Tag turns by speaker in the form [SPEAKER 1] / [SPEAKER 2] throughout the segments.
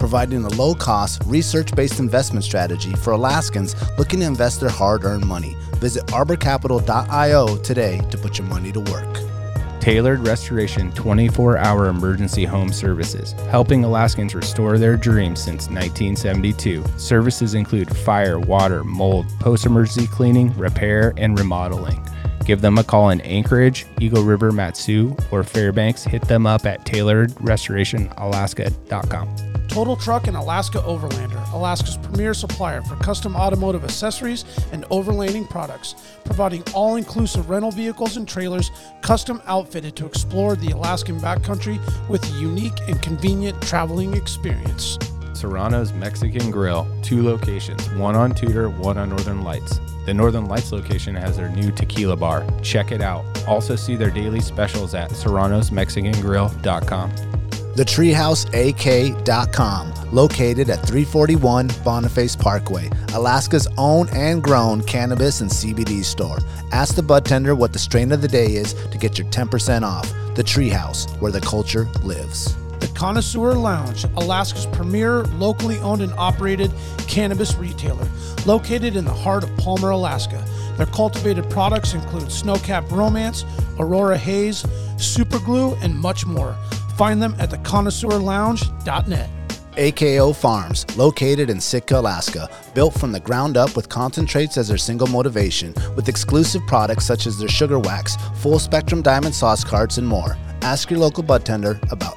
[SPEAKER 1] providing a low cost, research based investment strategy for Alaskans looking to invest their hard earned money. Visit arborcapital.io today to put your money to work.
[SPEAKER 2] Tailored Restoration 24 hour emergency home services, helping Alaskans restore their dreams since 1972. Services include fire, water, mold, post emergency cleaning, repair, and remodeling. Give them a call in Anchorage, Eagle River, Matsu, or Fairbanks. Hit them up at tailoredrestorationalaska.com.
[SPEAKER 3] Total Truck and Alaska Overlander, Alaska's premier supplier for custom automotive accessories and overlanding products, providing all inclusive rental vehicles and trailers custom outfitted to explore the Alaskan backcountry with a unique and convenient traveling experience.
[SPEAKER 2] Serrano's Mexican Grill, two locations, one on Tudor, one on Northern Lights. The Northern Lights location has their new tequila bar. Check it out. Also, see their daily specials at serranosmexicangrill.com.
[SPEAKER 1] TheTreehouseAK.com, located at 341 Boniface Parkway, Alaska's own and grown cannabis and CBD store. Ask the bud tender what the strain of the day is to get your 10% off. The Treehouse, where the culture lives.
[SPEAKER 3] The Connoisseur Lounge, Alaska's premier locally owned and operated cannabis retailer, located in the heart of Palmer, Alaska. Their cultivated products include Snowcap Romance, Aurora Haze, Superglue, and much more. Find them at theconnoisseurlounge.net.
[SPEAKER 1] AKO Farms, located in Sitka, Alaska, built from the ground up with concentrates as their single motivation, with exclusive products such as their sugar wax, full spectrum diamond sauce carts, and more. Ask your local bud tender about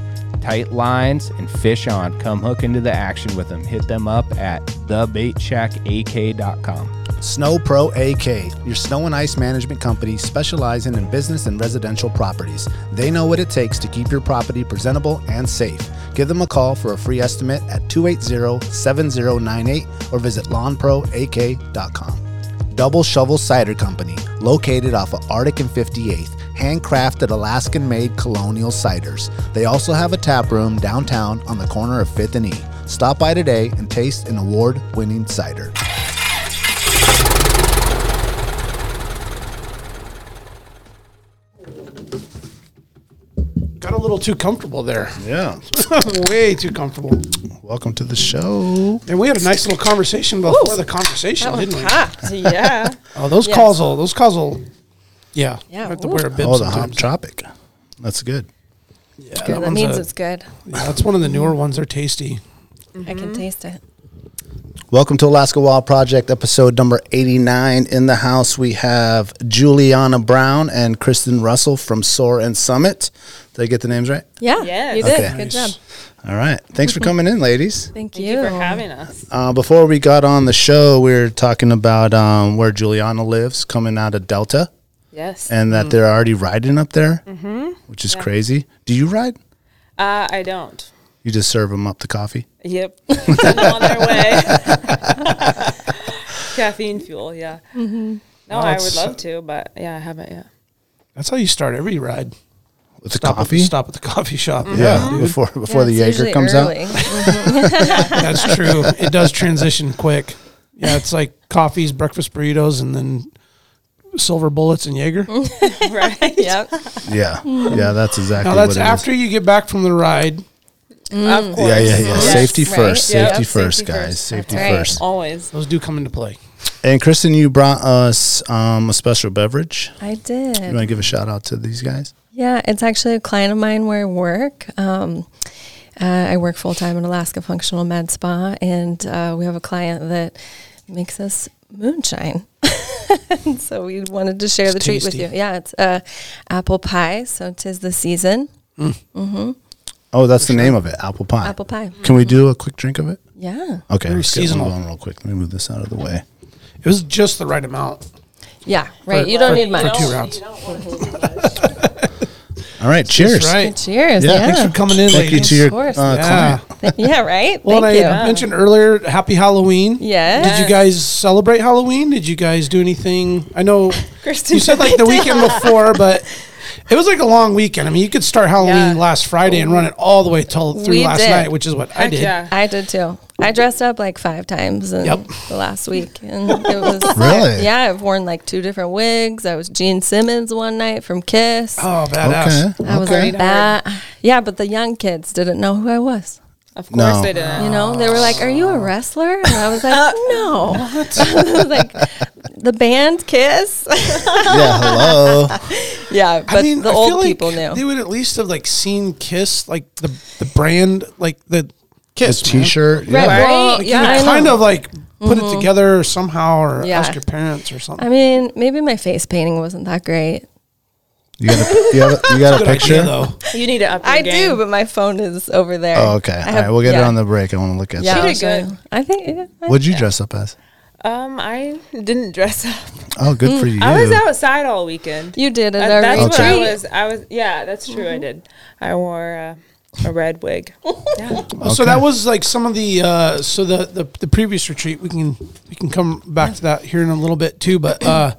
[SPEAKER 2] Tight lines and fish on. Come hook into the action with them. Hit them up at thebaitshackak.com.
[SPEAKER 1] Snow Pro AK, your snow and ice management company specializing in business and residential properties. They know what it takes to keep your property presentable and safe. Give them a call for a free estimate at 280-7098 or visit lawnproak.com. Double Shovel Cider Company, located off of Arctic and 58th, handcrafted Alaskan-made colonial ciders. They also have a tap room downtown on the corner of 5th and E. Stop by today and taste an award-winning cider.
[SPEAKER 3] Got a little too comfortable there.
[SPEAKER 1] Yeah.
[SPEAKER 3] Way too comfortable.
[SPEAKER 1] Welcome to the show.
[SPEAKER 3] And we had a nice little conversation before the conversation,
[SPEAKER 4] That was
[SPEAKER 3] didn't we?
[SPEAKER 4] packed. Yeah.
[SPEAKER 3] Oh, those
[SPEAKER 4] Yes.
[SPEAKER 3] calls will, those calls will, yeah.
[SPEAKER 4] Yeah,
[SPEAKER 3] I have to
[SPEAKER 4] ooh.
[SPEAKER 3] wear a bib
[SPEAKER 1] Oh, the hot
[SPEAKER 3] sometimes.
[SPEAKER 1] tropic. That's good.
[SPEAKER 3] Yeah,
[SPEAKER 4] Yeah,
[SPEAKER 3] that
[SPEAKER 4] that
[SPEAKER 3] one's
[SPEAKER 4] means
[SPEAKER 3] a-
[SPEAKER 4] it's good.
[SPEAKER 3] yeah, that's one of the newer ones. They're tasty.
[SPEAKER 4] I can taste it.
[SPEAKER 1] Welcome to Alaska Wild Project, episode number 89. In the house, we have Juliana Brown and Kristen Russell from Soar and Summit. Did I get the names right?
[SPEAKER 4] Yeah.
[SPEAKER 5] Yes.
[SPEAKER 4] You did.
[SPEAKER 1] Okay.
[SPEAKER 4] Good job.
[SPEAKER 1] Nice. All right. Thanks for coming in, ladies.
[SPEAKER 4] Thank
[SPEAKER 5] Thank
[SPEAKER 4] you.
[SPEAKER 5] you for having us.
[SPEAKER 1] Uh, before we got on the show, we were talking about um, where Juliana lives coming out of Delta
[SPEAKER 5] Yes.
[SPEAKER 1] and
[SPEAKER 4] Mm-hmm.
[SPEAKER 1] that they're already riding up there, mm-hmm. which is crazy. Do you ride?
[SPEAKER 5] Uh, I don't.
[SPEAKER 1] You just serve them up the coffee?
[SPEAKER 5] Yep. Send them on their way. Caffeine fuel, yeah.
[SPEAKER 4] Mm-hmm.
[SPEAKER 5] No, I
[SPEAKER 3] it's-
[SPEAKER 5] would love to, but yeah, I haven't yet.
[SPEAKER 3] That's how you start every ride.
[SPEAKER 1] With the
[SPEAKER 3] Stop
[SPEAKER 1] coffee?
[SPEAKER 3] At, stop at the coffee shop.
[SPEAKER 1] Yeah, before before the Jaeger comes out.
[SPEAKER 4] out.
[SPEAKER 3] That's true. It does transition quick. Yeah, it's like coffees, breakfast burritos, and then silver bullets and Jaeger. No,
[SPEAKER 5] Right.
[SPEAKER 4] yep. Mm-hmm.
[SPEAKER 1] Yeah, yeah, that's exactly. what
[SPEAKER 3] that's
[SPEAKER 1] it is.
[SPEAKER 3] after you get back from the ride.
[SPEAKER 5] Of course.
[SPEAKER 6] Yeah, yeah, yeah.
[SPEAKER 4] Yes,
[SPEAKER 6] Safety
[SPEAKER 4] right.
[SPEAKER 6] first.
[SPEAKER 4] Yep,
[SPEAKER 6] Safety
[SPEAKER 4] safety
[SPEAKER 6] first,
[SPEAKER 4] first.
[SPEAKER 6] guys.
[SPEAKER 4] That's
[SPEAKER 6] Safety
[SPEAKER 4] right.
[SPEAKER 6] first.
[SPEAKER 5] Always.
[SPEAKER 3] Those do come into play.
[SPEAKER 6] And Kristen, you brought us um, a special beverage.
[SPEAKER 4] I did.
[SPEAKER 6] You want to give a shout out to these guys?
[SPEAKER 4] Yeah, it's actually a client of mine where I work. Um, uh, I work full time in Alaska Functional Med Spa, and uh, we have a client that makes us moonshine. And so we wanted to share
[SPEAKER 3] It's
[SPEAKER 4] the treat with
[SPEAKER 3] tasty.
[SPEAKER 4] you. Yeah, it's uh, apple pie, so 'tis the season.
[SPEAKER 6] Oh, that's the name of it. Apple pie.
[SPEAKER 4] Apple pie.
[SPEAKER 6] Can we do a quick drink of it?
[SPEAKER 4] Yeah,
[SPEAKER 6] Okay,
[SPEAKER 3] Very
[SPEAKER 6] let's get one
[SPEAKER 3] seasonal.
[SPEAKER 6] going real quick. Let me move this out of the way.
[SPEAKER 3] It was just the right amount.
[SPEAKER 4] yeah, right.
[SPEAKER 3] For-
[SPEAKER 4] you don't
[SPEAKER 3] for-
[SPEAKER 4] need much.
[SPEAKER 3] for two rounds.
[SPEAKER 6] All right, cheers.
[SPEAKER 3] That's right.
[SPEAKER 4] Cheers.
[SPEAKER 6] Yeah,
[SPEAKER 4] Yeah,
[SPEAKER 6] thanks
[SPEAKER 3] Thanks for coming in,
[SPEAKER 6] Thank you
[SPEAKER 3] ladies.
[SPEAKER 6] to your
[SPEAKER 4] Of course.
[SPEAKER 6] uh,
[SPEAKER 3] Yeah.
[SPEAKER 6] client.
[SPEAKER 4] yeah, right.
[SPEAKER 3] Well,
[SPEAKER 4] Thank
[SPEAKER 3] and
[SPEAKER 4] you.
[SPEAKER 3] I mentioned earlier, Happy Halloween.
[SPEAKER 4] Yes.
[SPEAKER 3] Did you guys celebrate Halloween? Did you guys do anything? I know
[SPEAKER 4] Kristen
[SPEAKER 3] you said like the weekend before, but it was like a long weekend. I mean, you could start Halloween
[SPEAKER 5] Yeah.
[SPEAKER 3] last Friday and run it all the way till through
[SPEAKER 4] We
[SPEAKER 3] last
[SPEAKER 4] did.
[SPEAKER 3] night, which is what I
[SPEAKER 5] Heck
[SPEAKER 3] did.
[SPEAKER 5] yeah.
[SPEAKER 4] I did too. I dressed up like five times in
[SPEAKER 3] Yep.
[SPEAKER 4] the last week, and it was
[SPEAKER 6] Really?
[SPEAKER 4] yeah. I've worn like two different wigs. I was Gene Simmons one night from Kiss.
[SPEAKER 3] Oh, badass.
[SPEAKER 6] Okay.
[SPEAKER 4] I was
[SPEAKER 6] okay.
[SPEAKER 4] like that. Yeah, but the young kids didn't know who I was.
[SPEAKER 5] Of course
[SPEAKER 6] No.
[SPEAKER 5] they didn't.
[SPEAKER 4] You know, they were like, "Are you a wrestler?" And I was like, "No." I was like the band Kiss.
[SPEAKER 6] yeah, hello.
[SPEAKER 4] yeah, but
[SPEAKER 3] I mean,
[SPEAKER 4] the
[SPEAKER 3] I feel
[SPEAKER 4] old
[SPEAKER 3] like
[SPEAKER 4] people knew.
[SPEAKER 3] They would at least have like seen Kiss, like the the brand, like the
[SPEAKER 6] A
[SPEAKER 3] Kiss man.
[SPEAKER 6] t-shirt.
[SPEAKER 4] Right,
[SPEAKER 6] Yeah.
[SPEAKER 4] well,
[SPEAKER 3] Like, you
[SPEAKER 4] yeah,
[SPEAKER 3] could
[SPEAKER 4] I
[SPEAKER 3] kind
[SPEAKER 4] know. Mm-hmm.
[SPEAKER 3] of like put it together somehow, or
[SPEAKER 4] Yeah.
[SPEAKER 3] ask your parents or something.
[SPEAKER 4] I mean, maybe my face painting wasn't that great.
[SPEAKER 6] You got a, you got a, you got a
[SPEAKER 3] Good
[SPEAKER 6] picture?
[SPEAKER 3] idea, though.
[SPEAKER 5] You need to up your
[SPEAKER 4] I
[SPEAKER 5] game.
[SPEAKER 4] do, but my phone is over there.
[SPEAKER 6] Oh, okay.
[SPEAKER 4] I
[SPEAKER 6] All
[SPEAKER 4] have-
[SPEAKER 6] right, we'll get it
[SPEAKER 4] yeah.
[SPEAKER 6] on the break. I want to look at.
[SPEAKER 4] Yeah,
[SPEAKER 6] Yeah.
[SPEAKER 4] I'll
[SPEAKER 5] did
[SPEAKER 4] show you.
[SPEAKER 5] good.
[SPEAKER 4] I think. Yeah, I
[SPEAKER 6] What'd you dress up as?
[SPEAKER 5] Um, I didn't dress up.
[SPEAKER 6] Oh, good
[SPEAKER 4] Mm,
[SPEAKER 6] for you.
[SPEAKER 5] I was outside all weekend.
[SPEAKER 4] You did it
[SPEAKER 5] Uh,
[SPEAKER 4] already.
[SPEAKER 5] that's what I
[SPEAKER 6] Okay.
[SPEAKER 5] was. I was. Yeah, that's true. I did. I wore uh, a red wig. yeah.
[SPEAKER 3] So that was like some of the uh, so the, the the previous retreat. We can we can come back to that here in a little bit too. But uh,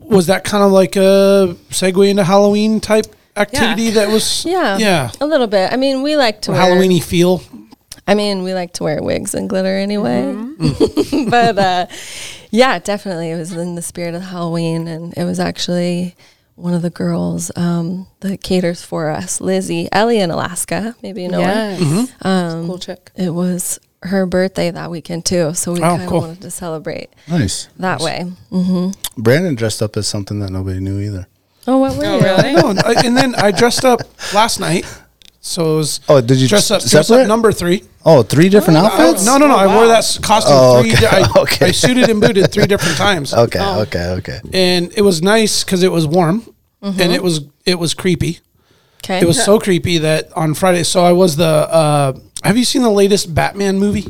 [SPEAKER 3] was that kind of like a segue into Halloween type activity? That was
[SPEAKER 4] Yeah.
[SPEAKER 3] yeah
[SPEAKER 4] A little bit. I mean, we like to wear
[SPEAKER 3] Halloweeny feel.
[SPEAKER 4] I mean, we like to wear wigs and glitter anyway.
[SPEAKER 5] Mm-hmm.
[SPEAKER 4] but uh, yeah, definitely, it was in the spirit of Halloween, and it was actually one of the girls um, that caters for us, Lizzie Ellie in Alaska. Maybe you know her.
[SPEAKER 5] Yes. cool chick.
[SPEAKER 4] It was her birthday that weekend too, so we
[SPEAKER 3] Oh,
[SPEAKER 4] kind of
[SPEAKER 3] cool.
[SPEAKER 4] wanted to celebrate
[SPEAKER 6] nice.
[SPEAKER 4] that way.
[SPEAKER 6] Brandon dressed up as something that nobody knew either.
[SPEAKER 4] Oh, what were
[SPEAKER 5] Oh,
[SPEAKER 4] you?
[SPEAKER 5] really?
[SPEAKER 3] No, and, I- and then I dressed up last night. So it was
[SPEAKER 6] Oh, did you
[SPEAKER 3] dress up,
[SPEAKER 6] s-
[SPEAKER 3] dress
[SPEAKER 6] separate?
[SPEAKER 3] up number three?
[SPEAKER 6] Oh, three different
[SPEAKER 3] I,
[SPEAKER 6] outfits.
[SPEAKER 3] no, no, no. I wore that s- costume.
[SPEAKER 6] Oh,
[SPEAKER 3] three
[SPEAKER 6] okay,
[SPEAKER 3] di- I,
[SPEAKER 6] okay.
[SPEAKER 3] I suited and booted three different times.
[SPEAKER 6] Okay,
[SPEAKER 4] Oh.
[SPEAKER 6] okay, okay.
[SPEAKER 3] and it was nice because it was warm
[SPEAKER 4] Mm-hmm.
[SPEAKER 3] and it was it was creepy.
[SPEAKER 4] Okay.
[SPEAKER 3] It was so creepy that on Friday. So I was the. Uh, have you seen the latest Batman movie?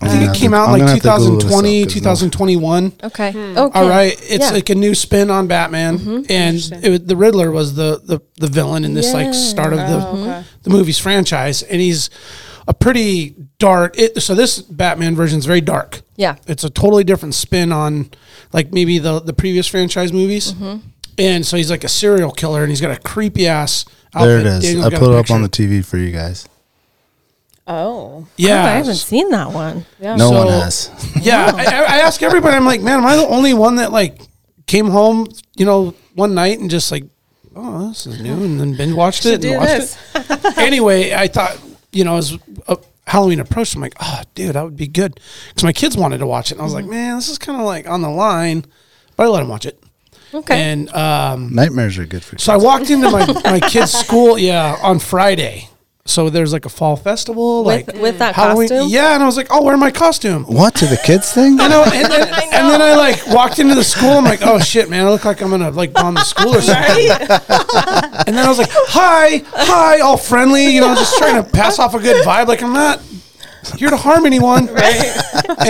[SPEAKER 3] I think
[SPEAKER 6] gonna
[SPEAKER 3] it came
[SPEAKER 6] have to-
[SPEAKER 3] out
[SPEAKER 6] I'm
[SPEAKER 3] in
[SPEAKER 6] gonna
[SPEAKER 3] like
[SPEAKER 6] have to Google this up,
[SPEAKER 3] 2020,
[SPEAKER 6] 'cause no.
[SPEAKER 3] 2021.
[SPEAKER 4] okay.
[SPEAKER 5] Hmm.
[SPEAKER 4] Okay.
[SPEAKER 3] All right, it's
[SPEAKER 4] Yeah. Mm-hmm.
[SPEAKER 3] like a new spin on Batman, and it, was- the Riddler was the the, the villain in this like
[SPEAKER 4] Yeah. Oh,
[SPEAKER 3] start of the the movie's franchise, and he's a pretty dark. It, so this Batman version is very dark.
[SPEAKER 4] Yeah.
[SPEAKER 3] it's a totally different spin on like maybe the the previous franchise movies,
[SPEAKER 4] Mm-hmm.
[SPEAKER 3] and so he's like a serial killer, and he's got a creepy ass.
[SPEAKER 6] There it
[SPEAKER 3] outfit.
[SPEAKER 6] is.
[SPEAKER 3] Daniel's
[SPEAKER 6] I
[SPEAKER 3] got a
[SPEAKER 6] put it up
[SPEAKER 3] picture.
[SPEAKER 6] on the TV for you guys.
[SPEAKER 5] Oh.
[SPEAKER 4] Oh, I
[SPEAKER 3] Yeah,
[SPEAKER 4] haven't seen that one.
[SPEAKER 6] No
[SPEAKER 3] So-
[SPEAKER 6] one has.
[SPEAKER 3] Yeah, I, I I ask everybody. I'm like, man, am I the only one that like came home, you know, one night and just like, oh, this is new, and then binge watched it and
[SPEAKER 5] Do
[SPEAKER 3] watched
[SPEAKER 5] this.
[SPEAKER 3] it. Anyway, I thought, you know, as uh, Halloween approached, I'm like, oh, dude, that would be good because my kids wanted to watch it, and I was like,
[SPEAKER 4] Mm-hmm.
[SPEAKER 3] man, this is kind of like on the line, but I let them watch it.
[SPEAKER 4] Okay.
[SPEAKER 3] And um,
[SPEAKER 6] Nightmares are good for you.
[SPEAKER 3] so I walked into my my kids' school, yeah, on Friday. So there's like a fall festival,
[SPEAKER 4] with
[SPEAKER 3] like
[SPEAKER 4] with that
[SPEAKER 3] Halloween,
[SPEAKER 4] costume.
[SPEAKER 3] yeah, and I was like, I'll wear my costume
[SPEAKER 6] what to the kids thing?
[SPEAKER 3] you know, and, then, and then I like walked into the school. I'm like, oh shit, man, I look like I'm gonna like bomb the school or something. And then I was like, hi, hi, all friendly, you know, just trying to pass off a good vibe. Like I'm not here to harm anyone. And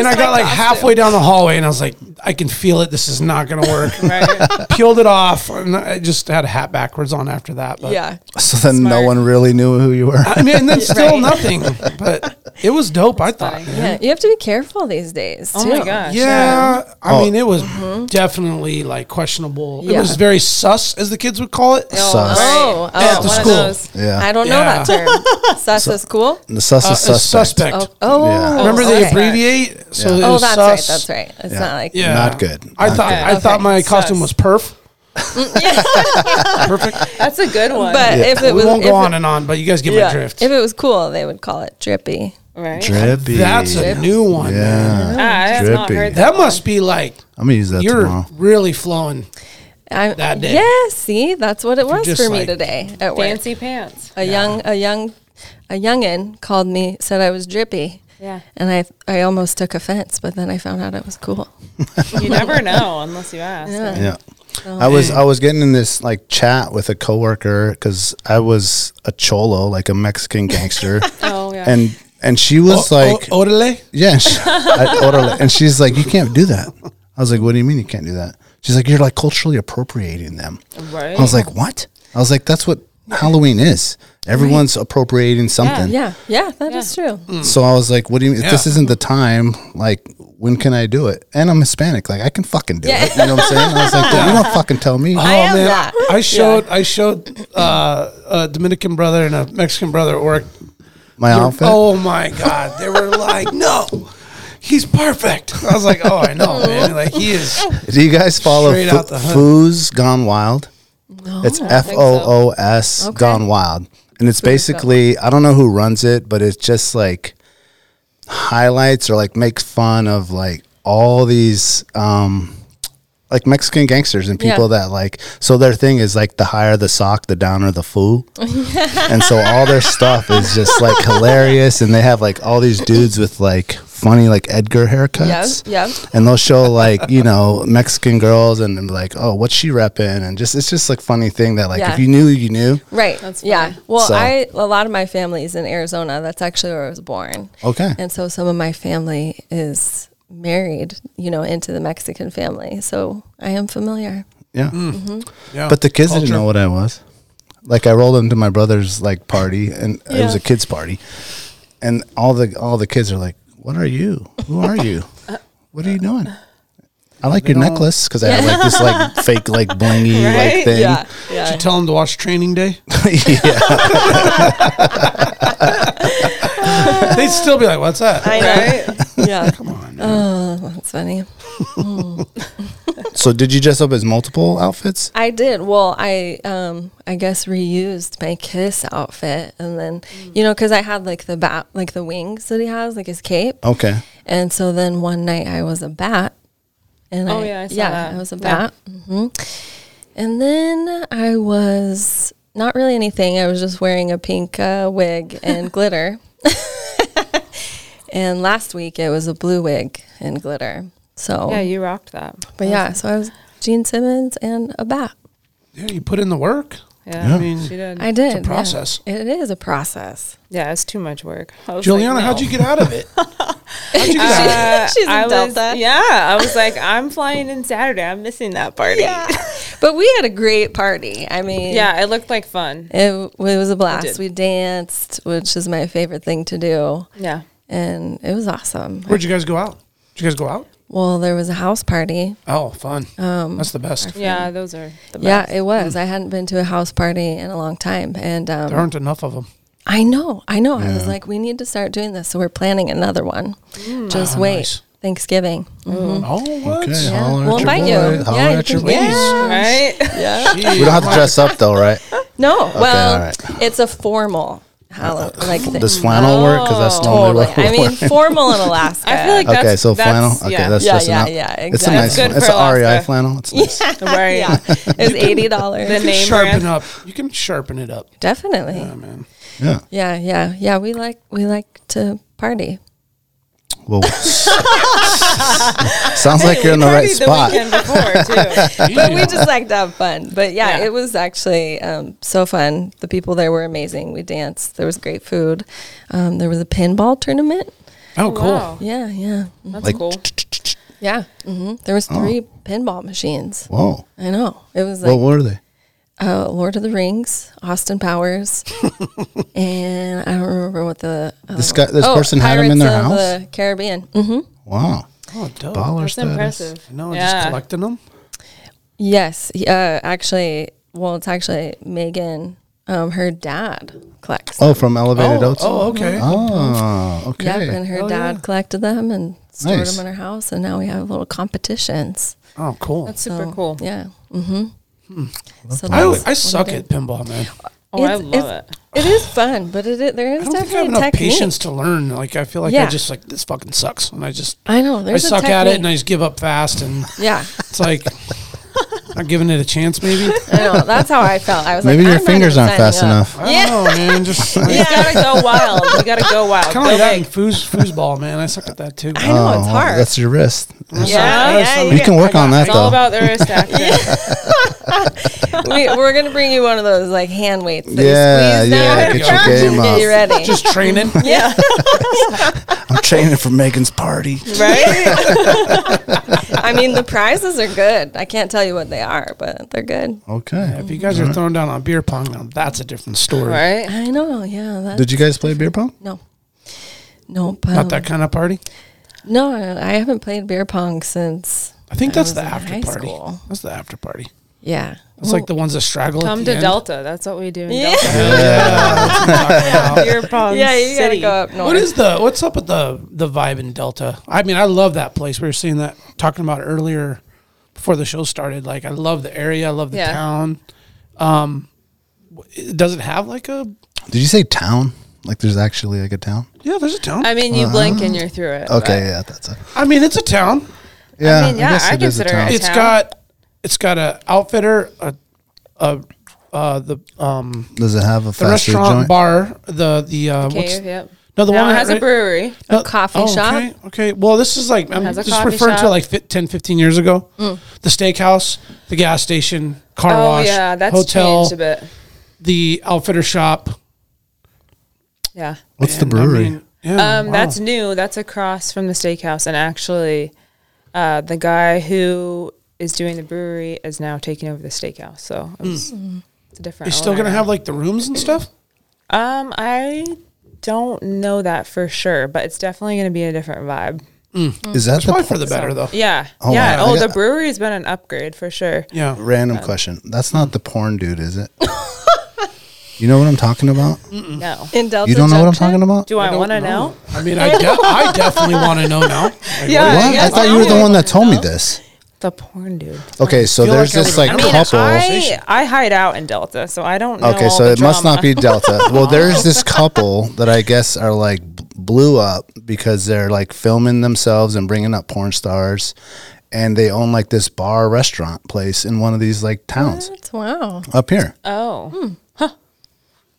[SPEAKER 3] I got like halfway down the hallway, and I was like, I can feel it. This is not gonna work.
[SPEAKER 5] Right.
[SPEAKER 3] Peeled it off. And I just had a hat backwards on after that. But
[SPEAKER 4] Yeah.
[SPEAKER 6] so then no
[SPEAKER 5] Smart.
[SPEAKER 6] one really knew who you were.
[SPEAKER 3] I mean, and then still nothing. But it was dope. I thought.
[SPEAKER 5] funny.
[SPEAKER 4] Yeah, you have to be careful these days.
[SPEAKER 5] Oh my
[SPEAKER 4] too.
[SPEAKER 5] gosh.
[SPEAKER 3] Yeah, I
[SPEAKER 6] Oh.
[SPEAKER 3] mean, it was definitely like questionable. It
[SPEAKER 4] Mm-hmm. Yeah.
[SPEAKER 3] was very sus, as the kids would call it.
[SPEAKER 5] Oh,
[SPEAKER 6] Sus.
[SPEAKER 4] Oh, oh,
[SPEAKER 3] At the
[SPEAKER 4] one of
[SPEAKER 3] school.
[SPEAKER 4] those.
[SPEAKER 6] Yeah.
[SPEAKER 4] I don't
[SPEAKER 3] Yeah.
[SPEAKER 4] know that term. Sus is cool.
[SPEAKER 6] the sus
[SPEAKER 3] Uh,
[SPEAKER 6] is
[SPEAKER 3] suspect.
[SPEAKER 6] suspect.
[SPEAKER 3] suspect.
[SPEAKER 4] Oh, oh
[SPEAKER 6] Yeah.
[SPEAKER 3] Remember
[SPEAKER 4] okay.
[SPEAKER 3] they abbreviate, so
[SPEAKER 6] Yeah.
[SPEAKER 3] it
[SPEAKER 4] Oh,
[SPEAKER 3] was
[SPEAKER 4] that's
[SPEAKER 3] sus.
[SPEAKER 4] right. That's right. It's
[SPEAKER 6] Yeah.
[SPEAKER 4] not like
[SPEAKER 3] Yeah,
[SPEAKER 6] Not good.
[SPEAKER 3] I
[SPEAKER 6] Not
[SPEAKER 3] thought
[SPEAKER 6] good.
[SPEAKER 3] I thought
[SPEAKER 4] Okay.
[SPEAKER 3] my costume was
[SPEAKER 5] Sus.
[SPEAKER 3] perf. Perfect.
[SPEAKER 5] That's a good one.
[SPEAKER 4] But if it
[SPEAKER 3] we
[SPEAKER 4] was,
[SPEAKER 3] won't
[SPEAKER 4] if
[SPEAKER 3] go on
[SPEAKER 4] it,
[SPEAKER 3] and on, but you guys give me
[SPEAKER 4] yeah,
[SPEAKER 3] a drift.
[SPEAKER 4] if it was cool, they would call it drippy.
[SPEAKER 5] right?
[SPEAKER 1] Drippy.
[SPEAKER 3] That's a new one. man.
[SPEAKER 5] Ah, I have not
[SPEAKER 1] Drippy.
[SPEAKER 5] heard that.
[SPEAKER 3] That must be like
[SPEAKER 1] I'm gonna use that
[SPEAKER 3] you're
[SPEAKER 1] tomorrow.
[SPEAKER 3] really flowing.
[SPEAKER 4] I,
[SPEAKER 3] That day.
[SPEAKER 4] Yeah, see, that's what it was
[SPEAKER 3] just
[SPEAKER 4] for me
[SPEAKER 3] like-
[SPEAKER 4] today at work.
[SPEAKER 5] Fancy pants.
[SPEAKER 4] A young, a young, a youngin called me, said I was drippy.
[SPEAKER 5] Yeah.
[SPEAKER 4] And I, I almost took offense, but then I found out it was cool.
[SPEAKER 5] You never know unless you ask.
[SPEAKER 1] Yeah. I was I was getting in this like chat with a coworker because I was a cholo, like a Mexican gangster,
[SPEAKER 5] Oh yeah.
[SPEAKER 1] and and she was
[SPEAKER 3] Oh,
[SPEAKER 1] like,
[SPEAKER 3] O- Orale?
[SPEAKER 1] yeah, she, I ordered it. and she's like, you can't do that. I was like, what do you mean you can't do that? She's like, you're like culturally appropriating them.
[SPEAKER 5] right.
[SPEAKER 1] I was like, what? I was like, that's what Halloween is. Everyone's appropriating something.
[SPEAKER 4] Yeah, yeah, that is true.
[SPEAKER 1] So I was like, what do you mean? If this
[SPEAKER 3] Yeah.
[SPEAKER 1] isn't the time, like, when can I do it? And I'm Hispanic. Like, I can fucking do it. You know what I'm saying? I was like, "Dude, you don't fucking tell me.
[SPEAKER 3] Oh,
[SPEAKER 4] am that.
[SPEAKER 3] I showed I showed uh, a Dominican brother and a Mexican brother at work.
[SPEAKER 1] My
[SPEAKER 3] They were-
[SPEAKER 1] outfit.
[SPEAKER 3] Oh my god! They were like, "No, he's perfect." I was like, "Oh, I know, man. Like he is."
[SPEAKER 1] Do you guys follow
[SPEAKER 3] Straight out the hood.
[SPEAKER 1] Foos Gone Wild? it's F O O S
[SPEAKER 4] Okay.
[SPEAKER 1] Gone Wild. And it's basically, I don't know who runs it, but it's just like highlights or like makes fun of like all these, um, like Mexican gangsters and people
[SPEAKER 4] Yeah.
[SPEAKER 1] that like, so their thing is like the higher the sock, the downer the foo. and so all their stuff is just like hilarious. And they have like all these dudes with like funny, like Edgar haircuts
[SPEAKER 4] Yes, yeah.
[SPEAKER 1] and they'll show like you know Mexican girls and then be like oh what's she repping and just it's just like funny thing that like
[SPEAKER 4] Yeah.
[SPEAKER 1] if you knew you knew
[SPEAKER 4] Right.
[SPEAKER 5] That's
[SPEAKER 4] yeah.
[SPEAKER 5] funny.
[SPEAKER 4] Well,
[SPEAKER 1] So-
[SPEAKER 4] I a lot of my family is in Arizona. That's actually where I was born.
[SPEAKER 1] okay
[SPEAKER 4] And so some of my family is married, you know, into the Mexican family. So I am familiar.
[SPEAKER 1] yeah
[SPEAKER 3] Yeah.
[SPEAKER 1] but the kids didn't
[SPEAKER 3] Culture.
[SPEAKER 1] know what I was like I rolled into my brother's like party and it was a kids party and all the all the kids are like what are you who are you what are you doing I like your necklace because I had like this like fake like blingy like
[SPEAKER 5] Right?
[SPEAKER 1] thing
[SPEAKER 4] Yeah.
[SPEAKER 3] Did
[SPEAKER 4] Yeah.
[SPEAKER 3] you tell him to watch Training Day?
[SPEAKER 1] yeah
[SPEAKER 3] They'd still be like, "What's that?"
[SPEAKER 5] Right?
[SPEAKER 4] yeah. Come on. Oh, that's funny.
[SPEAKER 1] so did you dress up as multiple outfits
[SPEAKER 4] I did. Well, I um I guess reused my kiss outfit and then
[SPEAKER 1] Mm.
[SPEAKER 4] you know cuz I had like the bat like the wings that he has like his cape.
[SPEAKER 1] okay
[SPEAKER 4] And so then one night I was a bat. And
[SPEAKER 5] Oh,
[SPEAKER 4] I,
[SPEAKER 5] yeah, I saw that.
[SPEAKER 4] I was a
[SPEAKER 5] Yeah.
[SPEAKER 4] bat. hmm And then I was not really anything. I was just wearing a pink uh, wig and glitter. and last week it was a blue wig and glitter. So,
[SPEAKER 5] Yeah, you rocked that.
[SPEAKER 4] but yeah, so I was Gene Simmons and a bat.
[SPEAKER 3] Yeah, you put in the work.
[SPEAKER 5] Yeah,
[SPEAKER 1] Yeah.
[SPEAKER 5] I mean, she did.
[SPEAKER 4] I did. yeah.
[SPEAKER 3] process.
[SPEAKER 4] It is a process.
[SPEAKER 5] yeah, it's too much work. I was
[SPEAKER 3] Juliana,
[SPEAKER 5] like,
[SPEAKER 3] how'd
[SPEAKER 5] no.
[SPEAKER 3] you get out of it? How'd you get out? of it?
[SPEAKER 5] Uh,
[SPEAKER 4] She's a
[SPEAKER 5] I was,
[SPEAKER 4] Delta.
[SPEAKER 5] yeah, I was like, I'm flying in Saturday. I'm missing that party. Yeah,
[SPEAKER 4] but we had a great party. I mean,
[SPEAKER 5] it looked like fun.
[SPEAKER 4] It, w- it was a blast.
[SPEAKER 5] did.
[SPEAKER 4] We danced, which is my favorite thing to do.
[SPEAKER 5] Yeah.
[SPEAKER 4] And it was awesome.
[SPEAKER 3] Where'd you guys go out? Did you guys go out?
[SPEAKER 4] Well, there was a house party.
[SPEAKER 3] Oh, fun. That's the best.
[SPEAKER 5] Yeah, those are the best.
[SPEAKER 4] Yeah, it
[SPEAKER 1] Mm.
[SPEAKER 4] was. I hadn't been to a house party in a long time. And
[SPEAKER 3] There
[SPEAKER 4] um,
[SPEAKER 3] aren't enough of them.
[SPEAKER 4] I know, I know. I was like, we need to start doing this. So we're planning another one.
[SPEAKER 1] Mm. Oh,
[SPEAKER 4] Just
[SPEAKER 3] Ah,
[SPEAKER 4] wait.
[SPEAKER 3] nice.
[SPEAKER 4] Thanksgiving. Mm.
[SPEAKER 3] Oh, what?
[SPEAKER 1] okay
[SPEAKER 4] Yeah.
[SPEAKER 1] holler at
[SPEAKER 4] We'll
[SPEAKER 1] your
[SPEAKER 4] invite
[SPEAKER 1] boy.
[SPEAKER 4] you.
[SPEAKER 1] holler
[SPEAKER 4] Yeah, you
[SPEAKER 1] at your
[SPEAKER 4] can- yeah.
[SPEAKER 1] boys.
[SPEAKER 5] Right?
[SPEAKER 4] Yeah.
[SPEAKER 1] We don't have to dress up though, right?
[SPEAKER 4] no, well,
[SPEAKER 1] all right.
[SPEAKER 4] it's a formal Halloween. Like thing.
[SPEAKER 1] Does flannel work? Because that's normally
[SPEAKER 4] Totally.
[SPEAKER 1] what
[SPEAKER 4] I
[SPEAKER 1] we're
[SPEAKER 4] mean,
[SPEAKER 1] wearing.
[SPEAKER 4] formal in Alaska.
[SPEAKER 5] I feel like that's,
[SPEAKER 1] Okay, so flannel.
[SPEAKER 5] that's-
[SPEAKER 1] Okay,
[SPEAKER 5] yeah.
[SPEAKER 1] that's
[SPEAKER 4] Yeah,
[SPEAKER 1] dressing
[SPEAKER 4] yeah,
[SPEAKER 1] up.
[SPEAKER 4] yeah,
[SPEAKER 1] It's a
[SPEAKER 4] exactly.
[SPEAKER 1] nice
[SPEAKER 4] Good
[SPEAKER 1] one. It's
[SPEAKER 5] for
[SPEAKER 1] a REI
[SPEAKER 5] Alaska.
[SPEAKER 1] flannel. It's nice.
[SPEAKER 5] right.
[SPEAKER 4] yeah. It's eighty
[SPEAKER 5] The
[SPEAKER 4] dollars.
[SPEAKER 5] name
[SPEAKER 3] sharpen
[SPEAKER 5] brand.
[SPEAKER 3] up. You can sharpen it up.
[SPEAKER 4] Definitely.
[SPEAKER 1] Yeah.
[SPEAKER 4] Yeah, yeah, yeah. We like we like to party.
[SPEAKER 1] Well, sounds like you're in the right
[SPEAKER 5] Partied
[SPEAKER 1] spot.
[SPEAKER 5] The weekend before, too.
[SPEAKER 4] But we just like to have fun. But yeah,
[SPEAKER 5] Yeah.
[SPEAKER 4] it was actually um, so fun. The people there were amazing. We danced. There was great food. Um, there was a pinball tournament.
[SPEAKER 3] Oh, cool.
[SPEAKER 5] Wow,
[SPEAKER 4] Yeah, yeah,
[SPEAKER 5] that's
[SPEAKER 1] Like,
[SPEAKER 5] cool.
[SPEAKER 4] yeah. hmm
[SPEAKER 1] Oh.
[SPEAKER 4] There was three pinball machines.
[SPEAKER 1] whoa.
[SPEAKER 4] I know. It was
[SPEAKER 1] What
[SPEAKER 4] like
[SPEAKER 1] were they?
[SPEAKER 4] uh, Lord of the Rings, Austin Powers, and I don't remember what the uh,
[SPEAKER 1] This guy, this person had them
[SPEAKER 4] Pirates
[SPEAKER 1] in their
[SPEAKER 4] of
[SPEAKER 1] house.
[SPEAKER 4] The Caribbean. hmm
[SPEAKER 1] wow.
[SPEAKER 3] Oh, dope.
[SPEAKER 1] Baller
[SPEAKER 5] That's
[SPEAKER 1] status.
[SPEAKER 5] impressive.
[SPEAKER 3] No, just
[SPEAKER 5] Yeah.
[SPEAKER 3] collecting them.
[SPEAKER 4] Yes. he- Uh, actually, well, it's actually Megan. Um, her dad collects.
[SPEAKER 1] Oh, from Elevated
[SPEAKER 3] Oh,
[SPEAKER 1] Oats.
[SPEAKER 3] oh, okay.
[SPEAKER 1] Oh, okay.
[SPEAKER 4] Yep, and her
[SPEAKER 3] Oh,
[SPEAKER 4] dad
[SPEAKER 3] yeah.
[SPEAKER 4] collected them and stored
[SPEAKER 1] Nice.
[SPEAKER 4] them in her house, and now we have little competitions.
[SPEAKER 3] Oh, cool.
[SPEAKER 5] That's super
[SPEAKER 4] So,
[SPEAKER 5] cool.
[SPEAKER 4] Yeah. Mm-hmm. So
[SPEAKER 3] I,
[SPEAKER 4] that's
[SPEAKER 3] I
[SPEAKER 4] what
[SPEAKER 3] suck
[SPEAKER 4] did.
[SPEAKER 3] at pinball, man.
[SPEAKER 5] Oh, I
[SPEAKER 4] It's-
[SPEAKER 5] love
[SPEAKER 4] it's-
[SPEAKER 5] it.
[SPEAKER 4] It is fun, but it, it there
[SPEAKER 3] I
[SPEAKER 4] is
[SPEAKER 3] don't think I have
[SPEAKER 4] definitely
[SPEAKER 3] enough
[SPEAKER 4] a technique.
[SPEAKER 3] patience to learn. Like I feel like I
[SPEAKER 4] Yeah.
[SPEAKER 3] just like this fucking sucks, and I just
[SPEAKER 4] I know.
[SPEAKER 3] I
[SPEAKER 4] There's
[SPEAKER 3] suck
[SPEAKER 4] a
[SPEAKER 3] at it and I
[SPEAKER 4] technique.
[SPEAKER 3] just give up fast, and
[SPEAKER 4] yeah,
[SPEAKER 3] it's like not giving it a chance. Maybe
[SPEAKER 4] I know. That's how I felt. I was
[SPEAKER 1] Maybe
[SPEAKER 4] like,
[SPEAKER 1] your
[SPEAKER 4] I'm
[SPEAKER 1] fingers
[SPEAKER 4] not
[SPEAKER 1] aren't
[SPEAKER 4] even
[SPEAKER 1] fast
[SPEAKER 4] signing up.
[SPEAKER 1] enough.
[SPEAKER 3] I don't know, man. Just kind
[SPEAKER 5] You gotta go wild. You gotta go wild.
[SPEAKER 3] of like
[SPEAKER 5] Go
[SPEAKER 3] that in
[SPEAKER 5] big.
[SPEAKER 3] foos, foosball, man. I suck at that too.
[SPEAKER 4] I know it's hard.
[SPEAKER 1] Oh, That's your wrist.
[SPEAKER 5] Yeah, yeah,
[SPEAKER 1] You can work on that
[SPEAKER 5] It's all
[SPEAKER 1] though.
[SPEAKER 5] about the wrist action.
[SPEAKER 4] we, we're gonna bring you one of those like hand weights. That
[SPEAKER 1] Yeah,
[SPEAKER 4] you squeeze
[SPEAKER 1] yeah, get
[SPEAKER 4] down.
[SPEAKER 1] your game
[SPEAKER 4] Get you
[SPEAKER 1] up.
[SPEAKER 4] ready.
[SPEAKER 3] Just training.
[SPEAKER 4] yeah,
[SPEAKER 1] I'm training for Megan's party.
[SPEAKER 5] right?
[SPEAKER 4] I mean the prizes are good. I can't tell you what they are, but they're good.
[SPEAKER 1] Okay.
[SPEAKER 3] If you guys are thrown down on beer pong, now that's a different story.
[SPEAKER 5] Right?
[SPEAKER 4] I know. Yeah. That,
[SPEAKER 1] Did you guys play beer pong?
[SPEAKER 4] no. um, No, but
[SPEAKER 3] Not that kind of party.
[SPEAKER 4] no, I haven't played beer pong since.
[SPEAKER 3] I think that's
[SPEAKER 4] was
[SPEAKER 3] the
[SPEAKER 4] in
[SPEAKER 3] after
[SPEAKER 4] high
[SPEAKER 3] party.
[SPEAKER 4] school.
[SPEAKER 3] That's the after party.
[SPEAKER 4] Yeah,
[SPEAKER 3] It's like the ones that straggle.
[SPEAKER 5] Come
[SPEAKER 3] at
[SPEAKER 5] to
[SPEAKER 3] the end.
[SPEAKER 5] Delta. That's what we do in
[SPEAKER 4] Yeah.
[SPEAKER 5] Delta. Beer pong
[SPEAKER 4] yeah. You
[SPEAKER 5] city.
[SPEAKER 4] gotta go up north.
[SPEAKER 3] What is the what's up with the the vibe in Delta? I mean, I love that place. We were seeing that talking about it earlier before the show started. Like, I love the area. I love the
[SPEAKER 5] Yeah.
[SPEAKER 3] town. Um, w- does it have like a
[SPEAKER 1] Did you say town? Like there's actually like a town?
[SPEAKER 3] yeah? There's a town. I
[SPEAKER 5] I
[SPEAKER 3] mean,
[SPEAKER 5] mean, you blink
[SPEAKER 3] Uh-huh.
[SPEAKER 5] and you're through it. but-
[SPEAKER 1] Okay, yeah, that's a
[SPEAKER 3] it's a town.
[SPEAKER 1] yeah.
[SPEAKER 5] mean, yeah, I
[SPEAKER 1] it is a
[SPEAKER 5] consider
[SPEAKER 1] town.
[SPEAKER 5] it-
[SPEAKER 3] It's
[SPEAKER 5] town.
[SPEAKER 3] got it's got a outfitter, a a uh, the um
[SPEAKER 1] Does it have a
[SPEAKER 3] the
[SPEAKER 1] fast food
[SPEAKER 3] restaurant
[SPEAKER 1] joint?
[SPEAKER 3] bar the the uh, what's
[SPEAKER 5] Cave, yep.
[SPEAKER 3] no the
[SPEAKER 5] Now
[SPEAKER 3] one
[SPEAKER 5] it
[SPEAKER 3] that
[SPEAKER 5] has
[SPEAKER 3] right-
[SPEAKER 5] a brewery.
[SPEAKER 3] Uh,
[SPEAKER 4] coffee
[SPEAKER 3] oh,
[SPEAKER 4] shop.
[SPEAKER 3] Okay, okay. Well, this is like I'm
[SPEAKER 5] Has a
[SPEAKER 3] just
[SPEAKER 5] coffee
[SPEAKER 3] referring to
[SPEAKER 5] shop. Mm.
[SPEAKER 3] like fi- 10, 15 years ago. The steakhouse, the gas station, car
[SPEAKER 5] Oh,
[SPEAKER 3] wash,
[SPEAKER 5] yeah. That's
[SPEAKER 3] hotel,
[SPEAKER 5] changed a bit.
[SPEAKER 3] the outfitter shop.
[SPEAKER 5] Yeah.
[SPEAKER 1] What's the
[SPEAKER 3] And, I
[SPEAKER 1] brewery?
[SPEAKER 3] mean, yeah,
[SPEAKER 5] Um,
[SPEAKER 3] wow.
[SPEAKER 5] That's new. That's across from the steakhouse. And actually, uh, the guy who is doing the brewery is now taking over the steakhouse. So it's, it's a different.
[SPEAKER 3] They Hmm. still
[SPEAKER 5] owner
[SPEAKER 3] gonna
[SPEAKER 5] now.
[SPEAKER 3] have like the rooms and stuff.
[SPEAKER 5] Um, I don't know that for sure, but it's definitely gonna be a different vibe.
[SPEAKER 1] Is that
[SPEAKER 3] Probably
[SPEAKER 1] the
[SPEAKER 3] for the better though.
[SPEAKER 5] Yeah.
[SPEAKER 1] Oh,
[SPEAKER 5] yeah.
[SPEAKER 1] wow.
[SPEAKER 5] Oh,
[SPEAKER 1] I
[SPEAKER 5] the
[SPEAKER 1] got-
[SPEAKER 5] brewery's been an upgrade for sure.
[SPEAKER 3] Yeah.
[SPEAKER 1] random question? That's not the porn dude, is it? you know what I'm talking about?
[SPEAKER 3] Mm.
[SPEAKER 5] No.
[SPEAKER 4] in Delta?
[SPEAKER 1] You don't know what I'm
[SPEAKER 4] Junction?
[SPEAKER 1] talking about?
[SPEAKER 5] Do I, want to know?
[SPEAKER 3] I mean, I, de- I definitely want to know now. Like,
[SPEAKER 5] Yeah.
[SPEAKER 1] What? I
[SPEAKER 5] yes,
[SPEAKER 1] thought
[SPEAKER 5] I
[SPEAKER 1] you were the
[SPEAKER 5] do.
[SPEAKER 1] one that told me this.
[SPEAKER 5] The porn dude.
[SPEAKER 1] Okay, so
[SPEAKER 3] feel
[SPEAKER 1] there's
[SPEAKER 3] like I
[SPEAKER 1] this like
[SPEAKER 3] remember that
[SPEAKER 1] couple.
[SPEAKER 5] I, I hide out in Delta, so I don't know.
[SPEAKER 1] Okay,
[SPEAKER 5] all
[SPEAKER 1] so
[SPEAKER 5] the
[SPEAKER 1] it must
[SPEAKER 5] drama.
[SPEAKER 1] not be Delta. well, there's this couple that I guess are like b- blew up because they're like filming themselves and bringing up porn stars, and they own like this bar restaurant place in one of these like towns
[SPEAKER 4] That's- Wow.
[SPEAKER 1] up here.
[SPEAKER 5] Oh,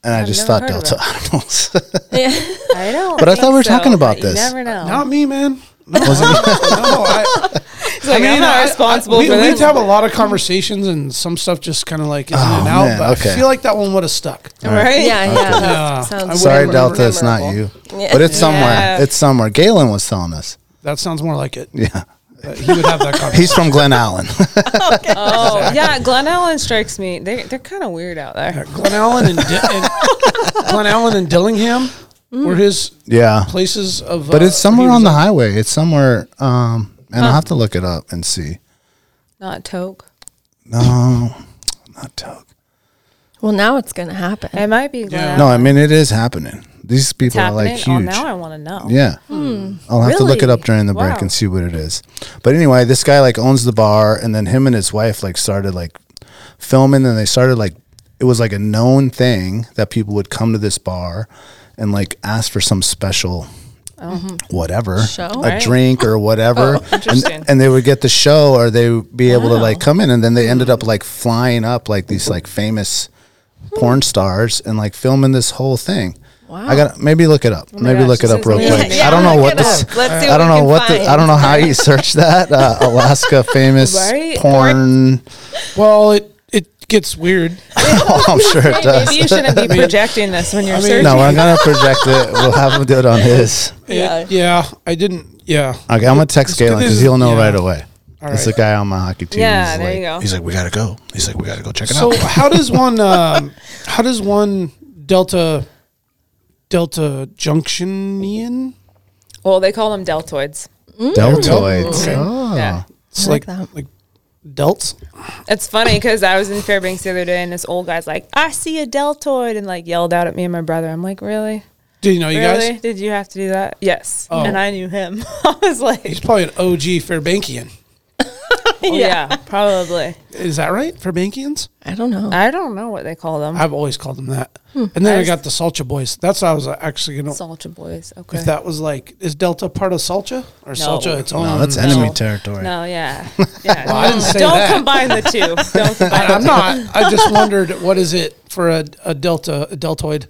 [SPEAKER 1] And I just
[SPEAKER 5] never
[SPEAKER 1] thought
[SPEAKER 5] heard of
[SPEAKER 1] Delta. I don't know.
[SPEAKER 4] Yeah.
[SPEAKER 5] I don't.
[SPEAKER 1] But I thought we
[SPEAKER 5] think
[SPEAKER 1] were talking
[SPEAKER 5] so,
[SPEAKER 1] about
[SPEAKER 5] but
[SPEAKER 1] this.
[SPEAKER 5] You never know.
[SPEAKER 3] Not me, man.
[SPEAKER 1] Was it-
[SPEAKER 3] No, I,
[SPEAKER 5] It's like, I'm not responsible
[SPEAKER 3] we,
[SPEAKER 5] for
[SPEAKER 3] We'd
[SPEAKER 5] this.
[SPEAKER 3] have a lot of conversations, and some stuff just kind of like is in
[SPEAKER 1] Oh,
[SPEAKER 3] and out.
[SPEAKER 1] man,
[SPEAKER 3] but
[SPEAKER 1] okay.
[SPEAKER 3] I feel like that one would have stuck.
[SPEAKER 5] right?
[SPEAKER 4] Yeah.
[SPEAKER 3] Yeah.
[SPEAKER 4] Yeah. that sounds
[SPEAKER 3] I
[SPEAKER 1] Sorry,
[SPEAKER 3] wouldn't
[SPEAKER 1] Delta, it's not
[SPEAKER 4] memorable.
[SPEAKER 1] you, but it's somewhere.
[SPEAKER 5] Yeah.
[SPEAKER 1] It's somewhere. Galen was telling us.
[SPEAKER 3] That sounds more like it.
[SPEAKER 1] Yeah,
[SPEAKER 3] Uh, he would have that conversation.
[SPEAKER 1] he's from Glen Allen.
[SPEAKER 5] Oh, yeah. Glen Allen strikes me. They, they're kind of weird out there.
[SPEAKER 3] Uh, Glen Allen and, Di- and Glen Allen and Dillingham
[SPEAKER 4] Mm.
[SPEAKER 3] were his
[SPEAKER 1] yeah,
[SPEAKER 3] places of.
[SPEAKER 1] but
[SPEAKER 3] uh,
[SPEAKER 1] it's somewhere
[SPEAKER 3] he was
[SPEAKER 1] on the
[SPEAKER 3] at.
[SPEAKER 1] highway. It's somewhere, um, and I'll have to look it up and see.
[SPEAKER 5] Not Toke.
[SPEAKER 1] No, not Toke.
[SPEAKER 4] Well, now it's gonna happen.
[SPEAKER 5] It might be Glen
[SPEAKER 3] Yeah.
[SPEAKER 1] No,
[SPEAKER 5] Allen.
[SPEAKER 1] I mean it is happening. These people are like
[SPEAKER 5] Oh,
[SPEAKER 1] huge.
[SPEAKER 5] now I want to know.
[SPEAKER 1] Yeah. I'll have to look it
[SPEAKER 4] Hmm. Really?
[SPEAKER 1] up during the break
[SPEAKER 5] Wow.
[SPEAKER 1] and see what it is. But anyway, this guy like owns the bar and then him and his wife like started like filming and they started like it was like a known thing that people would come to this bar and like ask for some special whatever
[SPEAKER 4] Oh. Show?
[SPEAKER 1] a
[SPEAKER 4] Right. Oh,
[SPEAKER 1] drink or whatever
[SPEAKER 5] interesting.
[SPEAKER 1] and, and they would get the show or they would be able to like come in and then they ended up like flying up like these like famous porn stars and like filming this whole thing
[SPEAKER 4] Hmm. Wow.
[SPEAKER 1] I got to maybe look it up. maybe
[SPEAKER 5] gosh,
[SPEAKER 1] look it
[SPEAKER 5] this
[SPEAKER 1] up
[SPEAKER 5] is
[SPEAKER 1] real
[SPEAKER 5] amazing.
[SPEAKER 1] quick.
[SPEAKER 4] Yeah,
[SPEAKER 1] I don't know
[SPEAKER 4] look
[SPEAKER 1] what
[SPEAKER 4] it
[SPEAKER 1] this.
[SPEAKER 4] up. Let's see
[SPEAKER 1] I
[SPEAKER 4] what
[SPEAKER 1] don't
[SPEAKER 4] we
[SPEAKER 1] know
[SPEAKER 4] can
[SPEAKER 1] what the, I
[SPEAKER 4] find.
[SPEAKER 1] don't know how you search that. Uh, Alaska famous
[SPEAKER 5] Right?
[SPEAKER 1] porn.
[SPEAKER 3] Well, it it gets weird.
[SPEAKER 1] Oh, I'm sure it does.
[SPEAKER 5] Maybe you shouldn't be projecting this when you're
[SPEAKER 3] mean-
[SPEAKER 5] searching.
[SPEAKER 1] No, we're gonna project it. We'll have him do it on his.
[SPEAKER 3] It-
[SPEAKER 4] Yeah.
[SPEAKER 3] yeah, I didn't. Yeah,
[SPEAKER 1] Okay, I'm gonna text Galen because he'll know
[SPEAKER 3] Yeah.
[SPEAKER 1] right away.
[SPEAKER 3] All
[SPEAKER 1] It's the
[SPEAKER 3] right.
[SPEAKER 1] guy on my hockey team.
[SPEAKER 5] Yeah,
[SPEAKER 1] He's
[SPEAKER 5] there
[SPEAKER 1] like-
[SPEAKER 5] you go.
[SPEAKER 1] He's like, we gotta go. He's like, we gotta go check it
[SPEAKER 3] So
[SPEAKER 1] out.
[SPEAKER 3] how does one um, how does one Delta Delta Junctionian?
[SPEAKER 5] Well, they call them deltoids.
[SPEAKER 1] Deltoids. Oh.
[SPEAKER 5] Mm-hmm. Yeah.
[SPEAKER 3] It's
[SPEAKER 4] I
[SPEAKER 3] like
[SPEAKER 4] like
[SPEAKER 3] like,
[SPEAKER 4] that.
[SPEAKER 3] delts.
[SPEAKER 5] It's funny because I was in Fairbanks the other day and this old guy's like, I see a deltoid and like yelled out at me and my brother. I'm like, really?
[SPEAKER 3] Do you know you
[SPEAKER 5] really?
[SPEAKER 3] guys? Oh.
[SPEAKER 5] Did you have to do that? Yes. And I knew him. I was like,
[SPEAKER 3] He's probably an OG Fairbankian.
[SPEAKER 5] Oh, yeah. probably.
[SPEAKER 3] Is that right for Bankians?
[SPEAKER 4] I don't know.
[SPEAKER 5] I don't know what they call
[SPEAKER 4] Hmm.
[SPEAKER 5] them.
[SPEAKER 3] I've always called them that. And then I, got the Salcha boys. That's what I was actually gonna.
[SPEAKER 5] Salcha boys. Okay.
[SPEAKER 3] If that was like, is Delta part of Salcha or Salcha its own?
[SPEAKER 1] No, that's
[SPEAKER 5] Mm-hmm. No.
[SPEAKER 1] enemy territory.
[SPEAKER 5] No, yeah. yeah.
[SPEAKER 3] I didn't say
[SPEAKER 5] don't
[SPEAKER 3] that.
[SPEAKER 5] combine the two. Don't combine
[SPEAKER 3] I, am not. I just wondered what is it for a, a Delta a deltoid?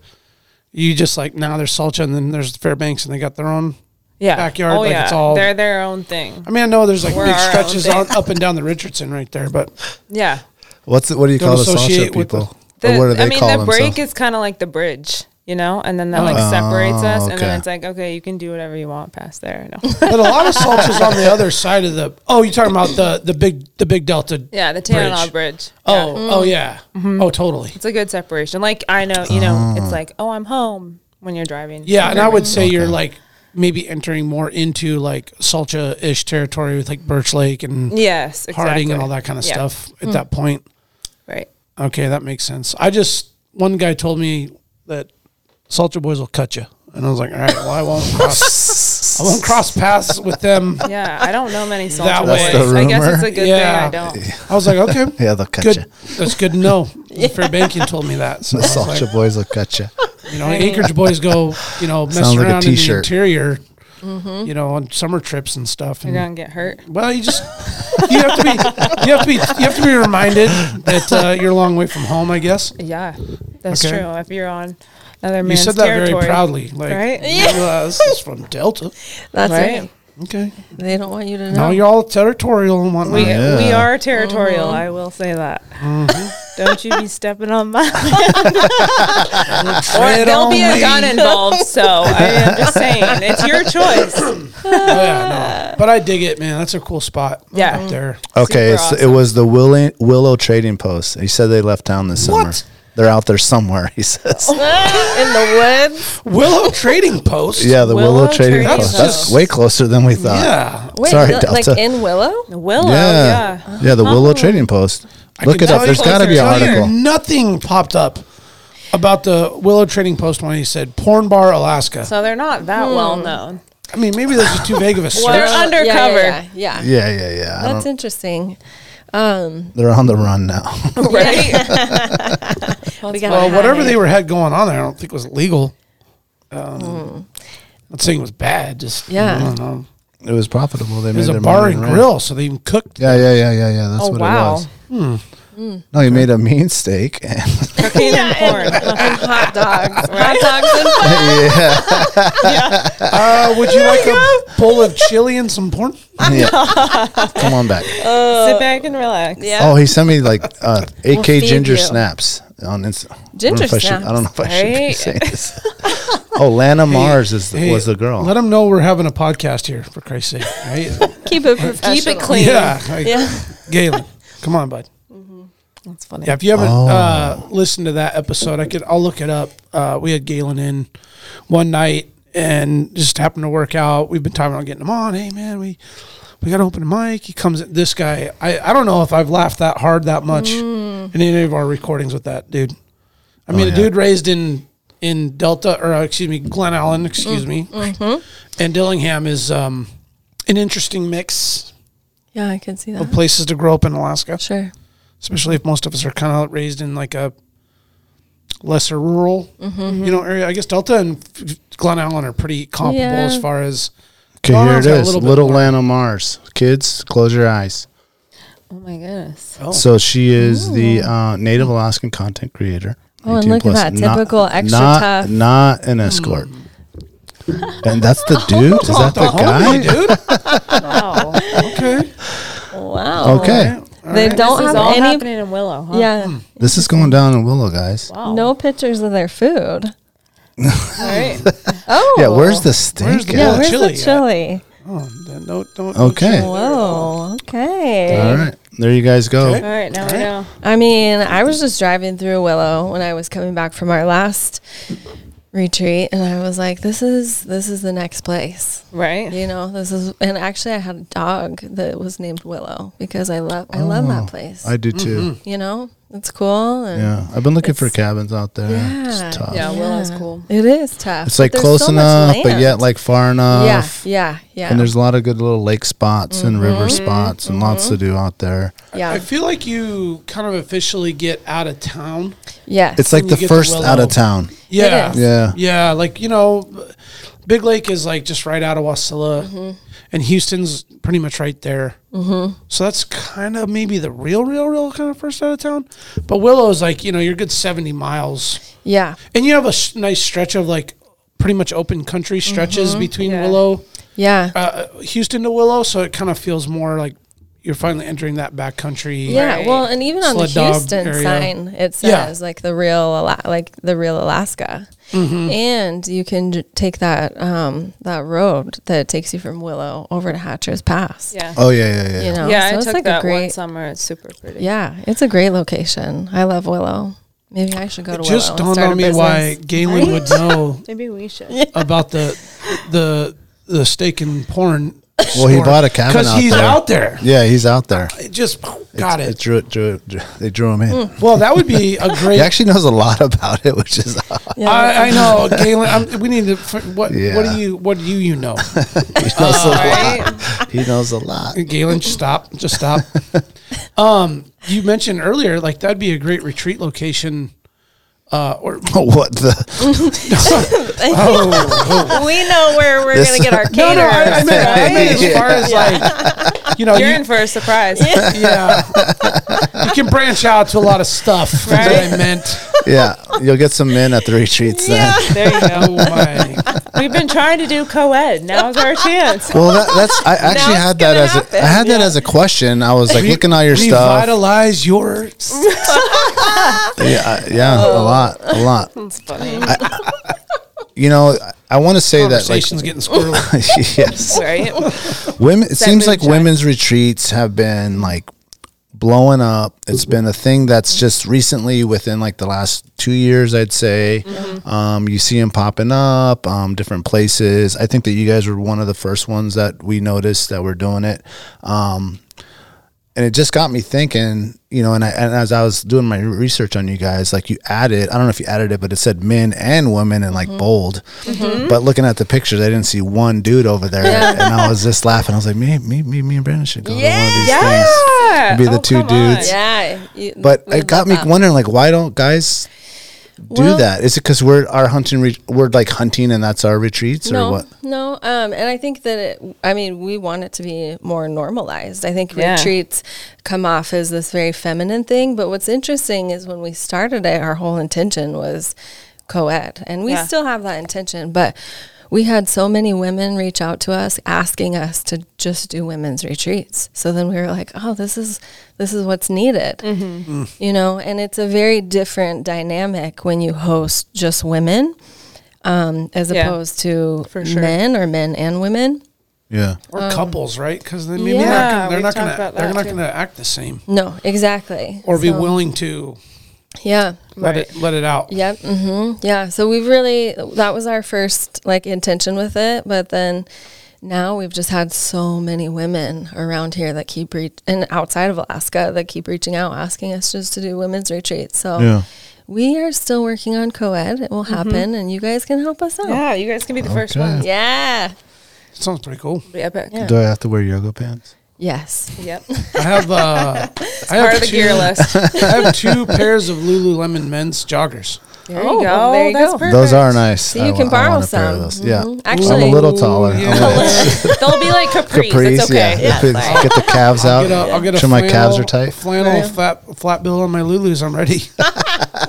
[SPEAKER 3] You just like now there's Salcha and then there's Fairbanks and they got their own.
[SPEAKER 5] yeah.
[SPEAKER 3] backyard,
[SPEAKER 5] Oh,
[SPEAKER 3] like,
[SPEAKER 5] yeah.
[SPEAKER 3] it's all-
[SPEAKER 5] They're their own thing.
[SPEAKER 3] I mean, I know there's like
[SPEAKER 5] We're
[SPEAKER 3] big
[SPEAKER 5] our own
[SPEAKER 3] stretches
[SPEAKER 5] thing.
[SPEAKER 3] on, up and down the Richardson right there, but
[SPEAKER 5] Yeah.
[SPEAKER 1] What's it, what do you
[SPEAKER 3] Don't
[SPEAKER 1] call the Salcha
[SPEAKER 3] associate with the-
[SPEAKER 1] people?
[SPEAKER 5] The,
[SPEAKER 1] or what do they
[SPEAKER 5] I mean,
[SPEAKER 1] call
[SPEAKER 5] the
[SPEAKER 1] themselves?
[SPEAKER 5] break is kind of like the bridge, you know, and then that like
[SPEAKER 3] Oh,
[SPEAKER 5] separates us, and then it's like, okay, you can do whatever you want past there. No.
[SPEAKER 3] but a lot of Salcha's on the other side of the. Oh, you're talking about the the big the big Delta.
[SPEAKER 5] yeah, the Tanana bridge. Yeah. Mm-hmm.
[SPEAKER 3] Oh, oh yeah. Oh, totally.
[SPEAKER 5] it's a good separation. Like I know, you know, it's like, oh, I'm home when you're driving.
[SPEAKER 3] Yeah, and I would say you're like maybe entering more into like Salcha ish territory with like Birch Lake and
[SPEAKER 5] Yes, exactly.
[SPEAKER 3] Harding and all that kind of
[SPEAKER 5] Yeah, Mm.
[SPEAKER 3] stuff at that point.
[SPEAKER 5] Right.
[SPEAKER 3] Okay, that makes sense. I just one guy told me that Salcha boys will cut you, and I was like, all right, well, I won't cross, I won't cross paths with them.
[SPEAKER 5] Yeah, I don't know many
[SPEAKER 3] That
[SPEAKER 5] Salter
[SPEAKER 3] was
[SPEAKER 5] boys.
[SPEAKER 1] the
[SPEAKER 5] I guess
[SPEAKER 1] rumor.
[SPEAKER 5] it's a good
[SPEAKER 3] Yeah.
[SPEAKER 5] thing I don't.
[SPEAKER 3] I was like, okay,
[SPEAKER 1] Yeah, they'll cut
[SPEAKER 3] good.
[SPEAKER 1] you.
[SPEAKER 3] That's good to know. Fair Banking told me that. So
[SPEAKER 1] The
[SPEAKER 3] I was like,
[SPEAKER 1] Salcha boys will cut you.
[SPEAKER 3] you know, Anchorage boys go, you know, mess
[SPEAKER 1] Sounds like a
[SPEAKER 3] around in the
[SPEAKER 1] t-shirt.
[SPEAKER 3] interior,
[SPEAKER 5] Mm-hmm.
[SPEAKER 3] you know, on summer trips and stuff.
[SPEAKER 5] You're
[SPEAKER 3] and-
[SPEAKER 5] gonna get hurt.
[SPEAKER 3] Well, you just you have to be you have to be you have to be reminded that uh, you're a long way from home. I guess
[SPEAKER 5] Yeah, that's
[SPEAKER 3] Okay.
[SPEAKER 5] true. If you're on another
[SPEAKER 3] you
[SPEAKER 5] man's
[SPEAKER 3] said that
[SPEAKER 5] territory,
[SPEAKER 3] very proudly, like
[SPEAKER 5] Right?
[SPEAKER 3] you know, this is from Delta.
[SPEAKER 4] That's
[SPEAKER 5] Right.
[SPEAKER 4] right.
[SPEAKER 3] Okay,
[SPEAKER 4] They don't want you to
[SPEAKER 3] now
[SPEAKER 4] know.
[SPEAKER 3] you're all territorial and whatnot.
[SPEAKER 5] We, we
[SPEAKER 1] Yeah.
[SPEAKER 5] are territorial.
[SPEAKER 3] Mm-hmm.
[SPEAKER 5] I will say that. Don't you be stepping on my. or
[SPEAKER 3] Tread
[SPEAKER 5] there'll
[SPEAKER 3] on
[SPEAKER 5] be a
[SPEAKER 3] me.
[SPEAKER 5] gun involved. So I am just saying, it's your choice.
[SPEAKER 3] Yeah, no. but I dig it, man. That's a cool spot.
[SPEAKER 5] Yeah.
[SPEAKER 3] up there.
[SPEAKER 1] Okay,
[SPEAKER 5] Super
[SPEAKER 1] it's, it was the Willing, Willow Trading Post. He said they left town this summer.
[SPEAKER 3] What?
[SPEAKER 1] They're out there somewhere, he says.
[SPEAKER 4] in the woods.
[SPEAKER 3] Willow Trading Post.
[SPEAKER 1] yeah, the Willow,
[SPEAKER 5] Willow
[SPEAKER 1] Trading,
[SPEAKER 5] Trading
[SPEAKER 1] Post. That's
[SPEAKER 5] Post.
[SPEAKER 1] way closer than we thought.
[SPEAKER 3] yeah.
[SPEAKER 4] Wait,
[SPEAKER 1] Sorry,
[SPEAKER 4] li- like
[SPEAKER 1] Delta.
[SPEAKER 4] in Willow?
[SPEAKER 5] Willow,
[SPEAKER 1] Yeah.
[SPEAKER 5] yeah.
[SPEAKER 1] Yeah, the Willow Trading Post. Look
[SPEAKER 3] can
[SPEAKER 1] it up.
[SPEAKER 3] tell
[SPEAKER 1] There's
[SPEAKER 3] you-
[SPEAKER 1] got to be an
[SPEAKER 3] tell you,
[SPEAKER 1] article.
[SPEAKER 3] Nothing popped up about the Willow Trading Post when he said Porn Bar, Alaska.
[SPEAKER 5] So they're not that well
[SPEAKER 3] Hmm.
[SPEAKER 5] known.
[SPEAKER 3] I mean, maybe that's just too vague of a search.
[SPEAKER 5] They're
[SPEAKER 4] Yeah, yeah,
[SPEAKER 5] undercover.
[SPEAKER 4] Yeah, yeah.
[SPEAKER 1] Yeah, yeah, yeah. I don't-
[SPEAKER 4] That's interesting.
[SPEAKER 1] They're on the run now.
[SPEAKER 5] Right?
[SPEAKER 4] We gotta
[SPEAKER 3] Well,
[SPEAKER 4] hide
[SPEAKER 3] whatever
[SPEAKER 4] it.
[SPEAKER 3] they were had going on there, I don't think was legal. Um,
[SPEAKER 5] Mm.
[SPEAKER 3] Not saying it was bad, just
[SPEAKER 4] Yeah.
[SPEAKER 3] I don't know.
[SPEAKER 1] it was profitable. They
[SPEAKER 3] It was
[SPEAKER 1] made
[SPEAKER 3] a
[SPEAKER 1] their
[SPEAKER 3] bar
[SPEAKER 1] money,
[SPEAKER 3] and
[SPEAKER 1] right?
[SPEAKER 3] grill, so they even cooked.
[SPEAKER 1] Yeah, yeah, yeah, yeah, yeah. That's
[SPEAKER 5] oh
[SPEAKER 1] what it
[SPEAKER 5] wow.
[SPEAKER 1] was.
[SPEAKER 3] Hmm.
[SPEAKER 1] No, he made a mean steak. And
[SPEAKER 5] Cocaine and porn.
[SPEAKER 4] And hot dogs. Hot dogs and porn.
[SPEAKER 1] yeah,
[SPEAKER 3] Uh, would you like a bowl of chili and some porn?
[SPEAKER 1] yeah. Come on back.
[SPEAKER 5] Sit back and relax. Yeah.
[SPEAKER 1] Oh, he sent me like uh, AK
[SPEAKER 4] feed
[SPEAKER 1] ginger
[SPEAKER 4] you.
[SPEAKER 1] snaps on Insta.
[SPEAKER 4] Ginger
[SPEAKER 1] I don't know if I should- I don't know if
[SPEAKER 4] snaps,
[SPEAKER 1] I should be
[SPEAKER 5] right?
[SPEAKER 1] saying this. Oh, Lana Mars is the,
[SPEAKER 3] Hey,
[SPEAKER 1] was the girl.
[SPEAKER 3] Let them know we're having a podcast here, for Christ's sake. Right?
[SPEAKER 4] Keep it professional.
[SPEAKER 5] Keep it clean.
[SPEAKER 3] yeah, like,
[SPEAKER 4] Yeah.
[SPEAKER 3] Galen, come on, bud.
[SPEAKER 5] That's funny.
[SPEAKER 3] Yeah, if you haven't uh, listened to that episode, I could I'll look it up. Uh, we had Galen in one night and just happened to work out. We've been talking about getting him on. Hey man, we we got to open a mic. He comes. This guy, I I don't know if I've laughed that hard that much in any of our recordings with that dude. I mean, a dude raised in in Delta or uh, excuse me, Glen Allen, excuse me, and Dillingham is um an interesting mix
[SPEAKER 4] Yeah, I can see
[SPEAKER 3] of
[SPEAKER 4] that.
[SPEAKER 3] places to grow up in Alaska
[SPEAKER 4] Sure.
[SPEAKER 3] especially if most of us are kind of raised in like a lesser rural,
[SPEAKER 4] Mm-hmm.
[SPEAKER 3] you know, area. I guess Delta and F- Glen Allen are pretty comparable
[SPEAKER 4] Yeah.
[SPEAKER 3] as far as.
[SPEAKER 1] Okay,
[SPEAKER 3] Well,
[SPEAKER 1] here
[SPEAKER 3] I've
[SPEAKER 1] it
[SPEAKER 3] got a
[SPEAKER 1] is.
[SPEAKER 3] little bit
[SPEAKER 1] Little
[SPEAKER 3] more.
[SPEAKER 1] Lana Mars. Kids, close your eyes.
[SPEAKER 5] Oh my goodness.
[SPEAKER 3] Oh.
[SPEAKER 1] So she is the uh, native Alaskan content creator.
[SPEAKER 4] Oh, and
[SPEAKER 1] 18
[SPEAKER 4] look at that. Typical extra
[SPEAKER 1] not,
[SPEAKER 4] tough. Hmm.
[SPEAKER 1] Not an escort. And that's the dude? Is that the guy?
[SPEAKER 3] dude?
[SPEAKER 5] Wow.
[SPEAKER 3] Okay.
[SPEAKER 4] Wow.
[SPEAKER 1] Okay.
[SPEAKER 4] They don't
[SPEAKER 5] this is
[SPEAKER 4] have
[SPEAKER 5] all
[SPEAKER 4] any.
[SPEAKER 5] happening in Willow, huh?
[SPEAKER 4] Yeah.
[SPEAKER 1] This is going down in Willow, guys.
[SPEAKER 5] Wow.
[SPEAKER 4] No pictures of their food.
[SPEAKER 5] All right.
[SPEAKER 4] Oh.
[SPEAKER 1] Yeah, where's the steak?
[SPEAKER 3] Where's the
[SPEAKER 1] at?
[SPEAKER 4] Yeah,
[SPEAKER 3] Oh,
[SPEAKER 4] where's
[SPEAKER 3] chili
[SPEAKER 4] the
[SPEAKER 3] at?
[SPEAKER 4] chili?
[SPEAKER 3] Oh, then don't, don't.
[SPEAKER 1] Okay.
[SPEAKER 4] Whoa. Okay.
[SPEAKER 1] All right. There you guys go.
[SPEAKER 5] All right. Now we know.
[SPEAKER 4] I mean, I was just driving through Willow when I was coming back from our last retreat and I was like, this is this is the next place.
[SPEAKER 5] Right.
[SPEAKER 4] You know, this is and actually I had a dog that was named Willow because I love I love that place.
[SPEAKER 1] Oh, I do too.
[SPEAKER 4] you know? That's cool. And
[SPEAKER 1] Yeah, I've been looking for
[SPEAKER 4] It's-
[SPEAKER 1] cabins out there.
[SPEAKER 4] Yeah.
[SPEAKER 1] It's tough.
[SPEAKER 5] Yeah, Willow's cool.
[SPEAKER 4] It is tough.
[SPEAKER 1] It's
[SPEAKER 4] but
[SPEAKER 1] like
[SPEAKER 4] there's
[SPEAKER 1] close
[SPEAKER 4] so much
[SPEAKER 1] enough, but
[SPEAKER 4] land.
[SPEAKER 1] yet like far enough.
[SPEAKER 4] yeah, Mm-hmm. yeah, yeah.
[SPEAKER 1] And there's a lot of good little lake spots and river spots and lots to do out there.
[SPEAKER 4] yeah.
[SPEAKER 3] I feel like you kind of officially get out of town.
[SPEAKER 4] yes.
[SPEAKER 1] It's like
[SPEAKER 3] you
[SPEAKER 1] the
[SPEAKER 3] get to
[SPEAKER 1] first out
[SPEAKER 3] Willow.
[SPEAKER 1] of town.
[SPEAKER 3] Yeah.
[SPEAKER 4] is.
[SPEAKER 1] Yeah.
[SPEAKER 3] Yeah, like you know, Big Lake is like just right out of Wasilla,
[SPEAKER 4] Mm-hmm.
[SPEAKER 3] and Houston's pretty much right there. Mm-hmm. So that's kind of maybe the real, real, real kind of first out of town. But Willow's like you know you're a good seventy miles,
[SPEAKER 4] yeah.
[SPEAKER 3] and you have a s- nice stretch of like pretty much open country stretches
[SPEAKER 4] Mm-hmm.
[SPEAKER 3] between
[SPEAKER 5] Yeah.
[SPEAKER 3] Willow,
[SPEAKER 4] Yeah.
[SPEAKER 3] uh, Houston to Willow. So it kind of feels more like you're finally entering that back country.
[SPEAKER 4] yeah.
[SPEAKER 5] Right.
[SPEAKER 4] Well, and even on the
[SPEAKER 3] Sled dog
[SPEAKER 4] Houston
[SPEAKER 3] area.
[SPEAKER 4] sign, it
[SPEAKER 3] Yeah.
[SPEAKER 4] says like the real, Ala- like the real Alaska,
[SPEAKER 3] Mm-hmm.
[SPEAKER 4] and you can j- take that um that road that takes you from Willow over to Hatcher's Pass.
[SPEAKER 5] Yeah.
[SPEAKER 1] Oh yeah, yeah, yeah.
[SPEAKER 4] You know.
[SPEAKER 5] yeah,
[SPEAKER 4] so
[SPEAKER 5] I
[SPEAKER 4] it's
[SPEAKER 5] took
[SPEAKER 4] like
[SPEAKER 5] that
[SPEAKER 4] a great.
[SPEAKER 5] one summer. It's super pretty.
[SPEAKER 4] Yeah, it's a great location. I love Willow. Maybe I should go to Willow.
[SPEAKER 3] Just
[SPEAKER 4] and
[SPEAKER 3] dawned
[SPEAKER 4] start a
[SPEAKER 3] on me why
[SPEAKER 4] business.
[SPEAKER 3] Galen would know
[SPEAKER 7] Maybe we should.
[SPEAKER 3] about the the the steak and porn.
[SPEAKER 1] Well, he bought a cabin
[SPEAKER 3] because
[SPEAKER 1] out
[SPEAKER 3] he's
[SPEAKER 1] there.
[SPEAKER 3] out there.
[SPEAKER 1] Yeah, he's out there.
[SPEAKER 3] It just oh, got
[SPEAKER 1] It
[SPEAKER 3] it.
[SPEAKER 1] drew, it drew, it drew they drew him in.
[SPEAKER 4] Mm.
[SPEAKER 3] Well, that would be a
[SPEAKER 1] He
[SPEAKER 3] great.
[SPEAKER 1] actually knows a lot about it, which is
[SPEAKER 4] Yeah,
[SPEAKER 3] I, I know, Galen. I'm, we need to. f- What What
[SPEAKER 1] Yeah.
[SPEAKER 3] do you What do you you know,
[SPEAKER 1] he knows a lot. He knows a lot.
[SPEAKER 3] Galen? just Stop. Just stop. Um, you mentioned earlier, like that'd be a great retreat location. Uh, or
[SPEAKER 1] what the?
[SPEAKER 4] we know where we're
[SPEAKER 1] This-
[SPEAKER 4] gonna get our
[SPEAKER 3] no, no, I, I
[SPEAKER 4] caterers.
[SPEAKER 3] meant, I meant as far as like you know,
[SPEAKER 5] You're
[SPEAKER 3] you-
[SPEAKER 5] in for a surprise.
[SPEAKER 3] yeah, you can branch out to a lot of stuff. That's what I
[SPEAKER 5] Right.
[SPEAKER 3] meant.
[SPEAKER 1] Yeah, you'll get some men at the retreats then.
[SPEAKER 5] There you go.
[SPEAKER 3] Oh my!
[SPEAKER 5] We've been trying to do co-ed. Now's our chance.
[SPEAKER 1] Well, that, that's I actually
[SPEAKER 4] it's
[SPEAKER 1] had that
[SPEAKER 4] gonna
[SPEAKER 1] as a, I had that as a question. I was like looking at all your stuff.
[SPEAKER 3] Revitalize your
[SPEAKER 1] Yeah, I- yeah, a
[SPEAKER 4] Oh.
[SPEAKER 1] lot, a lot.
[SPEAKER 5] Funny.
[SPEAKER 1] You know, I want to say that like
[SPEAKER 3] conversation's getting squirrely.
[SPEAKER 1] yes,
[SPEAKER 5] Right?
[SPEAKER 1] women. It seems like
[SPEAKER 5] moonshine.
[SPEAKER 1] women's retreats have been like blowing up. It's been a thing that's just recently within like the last two years, I'd say.
[SPEAKER 4] Mm-hmm.
[SPEAKER 1] Um, you see them popping up, um, different places. I think that you guys were one of the first ones that we noticed that were doing it. Um, and it just got me thinking, you know, and, I, and as I was doing my research on you guys, like you added, I don't know if you added it, but it said men and women in
[SPEAKER 4] Mm-hmm.
[SPEAKER 1] like bold. But looking at the pictures, I didn't see one dude over there. And I was just laughing. I was like, me, me, me, me and Brandon should go to one of these things.
[SPEAKER 5] Yeah. Oh,
[SPEAKER 1] Be the two
[SPEAKER 5] two
[SPEAKER 1] dudes.
[SPEAKER 4] Yeah, you-
[SPEAKER 1] But
[SPEAKER 4] we
[SPEAKER 1] it got
[SPEAKER 4] love
[SPEAKER 1] me
[SPEAKER 4] that.
[SPEAKER 1] wondering, like, why don't guys do
[SPEAKER 4] Well-
[SPEAKER 1] that? Is it because we're our hunting? Re- we're like hunting, and that's our retreats,
[SPEAKER 4] no,
[SPEAKER 1] or what?
[SPEAKER 4] No, um, and I think that it, I mean we want it to be more normalized. I think
[SPEAKER 5] Yeah.
[SPEAKER 4] retreats come off as this very feminine thing, but what's interesting is when we started it, our whole intention was co-ed, and we
[SPEAKER 5] Yeah.
[SPEAKER 4] still have that intention, but. We had so many women reach out to us asking us to just do women's retreats. So then we were like, "Oh, this is this is what's needed."
[SPEAKER 5] Mm-hmm.
[SPEAKER 4] You know, and it's a very different dynamic when you host just women um, as
[SPEAKER 5] Yeah.
[SPEAKER 4] opposed to
[SPEAKER 5] For sure.
[SPEAKER 4] men or men and women.
[SPEAKER 1] Yeah,
[SPEAKER 3] or couples, right? Because maybe
[SPEAKER 4] yeah,
[SPEAKER 3] they're
[SPEAKER 5] Um, we
[SPEAKER 3] not
[SPEAKER 5] talked
[SPEAKER 3] going to
[SPEAKER 5] about
[SPEAKER 3] they're
[SPEAKER 5] that
[SPEAKER 3] not
[SPEAKER 5] too.
[SPEAKER 3] going to act the same
[SPEAKER 4] No, exactly.
[SPEAKER 3] or be
[SPEAKER 4] So,
[SPEAKER 3] willing to
[SPEAKER 4] Yeah.
[SPEAKER 3] let it let it out.
[SPEAKER 4] Yep. hmm Yeah. So we've really that was our first like intention with it, but then now we've just had so many women around here that keep reach and outside of Alaska that keep reaching out asking us just to do women's retreats. So
[SPEAKER 1] Yeah.
[SPEAKER 4] we are still working on co-ed. It will happen, and you guys can help us out. Yeah.
[SPEAKER 5] Mm-hmm. Yeah, you guys can be the first
[SPEAKER 1] Okay.
[SPEAKER 5] ones.
[SPEAKER 3] Sounds pretty cool.
[SPEAKER 5] It'll be epic.
[SPEAKER 4] Yeah.
[SPEAKER 1] Do I have to wear yoga pants?
[SPEAKER 4] Yes.
[SPEAKER 5] Yep.
[SPEAKER 3] I have uh, I have
[SPEAKER 5] Part of the
[SPEAKER 3] two,
[SPEAKER 5] gear list. There
[SPEAKER 3] I have two pairs of Lululemon men's joggers.
[SPEAKER 4] There
[SPEAKER 5] you go.
[SPEAKER 4] Oh, There you
[SPEAKER 5] That's
[SPEAKER 4] go.
[SPEAKER 5] perfect.
[SPEAKER 1] Those are nice.
[SPEAKER 4] So you
[SPEAKER 1] I wa-
[SPEAKER 4] can
[SPEAKER 1] I
[SPEAKER 4] borrow
[SPEAKER 1] want a pair of
[SPEAKER 4] some.
[SPEAKER 1] those. Yeah,
[SPEAKER 4] Mhm.
[SPEAKER 1] I'm
[SPEAKER 4] Actually-
[SPEAKER 1] a little taller.
[SPEAKER 3] Ooh,
[SPEAKER 1] I'm
[SPEAKER 3] yeah.
[SPEAKER 1] gonna-
[SPEAKER 5] They'll be like capris.
[SPEAKER 1] capris,
[SPEAKER 5] it's okay.
[SPEAKER 1] yeah. If it's- get the calves out.
[SPEAKER 3] Get a, I'll get a
[SPEAKER 1] Sure, my calves are
[SPEAKER 3] flannel-
[SPEAKER 1] tight.
[SPEAKER 3] Flannel flat flat bill on my Lulus. I'm ready.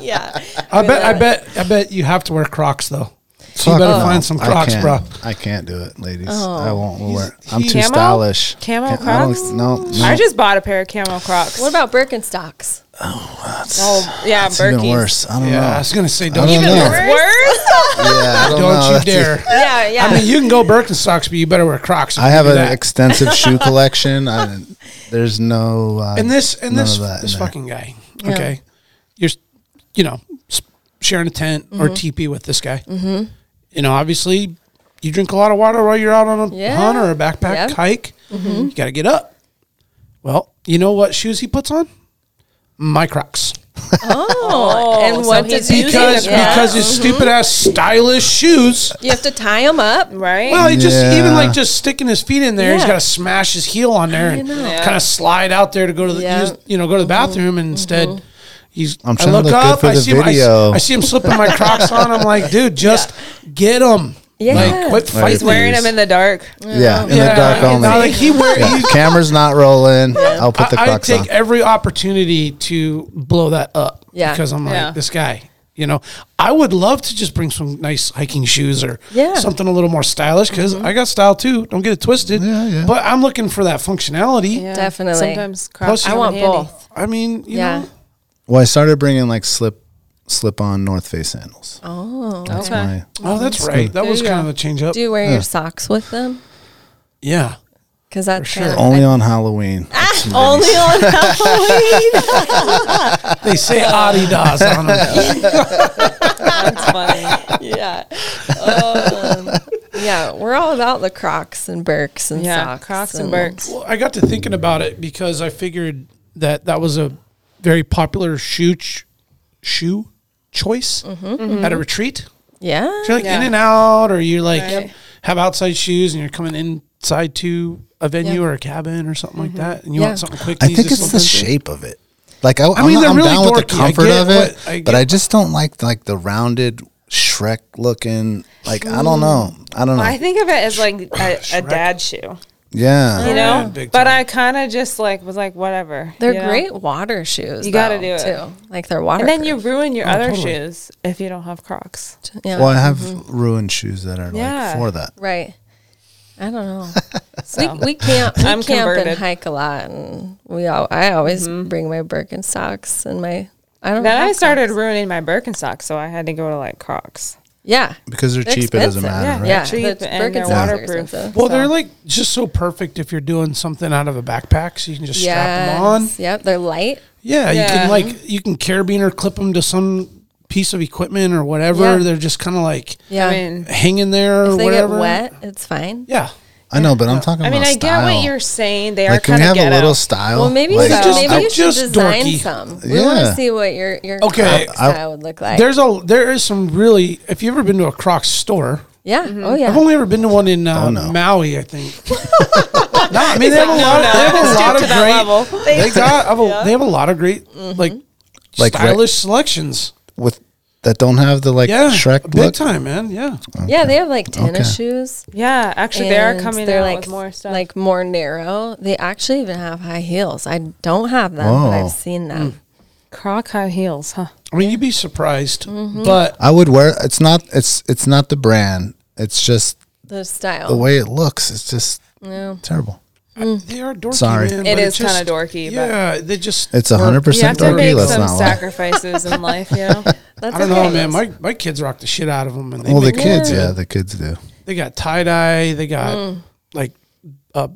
[SPEAKER 4] yeah.
[SPEAKER 3] I bet I bet I bet you have to wear Crocs though. So you
[SPEAKER 1] Fuck
[SPEAKER 3] better
[SPEAKER 1] no,
[SPEAKER 3] find some
[SPEAKER 1] I
[SPEAKER 3] Crocs,
[SPEAKER 1] can't.
[SPEAKER 3] bro.
[SPEAKER 1] I can't do it, ladies. I won't wear. it. I'm
[SPEAKER 3] he-
[SPEAKER 1] too
[SPEAKER 5] Oh. Camo?
[SPEAKER 1] stylish.
[SPEAKER 5] Camo
[SPEAKER 1] Can't- I don't-
[SPEAKER 5] Crocs?
[SPEAKER 1] No, no.
[SPEAKER 5] I just bought a pair of camo Crocs.
[SPEAKER 4] What about Birkenstocks?
[SPEAKER 5] Oh, yeah,
[SPEAKER 1] it's even
[SPEAKER 5] Birkis.
[SPEAKER 1] worse. I don't
[SPEAKER 3] Yeah, I
[SPEAKER 1] know.
[SPEAKER 3] was gonna say
[SPEAKER 1] I
[SPEAKER 3] don't
[SPEAKER 1] don't
[SPEAKER 3] you
[SPEAKER 1] know.
[SPEAKER 4] Worse?
[SPEAKER 1] Yeah, I don't,
[SPEAKER 3] don't
[SPEAKER 1] know. That's
[SPEAKER 3] you
[SPEAKER 1] just-
[SPEAKER 3] dare.
[SPEAKER 4] yeah, yeah.
[SPEAKER 3] I mean, you can go Birkenstocks, but you better wear Crocs. if
[SPEAKER 1] I
[SPEAKER 3] you
[SPEAKER 1] have
[SPEAKER 3] do
[SPEAKER 1] an
[SPEAKER 3] that.
[SPEAKER 1] extensive shoe collection. I, there's no uh,
[SPEAKER 3] and this and
[SPEAKER 1] none
[SPEAKER 3] this
[SPEAKER 1] of that
[SPEAKER 3] this
[SPEAKER 1] in there.
[SPEAKER 3] fucking guy. Okay, you're s- you know s- sharing a tent or teepee with this guy. Mm-hmm. You know, obviously, you drink a lot of water while you're out on a
[SPEAKER 4] Yeah.
[SPEAKER 3] hunt or a backpack
[SPEAKER 4] Yep. Mm-hmm.
[SPEAKER 3] hike. You got to get up. Well, you know what shoes he puts on? My Crocs.
[SPEAKER 4] Oh,
[SPEAKER 5] Oh,
[SPEAKER 4] and
[SPEAKER 5] so
[SPEAKER 4] what
[SPEAKER 5] he's
[SPEAKER 4] did you
[SPEAKER 3] because
[SPEAKER 4] do? Yeah. Mm-hmm.
[SPEAKER 3] because his stupid ass stylish shoes.
[SPEAKER 4] you have to tie them up.
[SPEAKER 5] right?
[SPEAKER 3] Well, he just
[SPEAKER 8] Yeah.
[SPEAKER 3] even like just sticking his feet in there, he's
[SPEAKER 4] Yeah.
[SPEAKER 3] got to smash his heel on there and
[SPEAKER 4] know. Yeah.
[SPEAKER 3] kind of slide out there to go to the
[SPEAKER 4] Yeah. Mm-hmm.
[SPEAKER 3] use, you know go to the bathroom and instead. He's,
[SPEAKER 1] I'm
[SPEAKER 3] i
[SPEAKER 1] trying to
[SPEAKER 3] look
[SPEAKER 1] look good
[SPEAKER 3] up.
[SPEAKER 1] for
[SPEAKER 3] I
[SPEAKER 1] the
[SPEAKER 3] see him. I, s-
[SPEAKER 1] video.
[SPEAKER 3] I see him slipping my Crocs on. I'm like, dude, just get 'em. get
[SPEAKER 4] Yeah.
[SPEAKER 3] them. Like, quit
[SPEAKER 1] Right.
[SPEAKER 5] He's
[SPEAKER 3] fighting.
[SPEAKER 5] wearing them in the dark.
[SPEAKER 1] Yeah, in
[SPEAKER 3] Yeah,
[SPEAKER 1] the dark
[SPEAKER 3] and
[SPEAKER 1] only.
[SPEAKER 3] now, like, he wear,
[SPEAKER 1] Yeah,
[SPEAKER 3] he-
[SPEAKER 1] camera's not rolling. I'll put the
[SPEAKER 3] I, I
[SPEAKER 1] Crocs
[SPEAKER 3] take
[SPEAKER 1] on.
[SPEAKER 3] every opportunity to blow that up.
[SPEAKER 4] Yeah.
[SPEAKER 3] Because I'm like
[SPEAKER 5] Yeah.
[SPEAKER 3] this guy. You know, I would love to just bring some nice hiking shoes or
[SPEAKER 4] Yeah. Mm-hmm.
[SPEAKER 3] something a little more stylish because I got style too. Don't get it twisted.
[SPEAKER 1] Yeah, yeah.
[SPEAKER 3] But I'm looking for that functionality.
[SPEAKER 5] Yeah.
[SPEAKER 4] Definitely.
[SPEAKER 3] Plus
[SPEAKER 5] Sometimes Crocs
[SPEAKER 3] you-
[SPEAKER 4] I
[SPEAKER 5] come
[SPEAKER 4] want
[SPEAKER 5] in handy.
[SPEAKER 4] both.
[SPEAKER 3] I mean, you
[SPEAKER 4] Yeah.
[SPEAKER 3] know,
[SPEAKER 1] Well, I started bringing like slip slip on North Face sandals.
[SPEAKER 4] Oh.
[SPEAKER 1] That's
[SPEAKER 5] okay.
[SPEAKER 1] my
[SPEAKER 3] oh, that's right. That
[SPEAKER 5] There
[SPEAKER 3] was
[SPEAKER 5] you
[SPEAKER 3] kind
[SPEAKER 5] go.
[SPEAKER 3] of a change up.
[SPEAKER 4] Do you wear your socks with them?
[SPEAKER 3] yeah.
[SPEAKER 4] Because that's
[SPEAKER 3] sure.
[SPEAKER 4] kinda-
[SPEAKER 1] only on Halloween. That's my-
[SPEAKER 4] only on Halloween.
[SPEAKER 3] They say Adidas on them.
[SPEAKER 5] That's funny.
[SPEAKER 4] yeah.
[SPEAKER 1] Oh,
[SPEAKER 4] Um, yeah, we're all about the Crocs and Birks and
[SPEAKER 5] Yeah,
[SPEAKER 4] socks.
[SPEAKER 5] Crocs and Birks.
[SPEAKER 3] well, I got to thinking about it because I figured that that was a very popular shoe ch- shoe choice
[SPEAKER 4] Mm-hmm.
[SPEAKER 3] at a retreat.
[SPEAKER 4] Yeah.
[SPEAKER 3] So you're like in
[SPEAKER 5] Yeah.
[SPEAKER 3] and out, or you like
[SPEAKER 5] Right.
[SPEAKER 3] have outside shoes, and you're coming inside to a venue or a cabin or something like that, and you
[SPEAKER 4] Mm-hmm. Yeah.
[SPEAKER 3] want something quick.
[SPEAKER 1] I
[SPEAKER 3] and easy,
[SPEAKER 1] think it's the
[SPEAKER 3] something-
[SPEAKER 1] shape of it. Like I, I mean,
[SPEAKER 3] mean,
[SPEAKER 1] I'm,
[SPEAKER 3] they're really
[SPEAKER 1] down with the
[SPEAKER 3] dorky. I
[SPEAKER 1] comfort
[SPEAKER 3] get
[SPEAKER 1] of it,
[SPEAKER 3] what- I
[SPEAKER 1] but
[SPEAKER 3] get-
[SPEAKER 1] I just don't like like the rounded Shrek looking. Like I don't know. I don't know.
[SPEAKER 5] I think of it as like a, a dad shoe,
[SPEAKER 1] Oh, yeah.
[SPEAKER 5] you know.
[SPEAKER 3] big
[SPEAKER 5] but
[SPEAKER 3] time.
[SPEAKER 5] I kind of just like was like whatever.
[SPEAKER 4] They're
[SPEAKER 5] you know?
[SPEAKER 4] great water shoes.
[SPEAKER 5] You gotta
[SPEAKER 4] though,
[SPEAKER 5] do it.
[SPEAKER 4] too. Like they're water.
[SPEAKER 5] And then you ruin your other
[SPEAKER 3] totally.
[SPEAKER 5] shoes if you don't have Crocs.
[SPEAKER 4] yeah.
[SPEAKER 1] Well, I have ruined shoes that are
[SPEAKER 5] Mm-hmm. Yeah.
[SPEAKER 1] like for that.
[SPEAKER 4] right. I don't know.
[SPEAKER 5] So
[SPEAKER 4] We camp. We
[SPEAKER 5] I'm
[SPEAKER 4] camp and
[SPEAKER 5] converted.
[SPEAKER 4] hike a lot, and we. All, I always bring my Birkenstocks and my. I don't.
[SPEAKER 5] then
[SPEAKER 4] have
[SPEAKER 5] I started
[SPEAKER 4] Crocs.
[SPEAKER 5] ruining my Birkenstocks, so I had to go to like Crocs.
[SPEAKER 4] Yeah.
[SPEAKER 1] Because they're,
[SPEAKER 4] They're
[SPEAKER 1] cheap, it doesn't
[SPEAKER 4] expensive.
[SPEAKER 1] matter, right?
[SPEAKER 4] Yeah.
[SPEAKER 5] cheap
[SPEAKER 4] the
[SPEAKER 5] and they're
[SPEAKER 4] Birkenstocks are
[SPEAKER 5] waterproof.
[SPEAKER 4] expensive.
[SPEAKER 3] Well,
[SPEAKER 5] So-
[SPEAKER 3] they're like just so perfect if you're doing something out of a backpack, so you can just strap them on.
[SPEAKER 4] Yes. Yep. They're light.
[SPEAKER 3] Yeah, you
[SPEAKER 5] Yeah.
[SPEAKER 3] can like you can carabine or clip them to some piece of equipment or whatever.
[SPEAKER 4] Yeah.
[SPEAKER 3] They're just kind of like
[SPEAKER 4] Yeah.
[SPEAKER 5] I mean,
[SPEAKER 3] hanging there or
[SPEAKER 4] if they
[SPEAKER 3] whatever.
[SPEAKER 4] get wet, it's fine.
[SPEAKER 3] Yeah.
[SPEAKER 1] I know, but I'm talking
[SPEAKER 5] I mean,
[SPEAKER 1] about
[SPEAKER 5] I get
[SPEAKER 1] style.
[SPEAKER 5] what you're saying. They
[SPEAKER 1] like,
[SPEAKER 5] are
[SPEAKER 1] can we
[SPEAKER 5] kind of
[SPEAKER 1] have
[SPEAKER 5] get
[SPEAKER 1] a little
[SPEAKER 5] out.
[SPEAKER 1] style?
[SPEAKER 4] Well, maybe
[SPEAKER 1] Like,
[SPEAKER 4] you should,
[SPEAKER 5] just-
[SPEAKER 4] maybe you should
[SPEAKER 3] just
[SPEAKER 4] design
[SPEAKER 3] dorky.
[SPEAKER 4] some. We want
[SPEAKER 1] Yeah.
[SPEAKER 4] to see what your your
[SPEAKER 3] Okay,
[SPEAKER 4] Croc
[SPEAKER 1] I-
[SPEAKER 4] style would look like.
[SPEAKER 3] There's a there is some really. If you have ever been to a Crocs store,
[SPEAKER 4] yeah. Oh yeah.
[SPEAKER 3] I've only ever been to one in
[SPEAKER 1] Oh,
[SPEAKER 3] uh, Maui, I think. no, I mean they have a lot.
[SPEAKER 5] no,
[SPEAKER 3] they have
[SPEAKER 5] it's
[SPEAKER 3] a lot
[SPEAKER 5] skipped
[SPEAKER 3] of
[SPEAKER 5] to that level. Mm-hmm.
[SPEAKER 3] great. They got. Have a, They have a lot of great like,
[SPEAKER 1] Like re-
[SPEAKER 3] stylish selections.
[SPEAKER 1] with that don't have the like
[SPEAKER 3] Yeah,
[SPEAKER 1] Shrek
[SPEAKER 3] big
[SPEAKER 1] look.
[SPEAKER 3] time, man. Yeah,
[SPEAKER 4] Yeah, they have like tennis
[SPEAKER 1] Okay.
[SPEAKER 4] shoes.
[SPEAKER 5] Yeah, actually, they are
[SPEAKER 4] and
[SPEAKER 5] coming
[SPEAKER 4] they're
[SPEAKER 5] out
[SPEAKER 4] like
[SPEAKER 5] with more stuff.
[SPEAKER 4] like more narrow. They actually even have high heels. I don't have them, but
[SPEAKER 1] Whoa.
[SPEAKER 4] I've seen them.
[SPEAKER 5] Hmm. Croc high heels, huh?
[SPEAKER 3] I mean you'd be surprised,
[SPEAKER 5] Mm-hmm.
[SPEAKER 3] but
[SPEAKER 1] I would wear. It's not. It's it's not the brand. It's just
[SPEAKER 4] The style.
[SPEAKER 3] Oh,
[SPEAKER 1] the way it looks. It's just terrible.
[SPEAKER 3] they are dorky.
[SPEAKER 1] Sorry.
[SPEAKER 3] man,
[SPEAKER 5] Mm-hmm. It
[SPEAKER 3] but
[SPEAKER 5] is
[SPEAKER 3] just-
[SPEAKER 5] kinda dorky, but-
[SPEAKER 3] Yeah, they just.
[SPEAKER 1] It's
[SPEAKER 3] work.
[SPEAKER 1] hundred
[SPEAKER 5] You have
[SPEAKER 1] percent
[SPEAKER 5] to
[SPEAKER 1] dorky.
[SPEAKER 5] make
[SPEAKER 1] Let's
[SPEAKER 5] some
[SPEAKER 1] not lie.
[SPEAKER 5] sacrifices in life, you know.
[SPEAKER 4] That's
[SPEAKER 3] I don't
[SPEAKER 4] okay.
[SPEAKER 3] know, man. My my kids rock the shit out of them, and they
[SPEAKER 1] Well, the
[SPEAKER 3] make,
[SPEAKER 1] kids, yeah, the kids do.
[SPEAKER 3] they got tie dye. They got
[SPEAKER 5] Mm.
[SPEAKER 3] like uh,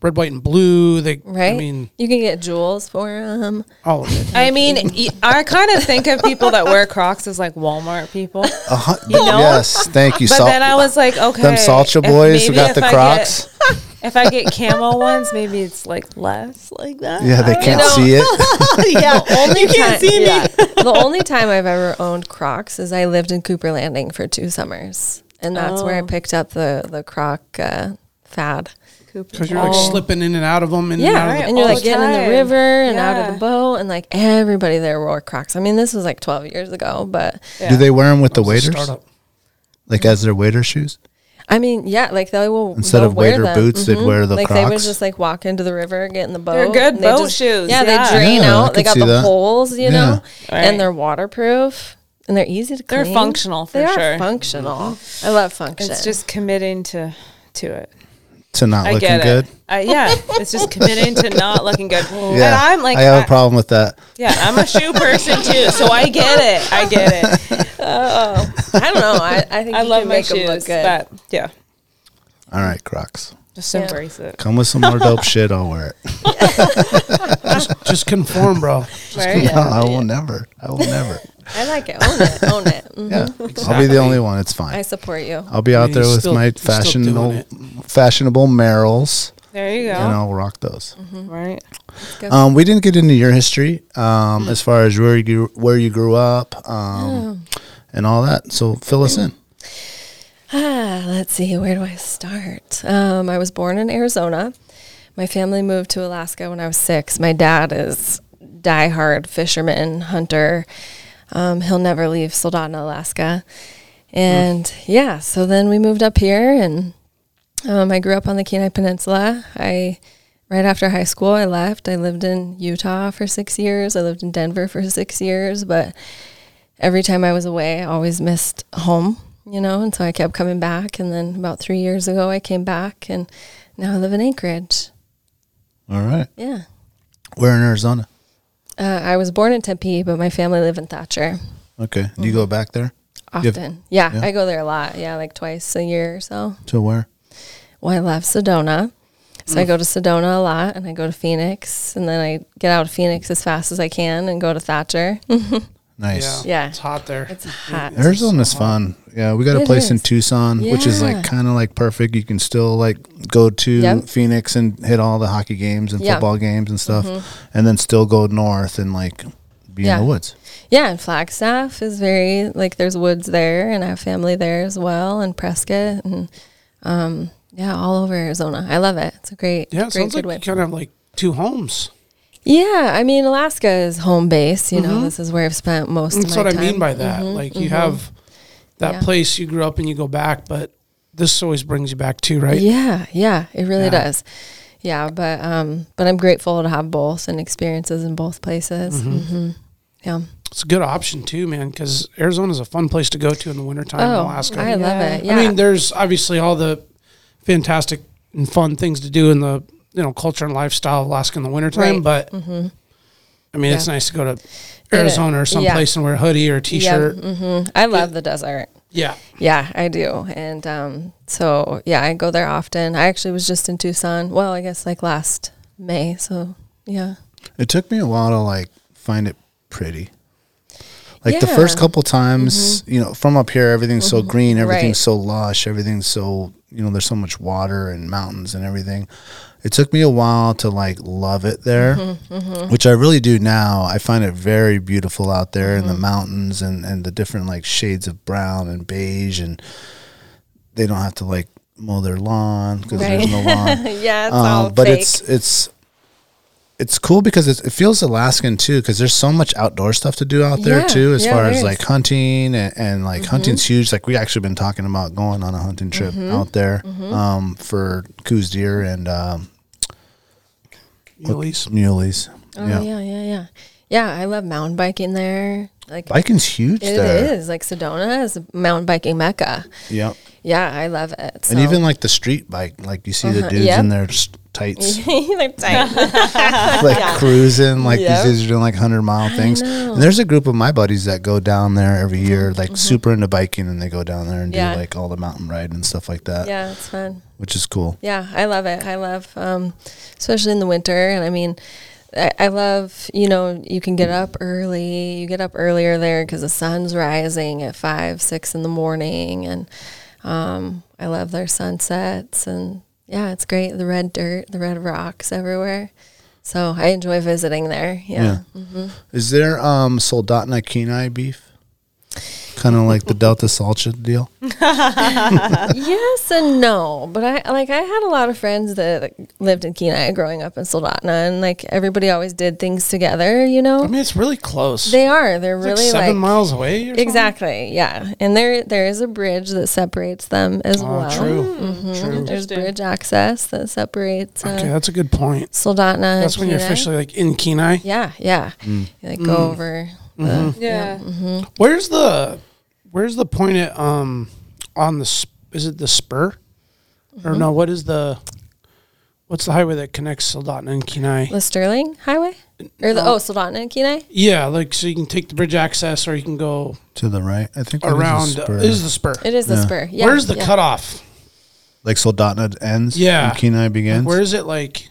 [SPEAKER 3] red, white, and blue. They.
[SPEAKER 4] right?
[SPEAKER 3] I mean,
[SPEAKER 4] you can get jewels for them.
[SPEAKER 3] all of it.
[SPEAKER 5] I mean, y- I kind of think of people that wear Crocs as like Walmart people.
[SPEAKER 1] A hun-
[SPEAKER 5] know?
[SPEAKER 1] Yes, thank you.
[SPEAKER 5] But
[SPEAKER 1] Salt-
[SPEAKER 5] then I was like, okay,
[SPEAKER 1] them Salcha
[SPEAKER 5] if-
[SPEAKER 1] boys who
[SPEAKER 5] maybe
[SPEAKER 1] got
[SPEAKER 5] if
[SPEAKER 1] the
[SPEAKER 5] I
[SPEAKER 1] Crocs.
[SPEAKER 5] Get, if I get camel ones, maybe it's like less like that.
[SPEAKER 1] yeah, they can't see it.
[SPEAKER 4] yeah, only you
[SPEAKER 5] can't see me.
[SPEAKER 4] the only time I've ever owned Crocs is I lived in Cooper Landing for two summers, and that's where I
[SPEAKER 5] Oh.
[SPEAKER 4] picked up the the Croc uh, fad.
[SPEAKER 3] Because you're
[SPEAKER 5] Oh,
[SPEAKER 3] like slipping in and out of them, in and
[SPEAKER 4] Oh. Yeah,
[SPEAKER 3] out of
[SPEAKER 5] Mm-hmm. right.
[SPEAKER 3] the
[SPEAKER 4] and you're
[SPEAKER 5] all
[SPEAKER 4] like
[SPEAKER 5] the
[SPEAKER 4] getting in the
[SPEAKER 5] time.
[SPEAKER 4] river and out of
[SPEAKER 5] Yeah.
[SPEAKER 4] the boat, and like everybody there wore Crocs. I mean, this was like 12 years ago, but
[SPEAKER 1] Do they wear them with the waiters,
[SPEAKER 3] startup.
[SPEAKER 1] like as their waiter shoes,
[SPEAKER 4] I mean, yeah, like they will
[SPEAKER 1] instead
[SPEAKER 4] they'll
[SPEAKER 1] of
[SPEAKER 4] wear
[SPEAKER 1] waiter
[SPEAKER 4] them. Mm-hmm.
[SPEAKER 1] boots? They'd wear the
[SPEAKER 4] like
[SPEAKER 1] Crocs.
[SPEAKER 4] they would just like walk into the river, get in the boat.
[SPEAKER 5] They're good
[SPEAKER 4] and they
[SPEAKER 5] boat
[SPEAKER 4] just-
[SPEAKER 5] shoes,
[SPEAKER 4] Yeah,
[SPEAKER 5] yeah.
[SPEAKER 4] they drain
[SPEAKER 1] Yeah, I
[SPEAKER 4] out. They
[SPEAKER 1] could
[SPEAKER 4] got
[SPEAKER 1] see
[SPEAKER 4] the
[SPEAKER 1] that.
[SPEAKER 4] holes, you
[SPEAKER 1] Yeah.
[SPEAKER 4] know,
[SPEAKER 5] Right.
[SPEAKER 4] and they're waterproof and they're easy to clean.
[SPEAKER 5] They're functional for
[SPEAKER 4] They are
[SPEAKER 5] sure.
[SPEAKER 4] functional. I love function.
[SPEAKER 5] It's just committing to to it.
[SPEAKER 1] to not
[SPEAKER 5] I
[SPEAKER 1] looking
[SPEAKER 5] get
[SPEAKER 1] good.
[SPEAKER 5] it. I, yeah, it's just committing to not looking good.
[SPEAKER 1] Yeah,
[SPEAKER 5] and I'm like,
[SPEAKER 1] I have
[SPEAKER 5] I-
[SPEAKER 1] a problem with that.
[SPEAKER 5] yeah, I'm a shoe person too, so I get it. I get it.
[SPEAKER 4] I don't know. I, I think
[SPEAKER 5] I
[SPEAKER 4] you
[SPEAKER 5] love
[SPEAKER 4] can
[SPEAKER 5] my
[SPEAKER 4] make them
[SPEAKER 5] shoes,
[SPEAKER 4] look good.
[SPEAKER 5] but yeah,
[SPEAKER 1] All right, Crocs.
[SPEAKER 5] just
[SPEAKER 4] Yeah.
[SPEAKER 5] embrace it.
[SPEAKER 1] Come with some more dope shit. I'll wear it.
[SPEAKER 3] Just conform, bro.
[SPEAKER 5] Right?
[SPEAKER 1] No, I will never. I will never.
[SPEAKER 4] I like it. Own it. Own it. Mm.
[SPEAKER 1] Yeah, I'll be the only one. It's fine.
[SPEAKER 4] I support you.
[SPEAKER 1] I'll be out
[SPEAKER 3] Yeah,
[SPEAKER 1] there
[SPEAKER 3] he's
[SPEAKER 1] with
[SPEAKER 3] still-
[SPEAKER 1] my
[SPEAKER 3] he's still doing
[SPEAKER 1] fashionable, fashionable Merrills
[SPEAKER 5] There you go. Mm-hmm.
[SPEAKER 1] and I'll rock those.
[SPEAKER 5] Right.
[SPEAKER 1] Um, we didn't get into your history
[SPEAKER 4] Mm.
[SPEAKER 1] um, as far as where you grew, where you grew up um, and all that. So fill us in.
[SPEAKER 4] Ah, let's see, where do I start? Um, I was born in Arizona. My family moved to Alaska when I was six. My dad is diehard fisherman, hunter. Um, he'll never leave Soldotna, Alaska. And yeah, so then we moved up here and um, I grew up on the Kenai Peninsula. I right after high school I left. I lived in Utah for six years. I lived in Denver for six years, but every time I was away, I always missed home, you know, and so I kept coming back. And then about three years ago, I came back and now I live in Anchorage.
[SPEAKER 1] All right,
[SPEAKER 4] Yeah.
[SPEAKER 1] we're in Arizona.
[SPEAKER 4] Uh, I was born in Tempe, but my family live in Thatcher
[SPEAKER 1] Okay, do you go back there You have-
[SPEAKER 4] often. Yeah,
[SPEAKER 1] yeah.
[SPEAKER 4] I go there a lot. Yeah, like twice a year or so.
[SPEAKER 1] to where?
[SPEAKER 4] Well, I left Sedona. So I go to Sedona a lot and I go to Phoenix and then I get out of Phoenix as fast as I can and go to Thatcher.
[SPEAKER 1] Nice.
[SPEAKER 4] Yeah.
[SPEAKER 3] It's hot there.
[SPEAKER 4] It's hot.
[SPEAKER 1] Arizona's fun. Yeah, we got a
[SPEAKER 4] It
[SPEAKER 1] place in
[SPEAKER 4] is.
[SPEAKER 1] Tucson, which is like
[SPEAKER 4] Yeah.
[SPEAKER 1] kind of like perfect. You can still like go to
[SPEAKER 4] Yep.
[SPEAKER 1] Phoenix and hit all the hockey games and
[SPEAKER 4] Yeah.
[SPEAKER 1] football games and stuff, and then still go north and like be
[SPEAKER 4] Mm-hmm. Yeah.
[SPEAKER 1] in the woods.
[SPEAKER 4] Yeah, and Flagstaff is very like there's woods there, and I have family there as well, and Prescott, and um, yeah, all over Arizona. I love it. It's a great,
[SPEAKER 3] Yeah, it
[SPEAKER 4] great
[SPEAKER 3] sounds
[SPEAKER 4] good
[SPEAKER 3] like
[SPEAKER 4] way.
[SPEAKER 3] you kind of like two homes.
[SPEAKER 4] yeah, I mean Alaska is home base. You know, this is where I've spent most.
[SPEAKER 3] That's
[SPEAKER 4] of
[SPEAKER 3] what
[SPEAKER 4] my
[SPEAKER 3] I mean
[SPEAKER 4] time. Mm-hmm.
[SPEAKER 3] by that. like you have that
[SPEAKER 4] Yeah.
[SPEAKER 3] place you grew up and you go back, but this always brings you back too, right?
[SPEAKER 4] Yeah, yeah, it really
[SPEAKER 3] Yeah.
[SPEAKER 4] does. Yeah, but um, but I'm grateful to have both and experiences in both places.
[SPEAKER 3] Mm-hmm.
[SPEAKER 4] hmm Yeah.
[SPEAKER 3] It's a good option too, man, because Arizona's a fun place to go to in the wintertime in
[SPEAKER 4] oh,
[SPEAKER 3] Alaska.
[SPEAKER 4] I love it.
[SPEAKER 3] I
[SPEAKER 4] Yeah.
[SPEAKER 3] mean, there's obviously all the fantastic and fun things to do in the you know culture and lifestyle of Alaska in the wintertime,
[SPEAKER 4] Right. Mm-hmm.
[SPEAKER 3] but I mean, it's
[SPEAKER 4] Yeah.
[SPEAKER 3] nice to go to Arizona or
[SPEAKER 4] yeah.
[SPEAKER 3] someplace and wear a hoodie or a t-shirt. Yeah,
[SPEAKER 4] hmm I love the desert. Yeah, I do. And um, so, yeah, I go there often. I actually was just in Tucson. Well, I guess like last May. So, yeah.
[SPEAKER 1] It took me a while to like find it pretty. Like the
[SPEAKER 4] Yeah. Mm-hmm.
[SPEAKER 1] first couple times, you know, from up here, everything's so green, everything's
[SPEAKER 4] Right.
[SPEAKER 1] so lush, everything's so, you know, there's so much water and mountains and everything. It took me a while to like love it there,
[SPEAKER 4] Mm-hmm.
[SPEAKER 1] which I really do now. I find it very beautiful out there in the
[SPEAKER 4] Mm-hmm.
[SPEAKER 1] mountains and, and the different like shades of brown and beige, and they don't have to like mow their lawn because there's
[SPEAKER 4] Right.
[SPEAKER 1] no lawn
[SPEAKER 4] yeah,
[SPEAKER 3] Um,
[SPEAKER 4] it's
[SPEAKER 1] Um, but it's it's it's cool because it's, it feels Alaskan too because there's so much outdoor stuff to do out there
[SPEAKER 4] Yeah,
[SPEAKER 1] too as
[SPEAKER 4] yeah,
[SPEAKER 1] far
[SPEAKER 4] there
[SPEAKER 1] as
[SPEAKER 4] is. Mm-hmm.
[SPEAKER 1] like hunting and, and like hunting's huge like we actually been talking about going on a hunting trip
[SPEAKER 4] Mm-hmm.
[SPEAKER 1] out there um, for coos deer and um,
[SPEAKER 3] Muleys.
[SPEAKER 1] muleys
[SPEAKER 4] oh, yeah. yeah, yeah, yeah. I love mountain biking there. Like,
[SPEAKER 1] biking's huge
[SPEAKER 4] it is
[SPEAKER 1] there
[SPEAKER 4] Like, Sedona is a mountain biking mecca.
[SPEAKER 1] yep
[SPEAKER 4] Yeah, I love it. So. Uh-huh.
[SPEAKER 1] and even like the street bike like you see the dudes
[SPEAKER 4] yep.
[SPEAKER 1] in their s- tights
[SPEAKER 4] They're tight.
[SPEAKER 1] like cruising, like
[SPEAKER 4] Yep.
[SPEAKER 1] these dudes are doing like hundred mile things. And there's a group of my buddies that go down there every year, like super into biking, and they go down there and
[SPEAKER 4] Mm-hmm. Yeah.
[SPEAKER 1] do like all the mountain riding and stuff like that,
[SPEAKER 4] yeah, it's fun.
[SPEAKER 1] which is cool.
[SPEAKER 4] Yeah, I love it. I love, um, especially in the winter. And I mean, I, I love, you know, you can get up early. You get up earlier there because the sun's rising at five, six in the morning. And um, I love their sunsets. And yeah, it's great. The red dirt, the red rocks everywhere. So I enjoy visiting there. Yeah. Mm-hmm.
[SPEAKER 1] Is there um Soldotna Kenai beef? Kind of like the Delta Salcha deal.
[SPEAKER 4] yes and no but i like i had a lot of friends that like, lived in kenai growing up in soldotna and like everybody always did things together you know
[SPEAKER 3] I mean, it's really close.
[SPEAKER 4] They are. They're
[SPEAKER 3] It's
[SPEAKER 4] really
[SPEAKER 3] like seven
[SPEAKER 4] like,
[SPEAKER 3] miles away. Or
[SPEAKER 4] exactly. Yeah, and there there is a bridge that separates them as
[SPEAKER 3] Something? Oh, true.
[SPEAKER 4] well.
[SPEAKER 3] True.
[SPEAKER 4] There's bridge access that separates Mm-hmm. uh,
[SPEAKER 3] Okay, that's a good point.
[SPEAKER 4] Soldotna. and
[SPEAKER 3] That's when you're
[SPEAKER 4] Kenai.
[SPEAKER 3] officially Hmm. like in Kenai.
[SPEAKER 4] Yeah, yeah. You, like go over.
[SPEAKER 3] Mm-hmm.
[SPEAKER 4] The,
[SPEAKER 5] Yeah.
[SPEAKER 3] Where's the Where's the point at um on the sp- is it the spur
[SPEAKER 4] Mm-hmm.
[SPEAKER 3] or no? What is the What's the highway that connects Soldotna and Kenai?
[SPEAKER 4] the Sterling Highway or the oh Soldotna and Kenai.
[SPEAKER 3] Yeah, like so you can take the bridge access or you can go
[SPEAKER 1] To the right, I think that is a
[SPEAKER 3] around.
[SPEAKER 1] spur.
[SPEAKER 3] It is the spur.
[SPEAKER 4] It is the spur. Yeah.
[SPEAKER 3] Where's the
[SPEAKER 4] yeah.
[SPEAKER 3] cutoff?
[SPEAKER 1] like Soldotna ends,
[SPEAKER 3] Yeah.
[SPEAKER 1] and Kenai begins.
[SPEAKER 3] Where is it like?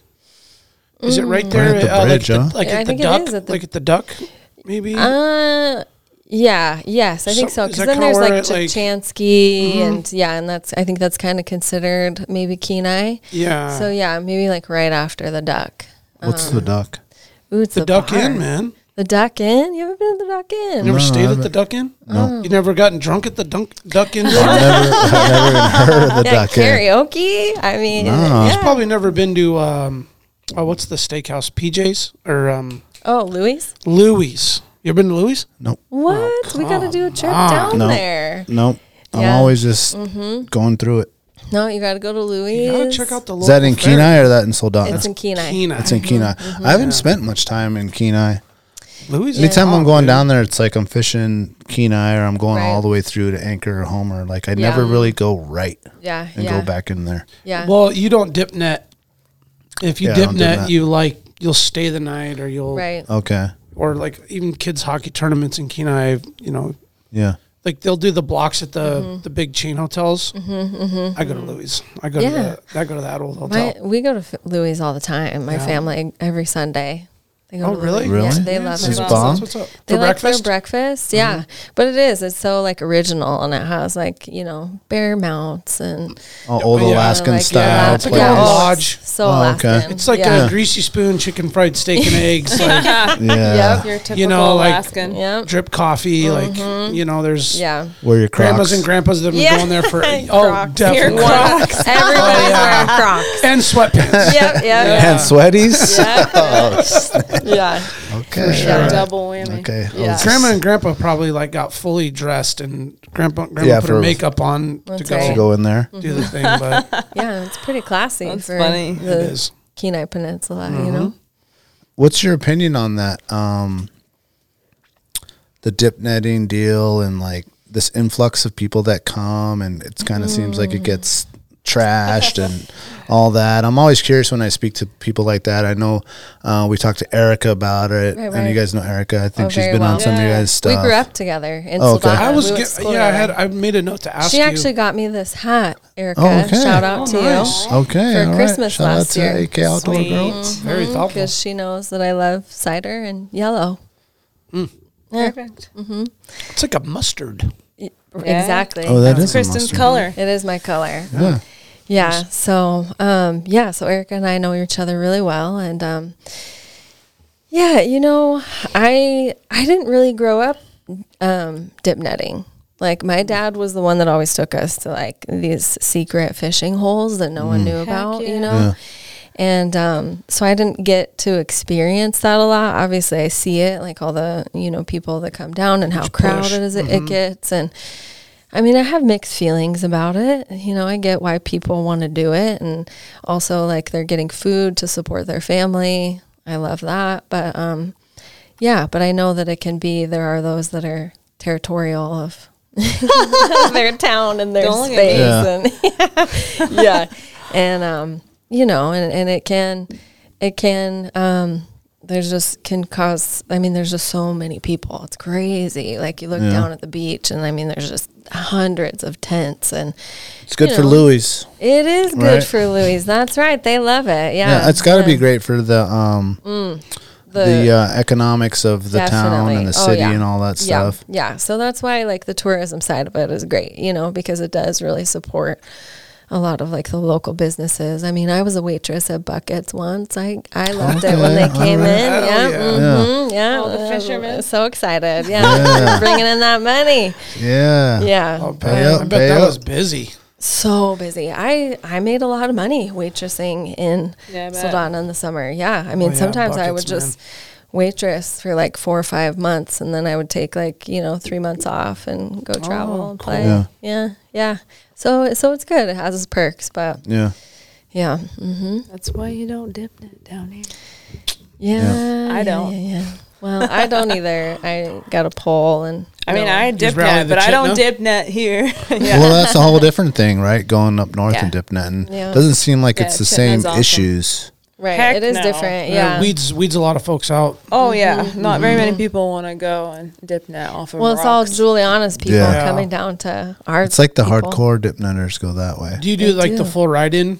[SPEAKER 3] Is
[SPEAKER 4] Mm.
[SPEAKER 3] it right
[SPEAKER 1] Right
[SPEAKER 3] there?
[SPEAKER 1] at the
[SPEAKER 3] uh,
[SPEAKER 1] bridge,
[SPEAKER 3] like
[SPEAKER 1] huh?
[SPEAKER 3] the, like
[SPEAKER 4] Yeah, I
[SPEAKER 3] at the
[SPEAKER 4] think it
[SPEAKER 3] duck?
[SPEAKER 4] is at the-
[SPEAKER 3] like at the duck? Maybe.
[SPEAKER 4] Uh, Yeah. Yes, I think
[SPEAKER 3] So- is
[SPEAKER 4] so. Because
[SPEAKER 3] that
[SPEAKER 4] then
[SPEAKER 3] kinda
[SPEAKER 4] there's
[SPEAKER 3] where
[SPEAKER 4] like
[SPEAKER 3] it, like- Mm-hmm.
[SPEAKER 4] Chachansky, and yeah, and that's I think that's kind of considered maybe Kenai.
[SPEAKER 3] Yeah.
[SPEAKER 4] so yeah, maybe like right after the duck.
[SPEAKER 1] What's
[SPEAKER 4] Uh.
[SPEAKER 1] the duck?
[SPEAKER 4] Ooh, it's
[SPEAKER 3] the
[SPEAKER 4] a
[SPEAKER 3] Duck
[SPEAKER 4] bar.
[SPEAKER 3] Inn, man.
[SPEAKER 4] The Duck Inn. You ever been to the Duck
[SPEAKER 3] You
[SPEAKER 4] Inn?
[SPEAKER 3] never
[SPEAKER 1] No, I
[SPEAKER 3] stayed at the
[SPEAKER 1] haven't.
[SPEAKER 3] Duck Inn?
[SPEAKER 1] No.
[SPEAKER 4] Oh.
[SPEAKER 3] You never gotten drunk at the dunk, Duck Inn?
[SPEAKER 1] I've never, I've never even heard of the
[SPEAKER 4] yeah,
[SPEAKER 1] duck. Inn.
[SPEAKER 4] karaoke. I mean,
[SPEAKER 1] No.
[SPEAKER 4] yeah.
[SPEAKER 3] He's probably never been to, um, oh, what's the steakhouse? PJ's or um,
[SPEAKER 4] oh, Louis.
[SPEAKER 3] Louie's. You ever been to Louie's?
[SPEAKER 1] Nope.
[SPEAKER 4] What?
[SPEAKER 3] Oh,
[SPEAKER 4] we got to do a trip down
[SPEAKER 1] No.
[SPEAKER 4] there.
[SPEAKER 1] Nope. I'm
[SPEAKER 4] Yeah. Mm-hmm.
[SPEAKER 1] always just going through it.
[SPEAKER 4] No, you got to go to Louis.
[SPEAKER 3] You gotta check out the
[SPEAKER 1] Is that
[SPEAKER 3] local
[SPEAKER 1] in
[SPEAKER 3] fair.
[SPEAKER 1] Kenai or that in Soldotna?
[SPEAKER 4] It's in Kenai. Mm-hmm.
[SPEAKER 3] Kenai.
[SPEAKER 1] It's in Kenai. I haven't spent much time in Kenai.
[SPEAKER 3] Louie's. is
[SPEAKER 1] Anytime I'm
[SPEAKER 3] hot,
[SPEAKER 1] going
[SPEAKER 3] dude.
[SPEAKER 1] down there, it's like I'm fishing Kenai or I'm going
[SPEAKER 4] Right.
[SPEAKER 1] all the way through to Anchor or Homer. Like I never
[SPEAKER 4] Yeah.
[SPEAKER 1] really go right
[SPEAKER 4] Yeah,
[SPEAKER 1] and
[SPEAKER 4] yeah,
[SPEAKER 1] go back in there.
[SPEAKER 4] yeah.
[SPEAKER 3] Well, you don't dip net. If you
[SPEAKER 1] Yeah, I
[SPEAKER 3] dip
[SPEAKER 1] don't
[SPEAKER 3] net,
[SPEAKER 1] dip net.
[SPEAKER 3] you like you'll stay the night, or you'll
[SPEAKER 4] right.
[SPEAKER 1] Okay.
[SPEAKER 3] or like even kids hockey tournaments in Kenai. You know,
[SPEAKER 1] Yeah.
[SPEAKER 3] like they'll do the blocks at the
[SPEAKER 4] Mm-hmm.
[SPEAKER 3] the big chain hotels. I go to Louis. I go
[SPEAKER 4] Yeah.
[SPEAKER 3] to the, I go to that old hotel.
[SPEAKER 4] My, we go to F- Louis all the time. My
[SPEAKER 3] Yeah.
[SPEAKER 4] family every Sunday. They go
[SPEAKER 3] Oh,
[SPEAKER 4] to Louis.
[SPEAKER 3] really?
[SPEAKER 4] Yeah,
[SPEAKER 1] Really?
[SPEAKER 4] they
[SPEAKER 3] Yeah,
[SPEAKER 4] love
[SPEAKER 3] so
[SPEAKER 4] it.
[SPEAKER 1] It's
[SPEAKER 3] that's-
[SPEAKER 1] bomb.
[SPEAKER 3] that's what's up.
[SPEAKER 4] They
[SPEAKER 3] For
[SPEAKER 4] like
[SPEAKER 3] breakfast. Mm-hmm.
[SPEAKER 4] their breakfast, yeah. But it is. It's so like original, and it has like you know bear mounts and
[SPEAKER 1] All old
[SPEAKER 3] Yeah,
[SPEAKER 1] Alaskan
[SPEAKER 4] like,
[SPEAKER 1] style.
[SPEAKER 4] yeah,
[SPEAKER 3] It's like a
[SPEAKER 1] place.
[SPEAKER 3] old
[SPEAKER 4] oh,
[SPEAKER 3] lodge.
[SPEAKER 4] it's So
[SPEAKER 1] Oh, okay.
[SPEAKER 4] Alaskan.
[SPEAKER 3] It's like
[SPEAKER 4] yeah.
[SPEAKER 3] a greasy spoon, chicken fried steak and eggs, like
[SPEAKER 1] Yeah.
[SPEAKER 5] Your typical
[SPEAKER 3] You know, like-
[SPEAKER 5] Alaskan.
[SPEAKER 4] yeah,
[SPEAKER 3] drip coffee. Like you know, there's
[SPEAKER 4] Mm-hmm. yeah.
[SPEAKER 1] Wear your Crocs.
[SPEAKER 3] grandmas and grandpas that have been
[SPEAKER 4] Yeah.
[SPEAKER 3] going there for oh
[SPEAKER 5] Crocs.
[SPEAKER 3] definitely
[SPEAKER 5] Your
[SPEAKER 4] Crocs. Everybody's
[SPEAKER 3] Oh, yeah.
[SPEAKER 4] wearing Crocs.
[SPEAKER 3] and sweatpants.
[SPEAKER 4] Yep, yep, yep.
[SPEAKER 1] and sweaties.
[SPEAKER 4] yeah.
[SPEAKER 1] Okay.
[SPEAKER 5] Yeah, double whammy.
[SPEAKER 1] Okay. I
[SPEAKER 4] Yeah.
[SPEAKER 1] was-
[SPEAKER 3] Grandma and grandpa probably like got fully dressed, and grandpa grandma
[SPEAKER 1] Yeah,
[SPEAKER 3] put her
[SPEAKER 1] for-
[SPEAKER 3] makeup on to
[SPEAKER 4] That's
[SPEAKER 3] go
[SPEAKER 4] right.
[SPEAKER 1] Go in there.
[SPEAKER 3] do the thing. But
[SPEAKER 4] Yeah, it's pretty classy
[SPEAKER 5] That's
[SPEAKER 4] for
[SPEAKER 5] funny.
[SPEAKER 4] the
[SPEAKER 3] It is.
[SPEAKER 4] Kenai Peninsula, you know?
[SPEAKER 3] Mm-hmm.
[SPEAKER 1] What's your opinion on that? Um, the dip netting deal and like this influx of people that come and it kind of seems like it gets
[SPEAKER 4] Mm.
[SPEAKER 1] trashed and all that. I'm always curious when I speak to people like that. I know uh, we talked to Erica about it,
[SPEAKER 4] Right,
[SPEAKER 1] and you
[SPEAKER 4] right.
[SPEAKER 1] guys know Erica. I think
[SPEAKER 4] Oh,
[SPEAKER 1] she's
[SPEAKER 4] very
[SPEAKER 1] been on
[SPEAKER 4] well.
[SPEAKER 1] some of your
[SPEAKER 5] Yeah.
[SPEAKER 1] guys' stuff.
[SPEAKER 4] We grew up together in
[SPEAKER 1] Oh, okay.
[SPEAKER 4] Slavaca.
[SPEAKER 3] I was
[SPEAKER 4] We went
[SPEAKER 3] get,
[SPEAKER 4] to school
[SPEAKER 3] yeah, I had
[SPEAKER 4] together.
[SPEAKER 3] I made a note to ask.
[SPEAKER 4] She
[SPEAKER 3] you.
[SPEAKER 4] actually got me this hat, Erica.
[SPEAKER 1] Oh, okay.
[SPEAKER 4] Shout out to
[SPEAKER 3] nice.
[SPEAKER 4] you.
[SPEAKER 1] Okay,
[SPEAKER 4] for
[SPEAKER 1] all right.
[SPEAKER 4] Christmas
[SPEAKER 1] Shout out
[SPEAKER 4] last
[SPEAKER 1] to
[SPEAKER 4] year.
[SPEAKER 1] AK Outdoor
[SPEAKER 4] Mm-hmm.
[SPEAKER 1] Girl.
[SPEAKER 3] very thoughtful.
[SPEAKER 4] Because she knows that I love cider and yellow.
[SPEAKER 5] Perfect.
[SPEAKER 3] It's like a mustard.
[SPEAKER 4] E- Exactly.
[SPEAKER 1] Oh, that is a
[SPEAKER 5] Kristen's
[SPEAKER 1] mustard.
[SPEAKER 5] color.
[SPEAKER 4] it is my color.
[SPEAKER 1] Yeah.
[SPEAKER 4] Yeah. So, um, yeah. So Erica and I know each other really well, and um, yeah, you know, I I didn't really grow up um, dip netting. Like my dad was the one that always took us to like these secret fishing holes that no
[SPEAKER 1] Mm.
[SPEAKER 4] one knew about,
[SPEAKER 5] yeah.
[SPEAKER 4] you know. And um, so I didn't get to experience that a lot. Obviously, I see it like all the you know people that come down and how crowded is it,
[SPEAKER 5] Mm-hmm.
[SPEAKER 4] it gets. And I mean, I have mixed feelings about it. You know, I get why people want to do it, and also like they're getting food to support their family. I love that, but um, yeah, but I know that it can be. There are those that are territorial of their town and their
[SPEAKER 5] Don't look at me.
[SPEAKER 4] space,
[SPEAKER 1] Yeah.
[SPEAKER 4] and yeah, and um, you know, and and it can, it can, um, there's just can cause. I mean, there's just so many people. It's crazy. Like you look down at the beach, and I mean, there's just hundreds of tents, and
[SPEAKER 1] It's good
[SPEAKER 4] You
[SPEAKER 1] for
[SPEAKER 4] know.
[SPEAKER 1] Louis.
[SPEAKER 4] it is good
[SPEAKER 1] Right.
[SPEAKER 4] for Louis. That's right. They love it. Yeah,
[SPEAKER 1] Yeah, it's got to be
[SPEAKER 4] And
[SPEAKER 1] great for the um,
[SPEAKER 4] the-
[SPEAKER 1] the uh, economics of the town
[SPEAKER 4] Definitely.
[SPEAKER 1] and the
[SPEAKER 4] Oh,
[SPEAKER 1] city
[SPEAKER 4] yeah.
[SPEAKER 1] and all that
[SPEAKER 4] yeah,
[SPEAKER 1] stuff.
[SPEAKER 4] yeah. So that's why like the tourism side of it is great, you know, because it does really support a lot of like the local businesses. I mean, I was a waitress at Buckets once. I I loved it when they
[SPEAKER 1] Okay,
[SPEAKER 4] came in.
[SPEAKER 3] alright.
[SPEAKER 4] Yeah,
[SPEAKER 3] Hell yeah.
[SPEAKER 4] yeah. Mm-hmm, yeah.
[SPEAKER 5] All the
[SPEAKER 4] Uh,
[SPEAKER 5] fishermen.
[SPEAKER 4] So excited. Yeah, bringing in that money.
[SPEAKER 1] Yeah.
[SPEAKER 4] Yeah,
[SPEAKER 3] Oh,
[SPEAKER 1] Pay
[SPEAKER 3] man,
[SPEAKER 1] up,
[SPEAKER 3] I bet
[SPEAKER 1] pay
[SPEAKER 3] that
[SPEAKER 1] up.
[SPEAKER 3] was busy.
[SPEAKER 4] so busy. I I made a lot of money waitressing in
[SPEAKER 5] Yeah, I bet.
[SPEAKER 4] Solana in the summer. Yeah, I
[SPEAKER 1] Oh,
[SPEAKER 4] mean
[SPEAKER 3] yeah,
[SPEAKER 4] sometimes I would
[SPEAKER 3] buckets,
[SPEAKER 4] just waitress for like four or five months, and then I would take like you know three months off and
[SPEAKER 5] Oh,
[SPEAKER 4] go travel and play.
[SPEAKER 1] Yeah.
[SPEAKER 4] Yeah. yeah, So so it's good. It has its perks, but
[SPEAKER 1] Yeah.
[SPEAKER 4] yeah, mm-hmm.
[SPEAKER 5] That's why you don't dip it down here.
[SPEAKER 4] yeah,
[SPEAKER 5] I
[SPEAKER 4] yeah,
[SPEAKER 5] don't.
[SPEAKER 4] Yeah, yeah. Well, I don't either. I got a pole and
[SPEAKER 5] I mean,
[SPEAKER 4] no.
[SPEAKER 5] I dip
[SPEAKER 3] rally
[SPEAKER 5] net,
[SPEAKER 3] the
[SPEAKER 5] but I
[SPEAKER 3] chitna?
[SPEAKER 5] don't dip net here. yeah.
[SPEAKER 1] Well, that's a whole different thing, right? Going up north and
[SPEAKER 5] Yeah.
[SPEAKER 1] dip netting
[SPEAKER 4] Yeah.
[SPEAKER 1] doesn't seem like
[SPEAKER 5] Yeah,
[SPEAKER 1] it's the
[SPEAKER 5] Chitna's
[SPEAKER 1] same
[SPEAKER 5] awesome.
[SPEAKER 1] issues.
[SPEAKER 4] right.
[SPEAKER 5] Heck
[SPEAKER 4] it is
[SPEAKER 5] no.
[SPEAKER 4] different.
[SPEAKER 3] Yeah.
[SPEAKER 4] Yeah.
[SPEAKER 3] weeds weeds a lot of folks out.
[SPEAKER 5] Oh yeah, not very many people want to go and dip net off of.
[SPEAKER 4] well, it's all
[SPEAKER 5] rocks.
[SPEAKER 4] Juliana's people
[SPEAKER 1] Yeah.
[SPEAKER 4] coming down to our.
[SPEAKER 1] It's like the
[SPEAKER 4] people.
[SPEAKER 1] hardcore dip netters go that way.
[SPEAKER 3] Do you do
[SPEAKER 4] They
[SPEAKER 3] like the
[SPEAKER 4] do.
[SPEAKER 3] full ride in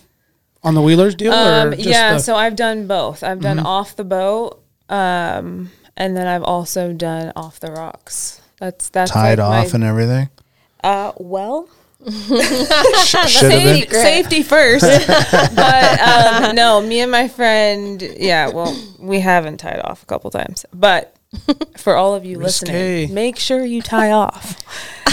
[SPEAKER 3] on the Wheelers deal?
[SPEAKER 5] Um,
[SPEAKER 3] or just
[SPEAKER 5] yeah,
[SPEAKER 3] the, Mm-hmm.
[SPEAKER 5] so I've done both. I've done off the boat, um, and then I've also done off the rocks. That's that's
[SPEAKER 1] tied
[SPEAKER 5] like
[SPEAKER 1] off
[SPEAKER 5] my,
[SPEAKER 1] and everything.
[SPEAKER 5] uh, well, Ah,
[SPEAKER 1] Should have been.
[SPEAKER 5] safety, safety first. but um, no, me and my friend, yeah, well, we haven't tied off a couple times. But for all of you
[SPEAKER 3] Risque.
[SPEAKER 5] listening, make sure you tie off.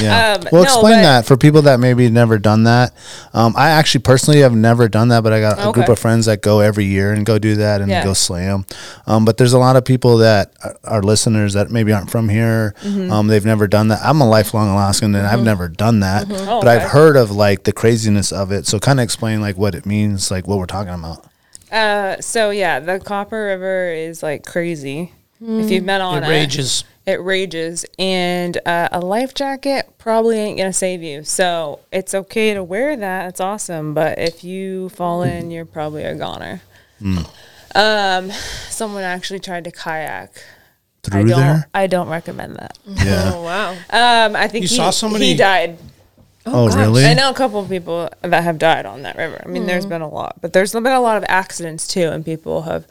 [SPEAKER 1] Yeah.
[SPEAKER 5] Um,
[SPEAKER 1] well,
[SPEAKER 5] no,
[SPEAKER 1] explain
[SPEAKER 5] but-
[SPEAKER 1] that for people that maybe never done that. Um, I actually personally have never done that, but I got a group
[SPEAKER 5] Okay.
[SPEAKER 1] of friends that go every year and go do that and
[SPEAKER 5] Yeah.
[SPEAKER 1] go slam. Um, but there's a lot of people that are- are listeners that maybe aren't from here.
[SPEAKER 5] Mm-hmm.
[SPEAKER 1] Um, they've never done that. I'm a lifelong Alaskan and I've never done that,
[SPEAKER 5] Oh,
[SPEAKER 1] but I've
[SPEAKER 5] okay.
[SPEAKER 1] heard of like the craziness of it. So kind of explain like what it means, like what we're talking about.
[SPEAKER 5] Uh, so yeah, the Copper River is like crazy. If you've been on
[SPEAKER 3] It rages.
[SPEAKER 5] It rages, and uh, a life jacket probably ain't gonna save you. So it's okay to wear that; it's awesome. But if you fall
[SPEAKER 3] Mm.
[SPEAKER 5] in, you're probably a goner. Um, someone actually tried to kayak. I
[SPEAKER 1] Through
[SPEAKER 5] don't.
[SPEAKER 1] there?
[SPEAKER 5] I don't recommend that.
[SPEAKER 1] Yeah.
[SPEAKER 4] wow.
[SPEAKER 5] Um, I think
[SPEAKER 3] You
[SPEAKER 5] he,
[SPEAKER 3] saw somebody-
[SPEAKER 5] He died.
[SPEAKER 1] Oh, really?
[SPEAKER 5] I know a couple of people that have died on that river. I mean, there's been a lot, but there's been a lot of accidents too, and people have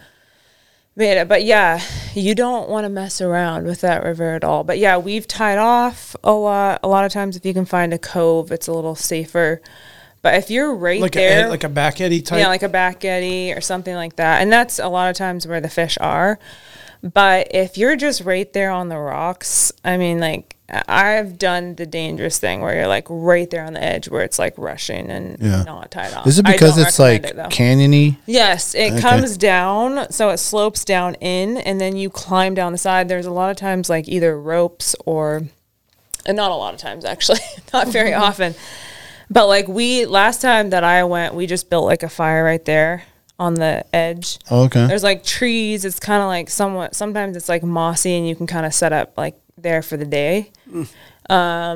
[SPEAKER 5] made it. But yeah, you don't want to mess around with that river at all. But yeah, we've tied off a lot. A lot of times, if you can find a cove, it's a little safer. But if you're right
[SPEAKER 3] Like
[SPEAKER 5] there,
[SPEAKER 3] a like a back eddy type.
[SPEAKER 5] yeah, like a back eddy or something like that. And that's a lot of times where the fish are. But if you're just right there on the rocks, I mean, like I- I've done the dangerous thing where you're like right there on the edge where it's like rushing and
[SPEAKER 1] Yeah.
[SPEAKER 5] not tied off.
[SPEAKER 1] Is it
[SPEAKER 5] I
[SPEAKER 1] because
[SPEAKER 5] don't
[SPEAKER 1] it's
[SPEAKER 5] recommend
[SPEAKER 1] like
[SPEAKER 5] it, though.
[SPEAKER 1] canyony?
[SPEAKER 5] Yes, it
[SPEAKER 1] Okay.
[SPEAKER 5] comes down, so it slopes down in, and then you climb down the side. There's a lot of times like either ropes or, and not a lot of times actually, not very often, but like we last time that I went, we just built like a fire right there on the edge.
[SPEAKER 1] Okay.
[SPEAKER 5] There's like trees. It's kind of like somewhat. Sometimes it's like mossy, and you can kind of set up like there for the day. Um.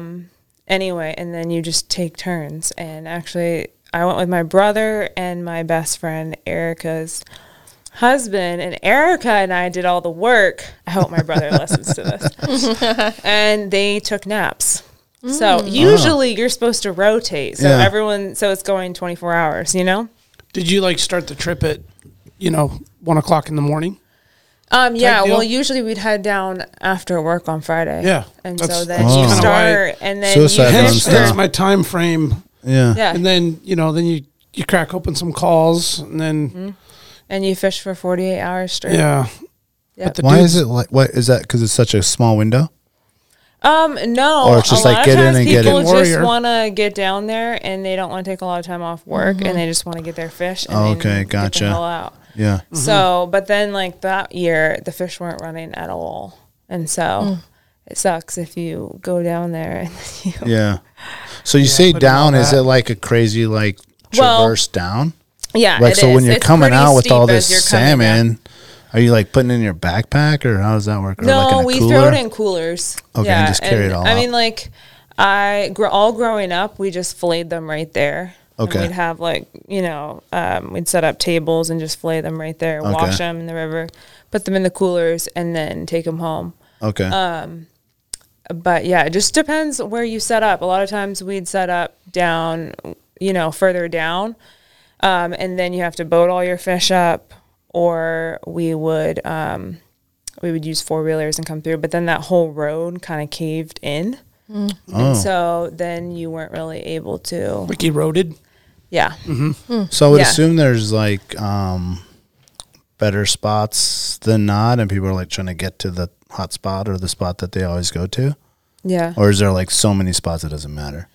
[SPEAKER 5] Anyway, and then you just take turns. And actually, I went with my brother and my best friend Erica's husband, and Erica and I did all the work. I hope my brother listens to this. And they took naps. So usually you're supposed to rotate. So
[SPEAKER 1] Yeah.
[SPEAKER 5] everyone, so it's going 24 hours. You know.
[SPEAKER 3] Did you like start the trip at, you know, one o'clock in the morning?
[SPEAKER 5] Um, yeah.
[SPEAKER 3] deal?
[SPEAKER 5] Well, usually we'd head down after work on Friday.
[SPEAKER 3] Yeah,
[SPEAKER 5] and
[SPEAKER 3] that's-
[SPEAKER 5] so then
[SPEAKER 3] that's
[SPEAKER 5] you
[SPEAKER 3] kinda
[SPEAKER 5] start, and then
[SPEAKER 1] Suicide
[SPEAKER 5] you
[SPEAKER 1] runs
[SPEAKER 3] Hence,
[SPEAKER 5] finish.
[SPEAKER 1] down.
[SPEAKER 3] that's
[SPEAKER 1] Yeah.
[SPEAKER 3] my time frame.
[SPEAKER 1] Yeah.
[SPEAKER 5] Yeah,
[SPEAKER 3] And then you know, then you you crack open some calls, and then
[SPEAKER 5] Mm-hmm. and you fish for forty eight hours straight.
[SPEAKER 3] yeah.
[SPEAKER 5] Yep.
[SPEAKER 3] But the
[SPEAKER 1] Why
[SPEAKER 3] dude-
[SPEAKER 1] is it like, what is that? Because it's such a small window?
[SPEAKER 5] Um, no.
[SPEAKER 1] Or it's just
[SPEAKER 5] a
[SPEAKER 1] like,
[SPEAKER 5] lot
[SPEAKER 1] get
[SPEAKER 5] of
[SPEAKER 1] in
[SPEAKER 5] times
[SPEAKER 1] and get
[SPEAKER 5] people
[SPEAKER 1] in.
[SPEAKER 3] Warrior.
[SPEAKER 5] just want to get down there, and they don't want to take a lot of time off work,
[SPEAKER 3] Mm-hmm.
[SPEAKER 5] and they just want to get their fish. And then
[SPEAKER 1] Okay,
[SPEAKER 5] Get
[SPEAKER 1] gotcha.
[SPEAKER 5] the hell out.
[SPEAKER 1] Yeah.
[SPEAKER 5] So, but then like that year, the fish weren't running at all, and so. It sucks if you go down there and you
[SPEAKER 1] Yeah. So you say
[SPEAKER 3] but no,
[SPEAKER 1] down, is
[SPEAKER 3] that-
[SPEAKER 1] it like a crazy like
[SPEAKER 5] Well,
[SPEAKER 1] traverse down?
[SPEAKER 5] yeah
[SPEAKER 1] Like
[SPEAKER 5] it
[SPEAKER 1] so when
[SPEAKER 5] is.
[SPEAKER 1] you're
[SPEAKER 5] It's
[SPEAKER 1] coming
[SPEAKER 5] pretty
[SPEAKER 1] out with
[SPEAKER 5] steep
[SPEAKER 1] all
[SPEAKER 5] as
[SPEAKER 1] this
[SPEAKER 5] you're coming down.
[SPEAKER 1] salmon, are you like putting it in your backpack or how does that work? Or
[SPEAKER 5] No,
[SPEAKER 1] like in a
[SPEAKER 5] we
[SPEAKER 1] cooler?
[SPEAKER 5] throw it in coolers.
[SPEAKER 1] Okay, and just carry it all
[SPEAKER 5] I
[SPEAKER 1] out.
[SPEAKER 5] mean, like I gr- all growing up, we just filleted them right there. And
[SPEAKER 1] Okay.
[SPEAKER 5] we'd have like you know, um, we'd set up tables and just fillet them right there, wash 'em
[SPEAKER 1] Okay.
[SPEAKER 5] wash them in the river, put them in the coolers, and then take them home.
[SPEAKER 1] Okay.
[SPEAKER 5] uh, But yeah, it just depends where you set up. A lot of times we'd set up down, you know, further down, um, and then you have to boat all your fish up, or we would um, we would use four wheelers and come through. But then that whole road kind of caved in, and so then you weren't really able to.
[SPEAKER 3] like eroded.
[SPEAKER 5] Yeah,
[SPEAKER 1] so I would
[SPEAKER 5] yeah.
[SPEAKER 1] assume there's like um better spots than not and people are like trying to get to the hot spot or the spot that they always go to?
[SPEAKER 5] yeah.
[SPEAKER 1] Or is there like so many spots it doesn't matter?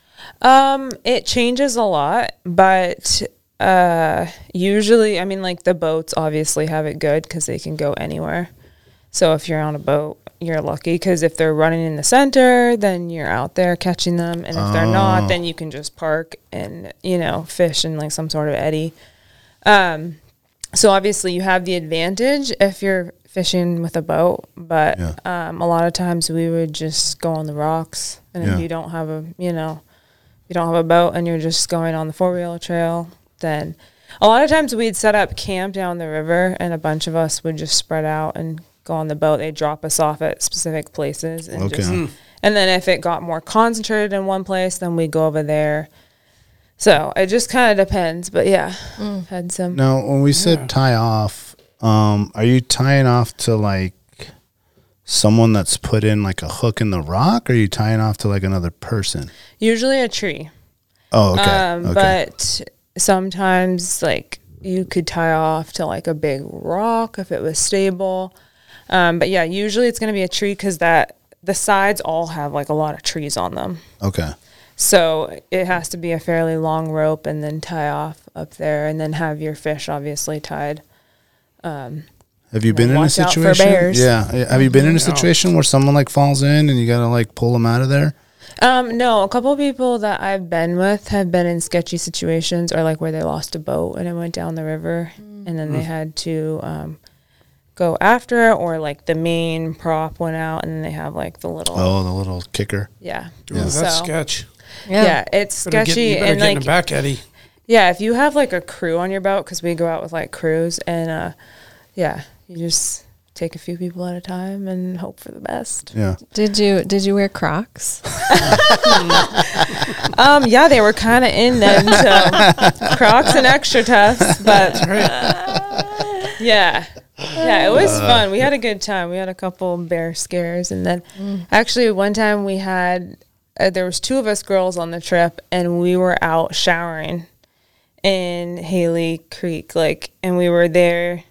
[SPEAKER 5] Um, it changes a lot, but uh, usually, I mean, like the boats obviously have it good because they can go anywhere. So if you're on a boat, you're lucky because if they're running in the center, then you're out there catching them, and if they're
[SPEAKER 1] Oh.
[SPEAKER 5] not, then you can just park and you know fish in like some sort of eddy. Um, so obviously you have the advantage if you're fishing with a boat, but
[SPEAKER 1] Yeah.
[SPEAKER 5] um, a lot of times we would just go on the rocks, and
[SPEAKER 1] Yeah.
[SPEAKER 5] if you don't have a you know you don't have a boat and you're just going on the four wheel trail, then a lot of times we'd set up camp down the river and a bunch of us would just spread out and go on the boat. They'd drop us off at specific places and just
[SPEAKER 1] Okay.
[SPEAKER 5] and then if it got more concentrated in one place, then we'd go over there. So it just kind of depends, but yeah, had some.
[SPEAKER 1] Now, when we said tie off, um, are you tying off to like someone that's put in like a hook in the rock, or are you tying off to like another person?
[SPEAKER 5] Usually a tree.
[SPEAKER 1] Oh, okay.
[SPEAKER 5] Um,
[SPEAKER 1] okay.
[SPEAKER 5] But sometimes, like, you could tie off to like a big rock if it was stable. Um, but yeah, usually it's going to be a tree because that the sides all have like a lot of trees on them.
[SPEAKER 1] okay.
[SPEAKER 5] So it has to be a fairly long rope and then tie off up there and then have your fish obviously tied.
[SPEAKER 1] Have you been in a
[SPEAKER 5] watch out for
[SPEAKER 1] situation?
[SPEAKER 5] bears.
[SPEAKER 1] Yeah. yeah. Have you been in a situation where someone like falls in and you gotta like pull them out of there?
[SPEAKER 5] Um, no, a couple of people that I've been with have been in sketchy situations or like where they lost a boat and it went down the river and
[SPEAKER 3] Mm.
[SPEAKER 5] then they had to um, go after it or like the main prop went out and then they have like the little
[SPEAKER 1] Oh, the little kicker.
[SPEAKER 5] yeah.
[SPEAKER 3] Ooh, that's
[SPEAKER 5] So,
[SPEAKER 3] sketch.
[SPEAKER 5] yeah. it's
[SPEAKER 3] Better get-
[SPEAKER 5] sketchy
[SPEAKER 3] you better
[SPEAKER 5] and
[SPEAKER 3] get in
[SPEAKER 5] like
[SPEAKER 3] the back, Eddie.
[SPEAKER 5] yeah, if you have like a crew on your boat because we go out with like crews and uh, yeah, you just take a few people at a time and hope for the best.
[SPEAKER 1] Yeah.
[SPEAKER 4] Did you did you wear Crocs?
[SPEAKER 5] Um, yeah, they were kind of in then, so Crocs and extra tufts, but uh, yeah, yeah, it was fun. We had a good time. We had a couple bear scares, and then actually one time we had uh, there was two of us girls on the trip, and we were out showering in Haley Creek, like, and we were there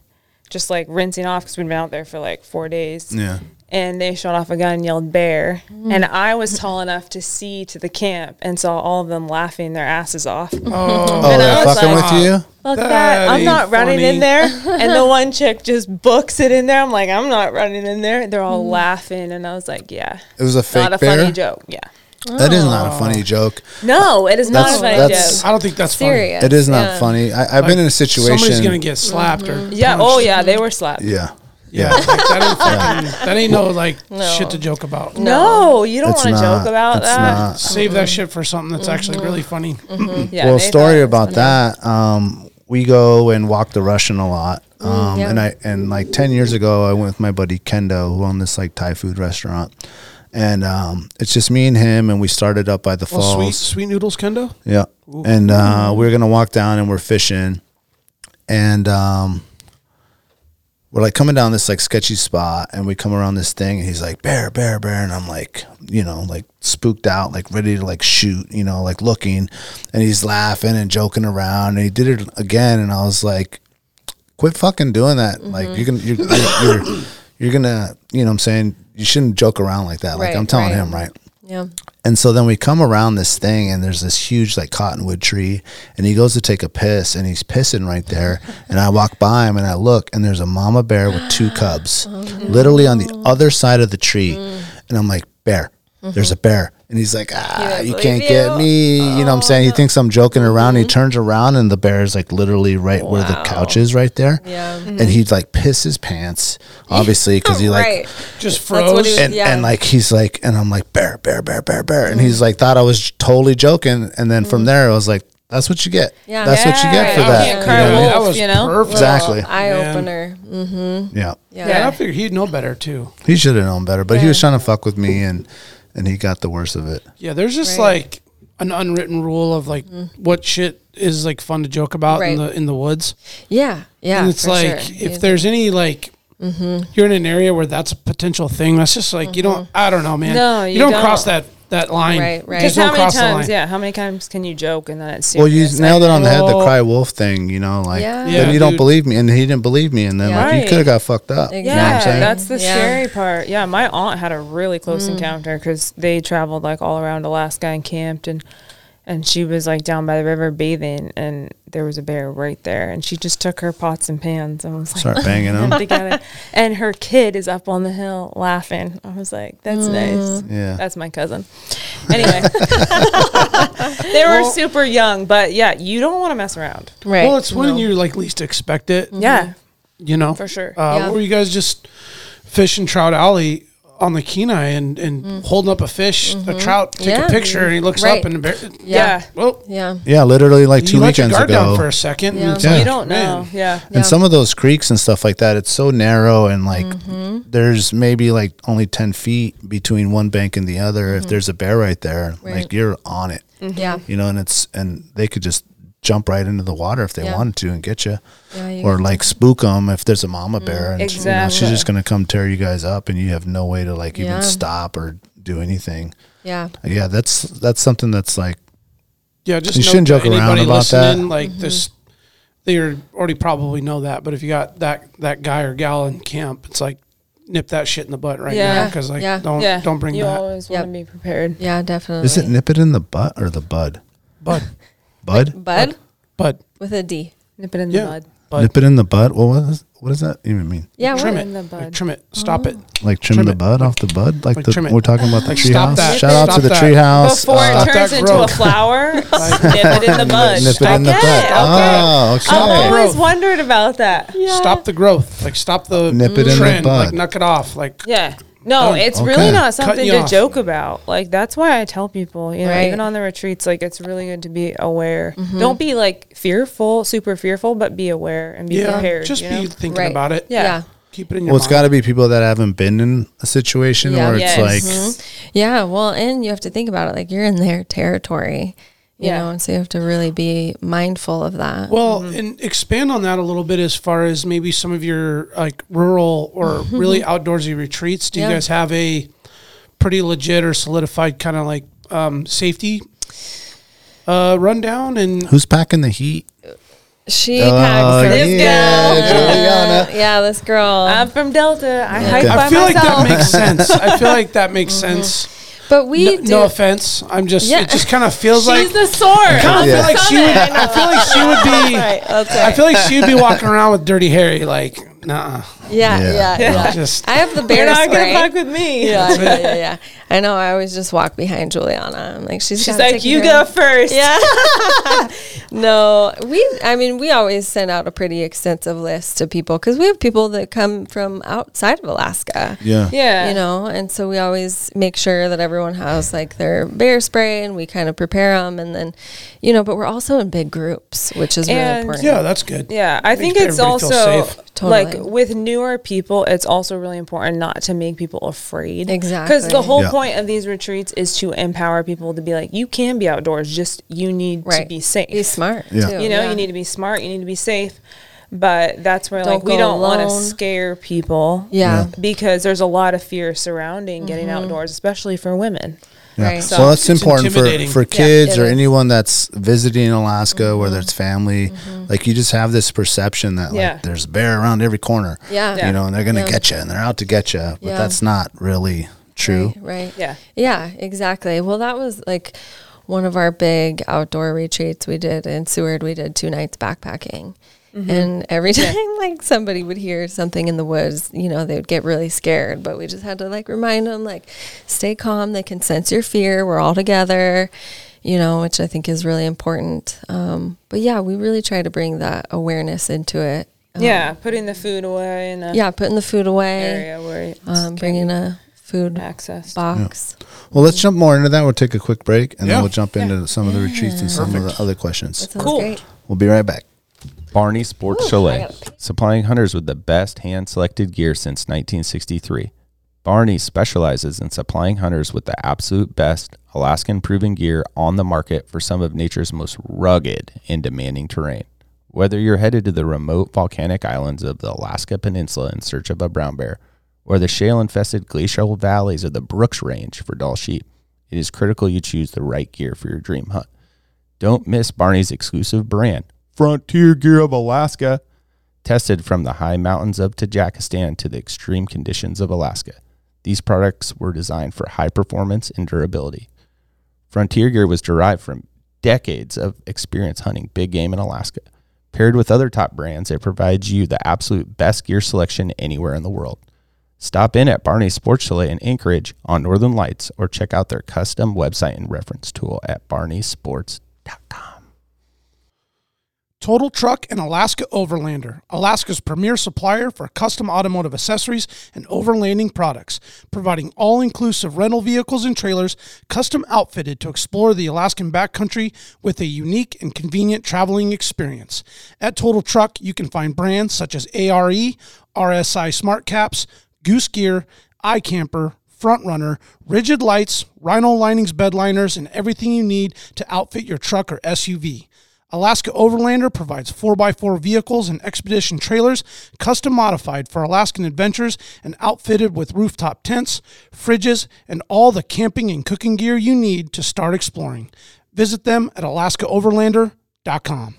[SPEAKER 5] just like rinsing off because we'd been out there for like four days
[SPEAKER 1] Yeah.
[SPEAKER 5] and they shot off a gun and yelled bear and i was tall enough to see to the camp and saw all of them laughing their asses off
[SPEAKER 1] Oh,
[SPEAKER 5] And I
[SPEAKER 1] they're
[SPEAKER 5] was
[SPEAKER 1] fucking
[SPEAKER 5] like,
[SPEAKER 1] with you.
[SPEAKER 5] fuck that,
[SPEAKER 3] That
[SPEAKER 5] i'm
[SPEAKER 3] ain't
[SPEAKER 5] not running
[SPEAKER 3] funny.
[SPEAKER 5] in there and the one chick just books it in there i'm like i'm not running in there they're all laughing and i was like yeah
[SPEAKER 1] It was a
[SPEAKER 5] not
[SPEAKER 1] fake
[SPEAKER 5] a
[SPEAKER 1] bear.
[SPEAKER 5] funny joke Oh. yeah
[SPEAKER 1] That is not a funny joke.
[SPEAKER 5] no it is
[SPEAKER 1] That's-
[SPEAKER 5] not a funny
[SPEAKER 1] that's-
[SPEAKER 5] joke
[SPEAKER 3] I don't think that's
[SPEAKER 4] Serious.
[SPEAKER 1] It is not
[SPEAKER 4] Yeah.
[SPEAKER 1] funny. I, I've been in a situation.
[SPEAKER 3] funny. Somebody's gonna get slapped or
[SPEAKER 5] yeah
[SPEAKER 3] punched.
[SPEAKER 5] oh yeah they were slapped
[SPEAKER 1] yeah.
[SPEAKER 3] yeah.
[SPEAKER 1] Yeah.
[SPEAKER 3] like, that, ain't fucking, that ain't no like
[SPEAKER 4] No.
[SPEAKER 3] shit to joke about.
[SPEAKER 5] no you don't
[SPEAKER 1] It's
[SPEAKER 5] want to
[SPEAKER 1] not-
[SPEAKER 5] joke about
[SPEAKER 1] it's
[SPEAKER 5] that
[SPEAKER 1] not.
[SPEAKER 3] Save that shit for something that's actually really funny.
[SPEAKER 5] yeah,
[SPEAKER 1] well,
[SPEAKER 5] they
[SPEAKER 1] story
[SPEAKER 5] thought-
[SPEAKER 1] about that. Um, we go and walk the Russian a lot. Um,
[SPEAKER 4] yeah.
[SPEAKER 1] and I and like ten years ago, I went with my buddy Kendo, who owned this like Thai food restaurant, and um, it's just me and him. And we started up by the
[SPEAKER 3] Well, sweet
[SPEAKER 1] falls.
[SPEAKER 3] sweet noodles, Kendo.
[SPEAKER 1] Yeah. And uh, we were going to walk down and we're fishing. And um, we're like coming down this like sketchy spot and we come around this thing and he's like, bear, bear, bear. And I'm like, you know, like spooked out, like ready to like shoot, you know, like looking. And he's laughing and joking around. And he did it again. And I was like, quit fucking doing that.
[SPEAKER 4] Mm-hmm.
[SPEAKER 1] Like you can, you're, you're, you're, you're gonna, you know what I'm saying? You shouldn't joke around like that. Like
[SPEAKER 4] Right,
[SPEAKER 1] I'm telling
[SPEAKER 4] right.
[SPEAKER 1] him, right?
[SPEAKER 4] Yeah.
[SPEAKER 1] And so then we come around this thing, and there's this huge like cottonwood tree, and he goes to take a piss, and he's pissing right there. And I walk by him, and I look, and there's a mama bear with two cubs, literally on the other side of the tree. And I'm like, bear, there's a bear. And he's like, ah,
[SPEAKER 4] don't
[SPEAKER 1] you
[SPEAKER 4] believe
[SPEAKER 1] can't get
[SPEAKER 4] you.
[SPEAKER 1] me. you know what I'm saying? He thinks I'm joking around. And he turns around, and the bear is like literally right where the couch is right there.
[SPEAKER 4] Yeah.
[SPEAKER 1] And he'd like piss his pants, obviously, because he like
[SPEAKER 4] right.
[SPEAKER 3] Just
[SPEAKER 4] That's what
[SPEAKER 3] froze.
[SPEAKER 4] he was-
[SPEAKER 1] and,
[SPEAKER 4] yeah.
[SPEAKER 1] and like he's like and i'm like bear bear bear bear bear and he's like thought i was totally joking and then from there i was like that's what you get
[SPEAKER 4] Yeah.
[SPEAKER 1] that's what you
[SPEAKER 5] Yeah,
[SPEAKER 1] get for
[SPEAKER 5] you
[SPEAKER 1] that
[SPEAKER 5] can't
[SPEAKER 1] you
[SPEAKER 5] cry
[SPEAKER 1] know what I mean?
[SPEAKER 5] wolf,
[SPEAKER 3] that was
[SPEAKER 5] you know?
[SPEAKER 3] perfect.
[SPEAKER 1] exactly
[SPEAKER 4] Eye opener.
[SPEAKER 1] yeah
[SPEAKER 4] Yeah.
[SPEAKER 3] Yeah, I figured he'd know better too.
[SPEAKER 1] he should have known better but he was trying to fuck with me and and he got the worst of it
[SPEAKER 3] Yeah, there's just
[SPEAKER 4] Right.
[SPEAKER 3] like an unwritten rule of like what shit is like fun to joke about in
[SPEAKER 4] Right.
[SPEAKER 3] the in the woods.
[SPEAKER 4] Yeah. Yeah.
[SPEAKER 3] and it's
[SPEAKER 4] for
[SPEAKER 3] like
[SPEAKER 4] sure.
[SPEAKER 3] if
[SPEAKER 4] You-
[SPEAKER 3] there's any like you're in an area where that's a potential thing, that's just like you don't. I don't know, man.
[SPEAKER 5] No,
[SPEAKER 3] you,
[SPEAKER 5] you
[SPEAKER 3] don't,
[SPEAKER 5] don't.
[SPEAKER 3] cross that that line.
[SPEAKER 4] Right,
[SPEAKER 3] You
[SPEAKER 4] right.
[SPEAKER 3] just
[SPEAKER 5] because
[SPEAKER 3] don't
[SPEAKER 5] how many
[SPEAKER 3] cross the line.
[SPEAKER 5] times yeah how many times can you joke and then it's
[SPEAKER 1] well you
[SPEAKER 5] serious
[SPEAKER 1] nailed it on the head the
[SPEAKER 3] Well-
[SPEAKER 1] cry wolf thing you know like
[SPEAKER 4] Yeah.
[SPEAKER 1] then
[SPEAKER 3] Yeah,
[SPEAKER 1] you don't
[SPEAKER 3] dude.
[SPEAKER 1] believe me and he didn't believe me and then like you
[SPEAKER 5] Right.
[SPEAKER 1] could have got fucked up you know what
[SPEAKER 5] Yeah,
[SPEAKER 1] i'm saying
[SPEAKER 5] that's the
[SPEAKER 4] Yeah. Mm.
[SPEAKER 5] scary part. Yeah, my aunt had a really close encounter 'cause encounter because they traveled like all around Alaska and camped, and and she was like down by the river bathing, and there was a bear right there, and she just took her pots and pans and was like
[SPEAKER 1] start banging
[SPEAKER 5] them
[SPEAKER 1] him
[SPEAKER 5] together, and her kid is up on the hill laughing. I was like,
[SPEAKER 4] Mm.
[SPEAKER 5] that's nice.
[SPEAKER 1] yeah
[SPEAKER 5] That's my cousin. Anyway, they were super young, but yeah, you don't want to mess around.
[SPEAKER 4] right.
[SPEAKER 3] Well, it's when you like least expect it.
[SPEAKER 5] Yeah,
[SPEAKER 3] you know
[SPEAKER 5] For sure.
[SPEAKER 3] Uh,
[SPEAKER 4] Yeah.
[SPEAKER 3] Were you guys just fishing trout alley on the Kenai and and
[SPEAKER 5] Mm-hmm.
[SPEAKER 3] holding up a fish, a trout, take
[SPEAKER 4] Yeah.
[SPEAKER 3] a picture, and he looks
[SPEAKER 4] Right.
[SPEAKER 3] up and the bear,
[SPEAKER 4] Yeah.
[SPEAKER 5] yeah.
[SPEAKER 3] well,
[SPEAKER 4] yeah.
[SPEAKER 1] yeah literally like two
[SPEAKER 3] you let your
[SPEAKER 1] weekends
[SPEAKER 3] guard
[SPEAKER 1] ago
[SPEAKER 3] down for a second.
[SPEAKER 4] Yeah.
[SPEAKER 3] And it's
[SPEAKER 1] Yeah.
[SPEAKER 3] like,
[SPEAKER 5] You don't
[SPEAKER 3] man,
[SPEAKER 5] know. Yeah.
[SPEAKER 4] Yeah.
[SPEAKER 1] And some of those creeks and stuff like that, it's so narrow and like
[SPEAKER 4] Mm-hmm.
[SPEAKER 1] there's maybe like only 10 feet between one bank and the other. If there's a bear right there,
[SPEAKER 4] Mm-hmm. Right. Mm.
[SPEAKER 1] like you're on it,
[SPEAKER 4] Yeah.
[SPEAKER 1] you know, and it's, and they could just
[SPEAKER 6] jump right into the water if they
[SPEAKER 4] Yeah.
[SPEAKER 6] wanted to and get you,
[SPEAKER 4] Yeah, you Mm,
[SPEAKER 6] or
[SPEAKER 4] got-
[SPEAKER 6] like spook them if there's a mama bear and she- you know, she's just
[SPEAKER 5] exactly.
[SPEAKER 6] gonna come tear you guys up and you have no way to like even
[SPEAKER 4] Yeah.
[SPEAKER 6] stop or do anything.
[SPEAKER 4] yeah.
[SPEAKER 6] Yeah, that's that's something that's like
[SPEAKER 3] Yeah, just
[SPEAKER 6] You
[SPEAKER 3] note
[SPEAKER 6] shouldn't
[SPEAKER 3] to
[SPEAKER 6] joke around
[SPEAKER 3] anybody
[SPEAKER 6] about that.
[SPEAKER 3] listening, Like this,
[SPEAKER 5] Mm-hmm.
[SPEAKER 3] they are- already probably know that. But if you got that that guy or gal in camp, it's like nip that shit in the butt right now
[SPEAKER 5] Yeah.
[SPEAKER 3] because like
[SPEAKER 4] Yeah.
[SPEAKER 3] don't
[SPEAKER 5] yeah.
[SPEAKER 3] don't bring
[SPEAKER 5] you
[SPEAKER 3] that
[SPEAKER 5] always
[SPEAKER 4] Yep.
[SPEAKER 5] want to be prepared.
[SPEAKER 4] Yeah, definitely.
[SPEAKER 6] is it nip it in the butt or the bud?
[SPEAKER 3] bud
[SPEAKER 6] Bud?
[SPEAKER 4] bud
[SPEAKER 3] bud
[SPEAKER 4] with a D?
[SPEAKER 5] Nip it in
[SPEAKER 3] Yeah.
[SPEAKER 5] the bud.
[SPEAKER 3] bud.
[SPEAKER 6] Nip it in the butt. What was what does that even mean?
[SPEAKER 4] Yeah,
[SPEAKER 3] trim
[SPEAKER 4] what?
[SPEAKER 3] it
[SPEAKER 5] in the
[SPEAKER 3] Like,
[SPEAKER 5] bud. Oh.
[SPEAKER 3] trim it stop it
[SPEAKER 6] Like trim,
[SPEAKER 3] Trim
[SPEAKER 6] the
[SPEAKER 3] it.
[SPEAKER 6] bud off the bud, like,
[SPEAKER 3] Like
[SPEAKER 6] the
[SPEAKER 3] trim it.
[SPEAKER 6] we're talking about the
[SPEAKER 3] Like, stop
[SPEAKER 6] treehouse.
[SPEAKER 3] that.
[SPEAKER 6] Shout out
[SPEAKER 3] Stop
[SPEAKER 6] to the
[SPEAKER 3] that.
[SPEAKER 6] treehouse.
[SPEAKER 5] Before
[SPEAKER 6] uh,
[SPEAKER 5] it turns
[SPEAKER 3] that
[SPEAKER 5] into a
[SPEAKER 3] growth.
[SPEAKER 5] flower, nip it in the bud.
[SPEAKER 6] nip it in the
[SPEAKER 5] Okay,
[SPEAKER 6] butt.
[SPEAKER 5] okay.
[SPEAKER 6] Oh,
[SPEAKER 5] I've
[SPEAKER 6] okay.
[SPEAKER 5] always wondered about that.
[SPEAKER 3] stop the growth like stop the
[SPEAKER 6] Nip it in the
[SPEAKER 3] trend,
[SPEAKER 6] bud.
[SPEAKER 3] like knock it off like
[SPEAKER 5] Yeah. No,
[SPEAKER 3] Done.
[SPEAKER 5] it's
[SPEAKER 6] Okay.
[SPEAKER 5] really not something
[SPEAKER 3] you
[SPEAKER 5] to
[SPEAKER 3] off.
[SPEAKER 5] joke about. Like that's why I tell people, you know,
[SPEAKER 4] Right.
[SPEAKER 5] even on the retreats, like it's really good to be aware. Don't be like fearful, super fearful, but be aware and be
[SPEAKER 3] yeah
[SPEAKER 5] prepared.
[SPEAKER 3] just
[SPEAKER 5] you
[SPEAKER 3] be
[SPEAKER 5] know?
[SPEAKER 3] thinking
[SPEAKER 4] Right.
[SPEAKER 3] about it
[SPEAKER 5] Yeah.
[SPEAKER 4] yeah.
[SPEAKER 3] keep it in your
[SPEAKER 6] Well, it's got
[SPEAKER 3] mind.
[SPEAKER 6] to be people that haven't been in a situation
[SPEAKER 4] Yeah. Mm-hmm.
[SPEAKER 6] where it's
[SPEAKER 5] Yes.
[SPEAKER 6] like
[SPEAKER 4] Yeah, well, and you have to think about it like you're in their territory, you
[SPEAKER 5] Yeah.
[SPEAKER 4] know, and so you have to really be mindful of that.
[SPEAKER 3] Well,
[SPEAKER 5] Mm-hmm.
[SPEAKER 3] and expand on that a little bit as far as maybe some of your like rural or
[SPEAKER 5] Mm-hmm.
[SPEAKER 3] really outdoorsy retreats. Do you
[SPEAKER 4] Yeah.
[SPEAKER 3] guys have a pretty legit or solidified kind of like um, safety uh, rundown? And
[SPEAKER 6] who's packing the heat?
[SPEAKER 4] she
[SPEAKER 6] Oh,
[SPEAKER 4] packs
[SPEAKER 6] yeah,
[SPEAKER 4] this
[SPEAKER 6] Juliana.
[SPEAKER 4] girl. yeah, this girl.
[SPEAKER 5] I'm from Delta. I hike
[SPEAKER 6] Okay.
[SPEAKER 5] by
[SPEAKER 3] I feel like
[SPEAKER 5] myself. Mm-hmm.
[SPEAKER 3] that makes sense. I feel like that makes sense.
[SPEAKER 4] but we
[SPEAKER 3] No,
[SPEAKER 4] do.
[SPEAKER 3] no offense. I'm just
[SPEAKER 4] Yeah.
[SPEAKER 3] it just kind of feels
[SPEAKER 5] She's
[SPEAKER 3] like
[SPEAKER 5] the sword.
[SPEAKER 3] I feel
[SPEAKER 6] Yeah.
[SPEAKER 3] like she would. I feel like she would be. I feel like she would be walking around with Dirty Harry. Like, nah,
[SPEAKER 4] yeah,
[SPEAKER 6] Yeah,
[SPEAKER 4] yeah, yeah,
[SPEAKER 3] just
[SPEAKER 4] I have the
[SPEAKER 5] You're
[SPEAKER 4] bear
[SPEAKER 5] not
[SPEAKER 4] spray.
[SPEAKER 5] gonna fuck with me.
[SPEAKER 4] yeah, yeah, yeah, yeah. I know. I always just walk behind Juliana. I'm like, she's
[SPEAKER 5] She's
[SPEAKER 4] got it
[SPEAKER 5] like,
[SPEAKER 4] taken
[SPEAKER 5] you
[SPEAKER 4] care
[SPEAKER 5] go
[SPEAKER 4] of."
[SPEAKER 5] first.
[SPEAKER 4] Yeah. no, we. I mean, we always send out a pretty extensive list to people because we have people that come from outside of Alaska.
[SPEAKER 6] Yeah.
[SPEAKER 5] Yeah.
[SPEAKER 4] you know and so we always make sure that everyone has like their bear spray and we kind of prepare them and then you know but we're also in big groups which is really
[SPEAKER 5] And-
[SPEAKER 4] important
[SPEAKER 3] yeah, that's good.
[SPEAKER 5] Yeah, I
[SPEAKER 3] Makes
[SPEAKER 5] think it's
[SPEAKER 3] everybody feel
[SPEAKER 5] also
[SPEAKER 3] safe.
[SPEAKER 4] Totally.
[SPEAKER 5] like with newer people, it's also really important not to make people afraid. Because
[SPEAKER 4] Exactly.
[SPEAKER 5] the whole
[SPEAKER 6] Yeah.
[SPEAKER 5] point of these retreats is to empower people to be like, you can be outdoors, just you need to
[SPEAKER 4] right
[SPEAKER 5] be safe.
[SPEAKER 4] be smart
[SPEAKER 6] Yeah.
[SPEAKER 4] too.
[SPEAKER 5] You know,
[SPEAKER 4] Yeah.
[SPEAKER 5] you need to be smart, you need to be safe. But that's where
[SPEAKER 4] Don't
[SPEAKER 5] like we
[SPEAKER 4] go
[SPEAKER 5] don't want to
[SPEAKER 4] alone.
[SPEAKER 5] scare people.
[SPEAKER 4] yeah,
[SPEAKER 5] Because there's a lot of fear surrounding getting
[SPEAKER 4] Mm-hmm.
[SPEAKER 5] outdoors, especially for women.
[SPEAKER 6] Yeah.
[SPEAKER 4] Right.
[SPEAKER 6] So that's important for,
[SPEAKER 3] intimidating.
[SPEAKER 6] for kids
[SPEAKER 4] it
[SPEAKER 6] or
[SPEAKER 4] is. Mm-hmm.
[SPEAKER 6] anyone that's visiting Alaska, whether it's family. Like you just have this perception that like
[SPEAKER 5] Yeah.
[SPEAKER 6] there's a bear around every corner.
[SPEAKER 4] Yeah. Yeah.
[SPEAKER 6] You know, and they're gonna
[SPEAKER 4] Yeah.
[SPEAKER 6] get you and they're out to get you, but
[SPEAKER 4] Yeah.
[SPEAKER 6] that's not really true.
[SPEAKER 4] Right, right
[SPEAKER 5] Yeah.
[SPEAKER 4] yeah exactly well that was like one of our big outdoor retreats we did in seward we did two nights backpacking
[SPEAKER 5] Mm-hmm.
[SPEAKER 4] and every time like somebody would hear something in the woods you know they would get really scared but we just had to like remind them like stay calm they can sense your fear we're all together you know which i think is really important um, but yeah we really try to bring that awareness into it Um,
[SPEAKER 5] yeah. Putting the food away in a
[SPEAKER 4] yeah putting the food away
[SPEAKER 5] area where it's
[SPEAKER 4] um, bringing a food
[SPEAKER 5] access.
[SPEAKER 4] box
[SPEAKER 6] Well, let's jump more into that. We'll take a quick break and
[SPEAKER 3] Yeah.
[SPEAKER 6] then we'll jump into some of the retreats and some of the other questions.
[SPEAKER 4] Sounds
[SPEAKER 5] Cool.
[SPEAKER 4] great.
[SPEAKER 6] We'll be right back.
[SPEAKER 2] Barney Sports
[SPEAKER 4] Ooh, I
[SPEAKER 2] Chalet,
[SPEAKER 4] gotta pee.
[SPEAKER 2] supplying hunters with the best hand selected gear since 1963. Barney specializes in supplying hunters with the absolute best Alaskan proven gear on the market for some of nature's most rugged and demanding terrain. Whether you're headed to the remote volcanic islands of the Alaska Peninsula in search of a brown bear, or the shale infested glacial valleys of the Brooks Range for doll sheep, it is critical you choose the right gear for your dream hunt. Don't miss Barney's exclusive brand, Frontier Gear of Alaska, tested from the high mountains of Tajikistan to the extreme conditions of Alaska. These products were designed for high performance and durability. Frontier Gear was derived from decades of experience hunting big game in Alaska. Paired with other top brands, it provides you the absolute best gear selection anywhere in the world. Stop in at Barney's Sports Chalet in Anchorage on Northern Lights or check out their custom website and reference tool at barneysports.com.
[SPEAKER 3] Total Truck and Alaska Overlander, Alaska's premier supplier for custom automotive accessories and overlanding products, providing all inclusive rental vehicles and trailers custom outfitted to explore the Alaskan backcountry with a unique and convenient traveling experience. At Total Truck, you can find brands such as E, ARE, RSI Smart Caps, Goose Gear, iCamper, front runner, rigid lights, rhino linings, bed liners, and everything you need to outfit your truck or SUV. Alaska Overlander provides 4x4 vehicles and expedition trailers custom modified for Alaskan adventures and outfitted with rooftop tents, fridges, and all the camping and cooking gear you need to start exploring. Visit them at alaskaoverlander.com.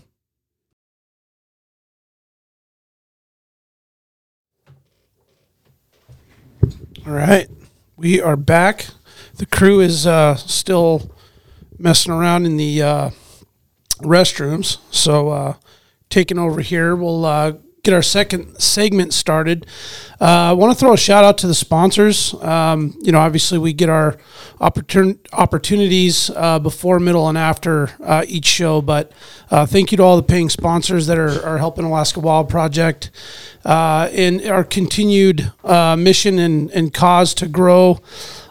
[SPEAKER 3] All right, we are back. The crew is uh, still messing around in the uh, restrooms, so uh, taking over here, we'll uh, get our second segment started. Uh, I want to throw a shout out to the sponsors. Um, you know, obviously we get our opportun- opportunities uh, before, middle, and after uh, each show, but uh, thank you to all the paying sponsors that are, are helping Alaska Wild Project uh, in our continued uh, mission and, and cause to grow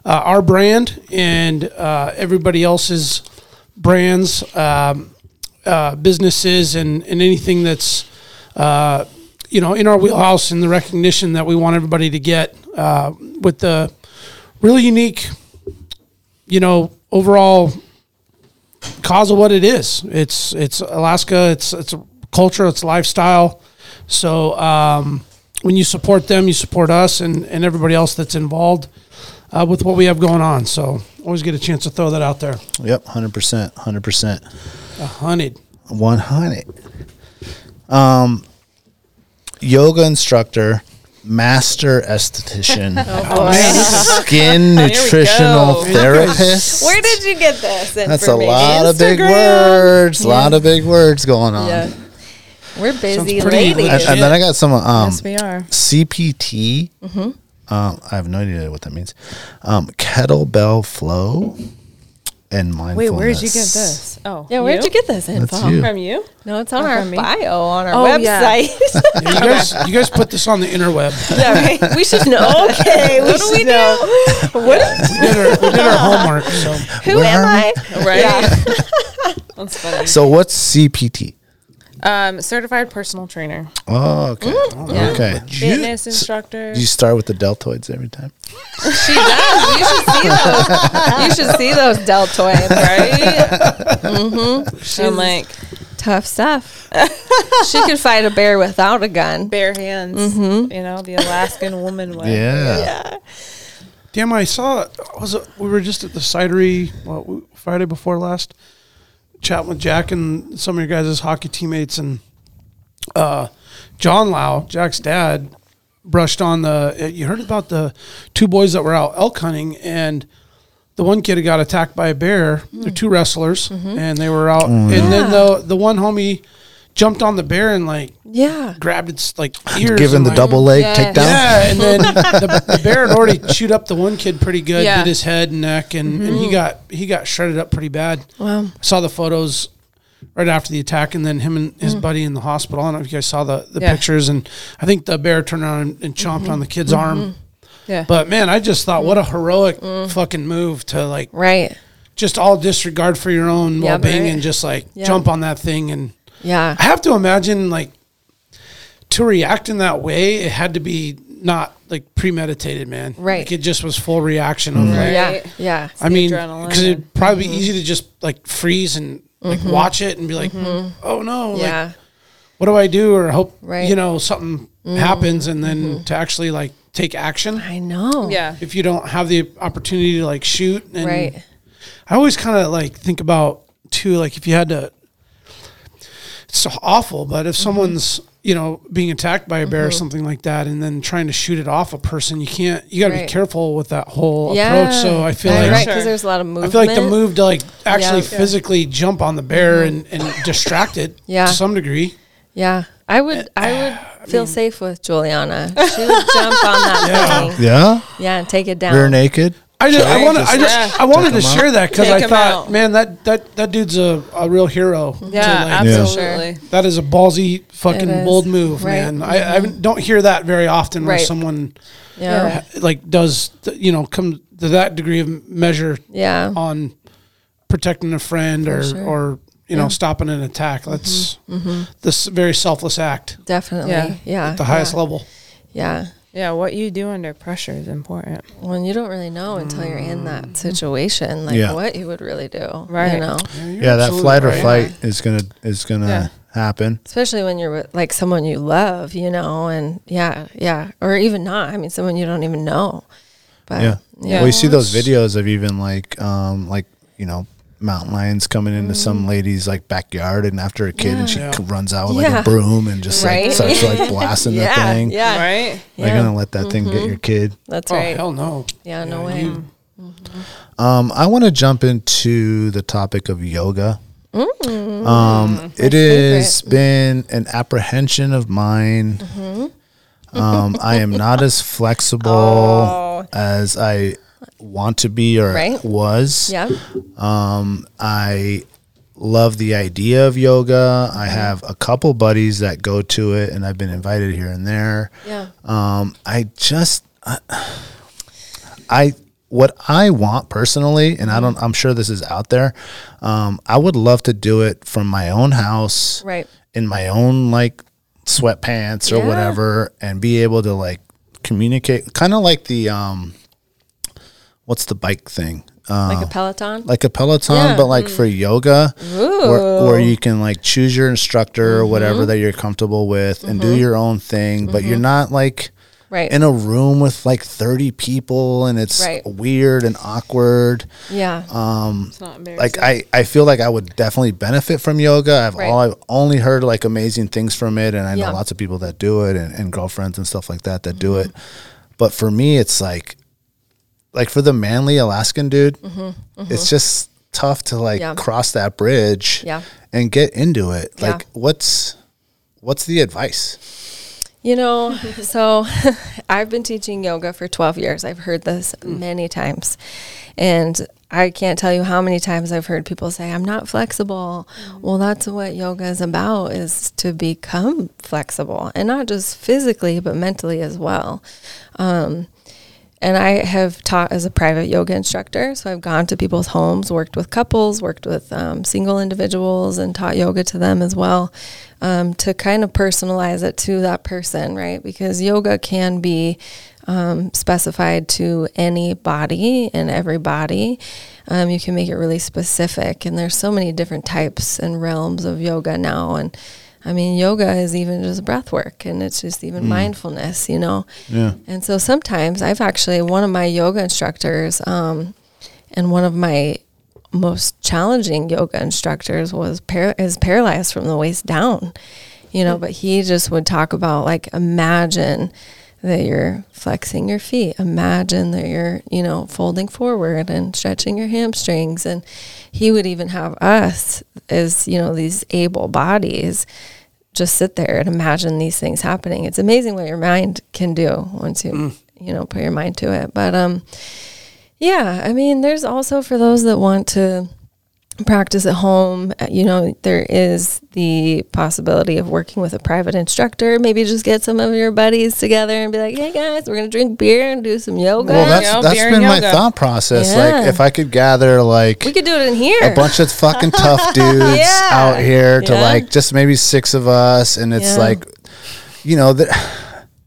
[SPEAKER 3] uh, our brand and uh, everybody else's brands, um, uh, businesses, and, and anything that's uh, you know in our wheelhouse and the recognition that we want everybody to get uh, with the really unique, you know, overall cause of what it is. It's it's Alaska. It's it's a culture. It's lifestyle. So um, when you support them, you support us and and everybody else that's involved uh, with what we have going on. So always get a chance to throw that out there.
[SPEAKER 6] Yep, 100%. 100%.
[SPEAKER 3] A hundred.
[SPEAKER 6] 100. Um, yoga instructor, master esthetician,
[SPEAKER 5] Oh,
[SPEAKER 6] skin nutritional
[SPEAKER 5] go.
[SPEAKER 6] therapist.
[SPEAKER 1] Where did you get this information?
[SPEAKER 6] That's a lot of big words. A lot of big words going on.
[SPEAKER 4] Yeah. Um, We're busy
[SPEAKER 3] pretty
[SPEAKER 4] ladies.
[SPEAKER 6] And, and then I got some um,
[SPEAKER 5] Yes, Mm-hmm. we are.
[SPEAKER 6] CPT. Um, I have no idea what that means. Um, kettlebell flow and mindfulness.
[SPEAKER 5] Wait, where'd you get this? Oh,
[SPEAKER 4] Yeah, where'd you get this info?
[SPEAKER 6] That's you.
[SPEAKER 5] from you?
[SPEAKER 4] No, it's on our
[SPEAKER 5] from me?
[SPEAKER 4] bio on our
[SPEAKER 5] Oh, yeah.
[SPEAKER 4] website.
[SPEAKER 3] Yeah, you guys, you guys put this on the interweb.
[SPEAKER 4] Yeah, right? We should know. okay, what do we do? What?
[SPEAKER 3] We did our, we did our homework. So
[SPEAKER 4] Who
[SPEAKER 6] Where
[SPEAKER 4] am
[SPEAKER 6] are
[SPEAKER 4] I?
[SPEAKER 5] Right. That's funny.
[SPEAKER 6] So what's CPT?
[SPEAKER 5] Um, certified personal trainer,
[SPEAKER 6] Oh, okay.
[SPEAKER 4] Mm-hmm.
[SPEAKER 5] yeah.
[SPEAKER 6] Okay.
[SPEAKER 5] fitness instructor.
[SPEAKER 6] You start with the deltoids every time.
[SPEAKER 4] She does. You should see those. You should see those deltoids, right?
[SPEAKER 5] I'm like
[SPEAKER 4] Tough stuff. she could fight a bear without a gun.
[SPEAKER 5] bare hands. You know, the Alaskan woman way.
[SPEAKER 6] Yeah.
[SPEAKER 3] damn, I saw. Was it, we were just at the cidery what, w- Friday before last, chatting with Jack and some of your guys' hockey teammates, and uh, John Lau, Jack's dad, brushed on the. uh, You heard about the two boys that were out elk hunting, and the one kid had got attacked by a bear. They're two wrestlers, and they were out.
[SPEAKER 6] Mm.
[SPEAKER 3] And then the the one homie jumped on the bear and like
[SPEAKER 4] Yeah.
[SPEAKER 3] grabbed its like ears,
[SPEAKER 6] Give him
[SPEAKER 3] and,
[SPEAKER 6] the
[SPEAKER 3] like,
[SPEAKER 6] double leg
[SPEAKER 4] Yes.
[SPEAKER 6] takedown.
[SPEAKER 3] yeah, and then the, the bear had already chewed up the one kid pretty good,
[SPEAKER 5] Yeah.
[SPEAKER 3] did his head and neck, and, and he got he got shredded up pretty bad.
[SPEAKER 4] Mm-hmm. Wow.
[SPEAKER 3] Saw the photos right after the attack, and then him and
[SPEAKER 4] Mm.
[SPEAKER 3] his buddy in the hospital. I don't know if you guys saw the, the
[SPEAKER 5] Yeah.
[SPEAKER 3] pictures, and I think the bear turned around and, and
[SPEAKER 4] Mm-hmm.
[SPEAKER 3] chomped on the kid's arm.
[SPEAKER 5] Yeah.
[SPEAKER 3] But man, I just thought
[SPEAKER 4] Mm.
[SPEAKER 3] what a heroic fucking move to like
[SPEAKER 4] Right.
[SPEAKER 3] just all disregard for your own
[SPEAKER 4] Yeah,
[SPEAKER 3] well being
[SPEAKER 4] right.
[SPEAKER 3] and just like
[SPEAKER 4] Yeah.
[SPEAKER 3] jump on that thing and
[SPEAKER 4] Yeah.
[SPEAKER 3] I have to imagine like to react in that way, it had to be not like premeditated, man.
[SPEAKER 4] Right. Mm-hmm.
[SPEAKER 3] Like it just was full reaction of like,
[SPEAKER 4] Yeah.
[SPEAKER 5] Right.
[SPEAKER 4] Yeah.
[SPEAKER 3] I mean,
[SPEAKER 5] adrenaline.
[SPEAKER 3] because it'd probably
[SPEAKER 4] Mm-hmm.
[SPEAKER 3] be easy to just like freeze and like watch it and be like, oh no, like
[SPEAKER 4] Mm-hmm. Yeah.
[SPEAKER 3] what do I do? Or hope,
[SPEAKER 4] Right. Mm-hmm.
[SPEAKER 3] you know, something happens and then to actually like take action.
[SPEAKER 4] I know.
[SPEAKER 5] Yeah.
[SPEAKER 3] If you don't have the opportunity to like shoot and
[SPEAKER 4] Right.
[SPEAKER 3] I always kind of like think about too, like if you had to, it's so awful, but
[SPEAKER 4] Mm-hmm.
[SPEAKER 3] if someone's, you know, being attacked by a bear or something like that and then trying to shoot it off a person, you can't, you got to
[SPEAKER 4] Right.
[SPEAKER 3] be careful with that whole
[SPEAKER 4] Yeah.
[SPEAKER 3] approach. So I feel
[SPEAKER 4] Right,
[SPEAKER 3] like,
[SPEAKER 4] right because
[SPEAKER 5] Sure.
[SPEAKER 4] there's a lot of movement.
[SPEAKER 3] I feel like the move to like actually
[SPEAKER 4] Yeah. Mm-hmm.
[SPEAKER 3] physically jump on the bear and, and distract it
[SPEAKER 4] Yeah.
[SPEAKER 3] to some degree.
[SPEAKER 4] Yeah, I would. I would feel safe with Juliana. She would jump on that thing.
[SPEAKER 6] Yeah.
[SPEAKER 4] Yeah, and take it down.
[SPEAKER 6] Rear naked.
[SPEAKER 3] I just, I
[SPEAKER 6] Sure.
[SPEAKER 3] wanted, I
[SPEAKER 6] Just-
[SPEAKER 3] just, I wanted to
[SPEAKER 6] Take 'em out.
[SPEAKER 3] share that because
[SPEAKER 5] Take
[SPEAKER 3] I
[SPEAKER 5] 'em
[SPEAKER 3] thought,
[SPEAKER 5] out.
[SPEAKER 3] man, that, that, that dude's a, a real hero. to, like,
[SPEAKER 5] Yeah,
[SPEAKER 6] Yeah.
[SPEAKER 5] absolutely.
[SPEAKER 3] That is a ballsy,
[SPEAKER 4] It
[SPEAKER 3] fucking
[SPEAKER 4] is.
[SPEAKER 3] bold move,
[SPEAKER 4] Right.
[SPEAKER 3] man. I, I don't hear that very often where
[SPEAKER 4] Right.
[SPEAKER 3] someone
[SPEAKER 4] Yeah,
[SPEAKER 3] like does th- you know come to that degree of measure
[SPEAKER 4] yeah,
[SPEAKER 3] on protecting a friend or
[SPEAKER 4] sure. Mm-hmm.
[SPEAKER 3] or you know stopping an attack. That's this very selfless act
[SPEAKER 4] definitely. Yeah,
[SPEAKER 5] Yeah.
[SPEAKER 4] yeah.
[SPEAKER 3] at the highest level.
[SPEAKER 4] Yeah,
[SPEAKER 5] Yeah, what you do under pressure is important.
[SPEAKER 4] When you don't really know until you're in that situation, like
[SPEAKER 1] Yeah.
[SPEAKER 4] what you would really do,
[SPEAKER 5] Right.
[SPEAKER 4] You know,
[SPEAKER 1] yeah, that
[SPEAKER 3] absolutely
[SPEAKER 1] flight or
[SPEAKER 3] right.
[SPEAKER 1] fight is gonna is gonna
[SPEAKER 5] Yeah.
[SPEAKER 1] happen.
[SPEAKER 4] especially when you're with like someone you love, you know, and yeah, yeah, or even not. I mean, someone you don't even know. But
[SPEAKER 1] Yeah.
[SPEAKER 4] yeah,
[SPEAKER 1] Well, you see those videos of even like, um, like you know, mountain lions coming into
[SPEAKER 4] Mm.
[SPEAKER 1] some lady's like backyard, and after a kid, and she
[SPEAKER 3] Yeah.
[SPEAKER 1] c runs out with like
[SPEAKER 4] Yeah.
[SPEAKER 1] a broom and just like
[SPEAKER 4] Right?
[SPEAKER 1] starts like blasting
[SPEAKER 4] yeah,
[SPEAKER 1] the thing.
[SPEAKER 4] yeah, Mm-hmm.
[SPEAKER 5] Right?
[SPEAKER 1] They're
[SPEAKER 4] yeah.
[SPEAKER 1] gonna let that thing get your kid.
[SPEAKER 4] that's
[SPEAKER 3] Oh,
[SPEAKER 4] right.
[SPEAKER 3] hell no.
[SPEAKER 4] Yeah, no way.
[SPEAKER 1] Um, I want to jump into the topic of yoga. Um, it has been an apprehension of mine. Um, I am not as flexible as I want to be or
[SPEAKER 4] Right.
[SPEAKER 1] was.
[SPEAKER 4] yeah,
[SPEAKER 1] Um, I love the idea of yoga. I have a couple buddies that go to it, and I've been invited here and there.
[SPEAKER 4] yeah,
[SPEAKER 1] Um, I just, I, I, what I want personally, and I don't, I'm sure this is out there. Um, I would love to do it from my own house,
[SPEAKER 4] right.
[SPEAKER 1] in my own like sweatpants or
[SPEAKER 4] Yeah.
[SPEAKER 1] whatever, and be able to like communicate, kind of like the, um, what's the bike thing? Uh,
[SPEAKER 4] Like a Peloton.
[SPEAKER 1] like a Peloton,
[SPEAKER 4] Yeah. mm.
[SPEAKER 1] but like for yoga, where, where you can like choose your instructor or
[SPEAKER 4] Mm-hmm.
[SPEAKER 1] whatever that you're comfortable with and do your own thing, but you're not like
[SPEAKER 4] right.
[SPEAKER 1] in a room with like 30 people and it's
[SPEAKER 4] Right.
[SPEAKER 1] weird and awkward.
[SPEAKER 4] yeah.
[SPEAKER 5] It's not
[SPEAKER 1] Like I, I feel like I would definitely benefit from yoga. I've
[SPEAKER 4] Right.
[SPEAKER 1] all I've only heard like amazing things from it, and I know
[SPEAKER 4] Yeah.
[SPEAKER 1] lots of people that do it, and, and girlfriends and stuff like that that do it.
[SPEAKER 4] Mm-hmm.
[SPEAKER 1] But for me, it's like, like for the manly Alaskan dude, it's just tough to like
[SPEAKER 4] Mm-hmm. Yeah.
[SPEAKER 1] cross that bridge
[SPEAKER 4] Yeah.
[SPEAKER 1] and get into it.
[SPEAKER 4] Yeah.
[SPEAKER 1] Like, what's what's the advice?
[SPEAKER 4] You know, so I've been teaching yoga for 12 years. I've heard this many times. And I can't tell you how many times I've heard people say, I'm not flexible. Well, that's what yoga is about, is to become flexible. And not just physically, but mentally as well and I have taught as a private yoga instructor. So I've gone to people's homes, worked with couples, worked with um, single individuals, and taught yoga to them as well um, to kind of personalize it to that person, right? Because yoga can be um, specified to any body and every body. Um, you can make it really specific, and there's so many different types and realms of yoga now. And I mean, yoga is even just breath work, and it's just even mindfulness, you know.
[SPEAKER 1] Yeah.
[SPEAKER 4] And so sometimes I've actually one of my yoga instructors, um, and one of my most challenging yoga instructors was par- is paralyzed from the waist down, you know. But he just would talk about like imagine that you're flexing your feet, imagine that you're you know folding forward and stretching your hamstrings, and he would even have us as you know these able bodies just sit there and imagine these things happening. It's amazing what your mind can do once you, you know, put your mind to it. But um yeah, I mean, there's also for those that want to practice at home, uh, you know, there is the possibility of working with a private instructor. Maybe just get some of your buddies together and be like, "Hey guys, we're going to drink beer and do some yoga."
[SPEAKER 1] Well, that's
[SPEAKER 5] Yeah,
[SPEAKER 1] that's
[SPEAKER 5] beer
[SPEAKER 1] been
[SPEAKER 5] and
[SPEAKER 1] my
[SPEAKER 5] yoga.
[SPEAKER 1] thought process. Like,
[SPEAKER 4] Yeah.
[SPEAKER 1] if I could gather like
[SPEAKER 4] we could do it in here.
[SPEAKER 1] a bunch of fucking tough dudes
[SPEAKER 4] Yeah.
[SPEAKER 1] out here to
[SPEAKER 4] Yeah.
[SPEAKER 1] like just maybe six of us and it's
[SPEAKER 4] Yeah.
[SPEAKER 1] like you know that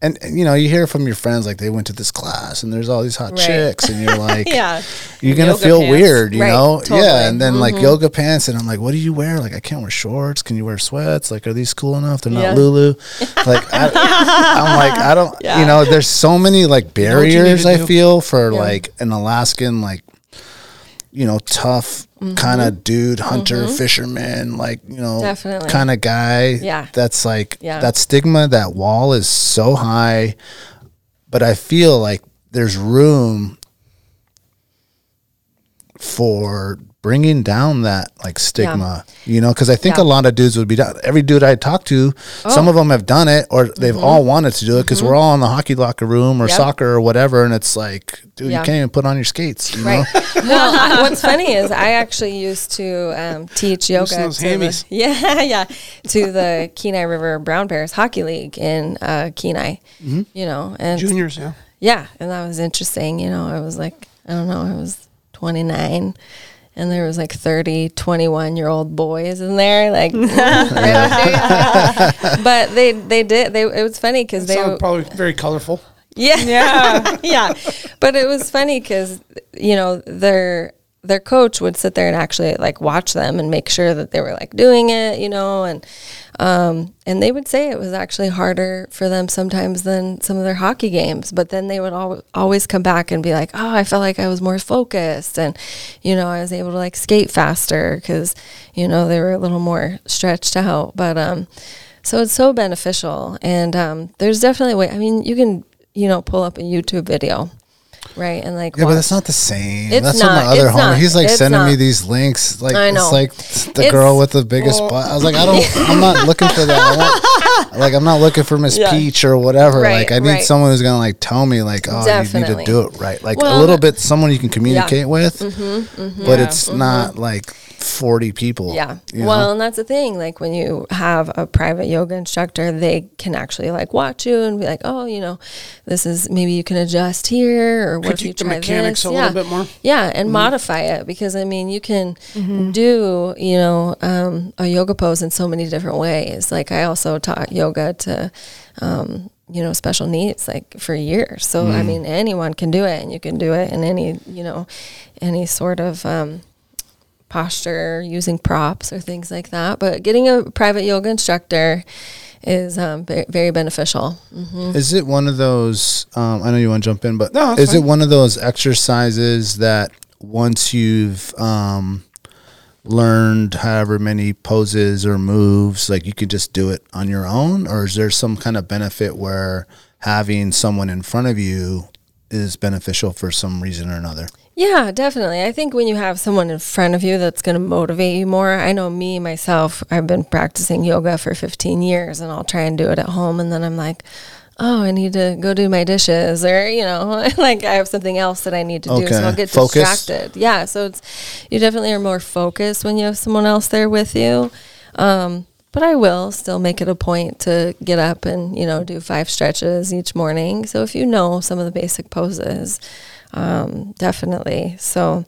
[SPEAKER 1] and you know you hear from your friends like they went to this class and there's all these hot
[SPEAKER 4] Right.
[SPEAKER 1] chicks and you're like
[SPEAKER 4] yeah.
[SPEAKER 1] you're gonna
[SPEAKER 5] Yoga
[SPEAKER 1] feel
[SPEAKER 5] pants.
[SPEAKER 1] weird you
[SPEAKER 4] Right,
[SPEAKER 1] know
[SPEAKER 4] totally.
[SPEAKER 1] yeah and then like yoga pants and i'm like what do you wear like i can't wear shorts can you wear sweats like are these cool enough they're not
[SPEAKER 4] Yeah.
[SPEAKER 1] lulu like I, i'm like i don't you
[SPEAKER 4] Yeah.
[SPEAKER 1] know there's so many like
[SPEAKER 3] what you need
[SPEAKER 1] barriers
[SPEAKER 3] to
[SPEAKER 1] i
[SPEAKER 3] do.
[SPEAKER 1] feel for like an alaskan like you know, tough kind of dude, hunter, fisherman, like, you know,
[SPEAKER 4] Definitely.
[SPEAKER 1] kind of guy.
[SPEAKER 4] Yeah.
[SPEAKER 1] That's like,
[SPEAKER 4] Yeah.
[SPEAKER 1] that stigma, that wall is so high. But I feel like there's room for bringing down that like stigma, you know, because I think
[SPEAKER 4] Yeah. Oh.
[SPEAKER 1] a lot of dudes would be down. Every dude I talk to, some of them have done it or they've all wanted to do it because we're all in the hockey locker room or
[SPEAKER 4] Mm-hmm. Yep.
[SPEAKER 1] soccer or whatever. And it's like, dude,
[SPEAKER 4] Yeah.
[SPEAKER 1] you can't even put on your skates, you know?
[SPEAKER 4] Right. well, I- what's funny is I actually used to um, teach yoga.
[SPEAKER 3] Loosen those
[SPEAKER 4] to the-
[SPEAKER 3] hammies.
[SPEAKER 4] yeah, yeah. To the Kenai River Brown Bears Hockey League in uh, Kenai.
[SPEAKER 1] Mm-hmm.
[SPEAKER 4] You know, and
[SPEAKER 3] Juniors, yeah.
[SPEAKER 4] yeah, and that was interesting. You know, I was like, I don't know, I was 29 and there was like 30, 21 year old boys in there. Like, but they, they did, they, it was funny because
[SPEAKER 3] They
[SPEAKER 4] they,
[SPEAKER 3] sound probably very colorful.
[SPEAKER 4] Yeah.
[SPEAKER 5] Yeah.
[SPEAKER 4] yeah. But it was funny because you know their their coach would sit there and actually like watch them and make sure that they were like doing it, you know, and um, and they would say it was actually harder for them sometimes than some of their hockey games. But then they would al- always come back and be like, "Oh, I felt like I was more focused, and you know, I was able to like skate faster because you know they were a little more stretched out." But um, so it's so beneficial, and um, there's definitely a way. I mean, you can you know pull up a YouTube video, right, and like
[SPEAKER 1] Yeah, but
[SPEAKER 4] watch-
[SPEAKER 1] that's not the same.
[SPEAKER 4] It's
[SPEAKER 1] that's
[SPEAKER 4] not,
[SPEAKER 1] what my other
[SPEAKER 4] it's
[SPEAKER 1] homie.
[SPEAKER 4] not,
[SPEAKER 1] He's like
[SPEAKER 4] it's
[SPEAKER 1] sending me
[SPEAKER 4] not.
[SPEAKER 1] these links. Like
[SPEAKER 4] I know.
[SPEAKER 1] it's like the
[SPEAKER 4] It's-
[SPEAKER 1] girl with the biggest butt. I was like, I don't. I'm not looking for that. I want, like I'm not looking for Miss Peach or whatever.
[SPEAKER 4] Right,
[SPEAKER 1] like I need
[SPEAKER 4] right.
[SPEAKER 1] someone who's gonna like tell me like, oh, you need
[SPEAKER 4] Definitely.
[SPEAKER 1] to do it right. Like a
[SPEAKER 4] Well, Mm-hmm,
[SPEAKER 1] little bit, someone you can communicate with. But it's not like 40 people.
[SPEAKER 4] Yeah.
[SPEAKER 1] you know?
[SPEAKER 4] Well, and that's the thing. Like when you have a private yoga instructor, they can actually like watch you and be like, oh, you know, this is maybe you can adjust here or what if
[SPEAKER 3] Critique
[SPEAKER 4] you
[SPEAKER 3] the
[SPEAKER 4] try
[SPEAKER 3] mechanics
[SPEAKER 4] this?
[SPEAKER 3] a
[SPEAKER 4] yeah.
[SPEAKER 3] little bit more. Mm-hmm.
[SPEAKER 4] Yeah, and modify it because I mean, you can do you know um, a yoga pose in so many different ways. Like I also taught yoga to. Um, you know special needs like for years so
[SPEAKER 3] Mm.
[SPEAKER 4] i mean anyone can do it and you can do it in any you know any sort of um, posture, using props or things like that. But getting a private yoga instructor is um, ve- very beneficial.
[SPEAKER 1] Is it one of those? Um, I know you want to jump in, but
[SPEAKER 3] No, that's
[SPEAKER 1] is
[SPEAKER 3] fine.
[SPEAKER 1] it one of those exercises that once you've um, learned however many poses or moves, like you could just do it on your own, or is there some kind of benefit where having someone in front of you is beneficial for some reason or another?
[SPEAKER 4] Yeah, definitely. I think when you have someone in front of you that's going to motivate you more. I know me myself, I've been practicing yoga for 15 years and I'll try and do it at home and then I'm like, "Oh, I need to go do my dishes," or you know, like I have something else that I need to do,
[SPEAKER 1] Okay.
[SPEAKER 4] so I'll get
[SPEAKER 1] Focus.
[SPEAKER 4] distracted. Yeah, so it's you definitely are more focused when you have someone else there with you. Um, but I will still make it a point to get up and you know do five stretches each morning. So if you know some of the basic poses, um, definitely. So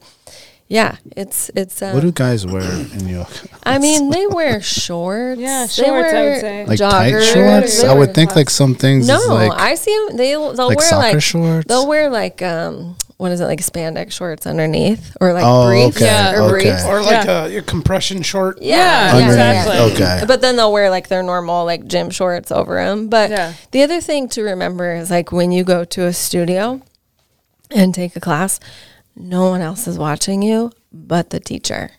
[SPEAKER 4] yeah, it's it's. Uh,
[SPEAKER 1] What do guys wear in yoga?
[SPEAKER 4] I mean, they wear shorts.
[SPEAKER 5] Yeah,
[SPEAKER 4] They
[SPEAKER 5] shorts, I would
[SPEAKER 4] wear
[SPEAKER 5] say.
[SPEAKER 1] Like tight
[SPEAKER 4] joggers.
[SPEAKER 1] shorts?
[SPEAKER 4] They
[SPEAKER 1] I
[SPEAKER 4] wear-
[SPEAKER 1] would think like some things
[SPEAKER 4] No,
[SPEAKER 1] is like
[SPEAKER 4] I see them. They they'll
[SPEAKER 1] like
[SPEAKER 4] wear
[SPEAKER 1] soccer
[SPEAKER 4] like
[SPEAKER 1] shorts?
[SPEAKER 4] They'll wear like um what is it like spandex shorts underneath or like
[SPEAKER 1] Oh,
[SPEAKER 4] briefs
[SPEAKER 1] okay, Yeah.
[SPEAKER 4] or
[SPEAKER 1] okay.
[SPEAKER 4] briefs.
[SPEAKER 3] Or like a, a compression short.
[SPEAKER 4] Yeah,
[SPEAKER 5] Yeah,
[SPEAKER 4] yeah,
[SPEAKER 5] exactly.
[SPEAKER 4] yeah.
[SPEAKER 1] Okay.
[SPEAKER 4] But then they'll wear like their normal like gym shorts over them. But
[SPEAKER 5] Yeah.
[SPEAKER 4] the other thing to remember is like when you go to a studio and take a class, no one else is watching you but the teacher.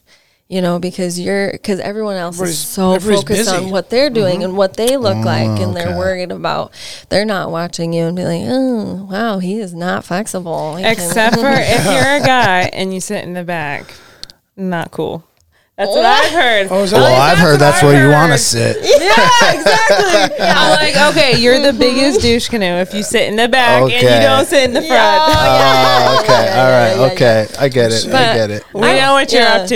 [SPEAKER 4] You know, because you're because everyone else
[SPEAKER 3] Everybody's-
[SPEAKER 4] is so
[SPEAKER 3] everybody's
[SPEAKER 4] focused
[SPEAKER 3] busy.
[SPEAKER 4] on what they're doing and what they look like, and
[SPEAKER 1] Oh, okay.
[SPEAKER 4] they're worried about they're not watching you and be like, oh wow, he is not flexible. He can-
[SPEAKER 5] Except for if you're a guy and you sit in the back. Not cool. That's what I've heard.
[SPEAKER 3] Oh, is that-
[SPEAKER 1] well,
[SPEAKER 3] Well,
[SPEAKER 1] I've
[SPEAKER 5] that's
[SPEAKER 1] heard
[SPEAKER 5] what
[SPEAKER 1] that's
[SPEAKER 5] I
[SPEAKER 1] where you want to
[SPEAKER 5] heard.
[SPEAKER 1] sit.
[SPEAKER 5] Yeah, exactly. I'm like, okay, you're the biggest douche canoe if you sit in the back and
[SPEAKER 1] Okay.
[SPEAKER 5] you don't sit in the front.
[SPEAKER 1] Oh, okay. All right.
[SPEAKER 4] yeah, yeah,
[SPEAKER 1] okay. I get it. I
[SPEAKER 4] But-
[SPEAKER 1] get it.
[SPEAKER 5] We know what you're
[SPEAKER 4] Yeah.
[SPEAKER 5] up to.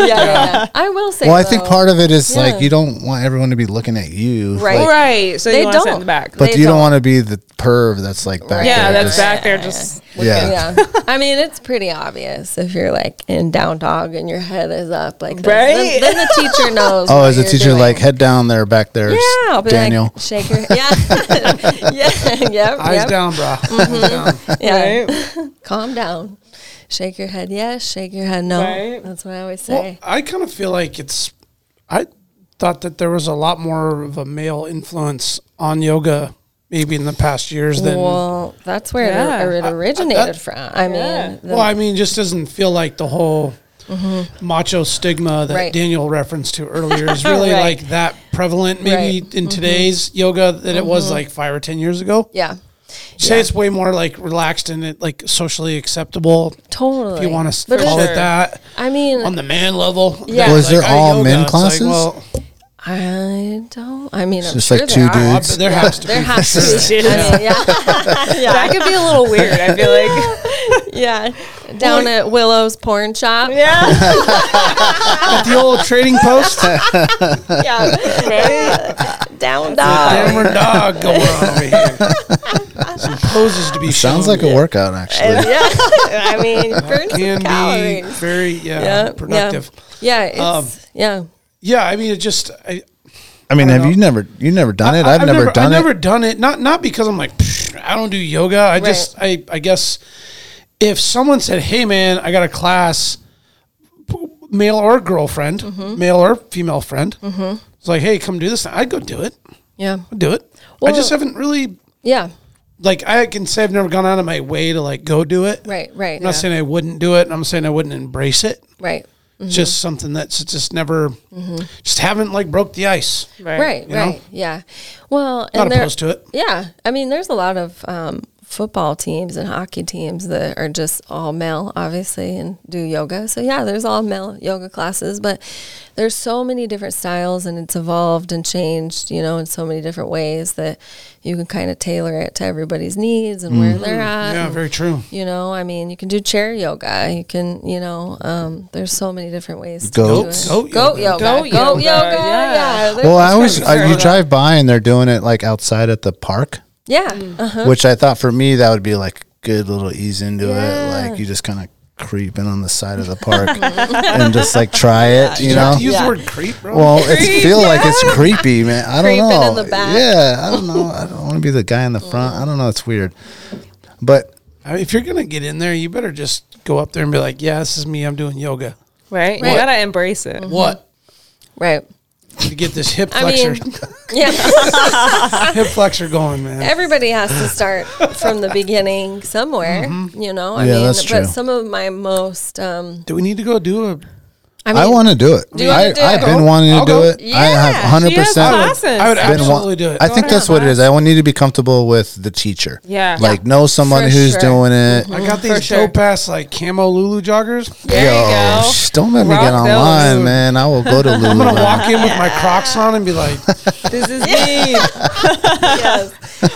[SPEAKER 4] yeah, yeah, yeah. I will say.
[SPEAKER 1] Well, I think
[SPEAKER 4] though-
[SPEAKER 1] part of it is like
[SPEAKER 4] Yeah.
[SPEAKER 1] you don't want everyone to be looking at you.
[SPEAKER 4] Right.
[SPEAKER 1] like-
[SPEAKER 5] right. So
[SPEAKER 4] They
[SPEAKER 5] you want to sit in
[SPEAKER 4] don't.
[SPEAKER 5] the back.
[SPEAKER 1] but
[SPEAKER 4] They
[SPEAKER 1] you don't,
[SPEAKER 4] don't.
[SPEAKER 1] want to be the perv that's like back
[SPEAKER 5] yeah,
[SPEAKER 1] there.
[SPEAKER 5] that's
[SPEAKER 1] just-
[SPEAKER 5] back there just
[SPEAKER 1] Yeah.
[SPEAKER 4] Yeah. I mean, it's pretty obvious if you're like in down dog and your head is up like this.
[SPEAKER 5] Right?
[SPEAKER 4] Then, then the teacher knows.
[SPEAKER 1] Oh,
[SPEAKER 4] what
[SPEAKER 1] is the
[SPEAKER 4] you're
[SPEAKER 1] teacher
[SPEAKER 4] doing.
[SPEAKER 1] like head down there, back there,
[SPEAKER 4] Yeah, I'll be
[SPEAKER 1] Daniel?
[SPEAKER 4] like shake your yeah, yeah, yep,
[SPEAKER 3] Eyes
[SPEAKER 4] yep, Mm-hmm.
[SPEAKER 3] down, bro.
[SPEAKER 4] yeah.
[SPEAKER 5] right.
[SPEAKER 4] Calm down, shake your head yes, shake your head no.
[SPEAKER 5] Right.
[SPEAKER 4] That's what I always
[SPEAKER 3] Well,
[SPEAKER 4] say.
[SPEAKER 3] I kind of feel like it's. I thought that there was a lot more of a male influence on yoga, maybe in the past years than.
[SPEAKER 4] Well, that's where
[SPEAKER 5] Yeah.
[SPEAKER 4] it, it originated from.
[SPEAKER 5] Yeah.
[SPEAKER 4] I mean, the- Mm-hmm.
[SPEAKER 3] Well, I mean, it just doesn't feel like the whole macho stigma that
[SPEAKER 4] Right.
[SPEAKER 3] Daniel referenced to earlier is really
[SPEAKER 4] Right.
[SPEAKER 3] like that prevalent, maybe
[SPEAKER 4] Right. Mm-hmm.
[SPEAKER 3] in today's yoga that it was like five or ten years ago.
[SPEAKER 4] yeah,
[SPEAKER 3] Say it's way more like relaxed and it like socially acceptable.
[SPEAKER 4] totally.
[SPEAKER 3] If you want to
[SPEAKER 4] But
[SPEAKER 3] call
[SPEAKER 4] it's-
[SPEAKER 3] it that
[SPEAKER 4] I mean,
[SPEAKER 3] on the man level.
[SPEAKER 4] Yeah.
[SPEAKER 1] Was there
[SPEAKER 3] "Hey,
[SPEAKER 1] all
[SPEAKER 3] yoga."
[SPEAKER 1] men
[SPEAKER 3] It's like,
[SPEAKER 1] classes?
[SPEAKER 3] well,
[SPEAKER 4] I don't. I mean, I'm
[SPEAKER 1] just
[SPEAKER 4] sure
[SPEAKER 1] like
[SPEAKER 4] there
[SPEAKER 1] two
[SPEAKER 4] are.
[SPEAKER 1] dudes.
[SPEAKER 3] there has to be.
[SPEAKER 4] There has to be.
[SPEAKER 5] Shit.
[SPEAKER 4] I mean, yeah. yeah.
[SPEAKER 5] That could be a little weird, I feel like.
[SPEAKER 4] Yeah, down at Willow's Porn Shop. Yeah,
[SPEAKER 5] Yeah.
[SPEAKER 3] the old trading post,
[SPEAKER 4] down dog.
[SPEAKER 3] downward dog going on over here. Some poses to be
[SPEAKER 1] Sounds
[SPEAKER 3] shown.
[SPEAKER 1] like a workout, actually.
[SPEAKER 4] Yeah, I mean,
[SPEAKER 3] Uh,
[SPEAKER 4] burn some
[SPEAKER 3] can be
[SPEAKER 4] calories.
[SPEAKER 3] very yeah,
[SPEAKER 4] Yeah,
[SPEAKER 3] uh, productive.
[SPEAKER 4] Yeah, it's,
[SPEAKER 3] Um,
[SPEAKER 4] yeah.
[SPEAKER 3] Yeah. I mean, it just I,
[SPEAKER 1] I mean, have you never you never done it? I've, never, done
[SPEAKER 3] I've
[SPEAKER 1] it.
[SPEAKER 3] never done it. Not not because I'm like "Psh, I don't do yoga. I just I I guess if someone said, "Hey man, I got a class," p- male or girlfriend,
[SPEAKER 4] Mm-hmm.
[SPEAKER 3] male or female friend, it's like, "Hey, come do this." I'd go do it.
[SPEAKER 4] Yeah.
[SPEAKER 3] I'd do it.
[SPEAKER 4] Well-
[SPEAKER 3] I just haven't really
[SPEAKER 4] Yeah.
[SPEAKER 3] like I can say I've never gone out of my way to like go do it.
[SPEAKER 4] Right. Right.
[SPEAKER 3] I'm not
[SPEAKER 4] yeah,
[SPEAKER 3] saying I wouldn't do it. I'm saying I wouldn't embrace it.
[SPEAKER 4] right.
[SPEAKER 3] It's just something that's just never,
[SPEAKER 4] Mm-hmm.
[SPEAKER 3] just haven't like broke the ice.
[SPEAKER 4] Right.
[SPEAKER 3] You know?
[SPEAKER 4] Right. Yeah. Well,
[SPEAKER 3] Not
[SPEAKER 4] and there,
[SPEAKER 3] opposed to it.
[SPEAKER 4] Yeah. I mean, there's a lot of um, football teams and hockey teams that are just all male, obviously, and do yoga. So, yeah, there's all male yoga classes, but there's so many different styles and it's evolved and changed, you know, in so many different ways that you can kind of tailor it to everybody's needs and where they're at.
[SPEAKER 3] Yeah,
[SPEAKER 4] and,
[SPEAKER 3] very true.
[SPEAKER 4] you know, I mean, you can do chair yoga. You can, you know, um, there's so many different ways.
[SPEAKER 1] Goats.
[SPEAKER 4] To do it. goat yoga, goat yoga,
[SPEAKER 5] yoga,
[SPEAKER 4] yeah.
[SPEAKER 5] yeah.
[SPEAKER 4] there's
[SPEAKER 1] Well, I
[SPEAKER 4] different
[SPEAKER 1] always
[SPEAKER 4] ways to
[SPEAKER 1] I,
[SPEAKER 4] do
[SPEAKER 1] you
[SPEAKER 4] it.
[SPEAKER 1] drive by and they're doing it like outside at the park,
[SPEAKER 4] yeah, uh-huh.
[SPEAKER 1] which I thought for me that would be like good little ease into
[SPEAKER 4] Yeah.
[SPEAKER 1] it. Like you just kind of creeping on the side of the park and just like try it, you know.
[SPEAKER 3] Do you use the word creep, bro?
[SPEAKER 1] Well, it feel like it's creepy, man. I don't
[SPEAKER 4] Creeping
[SPEAKER 1] know.
[SPEAKER 4] in the back.
[SPEAKER 1] Yeah, I don't know. I don't want to be the guy in the front. I don't know. It's weird, but
[SPEAKER 3] I mean, if you're gonna get in there, you better just go up there and be like, "Yeah, this is me. I'm doing yoga."
[SPEAKER 5] Right?
[SPEAKER 4] Right.
[SPEAKER 5] You gotta embrace it.
[SPEAKER 3] What?
[SPEAKER 4] right.
[SPEAKER 3] To get this hip
[SPEAKER 4] Mm-hmm. I
[SPEAKER 3] flexor,
[SPEAKER 4] mean, yeah.
[SPEAKER 3] hip flexor going, man.
[SPEAKER 4] Everybody has to start from the beginning somewhere, you know. I
[SPEAKER 1] Yeah,
[SPEAKER 4] mean,
[SPEAKER 1] that's true.
[SPEAKER 4] but some of my most, um,
[SPEAKER 3] Do we need to go do a?
[SPEAKER 4] I mean,
[SPEAKER 1] I want to do it.
[SPEAKER 4] you wanna
[SPEAKER 1] I,
[SPEAKER 4] do
[SPEAKER 1] I've
[SPEAKER 4] it?
[SPEAKER 1] been
[SPEAKER 4] I'll-
[SPEAKER 1] wanting to
[SPEAKER 3] I'll
[SPEAKER 1] do
[SPEAKER 3] go.
[SPEAKER 1] it. I have
[SPEAKER 4] Yeah,
[SPEAKER 1] hundred percent.
[SPEAKER 5] classes.
[SPEAKER 3] I would
[SPEAKER 1] been wa-
[SPEAKER 3] absolutely do it.
[SPEAKER 1] I think that's what it is. I want need to be comfortable with the teacher.
[SPEAKER 5] Yeah.
[SPEAKER 1] like know someone
[SPEAKER 4] For
[SPEAKER 1] who's
[SPEAKER 4] sure. Mm-hmm.
[SPEAKER 1] doing it.
[SPEAKER 3] I
[SPEAKER 4] Mm,
[SPEAKER 3] got these
[SPEAKER 5] sure.
[SPEAKER 3] dope ass like camo Lulu joggers.
[SPEAKER 5] there you go.
[SPEAKER 1] sh- don't let me get
[SPEAKER 5] Rock those.
[SPEAKER 1] online, man. I will go to Lulu.
[SPEAKER 3] I'm gonna walk in with my Crocs on and be like,
[SPEAKER 5] This is me.
[SPEAKER 4] yes.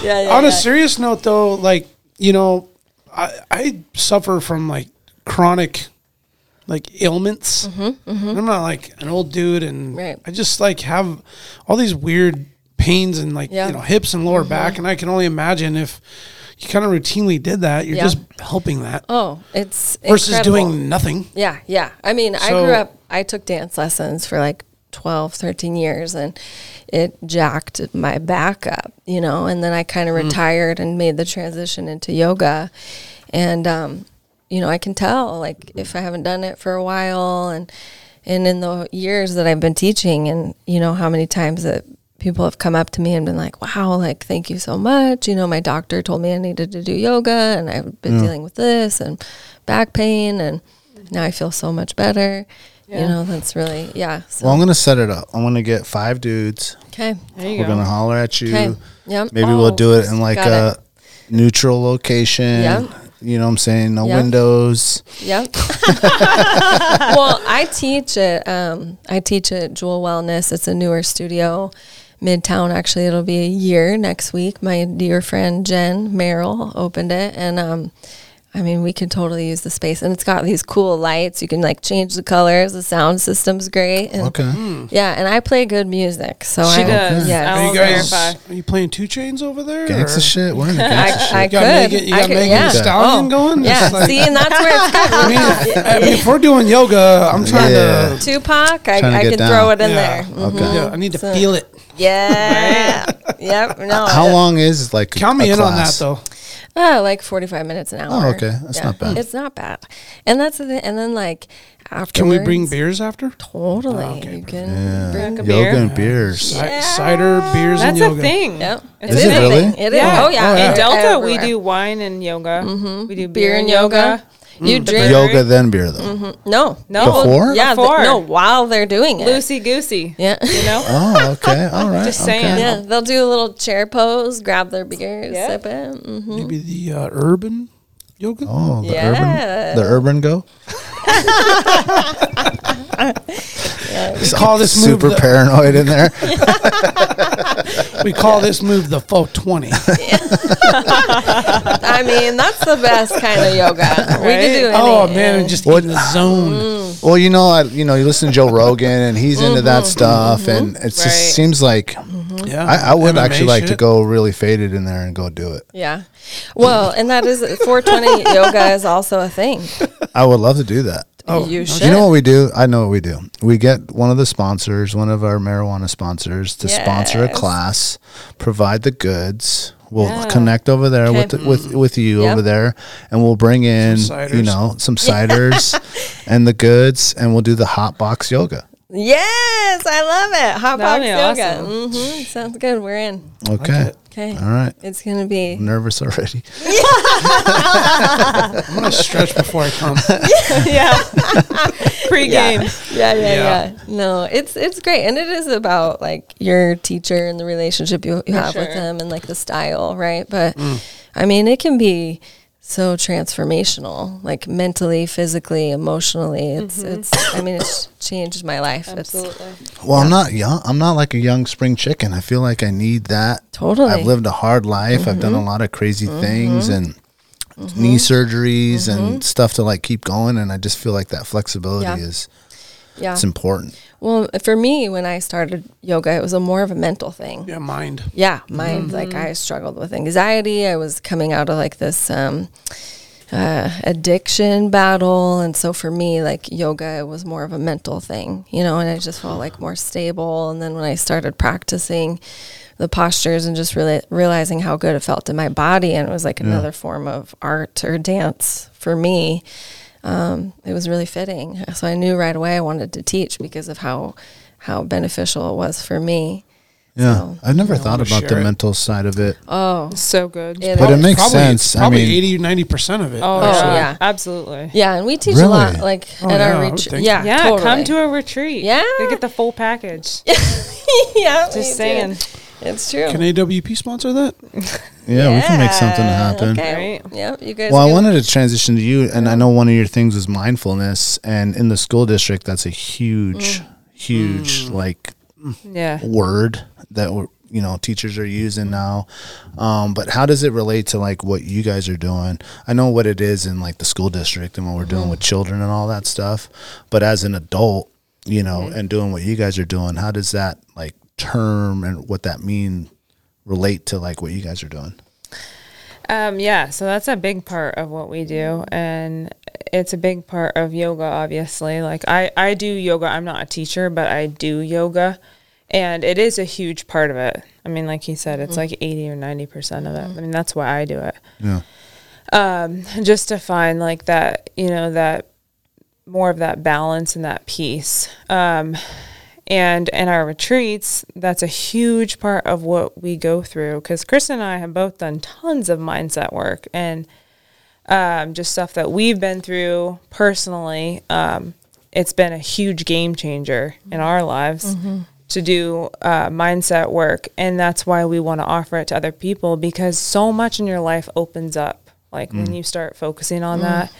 [SPEAKER 4] yeah, yeah,
[SPEAKER 3] on a
[SPEAKER 4] yeah.
[SPEAKER 3] serious note though like you know i, I suffer from like chronic like ailments And i'm not like an old dude and
[SPEAKER 4] Mm-hmm, Right.
[SPEAKER 3] i just like have all these weird pains and like
[SPEAKER 4] Yeah. Mm-hmm.
[SPEAKER 3] you know hips and lower back and i can only imagine if you kind of routinely did that you're
[SPEAKER 4] Yeah.
[SPEAKER 3] just helping that
[SPEAKER 4] Oh, it's
[SPEAKER 3] versus
[SPEAKER 4] incredible.
[SPEAKER 3] doing nothing
[SPEAKER 4] Yeah, yeah. I mean, I
[SPEAKER 3] So-
[SPEAKER 4] grew up, I took dance lessons for like 12, 13 years and it jacked my back up, you know, and then I kind of retired and made the transition into yoga. And, um, you know, I can tell like if I haven't done it for a while and, and in the years that I've been teaching and, you know, how many times that people have come up to me and been like, wow, like, thank you so much. You know, my doctor told me I needed to do yoga and I've been dealing with this and back pain and now I feel so much better. You know, that's really, yeah. So,
[SPEAKER 1] Well, I'm gonna set it up. I'm gonna get five dudes.
[SPEAKER 4] okay.
[SPEAKER 5] There you
[SPEAKER 1] We're
[SPEAKER 5] go.
[SPEAKER 1] gonna holler at you.
[SPEAKER 4] Okay. Yep.
[SPEAKER 1] Maybe we'll do it in like
[SPEAKER 4] got
[SPEAKER 1] a neutral location.
[SPEAKER 4] Yeah.
[SPEAKER 1] You know what I'm saying? No
[SPEAKER 4] Yeah.
[SPEAKER 1] windows.
[SPEAKER 4] Yep. well, I teach at um, I teach at Jewel Wellness. It's a newer studio, Midtown. Actually, it'll be a year next week. My dear friend Jen Merrill opened it, and um, I mean, we could totally use the space. And it's got these cool lights. You can like change the colors. The sound system's great. And,
[SPEAKER 1] Okay.
[SPEAKER 4] Yeah, and I play good music, so
[SPEAKER 5] She
[SPEAKER 4] I
[SPEAKER 5] does.
[SPEAKER 4] Yes.
[SPEAKER 5] I
[SPEAKER 3] are
[SPEAKER 5] will
[SPEAKER 3] you guys
[SPEAKER 5] verify.
[SPEAKER 3] are you playing two chains over there
[SPEAKER 1] Gangsta
[SPEAKER 3] or-
[SPEAKER 1] shit. We're in the
[SPEAKER 4] I,
[SPEAKER 1] gangsta shit.
[SPEAKER 4] I
[SPEAKER 3] You
[SPEAKER 4] could.
[SPEAKER 3] got Megan- you
[SPEAKER 4] I
[SPEAKER 3] got
[SPEAKER 4] could,
[SPEAKER 3] Megan
[SPEAKER 4] yeah. Oh,
[SPEAKER 3] Thee Stallion going?
[SPEAKER 4] Yeah,
[SPEAKER 3] Just like-
[SPEAKER 4] see, and that's where it's
[SPEAKER 3] I
[SPEAKER 4] got
[SPEAKER 3] mean, I mean, if we're doing yoga, I'm trying
[SPEAKER 1] Yeah.
[SPEAKER 3] to.
[SPEAKER 4] Tupac. I,
[SPEAKER 1] Trying to
[SPEAKER 4] I
[SPEAKER 1] get
[SPEAKER 4] could
[SPEAKER 1] down.
[SPEAKER 4] throw it in
[SPEAKER 3] Yeah.
[SPEAKER 4] there.
[SPEAKER 5] Mm-hmm.
[SPEAKER 1] Okay.
[SPEAKER 3] Yeah, I need to
[SPEAKER 4] So-
[SPEAKER 3] feel it.
[SPEAKER 4] Yeah. yep. No.
[SPEAKER 1] How long is like
[SPEAKER 3] Count
[SPEAKER 1] a
[SPEAKER 3] me in
[SPEAKER 1] class?
[SPEAKER 3] on that though.
[SPEAKER 4] Oh, like forty-five minutes an hour.
[SPEAKER 1] Oh, okay. That's not bad.
[SPEAKER 4] It's not bad, and that's the thing. And then like after
[SPEAKER 3] Can we bring Oh, beers after?
[SPEAKER 4] Totally, you can bring a
[SPEAKER 5] Like a
[SPEAKER 4] beer.
[SPEAKER 1] Yoga
[SPEAKER 5] beer?
[SPEAKER 1] and beers.
[SPEAKER 3] Ci- Cider, beers, and
[SPEAKER 5] That's a
[SPEAKER 3] yoga.
[SPEAKER 5] thing.
[SPEAKER 4] Yep.
[SPEAKER 5] It's
[SPEAKER 1] Is
[SPEAKER 5] a
[SPEAKER 1] it
[SPEAKER 5] thing.
[SPEAKER 1] really?
[SPEAKER 4] It is.
[SPEAKER 5] Yeah.
[SPEAKER 4] Oh yeah.
[SPEAKER 3] Oh, yeah.
[SPEAKER 5] In Delta, we
[SPEAKER 4] Everywhere. Mm-hmm.
[SPEAKER 5] do wine and yoga. We do
[SPEAKER 4] beer and yoga. You drink
[SPEAKER 1] Yoga then beer though.
[SPEAKER 4] no
[SPEAKER 5] No.
[SPEAKER 4] people-
[SPEAKER 1] Before?
[SPEAKER 4] Yeah. the-
[SPEAKER 5] Before.
[SPEAKER 4] no, while they're doing it.
[SPEAKER 5] Loosey goosey.
[SPEAKER 4] Yeah.
[SPEAKER 5] You know?
[SPEAKER 1] Oh, okay. All right.
[SPEAKER 5] Just
[SPEAKER 1] okay.
[SPEAKER 5] saying.
[SPEAKER 4] Yeah, they'll do a little chair pose, grab their beers,
[SPEAKER 5] Yeah.
[SPEAKER 4] sip it. hmm
[SPEAKER 3] Maybe
[SPEAKER 5] Mm-hmm.
[SPEAKER 3] the uh, urban yoga.
[SPEAKER 1] Oh, the
[SPEAKER 4] Yeah.
[SPEAKER 1] urban, the urban go.
[SPEAKER 3] We call this move.
[SPEAKER 1] Super
[SPEAKER 3] The,
[SPEAKER 1] paranoid in there.
[SPEAKER 3] we call this move the full twenty.
[SPEAKER 4] I mean, that's the best kind of yoga. We could do it.
[SPEAKER 3] oh man, I'm just
[SPEAKER 1] What-
[SPEAKER 3] in the zone.
[SPEAKER 5] Mm.
[SPEAKER 1] Well, you know, I, you know, you listen to Joe Rogan, and he's into that stuff, and it
[SPEAKER 5] Right.
[SPEAKER 1] just seems like
[SPEAKER 3] Yeah,
[SPEAKER 1] I, I would
[SPEAKER 3] MMA
[SPEAKER 1] actually like to
[SPEAKER 3] shit.
[SPEAKER 1] go really faded in there and go do it.
[SPEAKER 4] Yeah. Well, and that is 420 yoga is also a thing.
[SPEAKER 1] I would love to do that.
[SPEAKER 4] you should.
[SPEAKER 1] You know what we do? I know what we do. We get one of the sponsors, one of our marijuana sponsors, to sponsor a
[SPEAKER 4] Yes.
[SPEAKER 1] class, provide the goods. We'll connect over there with
[SPEAKER 4] Okay.
[SPEAKER 1] with with you
[SPEAKER 4] Yep.
[SPEAKER 1] over there, and we'll bring in
[SPEAKER 3] ciders.
[SPEAKER 1] you know some ciders and the goods, and we'll do the hot box yoga.
[SPEAKER 4] Yes, I love it. Hot
[SPEAKER 5] That'll
[SPEAKER 4] box
[SPEAKER 5] be
[SPEAKER 4] yoga.
[SPEAKER 5] awesome.
[SPEAKER 4] hmm Sounds good. We're in.
[SPEAKER 1] Okay,
[SPEAKER 4] Okay.
[SPEAKER 1] all right. Mm-hmm.
[SPEAKER 4] It's gonna be.
[SPEAKER 1] Nervous already.
[SPEAKER 3] I'm gonna stretch before I come.
[SPEAKER 5] yeah. Pre-game.
[SPEAKER 4] Yeah, yeah,
[SPEAKER 3] Yeah.
[SPEAKER 4] yeah, No, it's it's great, and it is about like your teacher and the relationship you, you have with
[SPEAKER 5] sure.
[SPEAKER 4] them, and like the style, right? But I mean, it can be so transformational, like mentally, physically, emotionally. It's it's. I mean, it's changed my life. It's
[SPEAKER 5] Mm-hmm. Absolutely.
[SPEAKER 1] Well, I'm not young. I'm not like a young spring chicken. I feel like I need that.
[SPEAKER 4] Totally. Mm-hmm.
[SPEAKER 1] I've lived a hard life. I've done a lot of crazy things and knee surgeries and stuff to like keep going. And I just feel like that flexibility
[SPEAKER 4] Mm-hmm. Yeah.
[SPEAKER 1] is
[SPEAKER 4] yeah.
[SPEAKER 1] it's important.
[SPEAKER 4] Well, for me, when I started yoga, it was a more of a mental thing.
[SPEAKER 3] Yeah, mind.
[SPEAKER 4] Yeah, mine. Like I struggled with anxiety. I was coming out of like this um, uh, addiction battle, and so for me, like yoga, it was more of a mental thing, you know. And I just felt like more stable. And then when I started practicing the postures and just really realizing how good it felt in my body, and it was like another form of art or dance for me. Um, it was really fitting. So I knew right away I wanted to teach because of how how beneficial it was for me.
[SPEAKER 1] Yeah.
[SPEAKER 4] So-
[SPEAKER 1] I've never
[SPEAKER 3] I
[SPEAKER 1] thought
[SPEAKER 3] wanna
[SPEAKER 1] about the
[SPEAKER 3] share it.
[SPEAKER 1] mental side of it,
[SPEAKER 4] Oh,
[SPEAKER 5] So good.
[SPEAKER 4] it
[SPEAKER 1] but it
[SPEAKER 4] is.
[SPEAKER 1] makes
[SPEAKER 3] Probably,
[SPEAKER 1] sense. I
[SPEAKER 3] probably
[SPEAKER 1] mean,
[SPEAKER 3] 80, 90 percent of it.
[SPEAKER 5] Oh,
[SPEAKER 4] Oh,
[SPEAKER 5] yeah.
[SPEAKER 4] yeah.
[SPEAKER 5] Absolutely.
[SPEAKER 4] Yeah, and we teach a lot,
[SPEAKER 1] Really?
[SPEAKER 4] like
[SPEAKER 3] Oh,
[SPEAKER 4] at
[SPEAKER 3] yeah, I
[SPEAKER 4] our
[SPEAKER 3] would
[SPEAKER 4] retreat.
[SPEAKER 3] think
[SPEAKER 4] Yeah,
[SPEAKER 5] Yeah,
[SPEAKER 4] totally.
[SPEAKER 5] come to a retreat.
[SPEAKER 4] Yeah.
[SPEAKER 5] You get the full package.
[SPEAKER 4] yeah, we
[SPEAKER 5] Just
[SPEAKER 4] do.
[SPEAKER 5] saying.
[SPEAKER 4] it's true.
[SPEAKER 3] Can AWP sponsor that?
[SPEAKER 1] yeah, we can make something
[SPEAKER 4] Yeah,
[SPEAKER 1] happen.
[SPEAKER 4] Okay.
[SPEAKER 5] Right.
[SPEAKER 4] Yep, you guys.
[SPEAKER 1] Well, I
[SPEAKER 4] can-
[SPEAKER 1] wanted to transition to you, and I know one of your things was mindfulness, and in the school district, that's a
[SPEAKER 4] Mm.
[SPEAKER 1] huge, huge like
[SPEAKER 5] Yeah.
[SPEAKER 1] word that we're, you know teachers are using now um, but how does it relate to like what you guys are doing i know what it is in like the school district and what we're doing with children and all that stuff but as an adult you know and doing what you guys are doing how does that like term and what that mean relate to like what you guys are doing
[SPEAKER 5] Um, yeah, so that's a big part of what we do, and it's a big part of yoga. Obviously, like I, I do yoga. I'm not a teacher, but I do yoga, and it is a huge part of it. I mean, like he said, it's like eighty or ninety percent of it. I mean, that's why I do it.
[SPEAKER 1] yeah
[SPEAKER 5] Um, just to find like that, you know, that more of that balance and that peace. Um, and in our retreats, that's a huge part of what we go through because Chris and I have both done tons of mindset work and um, just stuff that we've been through personally. Um, it's been a huge game changer in our lives to do uh, mindset work. And that's why we want to offer it to other people because so much in your life opens up. Like when you start focusing on that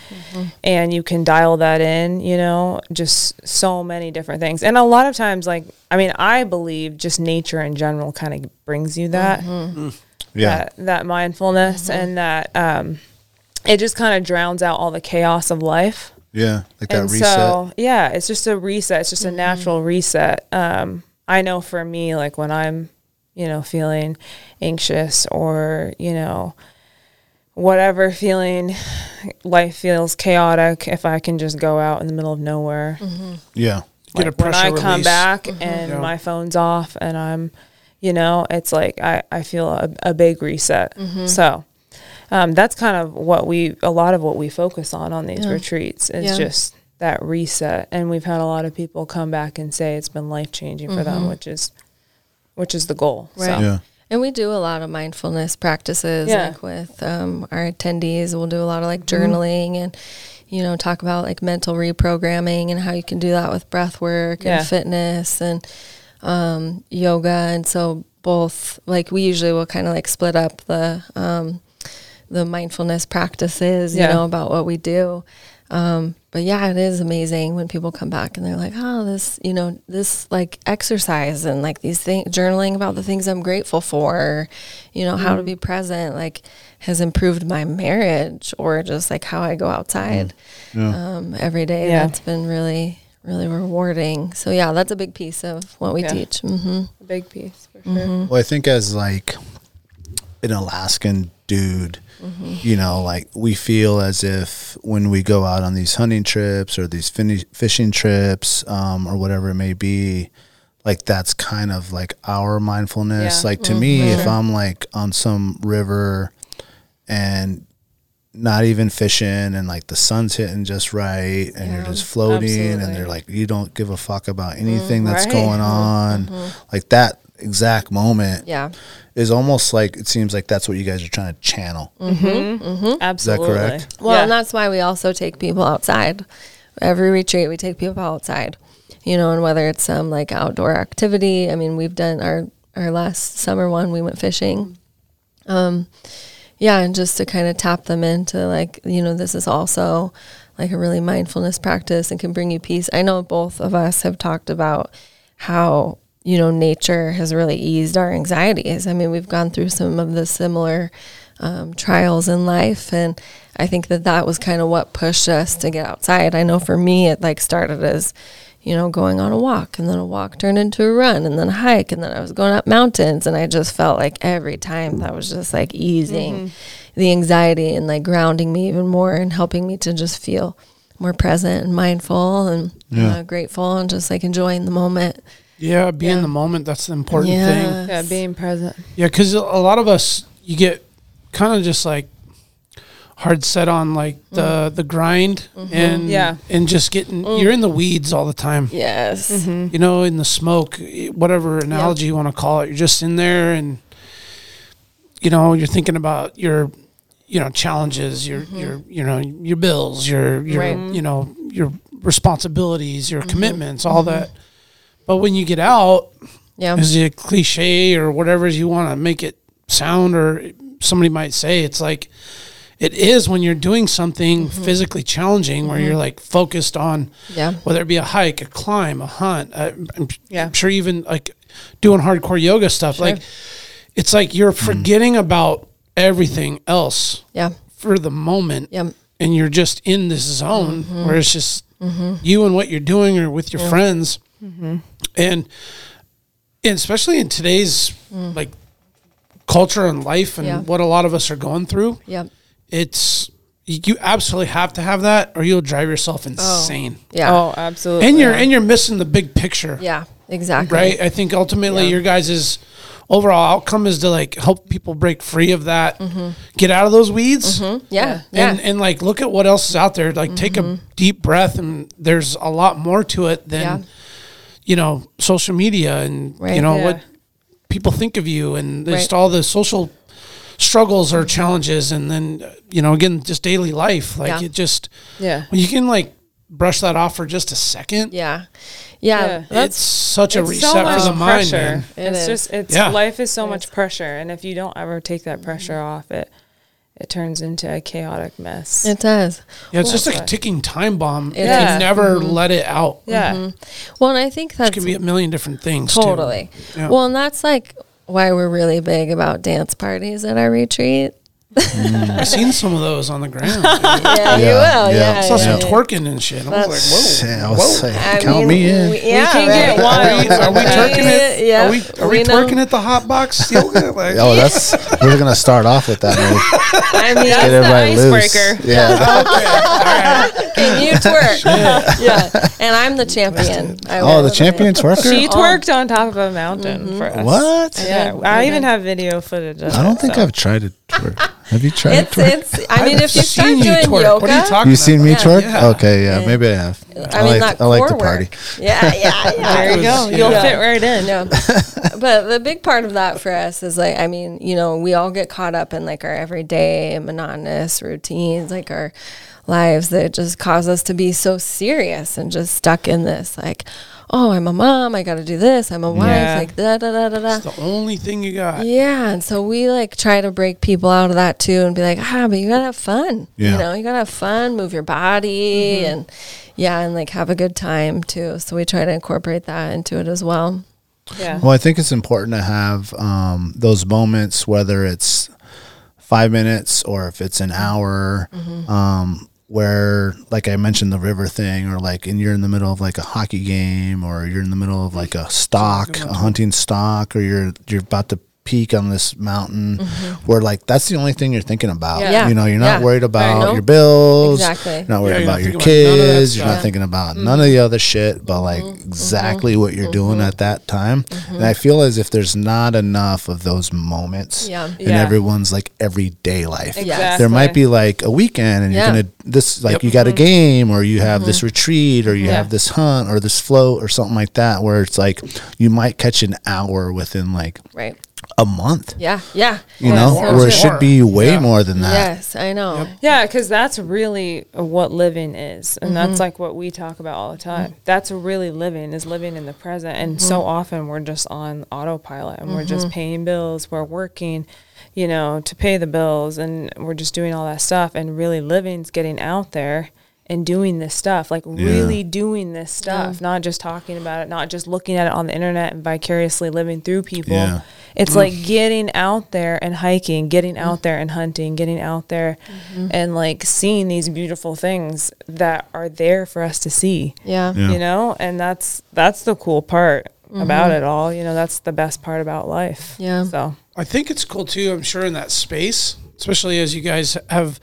[SPEAKER 5] and you can dial that in, you know, just so many different things. And a lot of times, like, I mean, I believe just nature in general kind of brings you that
[SPEAKER 1] yeah
[SPEAKER 5] that, that mindfulness and that um, it just kind of drowns out all the chaos of life.
[SPEAKER 1] yeah like that
[SPEAKER 5] and
[SPEAKER 1] reset Mm-hmm.
[SPEAKER 5] so, yeah, it's just a reset. It's just a natural reset. Um, I know for me, like when I'm, you know, feeling anxious or, you know, whatever feeling life feels chaotic, if I can just go out in the middle of nowhere
[SPEAKER 1] yeah
[SPEAKER 3] Get a
[SPEAKER 5] when
[SPEAKER 3] pressure
[SPEAKER 5] I come
[SPEAKER 3] release.
[SPEAKER 5] back
[SPEAKER 4] Mm-hmm.
[SPEAKER 5] and
[SPEAKER 3] Yeah.
[SPEAKER 5] my phone's off and I'm, you know, it's like I, I feel a, a big reset.
[SPEAKER 4] Mm-hmm.
[SPEAKER 5] So um, that's kind of what we, a lot of what we focus on on these retreats is
[SPEAKER 4] Yeah.
[SPEAKER 5] just that reset. And we've had a lot of people come back and say it's been life changing for them, which is, which is the goal. So.
[SPEAKER 4] Mm-hmm. Right.
[SPEAKER 1] yeah
[SPEAKER 4] And we do a lot of mindfulness practices,
[SPEAKER 5] Yeah. Mm-hmm.
[SPEAKER 4] like with um, our attendees. We'll do a lot of like journaling and, you know, talk about like mental reprogramming and how you can do that with breath work
[SPEAKER 5] Yeah.
[SPEAKER 4] and fitness and um, yoga. And so both, like we usually will kind of like split up the um, the mindfulness practices,
[SPEAKER 5] Yeah.
[SPEAKER 4] you know, about what we do. Um, but yeah, it is amazing when people come back and they're like, oh, this, you know, this like exercise and like these things, journaling about the things I'm grateful for, you know,
[SPEAKER 5] Mm-hmm.
[SPEAKER 4] how to be present, like has improved my marriage or just like how I go outside um, every day.
[SPEAKER 5] Mm. Yeah.
[SPEAKER 4] That's been really, really rewarding. So yeah, that's a big piece of what we
[SPEAKER 5] Yeah.
[SPEAKER 4] teach. hmm
[SPEAKER 5] A big piece for sure.
[SPEAKER 1] Well, I think as like an Alaskan dude,
[SPEAKER 5] Mm-hmm.
[SPEAKER 1] you know, like we feel as if when we go out on these hunting trips or these fin- fishing trips um, or whatever it may be, like that's kind of like our mindfulness.
[SPEAKER 5] Yeah. Mm-hmm.
[SPEAKER 1] Like to me, if I'm like on some river and not even fishing and like the sun's hitting just right and you're just floating and they're
[SPEAKER 5] absolutely. Mm-hmm.
[SPEAKER 1] like you don't give a fuck about anything that's
[SPEAKER 5] right. Mm-hmm.
[SPEAKER 1] going on. Like that exact moment
[SPEAKER 4] Yeah.
[SPEAKER 1] is almost like it seems like that's what you guys are trying to channel.
[SPEAKER 4] Mm-hmm.
[SPEAKER 5] Absolutely.
[SPEAKER 1] correct?
[SPEAKER 4] Well,
[SPEAKER 5] Yeah.
[SPEAKER 4] and that's why we also take people outside. Every retreat, we take people outside, you know, and whether it's um, like outdoor activity. I mean, we've done our, our last summer one, we went fishing. Um, yeah, and just to kind of tap them into like, you know, this is also like a really mindfulness practice and can bring you peace. I know both of us have talked about how, you know, nature has really eased our anxieties. I mean, we've gone through some of the similar um, trials in life and i think that that was kind of what pushed us to get outside i know for me it like started as you know going on a walk and then a walk turned into a run and then a hike and then i was going up mountains and i just felt like every time that was just like easing the anxiety and like grounding me even more and helping me to just feel more present and mindful and uh, grateful and just like enjoying the moment
[SPEAKER 3] Yeah, be in the moment. That's the important thing.
[SPEAKER 4] yeah
[SPEAKER 5] Yeah, being present.
[SPEAKER 3] Yeah, because a lot of us, you get kind of just like hard set on like the the grind and
[SPEAKER 5] Yeah.
[SPEAKER 3] and just getting you're in the weeds all the time.
[SPEAKER 4] yes
[SPEAKER 3] You know, in the smoke, e, whatever analogy you want to call it, you're just in there and you know you're thinking about your you know challenges, your your you know your bills, your your
[SPEAKER 4] Right.
[SPEAKER 3] you know your responsibilities, your commitments, all that. But when you get out,
[SPEAKER 4] yeah
[SPEAKER 3] is it a cliche or whatever you want to make it sound or somebody might say it's like it is when you're doing something physically challenging where you're like focused on
[SPEAKER 4] Mm-hmm. Yeah.
[SPEAKER 3] whether it be a hike a climb a hunt I, I'm,
[SPEAKER 5] Yeah.
[SPEAKER 3] I'm sure even like doing hardcore yoga stuff like it's like you're forgetting about everything else
[SPEAKER 4] yeah
[SPEAKER 3] for the moment
[SPEAKER 4] Yep. Mm-hmm.
[SPEAKER 3] and you're just in this zone where it's just you and what you're doing or with your friends and, and especially in today's like culture and life and
[SPEAKER 4] Mm. Yeah.
[SPEAKER 3] what a lot of us are going through
[SPEAKER 4] yeah
[SPEAKER 3] it's you you absolutely have to have that or you'll drive yourself insane
[SPEAKER 4] Oh. yeah
[SPEAKER 5] Oh, absolutely.
[SPEAKER 3] and you're and you're missing the big picture
[SPEAKER 4] yeah exactly
[SPEAKER 3] right? I think ultimately
[SPEAKER 4] Yeah.
[SPEAKER 3] your guys' overall outcome is to like help people break free of that,
[SPEAKER 4] Mm-hmm.
[SPEAKER 3] get out of those weeds,
[SPEAKER 4] yeah yeah Mm-hmm.
[SPEAKER 3] and and like look at what else is out there. Like take a deep breath, and there's a lot more to it than
[SPEAKER 4] Yeah.
[SPEAKER 3] you know social media and you
[SPEAKER 4] Right.
[SPEAKER 3] know
[SPEAKER 5] Yeah.
[SPEAKER 3] what people think of you and just
[SPEAKER 4] Right.
[SPEAKER 3] all the social struggles or challenges, and then uh, you know again just daily life. Like
[SPEAKER 4] Yeah.
[SPEAKER 3] it just
[SPEAKER 5] yeah.
[SPEAKER 3] when you can like brush that off for just a second.
[SPEAKER 4] Yeah. Yeah.
[SPEAKER 5] Yeah.
[SPEAKER 4] That's
[SPEAKER 3] it's such a
[SPEAKER 5] It's
[SPEAKER 3] reset for the mind. Man.
[SPEAKER 4] It
[SPEAKER 5] it's
[SPEAKER 4] is.
[SPEAKER 5] just it's
[SPEAKER 3] Yeah.
[SPEAKER 5] life is so much pressure, and if you don't ever take that pressure off, it it turns into a chaotic mess.
[SPEAKER 4] it does.
[SPEAKER 3] Yeah, it's just like a ticking time bomb. If
[SPEAKER 5] Yeah.
[SPEAKER 3] you never
[SPEAKER 4] Mm-hmm.
[SPEAKER 3] let it out, it
[SPEAKER 5] yeah,
[SPEAKER 4] Well, and I think that's
[SPEAKER 3] could be a million different things. too.
[SPEAKER 4] totally.
[SPEAKER 3] Yeah.
[SPEAKER 4] Well, and that's like why we're really big about dance parties at our retreat.
[SPEAKER 3] I've seen some of those on the ground. dude.
[SPEAKER 4] Yeah, you will.
[SPEAKER 1] yeah.
[SPEAKER 4] Yeah.
[SPEAKER 3] I
[SPEAKER 4] yeah,
[SPEAKER 3] saw some
[SPEAKER 4] yeah.
[SPEAKER 3] twerking and shit. I was like,
[SPEAKER 1] Yeah, I was like, count
[SPEAKER 4] mean,
[SPEAKER 1] me in.
[SPEAKER 4] We, yeah,
[SPEAKER 5] can
[SPEAKER 4] right.
[SPEAKER 5] get wild.
[SPEAKER 3] whoa. Are we, are we twerking it?
[SPEAKER 4] Yeah.
[SPEAKER 3] Are we, are we,
[SPEAKER 4] We know.
[SPEAKER 3] twerking at the hot box yoga? Like,
[SPEAKER 1] Oh, that's we're gonna start off with that move.
[SPEAKER 4] I mean,
[SPEAKER 1] Get everybody loose.
[SPEAKER 5] icebreaker.
[SPEAKER 1] Yeah.
[SPEAKER 4] can you twerk? yeah. And I'm the champion. I
[SPEAKER 1] Oh,
[SPEAKER 4] will
[SPEAKER 1] the
[SPEAKER 4] admit.
[SPEAKER 1] champion twerker.
[SPEAKER 5] she twerked on top of a mountain for us.
[SPEAKER 1] what?
[SPEAKER 5] Yeah, I even have video footage. Of
[SPEAKER 1] I don't think
[SPEAKER 5] so.
[SPEAKER 1] I've tried to twerk. Have you tried
[SPEAKER 4] It's
[SPEAKER 1] to twerk?
[SPEAKER 4] it's. I mean,
[SPEAKER 3] I've
[SPEAKER 4] if you start
[SPEAKER 3] seen
[SPEAKER 4] doing
[SPEAKER 3] twerk.
[SPEAKER 4] yoga,
[SPEAKER 3] What are you talking
[SPEAKER 1] You seen me
[SPEAKER 4] Yeah.
[SPEAKER 1] twerk?
[SPEAKER 3] Yeah.
[SPEAKER 1] Okay, yeah, maybe I have.
[SPEAKER 4] I mean, that
[SPEAKER 1] I like the
[SPEAKER 4] core
[SPEAKER 1] party.
[SPEAKER 4] work. Yeah, yeah, yeah.
[SPEAKER 5] There you go.
[SPEAKER 3] Yeah.
[SPEAKER 5] You'll fit right in.
[SPEAKER 4] No. but the big part of that for us is like, I mean, you know, we all get caught up in like our everyday monotonous routines, like our lives that just cause us to be so serious and just stuck in this, like, oh, I'm a mom, I got to do this, I'm a wife,
[SPEAKER 5] Yeah.
[SPEAKER 4] like da da da da da.
[SPEAKER 3] It's the only thing you got.
[SPEAKER 4] Yeah, and so we like try to break people out of that too, and be like, ah, but you gotta have fun.
[SPEAKER 1] Yeah.
[SPEAKER 4] You know, you gotta have fun, move your body, and yeah, and like have a good time too. So we try to incorporate that into it as well.
[SPEAKER 5] Yeah.
[SPEAKER 1] Well, I think it's important to have um, those moments, whether it's five minutes or if it's an hour,
[SPEAKER 4] Mm-hmm.
[SPEAKER 1] um, where, like I mentioned, the river thing, or like, and you're in the middle of like a hockey game, or you're in the middle of like a stock, a hunting stock, or you're you're about to peak on this mountain where like that's the only thing you're thinking about.
[SPEAKER 4] Mm-hmm. Yeah.
[SPEAKER 1] You know, you're not
[SPEAKER 4] Yeah.
[SPEAKER 1] worried about
[SPEAKER 4] Nope.
[SPEAKER 1] your bills.
[SPEAKER 4] Exactly.
[SPEAKER 1] You're not worried
[SPEAKER 3] Yeah, you're not
[SPEAKER 1] about your
[SPEAKER 3] thinking about none of that
[SPEAKER 1] kids. You're
[SPEAKER 3] stuff.
[SPEAKER 1] not thinking about none of the other shit, but like exactly what you're doing at that time. And I feel as if there's not enough of those moments
[SPEAKER 4] Yeah.
[SPEAKER 1] in
[SPEAKER 5] Yeah.
[SPEAKER 1] everyone's like everyday life.
[SPEAKER 5] Exactly.
[SPEAKER 1] There might be like a weekend and
[SPEAKER 4] Yeah.
[SPEAKER 1] you're gonna this like you got a game or you have this retreat or you
[SPEAKER 5] Yeah.
[SPEAKER 1] have this hunt or this float or something like that where it's like you might catch an hour within like
[SPEAKER 4] Right.
[SPEAKER 1] a month.
[SPEAKER 4] Yeah. Yeah.
[SPEAKER 1] You know,
[SPEAKER 4] Yes,
[SPEAKER 1] where it
[SPEAKER 4] that's
[SPEAKER 1] should be way
[SPEAKER 3] Yeah.
[SPEAKER 1] more than that.
[SPEAKER 4] Yes, I know.
[SPEAKER 5] Yeah, because that's really what living is. And that's like what we talk about all the time. That's really living, is living in the present. And so often we're just on autopilot and we're just paying bills, we're working, you know, to pay the bills, and we're just doing all that stuff. And really living's getting out there and doing this stuff, like really doing this stuff, not just talking about it, not just looking at it on the internet and vicariously living through people.
[SPEAKER 1] Yeah.
[SPEAKER 5] It's
[SPEAKER 3] Mm.
[SPEAKER 5] like getting out there and hiking, getting out there and hunting, getting out there
[SPEAKER 3] Mm-hmm.
[SPEAKER 5] and like seeing these beautiful things that are there for us to see.
[SPEAKER 4] Yeah.
[SPEAKER 5] You know, and that's that's the cool part about
[SPEAKER 3] Mm-hmm.
[SPEAKER 5] it all. You know, that's the best part about life.
[SPEAKER 4] Yeah.
[SPEAKER 5] So
[SPEAKER 3] I think it's cool too. I'm sure in that space, especially as you guys have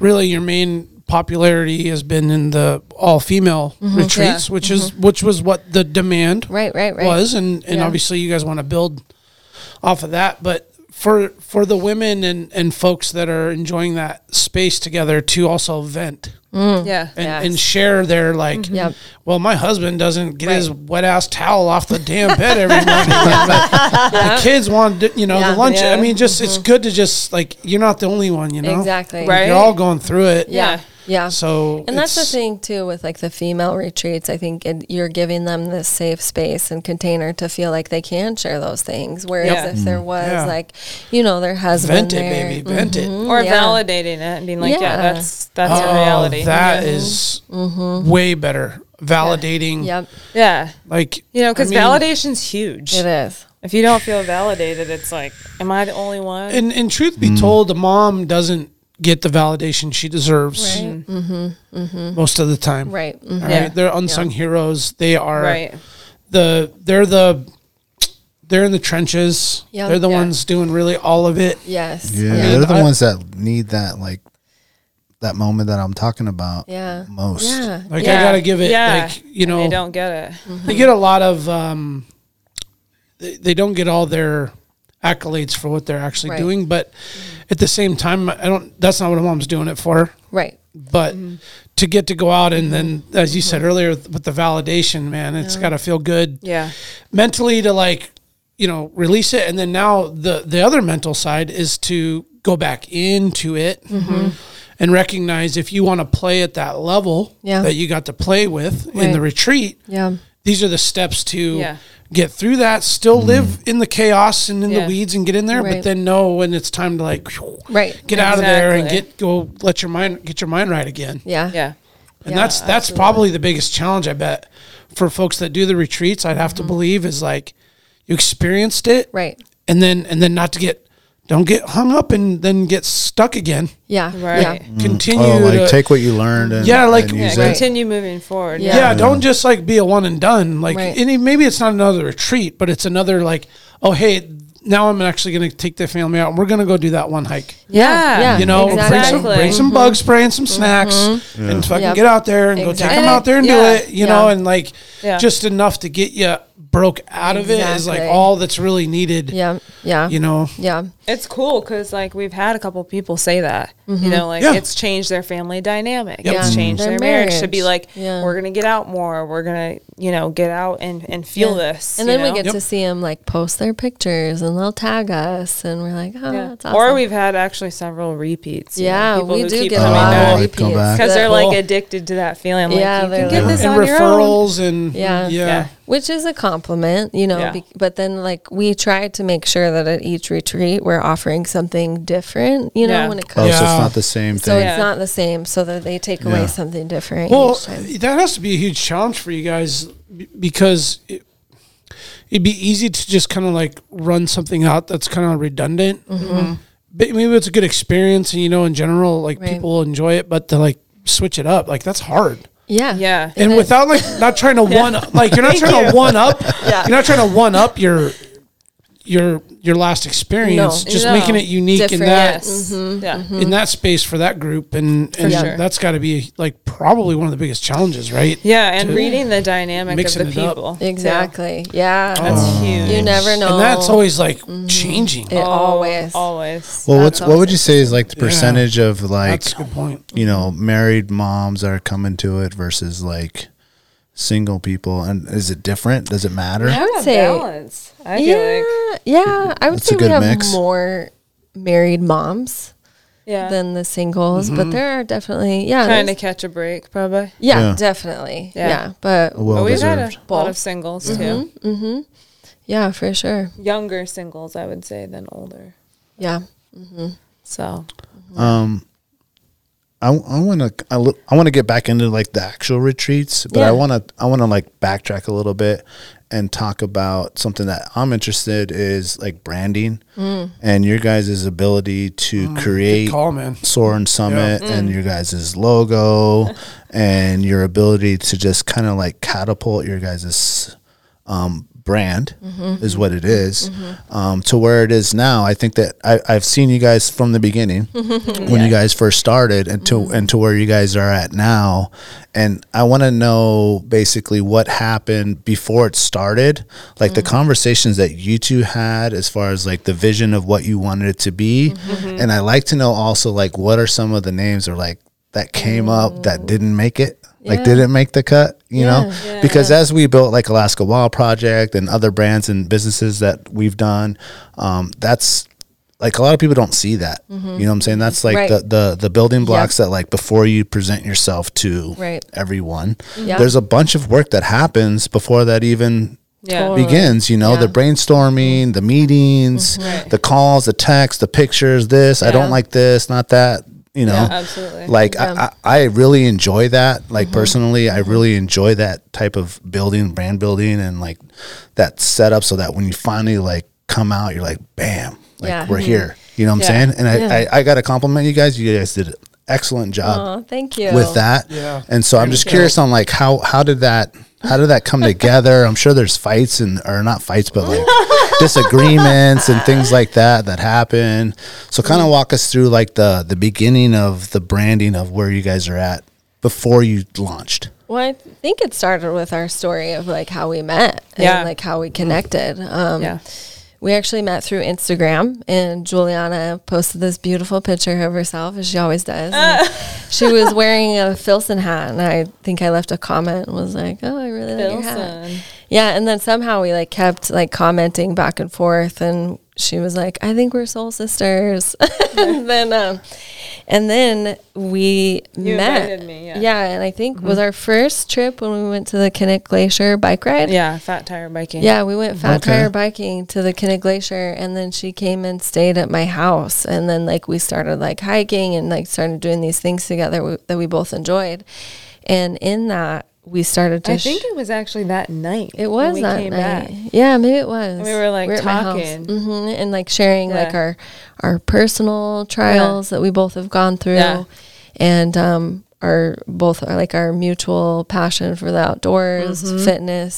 [SPEAKER 3] really your main popularity has been in the all female retreats,
[SPEAKER 4] Mm-hmm. Yeah. Mm-hmm.
[SPEAKER 3] which is which was what the demand
[SPEAKER 4] Right, right, right.
[SPEAKER 3] was, and and
[SPEAKER 4] Yeah.
[SPEAKER 3] obviously you guys want to build off of that, but. For, for the women and, and folks that are enjoying that space together to also vent
[SPEAKER 5] yeah.
[SPEAKER 3] and,
[SPEAKER 4] Hmm. Yes. Mm-hmm.
[SPEAKER 3] and share their like
[SPEAKER 4] Yep.
[SPEAKER 3] well my husband doesn't get his wet ass towel off the damn bed every morning but the kids want to, you know
[SPEAKER 4] Yeah. Mm-hmm.
[SPEAKER 3] the lunch
[SPEAKER 5] Yeah.
[SPEAKER 3] i mean just it's good to just like you're not the only one you know
[SPEAKER 4] Exactly.
[SPEAKER 5] Right.
[SPEAKER 3] you're all going through it
[SPEAKER 4] Yeah. Yeah.
[SPEAKER 3] so
[SPEAKER 4] and that's the
[SPEAKER 3] it's-
[SPEAKER 4] thing too with like the female retreats. I think it, you're giving them this safe space and container to feel like they can share those things. Whereas
[SPEAKER 5] Yeah.
[SPEAKER 4] if
[SPEAKER 1] Mm.
[SPEAKER 4] there was
[SPEAKER 3] Yeah.
[SPEAKER 4] like, you know, their husband,
[SPEAKER 3] vent it
[SPEAKER 4] their-
[SPEAKER 3] baby vent it
[SPEAKER 5] Or
[SPEAKER 4] Yeah.
[SPEAKER 5] validating it and being like, Yeah,
[SPEAKER 4] Yeah.
[SPEAKER 5] that's that's a
[SPEAKER 3] Mm, oh
[SPEAKER 5] reality. Mm-hmm.
[SPEAKER 3] that
[SPEAKER 4] Mm-hmm.
[SPEAKER 3] is way better validating
[SPEAKER 4] Yep,
[SPEAKER 5] yeah.
[SPEAKER 3] like
[SPEAKER 5] You know, because
[SPEAKER 3] I mean,
[SPEAKER 5] validation's huge.
[SPEAKER 4] it is.
[SPEAKER 5] If you don't feel validated, it's like, am I the only one?
[SPEAKER 3] and, and truth be told the mom doesn't get the validation she deserves
[SPEAKER 4] Mm-hmm.
[SPEAKER 3] most of the time
[SPEAKER 4] Right.
[SPEAKER 3] All
[SPEAKER 4] Mhm.
[SPEAKER 3] right?
[SPEAKER 5] Yeah.
[SPEAKER 3] they're unsung heroes they are
[SPEAKER 5] right.
[SPEAKER 3] the they're the they're in the trenches.
[SPEAKER 4] Yeah.
[SPEAKER 3] they're the
[SPEAKER 5] Yeah.
[SPEAKER 3] ones doing really all of it.
[SPEAKER 4] Yes.
[SPEAKER 1] Yeah,
[SPEAKER 4] Yeah.
[SPEAKER 1] they're the
[SPEAKER 3] I-
[SPEAKER 1] ones that need that like that moment that I'm talking about
[SPEAKER 4] Yeah.
[SPEAKER 1] most. Mm.
[SPEAKER 4] Yeah.
[SPEAKER 3] Like I
[SPEAKER 5] Yeah.
[SPEAKER 3] gotta give it.
[SPEAKER 5] Yeah.
[SPEAKER 3] Like you
[SPEAKER 5] They
[SPEAKER 3] know,
[SPEAKER 5] don't get it.
[SPEAKER 3] they get a lot of. Um, they, they don't get all their accolades for what they're actually
[SPEAKER 4] Right.
[SPEAKER 3] doing, but at the same time, I don't. That's not what a mom's doing it for.
[SPEAKER 4] Right.
[SPEAKER 3] But
[SPEAKER 5] Mm-hmm.
[SPEAKER 3] to get to go out and then, as you said earlier, with the validation, man, it's got to feel good.
[SPEAKER 5] Yeah.
[SPEAKER 3] mentally to like you know release it and then now the the other mental side is to go back into it
[SPEAKER 4] Mm-hmm.
[SPEAKER 3] and recognize if you want to play at that level
[SPEAKER 4] Yeah.
[SPEAKER 3] that you got to play with in
[SPEAKER 4] Right.
[SPEAKER 3] the retreat
[SPEAKER 4] Yeah.
[SPEAKER 3] these are the steps to
[SPEAKER 5] Yeah.
[SPEAKER 3] get through that still live in the chaos and in the
[SPEAKER 5] Yeah.
[SPEAKER 3] weeds and get in there but
[SPEAKER 4] Right.
[SPEAKER 3] then know when it's time to like
[SPEAKER 4] Right.
[SPEAKER 3] get out of there and
[SPEAKER 5] Exactly.
[SPEAKER 3] get go let your mind get your mind right again
[SPEAKER 4] Yeah.
[SPEAKER 5] Yeah.
[SPEAKER 3] and that's that's probably the biggest challenge I bet for folks that do the retreats. I'd have to believe is like you experienced it,
[SPEAKER 4] Right.
[SPEAKER 3] And then and then not to get don't get hung up and then get stuck again.
[SPEAKER 4] Yeah.
[SPEAKER 5] Right.
[SPEAKER 4] Yeah.
[SPEAKER 3] Continue
[SPEAKER 1] Oh, like
[SPEAKER 3] to
[SPEAKER 1] take what you learned and
[SPEAKER 3] Yeah, like-
[SPEAKER 1] and
[SPEAKER 5] Yeah.
[SPEAKER 1] use it.
[SPEAKER 4] Right.
[SPEAKER 5] Continue moving forward.
[SPEAKER 4] Yeah.
[SPEAKER 3] yeah, don't just like be a one and done. Like
[SPEAKER 4] Right.
[SPEAKER 3] any maybe it's not another retreat, but it's another like oh hey now I'm actually going to take the family out and we're going to go do that one hike.
[SPEAKER 5] Yeah.
[SPEAKER 4] Yeah. Mm-hmm.
[SPEAKER 3] You know, bring some,
[SPEAKER 5] Exactly.
[SPEAKER 3] bring some bug spray and some snacks and fucking
[SPEAKER 4] Yep.
[SPEAKER 3] get out there and go take
[SPEAKER 4] Exactly.
[SPEAKER 3] them out there and
[SPEAKER 5] Yeah.
[SPEAKER 3] do it, you
[SPEAKER 4] Yeah.
[SPEAKER 3] know, and like
[SPEAKER 5] Yeah.
[SPEAKER 3] just enough to get you broke out of it is like
[SPEAKER 4] Exactly.
[SPEAKER 3] all that's really needed,
[SPEAKER 4] Yeah. Yeah.
[SPEAKER 3] you know.
[SPEAKER 4] Yeah.
[SPEAKER 5] It's cool because like we've had a couple people say that. You know, like
[SPEAKER 3] Yeah.
[SPEAKER 5] it's changed their family dynamic.
[SPEAKER 3] Yep.
[SPEAKER 5] It's
[SPEAKER 4] Mm-hmm. Yeah.
[SPEAKER 5] changed their,
[SPEAKER 4] Their
[SPEAKER 5] marriage. to be
[SPEAKER 4] marriage.
[SPEAKER 5] like,
[SPEAKER 4] Yeah.
[SPEAKER 5] we're gonna get out more. We're gonna, you know, get out and and feel
[SPEAKER 4] Yeah.
[SPEAKER 5] this.
[SPEAKER 4] And
[SPEAKER 5] you
[SPEAKER 4] then we
[SPEAKER 5] know?
[SPEAKER 4] get
[SPEAKER 3] Yep.
[SPEAKER 4] to see them like post their pictures and they'll tag us and we're like, oh,
[SPEAKER 5] Yeah.
[SPEAKER 4] that's awesome.
[SPEAKER 5] Or we've had actually several repeats. you know,
[SPEAKER 4] yeah,
[SPEAKER 5] people
[SPEAKER 4] we
[SPEAKER 5] who
[SPEAKER 4] do
[SPEAKER 5] keep
[SPEAKER 4] get a
[SPEAKER 5] coming
[SPEAKER 4] lot
[SPEAKER 1] back.
[SPEAKER 4] of
[SPEAKER 1] Oh,
[SPEAKER 4] repeats.
[SPEAKER 1] come back.
[SPEAKER 5] because they're
[SPEAKER 4] That-
[SPEAKER 5] like
[SPEAKER 3] Cool.
[SPEAKER 5] addicted to that feeling. Like,
[SPEAKER 4] Yeah,
[SPEAKER 5] you
[SPEAKER 4] they're
[SPEAKER 5] can get
[SPEAKER 4] like-
[SPEAKER 5] this
[SPEAKER 3] and
[SPEAKER 5] on your own.
[SPEAKER 3] referrals and yeah.
[SPEAKER 4] Yeah.
[SPEAKER 5] Yeah.
[SPEAKER 4] which is a compliment, you know.
[SPEAKER 5] Yeah.
[SPEAKER 4] Be, but then, like, we try to make sure that at each retreat we're offering something different, you know,
[SPEAKER 5] Yeah.
[SPEAKER 4] when it
[SPEAKER 1] Oh,
[SPEAKER 4] comes.
[SPEAKER 1] so it's
[SPEAKER 3] Yeah.
[SPEAKER 1] not the same
[SPEAKER 4] So
[SPEAKER 1] thing.
[SPEAKER 5] Yeah.
[SPEAKER 4] it's not the same, so that they take
[SPEAKER 1] Yeah.
[SPEAKER 4] away something different.
[SPEAKER 3] Well,
[SPEAKER 4] each time.
[SPEAKER 3] that has to be a huge challenge for you guys b- because it, it'd be easy to just kind of like run something out that's kind of redundant. But maybe it's a good experience, and you know, in general, like
[SPEAKER 4] Mm-hmm. Right.
[SPEAKER 3] people enjoy it, but to like switch it up, like that's hard.
[SPEAKER 4] yeah,
[SPEAKER 5] Yeah.
[SPEAKER 4] It
[SPEAKER 3] and
[SPEAKER 4] is.
[SPEAKER 3] without like not trying to one like you're not trying to one up. You're not trying to one up your your your your last experience,
[SPEAKER 4] No.
[SPEAKER 3] just
[SPEAKER 5] No.
[SPEAKER 3] making it unique
[SPEAKER 4] Different. Mm-hmm.
[SPEAKER 3] in that
[SPEAKER 5] Yes. Yeah.
[SPEAKER 3] in that space for that group, and, and
[SPEAKER 5] sure.
[SPEAKER 3] that's got to be like probably one of the biggest challenges, right?
[SPEAKER 5] Yeah. And reading the dynamic of the
[SPEAKER 3] Mixing it up.
[SPEAKER 5] people.
[SPEAKER 4] Exactly. Yeah.
[SPEAKER 1] Oh,
[SPEAKER 5] That's huge.
[SPEAKER 4] You never know.
[SPEAKER 3] And that's always like
[SPEAKER 4] Mm-hmm.
[SPEAKER 3] changing.
[SPEAKER 4] it always.
[SPEAKER 5] Always.
[SPEAKER 1] Well, what's
[SPEAKER 4] That's
[SPEAKER 1] what would
[SPEAKER 4] always
[SPEAKER 1] you say is like the percentage of like
[SPEAKER 3] That's a good point.
[SPEAKER 1] you know married moms that are coming to it versus like single people, and is it different? Does it matter?
[SPEAKER 4] I would
[SPEAKER 5] Yeah,
[SPEAKER 4] say
[SPEAKER 5] balance. I feel
[SPEAKER 4] yeah,
[SPEAKER 5] like.
[SPEAKER 4] yeah. I would
[SPEAKER 1] That's a
[SPEAKER 4] say we
[SPEAKER 1] good
[SPEAKER 4] have
[SPEAKER 1] mix.
[SPEAKER 4] more married moms
[SPEAKER 5] Yeah.
[SPEAKER 4] than the singles,
[SPEAKER 1] Mm-hmm.
[SPEAKER 4] but there are definitely yeah,
[SPEAKER 5] trying to
[SPEAKER 4] there's-
[SPEAKER 5] catch a break, probably.
[SPEAKER 4] yeah,
[SPEAKER 1] Yeah. Oh,
[SPEAKER 4] definitely, yeah.
[SPEAKER 5] Yeah.
[SPEAKER 4] But
[SPEAKER 1] Well
[SPEAKER 5] but we've had a
[SPEAKER 1] deserved.
[SPEAKER 5] lot
[SPEAKER 4] Both.
[SPEAKER 5] of singles
[SPEAKER 4] mm-hmm.
[SPEAKER 5] too.
[SPEAKER 4] yeah, for sure,
[SPEAKER 5] Younger singles, I would say, than older.
[SPEAKER 4] yeah.
[SPEAKER 5] So
[SPEAKER 1] I want to I, lo- I want to get back into like the actual retreats, but
[SPEAKER 4] Yeah.
[SPEAKER 1] I want to I want to like backtrack a little bit and talk about something that I'm interested is like branding and your guys' ability to create
[SPEAKER 3] Call man.
[SPEAKER 1] Soren Summit and your guys' logo and your ability to just kind of like catapult your guys' um, brand is what it is, um, to where it is now. I think that I, I've seen you guys from the beginning when you guys first started and to, and to where you guys are at now. And I want to know basically what happened before it started, like the conversations that you two had as far as like the vision of what you wanted it to be. And I like to know also like what are some of the names or like that came up that didn't make it like
[SPEAKER 4] Yeah.
[SPEAKER 1] didn't make the cut you know because as we built like alaska wild project and other brands and businesses that we've done um, that's like a lot of people don't see that you know what i'm saying that's like
[SPEAKER 4] Mm-hmm. Right.
[SPEAKER 1] the, the the building blocks that like before you present yourself to
[SPEAKER 4] Right.
[SPEAKER 1] everyone
[SPEAKER 4] Yeah.
[SPEAKER 1] there's a bunch of work that happens before that even
[SPEAKER 5] yeah, Mm-hmm.
[SPEAKER 4] Totally.
[SPEAKER 1] begins you know
[SPEAKER 4] Yeah.
[SPEAKER 1] the brainstorming the meetings the calls the texts the pictures this i don't like this not that you know
[SPEAKER 5] absolutely. Mm-hmm.
[SPEAKER 1] like I, I, I really enjoy that like personally i really enjoy that type of building brand building and like that setup so that when you finally like come out you're like bam like
[SPEAKER 4] Yeah.
[SPEAKER 1] we're here you know what
[SPEAKER 5] Mm-hmm. Yeah.
[SPEAKER 1] i'm saying and I, I i gotta compliment you guys you guys did an excellent job
[SPEAKER 4] Oh, thank you.
[SPEAKER 1] with that.
[SPEAKER 3] Yeah.
[SPEAKER 1] And so I'm just curious on like how how did that how did that come together? I'm sure there's fights and or not fights, but like disagreements and things like that that happen. So kind of walk us through like the the beginning of the branding of where you guys are at before you launched.
[SPEAKER 4] Well, I think it started with our story of like how we met and
[SPEAKER 5] Yeah.
[SPEAKER 4] like how we connected. Um,
[SPEAKER 5] yeah,
[SPEAKER 4] We actually met through Instagram, and Juliana posted this beautiful picture of herself, as she always does.
[SPEAKER 5] Ah.
[SPEAKER 4] And she was wearing a Filson hat, and I think I left a comment and was like, "Oh, I really like your hat."
[SPEAKER 5] Filson.
[SPEAKER 4] Yeah, and then somehow we like kept like commenting back and forth, and she was like, "I think we're soul sisters." and then, um, and then we
[SPEAKER 5] You
[SPEAKER 4] met.
[SPEAKER 5] invited me, yeah. Mm-hmm.
[SPEAKER 4] and I think was our first trip when we went to the Kinnick Glacier bike ride.
[SPEAKER 5] yeah. Fat tire biking.
[SPEAKER 4] Yeah, we went fat
[SPEAKER 1] Okay.
[SPEAKER 4] tire biking to the Kinnick Glacier, and then she came and stayed at my house, and then like we started like hiking and like started doing these things together w- that we both enjoyed, and in that we started to.
[SPEAKER 5] I
[SPEAKER 4] sh-
[SPEAKER 5] think it was actually that night.
[SPEAKER 4] it was
[SPEAKER 5] when we
[SPEAKER 4] that
[SPEAKER 5] came back.
[SPEAKER 4] night. Yeah, maybe it was.
[SPEAKER 5] we were, like,
[SPEAKER 4] at my house.
[SPEAKER 5] talking.
[SPEAKER 4] Mhm, and like sharing like
[SPEAKER 5] Yeah.
[SPEAKER 4] our our personal trials that we both have gone through,
[SPEAKER 5] Yeah.
[SPEAKER 4] and um, our both our, like our mutual passion for the outdoors,
[SPEAKER 5] Mm-hmm.
[SPEAKER 4] fitness,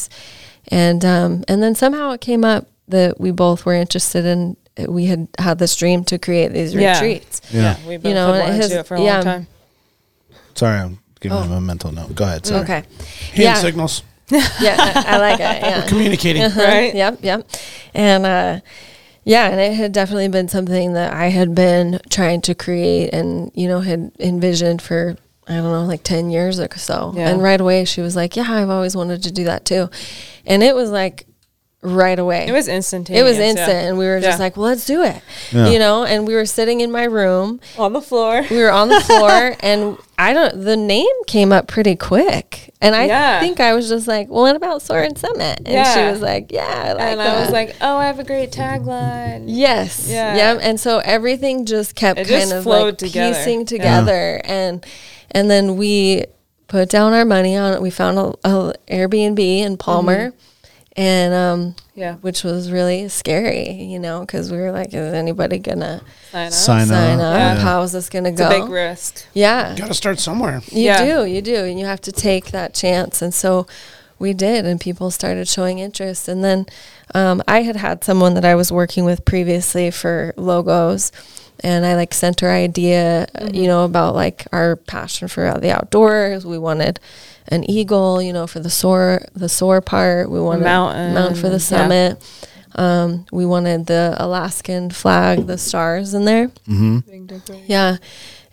[SPEAKER 4] and um, and then somehow it came up that we both were interested in. We had had this dream to create these
[SPEAKER 5] Yeah.
[SPEAKER 4] retreats.
[SPEAKER 5] Yeah, we both you
[SPEAKER 4] know,
[SPEAKER 5] know,
[SPEAKER 4] and it
[SPEAKER 5] wanted
[SPEAKER 4] has-
[SPEAKER 5] to do it for a
[SPEAKER 4] yeah.
[SPEAKER 5] long time.
[SPEAKER 1] Sorry, I'm giving him a mental note. Go ahead. Sorry.
[SPEAKER 4] Okay.
[SPEAKER 3] Hand
[SPEAKER 4] yeah,
[SPEAKER 3] signals.
[SPEAKER 4] yeah, I, I like it. Yeah.
[SPEAKER 3] Communicating.
[SPEAKER 4] Uh-huh.
[SPEAKER 5] Right?
[SPEAKER 4] Yep, yep. And uh, yeah, and it had definitely been something that I had been trying to create and, you know, had envisioned for, I don't know, like 10 years or so.
[SPEAKER 5] Yeah.
[SPEAKER 4] And right away she was like, yeah, I've always wanted to do that too. And it was like right away.
[SPEAKER 5] It was instantaneous.
[SPEAKER 4] It was
[SPEAKER 5] yeah.
[SPEAKER 4] instant, and we were just
[SPEAKER 5] Yeah.
[SPEAKER 4] like, "Well, let's do it," you know. And we were sitting in my room.
[SPEAKER 5] on the floor.
[SPEAKER 4] We were on the floor, and I don't. The name came up pretty quick, and I
[SPEAKER 5] Yeah.
[SPEAKER 4] think I was just like, "Well, what about Soren Summit?" And she
[SPEAKER 5] Yeah.
[SPEAKER 4] was like, "Yeah," I like
[SPEAKER 5] And I was
[SPEAKER 4] that."
[SPEAKER 5] like, oh, I have a great tagline.
[SPEAKER 4] Yes. Yeah.
[SPEAKER 5] Yeah.
[SPEAKER 4] And so everything just kept
[SPEAKER 5] It
[SPEAKER 4] kind
[SPEAKER 5] just
[SPEAKER 4] of
[SPEAKER 5] flowed
[SPEAKER 4] like
[SPEAKER 5] together.
[SPEAKER 4] piecing together, and and then we put down our money on it. We found a, a Airbnb in Palmer,
[SPEAKER 5] Mm-hmm.
[SPEAKER 4] and um,
[SPEAKER 5] Yeah.
[SPEAKER 4] which was really scary, you know, because we were like, "Is anybody gonna
[SPEAKER 5] Sign up.
[SPEAKER 1] Sign,
[SPEAKER 4] sign
[SPEAKER 1] up.
[SPEAKER 4] up?
[SPEAKER 1] Yeah.
[SPEAKER 4] How is this gonna
[SPEAKER 5] It's
[SPEAKER 4] go?"
[SPEAKER 5] a big risk.
[SPEAKER 4] yeah.
[SPEAKER 3] Got to start somewhere.
[SPEAKER 4] You
[SPEAKER 5] Yeah.
[SPEAKER 4] do, you do, and you have to take that chance. And so we did, and people started showing interest. And then um, I had had someone that I was working with previously for logos, and I like sent her idea, uh,
[SPEAKER 5] Mm-hmm.
[SPEAKER 4] you know, about like our passion for the outdoors. We wanted an eagle, you know, for the soar the soar part. We wanted
[SPEAKER 5] mountain,
[SPEAKER 4] mountain for
[SPEAKER 5] yeah.
[SPEAKER 4] the summit. Um, we wanted the Alaskan flag, the stars in there. Yeah.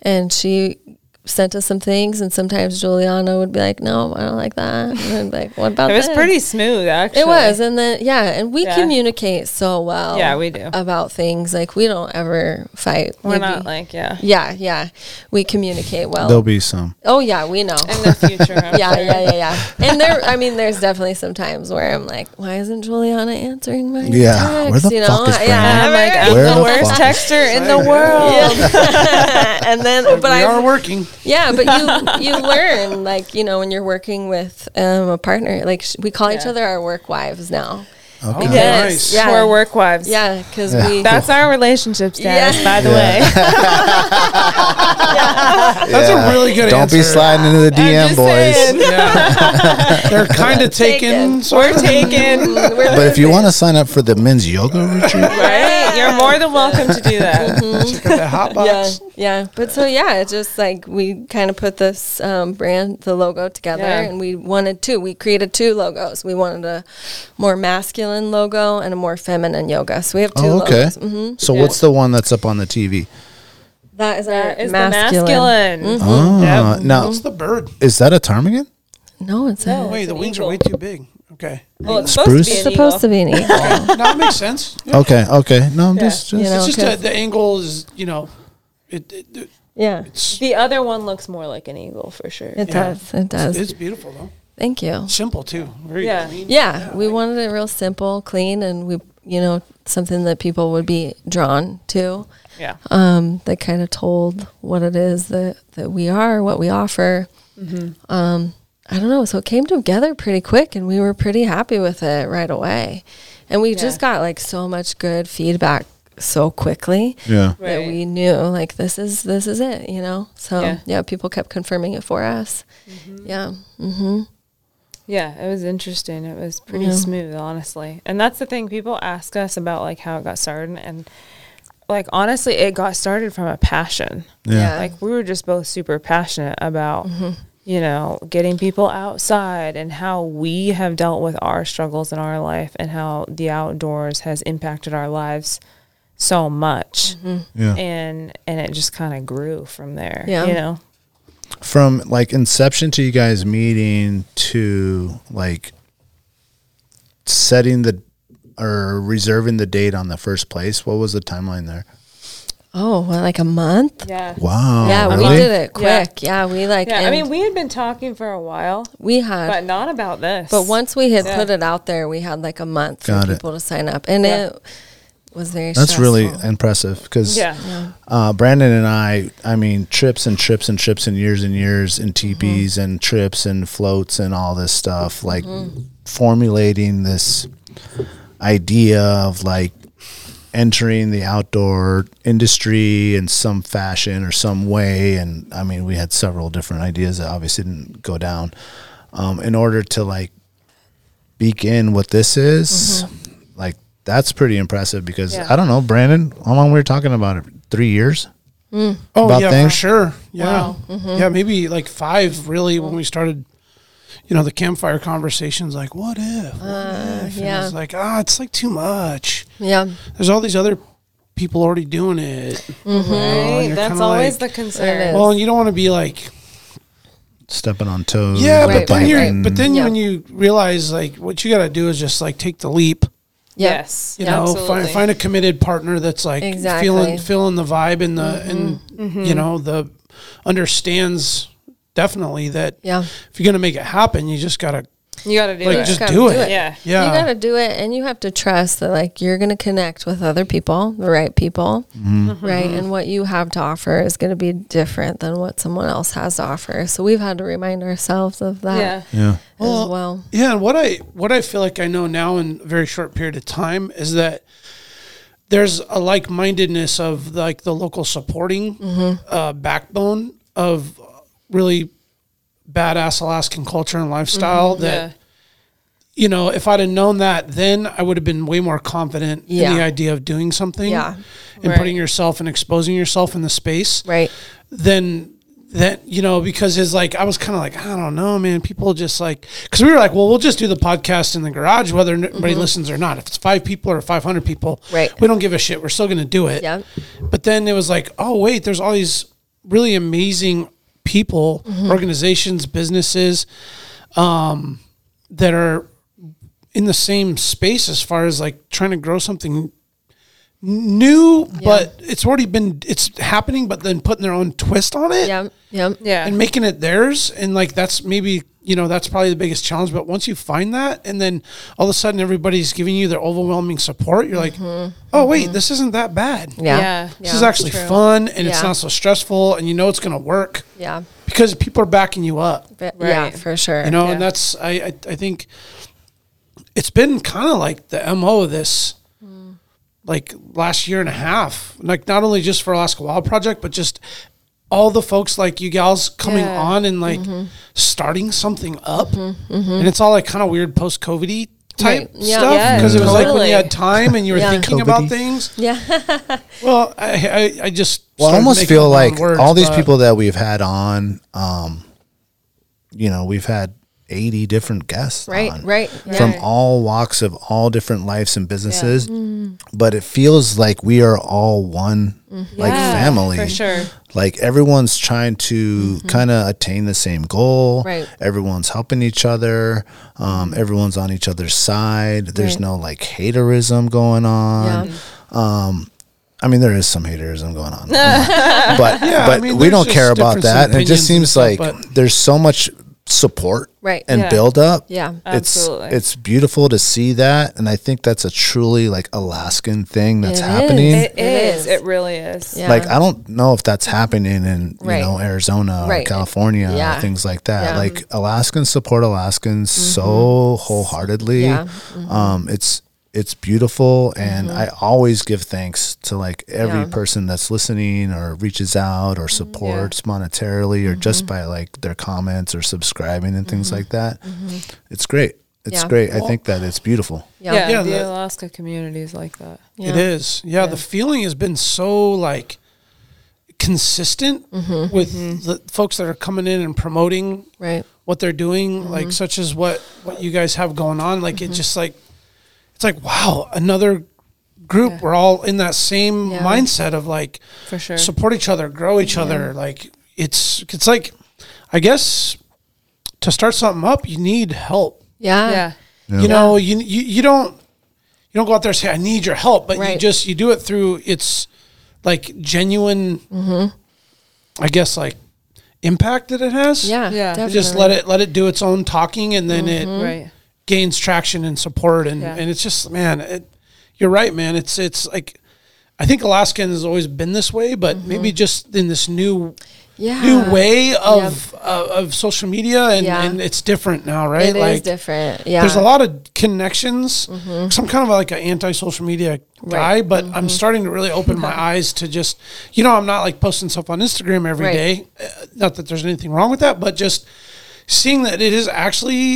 [SPEAKER 4] And she sent us some things, and sometimes Juliana would be like, No, I don't like that. And I'd be like, What about
[SPEAKER 5] It was
[SPEAKER 4] this?"
[SPEAKER 5] pretty smooth, actually.
[SPEAKER 4] It was. And then, yeah. And we
[SPEAKER 5] Yeah.
[SPEAKER 4] communicate so well.
[SPEAKER 5] Yeah, we do.
[SPEAKER 4] About things. Like, we don't ever fight.
[SPEAKER 5] We're
[SPEAKER 4] We'd
[SPEAKER 5] not
[SPEAKER 4] be-
[SPEAKER 5] like, yeah.
[SPEAKER 4] Yeah, yeah. We communicate well.
[SPEAKER 1] There'll be some.
[SPEAKER 4] oh, yeah, we know.
[SPEAKER 5] In the future. I'm
[SPEAKER 4] yeah,
[SPEAKER 5] sure.
[SPEAKER 4] yeah, yeah, yeah. And there, I mean, there's definitely some times where I'm like, why isn't Juliana answering my
[SPEAKER 1] Yeah,
[SPEAKER 4] text?
[SPEAKER 1] where the
[SPEAKER 4] you know?
[SPEAKER 1] fuck is
[SPEAKER 4] yeah,
[SPEAKER 5] I'm
[SPEAKER 4] I'm like,
[SPEAKER 5] like, I'm
[SPEAKER 1] Where
[SPEAKER 5] the
[SPEAKER 1] the
[SPEAKER 5] worst
[SPEAKER 1] fuck?
[SPEAKER 5] texter in the world.
[SPEAKER 4] and then, but
[SPEAKER 3] we
[SPEAKER 4] I
[SPEAKER 3] are working.
[SPEAKER 4] Yeah, but you you learn like you know when you're working with um, a partner. Like sh- we call each
[SPEAKER 5] Yeah.
[SPEAKER 4] other our work wives now.
[SPEAKER 1] Okay.
[SPEAKER 3] Nice.
[SPEAKER 4] Yeah.
[SPEAKER 5] We're work wives.
[SPEAKER 4] Yeah, because we
[SPEAKER 5] That's our relationship status,
[SPEAKER 4] Yeah.
[SPEAKER 5] by the way.
[SPEAKER 3] That's a really good
[SPEAKER 1] Don't
[SPEAKER 3] answer.
[SPEAKER 1] be sliding into the DM,
[SPEAKER 5] just
[SPEAKER 1] boys.
[SPEAKER 5] saying.
[SPEAKER 3] Yeah. They're kind of taken.
[SPEAKER 4] Taken.
[SPEAKER 3] So
[SPEAKER 5] We're taken.
[SPEAKER 4] Mm, we're
[SPEAKER 1] But if you want to sign up for the men's yoga retreat,
[SPEAKER 5] Right? You're more than welcome to do that.
[SPEAKER 3] check out that hot
[SPEAKER 4] yeah,
[SPEAKER 3] box.
[SPEAKER 4] yeah. But so yeah, it's just like we kind of put this um, brand, the logo together,
[SPEAKER 5] Yeah.
[SPEAKER 4] and we wanted two. We created two logos. We wanted a more masculine logo and a more feminine yoga. So we have two
[SPEAKER 1] Oh, okay.
[SPEAKER 4] logos. Mhm.
[SPEAKER 1] So what's the one that's up on the TV?
[SPEAKER 4] That is
[SPEAKER 5] That
[SPEAKER 4] our
[SPEAKER 5] is
[SPEAKER 4] masculine.
[SPEAKER 5] the masculine.
[SPEAKER 1] Oh, now
[SPEAKER 3] What's the bird?
[SPEAKER 1] is that a ptarmigan?
[SPEAKER 4] No, it's
[SPEAKER 5] No.
[SPEAKER 4] a,
[SPEAKER 3] Wait,
[SPEAKER 5] It's
[SPEAKER 3] the
[SPEAKER 5] an
[SPEAKER 3] wings
[SPEAKER 5] eagle.
[SPEAKER 3] are way too big. Okay.
[SPEAKER 5] Well, it's
[SPEAKER 1] Spruce?
[SPEAKER 5] supposed to be an
[SPEAKER 4] supposed to be an eagle.
[SPEAKER 1] Oh.
[SPEAKER 3] Okay, no, that makes sense.
[SPEAKER 1] Okay, okay. No, I'm just, just
[SPEAKER 4] You know,
[SPEAKER 3] It's just
[SPEAKER 4] 'cause-
[SPEAKER 3] that the angle is, you know, it, it, it-
[SPEAKER 4] yeah.
[SPEAKER 3] it's,
[SPEAKER 5] The other one looks more like an eagle for sure.
[SPEAKER 4] It
[SPEAKER 3] Yeah.
[SPEAKER 4] does. It does.
[SPEAKER 3] it's beautiful though.
[SPEAKER 4] Thank you.
[SPEAKER 3] Simple too. Very
[SPEAKER 5] Yeah.
[SPEAKER 3] clean.
[SPEAKER 4] Yeah, we wanted it real simple, clean, and we, you know, something that people would be drawn to.
[SPEAKER 5] yeah.
[SPEAKER 4] Um, that kind of told what it is that that we are, what we offer. Um, I don't know. So it came together pretty quick, and we were pretty happy with it right away. And we just got like so much good feedback so quickly
[SPEAKER 1] yeah.
[SPEAKER 4] that we knew like this is this is it, you know. So
[SPEAKER 5] Yeah.
[SPEAKER 4] yeah, people kept confirming it for us. Yeah.
[SPEAKER 5] Yeah, it was interesting. It was pretty smooth, honestly. And that's the thing people ask us about like how it got started and like honestly, it got started from a passion.
[SPEAKER 1] Yeah.
[SPEAKER 5] Like we were just both super passionate about you know, getting people outside and how we have dealt with our struggles in our life and how the outdoors has impacted our lives so much.
[SPEAKER 1] Yeah.
[SPEAKER 5] And and it just kind of grew from there,
[SPEAKER 4] Yeah.
[SPEAKER 5] you know.
[SPEAKER 1] From like inception to you guys meeting to like setting the or reserving the date on the first place, what was the timeline there?
[SPEAKER 4] Oh, well, like a month.
[SPEAKER 5] Yeah.
[SPEAKER 3] Oh,
[SPEAKER 1] Wow.
[SPEAKER 4] yeah,
[SPEAKER 1] really?
[SPEAKER 4] we did it
[SPEAKER 5] Yeah.
[SPEAKER 4] quick. Yeah, we like.
[SPEAKER 5] Yeah, I
[SPEAKER 4] and
[SPEAKER 5] mean, we had been talking for a while,
[SPEAKER 4] we had,
[SPEAKER 5] but
[SPEAKER 4] but,
[SPEAKER 5] not about this.
[SPEAKER 4] once we had
[SPEAKER 5] Yeah.
[SPEAKER 4] put it out there, we had like a month for
[SPEAKER 1] Got it.
[SPEAKER 4] people to sign up, and
[SPEAKER 5] Yeah.
[SPEAKER 4] it was very.
[SPEAKER 1] That's really
[SPEAKER 4] stressful.
[SPEAKER 1] impressive because
[SPEAKER 5] Yeah.
[SPEAKER 1] uh, Brandon and I, I mean, trips and trips and trips and years and years and teepees and trips and floats and all this stuff, like formulating this idea of like entering the outdoor industry in some fashion or some way. And I mean, we had several different ideas that obviously didn't go down um, in order to like begin what this is. Like, that's pretty impressive because
[SPEAKER 5] Yeah.
[SPEAKER 1] I don't know, Brandon, how long we were talking about it? Three years?
[SPEAKER 3] Oh
[SPEAKER 1] About
[SPEAKER 3] yeah,
[SPEAKER 1] things?
[SPEAKER 3] for sure. Yeah. Mm-hmm. Yeah, maybe like five really when we started you know, the campfire conversations like, what if? What
[SPEAKER 5] Uh,
[SPEAKER 3] if? And
[SPEAKER 4] yeah.
[SPEAKER 3] It's like, ah, it's like too much.
[SPEAKER 4] Yeah,
[SPEAKER 3] There's all these other people already doing it.
[SPEAKER 5] Mm-hmm. Right,
[SPEAKER 3] you're
[SPEAKER 5] that's
[SPEAKER 3] kinda
[SPEAKER 5] always
[SPEAKER 3] like-
[SPEAKER 5] the concern.
[SPEAKER 4] It
[SPEAKER 3] Well, and you don't want to be like
[SPEAKER 1] stepping on toes.
[SPEAKER 3] Yeah,
[SPEAKER 4] Right,
[SPEAKER 3] but then
[SPEAKER 4] right,
[SPEAKER 3] you're
[SPEAKER 4] right.
[SPEAKER 3] but then
[SPEAKER 4] Yeah.
[SPEAKER 3] when you realize like what you gotta do is just like take the leap.
[SPEAKER 4] yeah.
[SPEAKER 5] Yes,
[SPEAKER 3] you know find,
[SPEAKER 5] absolutely.
[SPEAKER 3] find a committed partner that's like
[SPEAKER 4] Exactly. Mm-hmm.
[SPEAKER 3] feeling feeling the vibe and the and you know the understands definitely that
[SPEAKER 4] Yeah.
[SPEAKER 3] if you're gonna make it happen you just gotta
[SPEAKER 5] you got to do
[SPEAKER 3] like
[SPEAKER 5] it.
[SPEAKER 3] just
[SPEAKER 4] Gotta
[SPEAKER 3] do
[SPEAKER 4] do
[SPEAKER 3] it.
[SPEAKER 4] it.
[SPEAKER 5] yeah,
[SPEAKER 3] yeah
[SPEAKER 4] You got to do it, and you have to trust that, like, you're going to connect with other people, the right people,
[SPEAKER 3] Mm-hmm.
[SPEAKER 5] Mm-hmm.
[SPEAKER 4] right? And what you have to offer is going to be different than what someone else has to offer. So we've had to remind ourselves of that
[SPEAKER 5] yeah,
[SPEAKER 1] Yeah.
[SPEAKER 4] as well.
[SPEAKER 3] yeah and what i what i feel like i know now in a very short period of time is that there's a like-mindedness of like the local supporting
[SPEAKER 4] Mm-hmm.
[SPEAKER 3] uh, backbone
[SPEAKER 4] Mm-hmm.
[SPEAKER 3] of really badass alaskan culture and lifestyle that
[SPEAKER 5] yeah.
[SPEAKER 3] you know, if I'd have known that, then I would have been way more confident
[SPEAKER 4] Yeah.
[SPEAKER 3] in the idea of doing something
[SPEAKER 4] Yeah.
[SPEAKER 3] and
[SPEAKER 5] Right.
[SPEAKER 3] putting yourself and exposing yourself in the space.
[SPEAKER 4] Right.
[SPEAKER 3] Then that you know because it's like I was kind of like I don't know, man. People just like because we were like, well, we'll just do the podcast in the garage, whether anybody listens or not. If it's five people or five hundred people,
[SPEAKER 4] Right.
[SPEAKER 3] We don't give a shit. We're still going to do it.
[SPEAKER 4] Yeah.
[SPEAKER 3] But then it was like, oh wait, there's all these really amazing people, organizations, businesses, um, that are in the same space as far as like trying to grow something new, but it's already been it's happening, but then putting their own twist on it
[SPEAKER 4] Yep. Yep.
[SPEAKER 5] Yeah.
[SPEAKER 3] and making it theirs. And like that's maybe you know that's probably the biggest challenge. But once you find that, and then all of a sudden everybody's giving you their overwhelming support, you're like, oh wait, this isn't that bad.
[SPEAKER 4] Yeah.
[SPEAKER 5] Yeah.
[SPEAKER 3] This is actually fun and it's
[SPEAKER 4] Yeah.
[SPEAKER 3] not so stressful and you know it's going to work
[SPEAKER 4] Yeah.
[SPEAKER 3] because people are backing you up.
[SPEAKER 4] But-
[SPEAKER 5] Right.
[SPEAKER 4] Yeah, for sure.
[SPEAKER 3] You know,
[SPEAKER 5] Yeah.
[SPEAKER 3] and that's I I, I think it's been kind of like the mo of this,
[SPEAKER 4] Hmm.
[SPEAKER 3] like last year and a half. Like not only just for Alaska Wild Project, but just all the folks like you gals coming
[SPEAKER 5] Yeah.
[SPEAKER 3] on and like
[SPEAKER 4] Mm-hmm.
[SPEAKER 3] starting something up, and it's all like kind of weird post COVID type
[SPEAKER 4] Right. Yeah.
[SPEAKER 3] stuff
[SPEAKER 5] Yeah,
[SPEAKER 3] because it was like when
[SPEAKER 5] totally.
[SPEAKER 3] you had time and you were
[SPEAKER 4] Yeah.
[SPEAKER 3] thinking about
[SPEAKER 1] COVID-y.
[SPEAKER 3] things.
[SPEAKER 4] Yeah.
[SPEAKER 3] Well, I I, I just
[SPEAKER 1] Well, I
[SPEAKER 3] started
[SPEAKER 1] almost
[SPEAKER 3] making
[SPEAKER 1] feel
[SPEAKER 3] up my own
[SPEAKER 1] like
[SPEAKER 3] words,
[SPEAKER 1] all these
[SPEAKER 3] but-
[SPEAKER 1] people that we've had on, um, you know, we've had 80 different guests.
[SPEAKER 4] Right,
[SPEAKER 1] on
[SPEAKER 4] right,
[SPEAKER 1] um, From
[SPEAKER 4] right.
[SPEAKER 1] all walks of all different lives and businesses.
[SPEAKER 5] Mm-hmm.
[SPEAKER 1] But it feels like we are all one, like
[SPEAKER 5] Yeah,
[SPEAKER 1] family.
[SPEAKER 5] for sure.
[SPEAKER 1] Like everyone's trying to kind of attain the same goal.
[SPEAKER 4] Mm-hmm. Right.
[SPEAKER 1] Everyone's helping each other. Um, everyone's on each other's side. There's no like haterism going on.
[SPEAKER 4] Yeah.
[SPEAKER 1] I mean, there is some haterism going on, but but
[SPEAKER 3] I mean,
[SPEAKER 1] we
[SPEAKER 3] there's
[SPEAKER 1] don't
[SPEAKER 3] just
[SPEAKER 1] care about
[SPEAKER 3] difference in
[SPEAKER 1] that. It
[SPEAKER 3] opinions
[SPEAKER 1] just
[SPEAKER 3] and
[SPEAKER 1] seems
[SPEAKER 3] stuff,
[SPEAKER 1] like
[SPEAKER 3] but-
[SPEAKER 1] there's so much support
[SPEAKER 4] Right.
[SPEAKER 1] and
[SPEAKER 5] Yeah.
[SPEAKER 1] build up.
[SPEAKER 4] Yeah.
[SPEAKER 1] it's
[SPEAKER 5] Absolutely.
[SPEAKER 1] it's beautiful to see that, and I think that's a truly like Alaskan thing that's
[SPEAKER 4] It is.
[SPEAKER 1] happening.
[SPEAKER 5] It
[SPEAKER 4] It
[SPEAKER 5] is.
[SPEAKER 4] is.
[SPEAKER 5] It really is.
[SPEAKER 4] Yeah.
[SPEAKER 1] Like I don't know if that's happening in
[SPEAKER 4] Right.
[SPEAKER 1] you know Arizona or
[SPEAKER 4] Right.
[SPEAKER 1] California
[SPEAKER 4] Yeah.
[SPEAKER 1] or things like that.
[SPEAKER 4] Yeah. Mm-hmm.
[SPEAKER 1] Like Alaskans support Alaskans so wholeheartedly.
[SPEAKER 4] Yeah. Mm-hmm.
[SPEAKER 1] Um, it's it's beautiful, and I always give thanks to like every
[SPEAKER 4] Yeah. Mm-hmm.
[SPEAKER 1] person that's listening or reaches out or supports monetarily or just by like their comments or subscribing and things like that. It's great. It's
[SPEAKER 4] Mm-hmm. Yeah.
[SPEAKER 1] great. I think that it's beautiful.
[SPEAKER 4] Yeah.
[SPEAKER 5] Yeah,
[SPEAKER 3] Yeah,
[SPEAKER 5] the
[SPEAKER 3] that-
[SPEAKER 5] Alaska community is like that.
[SPEAKER 4] Yeah.
[SPEAKER 3] It is. Yeah, the feeling has been so like consistent with the folks that are coming in and promoting
[SPEAKER 4] Right.
[SPEAKER 3] what they're doing, like such as what what you guys have going on. Like it just like it's like wow, another group. We're all in that same
[SPEAKER 4] Yeah.
[SPEAKER 3] mindset of like
[SPEAKER 5] For sure.
[SPEAKER 3] support each other, grow each other. Like it's it's like I guess to start something up, you need help.
[SPEAKER 4] Yeah.
[SPEAKER 5] yeah.
[SPEAKER 3] You know, you, you you don't you don't go out there and say I need your help, but you
[SPEAKER 4] Right.
[SPEAKER 3] just you do it through it's like genuine,
[SPEAKER 4] Mm-hmm.
[SPEAKER 3] I guess like impact that it has.
[SPEAKER 4] Yeah.
[SPEAKER 5] Yeah.
[SPEAKER 4] Definitely. Mm-hmm.
[SPEAKER 3] You just let it let it do its own talking, and then it
[SPEAKER 5] Right.
[SPEAKER 3] gains traction and support, and
[SPEAKER 5] Yeah.
[SPEAKER 3] and it's just man, it, you're right, man. It's it's like. I think Alaskan has always been this way, but maybe just in this new
[SPEAKER 4] Mm-hmm. Yeah.
[SPEAKER 3] new way of uh, of social media, and,
[SPEAKER 4] Yeah.
[SPEAKER 3] and it's different now,
[SPEAKER 4] It
[SPEAKER 3] right?
[SPEAKER 4] is different. Yeah. Mm-hmm.
[SPEAKER 3] there's a lot of connections. 'Cause I'm kind of like an anti-social media guy,
[SPEAKER 4] Right. Mm-hmm.
[SPEAKER 3] but I'm starting to really open my eyes to just, you know, I'm not like posting stuff on Instagram every
[SPEAKER 4] Right.
[SPEAKER 3] day. Uh, Not that there's anything wrong with that, but just seeing that it is actually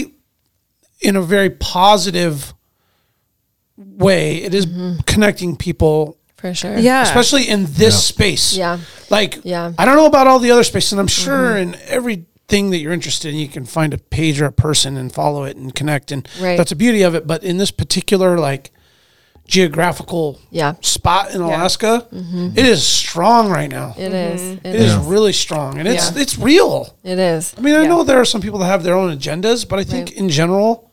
[SPEAKER 3] in a very positive way. It is
[SPEAKER 4] Mm-hmm.
[SPEAKER 3] connecting people,
[SPEAKER 4] for sure.
[SPEAKER 5] Yeah.
[SPEAKER 3] especially in this space.
[SPEAKER 4] Yeah.
[SPEAKER 3] Like,
[SPEAKER 4] Yeah. Mm-hmm.
[SPEAKER 3] I don't know about all the other spaces, and I'm sure in everything that you're interested in, you can find a page or a person and follow it and connect. And
[SPEAKER 4] Right.
[SPEAKER 3] that's the beauty of it. But in this particular, like, geographical
[SPEAKER 4] Yeah. Mm-hmm.
[SPEAKER 3] spot in Alaska, it is strong right now.
[SPEAKER 4] It is. It
[SPEAKER 5] Mm-hmm.
[SPEAKER 3] it is
[SPEAKER 4] is.
[SPEAKER 3] really strong, and it's
[SPEAKER 4] Yeah.
[SPEAKER 3] it's real.
[SPEAKER 4] It is.
[SPEAKER 3] I mean, I know there are some people that have their own agendas, but I think in general,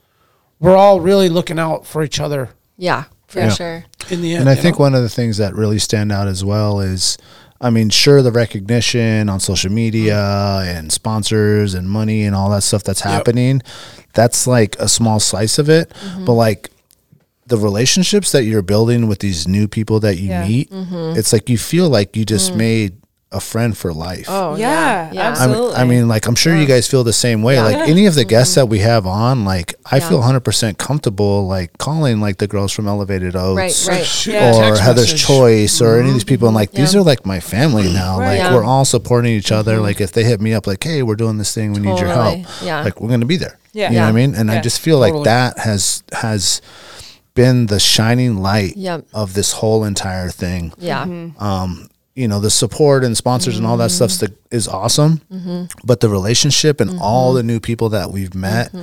[SPEAKER 3] we're all really looking out for each other
[SPEAKER 4] Yeah. For sure.
[SPEAKER 3] in the end.
[SPEAKER 1] And I
[SPEAKER 3] you
[SPEAKER 1] think
[SPEAKER 3] know?
[SPEAKER 1] one of the things that really stand out as well is, I mean, sure, the recognition on social media and sponsors and money and all that stuff that's happening, that's like a small slice of it. But like the relationships that you're building with these new people that you
[SPEAKER 5] Yeah.
[SPEAKER 1] meet, it's like you feel like you just made a friend for life.
[SPEAKER 4] Oh
[SPEAKER 5] yeah,
[SPEAKER 1] I
[SPEAKER 4] Yeah.
[SPEAKER 1] mean-
[SPEAKER 5] absolutely.
[SPEAKER 1] I mean, like, I'm sure you guys feel the same way. Like, any of the guests that we have on, like, I feel 100% comfortable, like, calling, like, the girls from Elevated Oats
[SPEAKER 4] Right. Right.
[SPEAKER 3] Shoot
[SPEAKER 5] Yeah.
[SPEAKER 3] a
[SPEAKER 1] or
[SPEAKER 3] text
[SPEAKER 1] Heather's
[SPEAKER 3] message.
[SPEAKER 1] Choice or any of these people. And like, these are like my family now.
[SPEAKER 5] Right.
[SPEAKER 1] Like,
[SPEAKER 4] Yeah.
[SPEAKER 1] we're all supporting each other. Like, if they hit me up, like, hey, we're doing this thing, we need your
[SPEAKER 4] Totally.
[SPEAKER 1] help.
[SPEAKER 4] Yeah.
[SPEAKER 1] Like, we're going to be there.
[SPEAKER 5] Yeah.
[SPEAKER 1] You know what I mean? And I
[SPEAKER 5] Yeah.
[SPEAKER 1] just feel like
[SPEAKER 3] Totally.
[SPEAKER 1] that has has been the shining light
[SPEAKER 4] Yep.
[SPEAKER 1] of this whole entire thing.
[SPEAKER 4] Yeah.
[SPEAKER 5] Mm-hmm.
[SPEAKER 1] Um, you know, the support and sponsors and all that stuff
[SPEAKER 4] Mm-hmm.
[SPEAKER 1] is awesome, but the relationship and
[SPEAKER 4] Mm-hmm.
[SPEAKER 1] all the new people that we've met,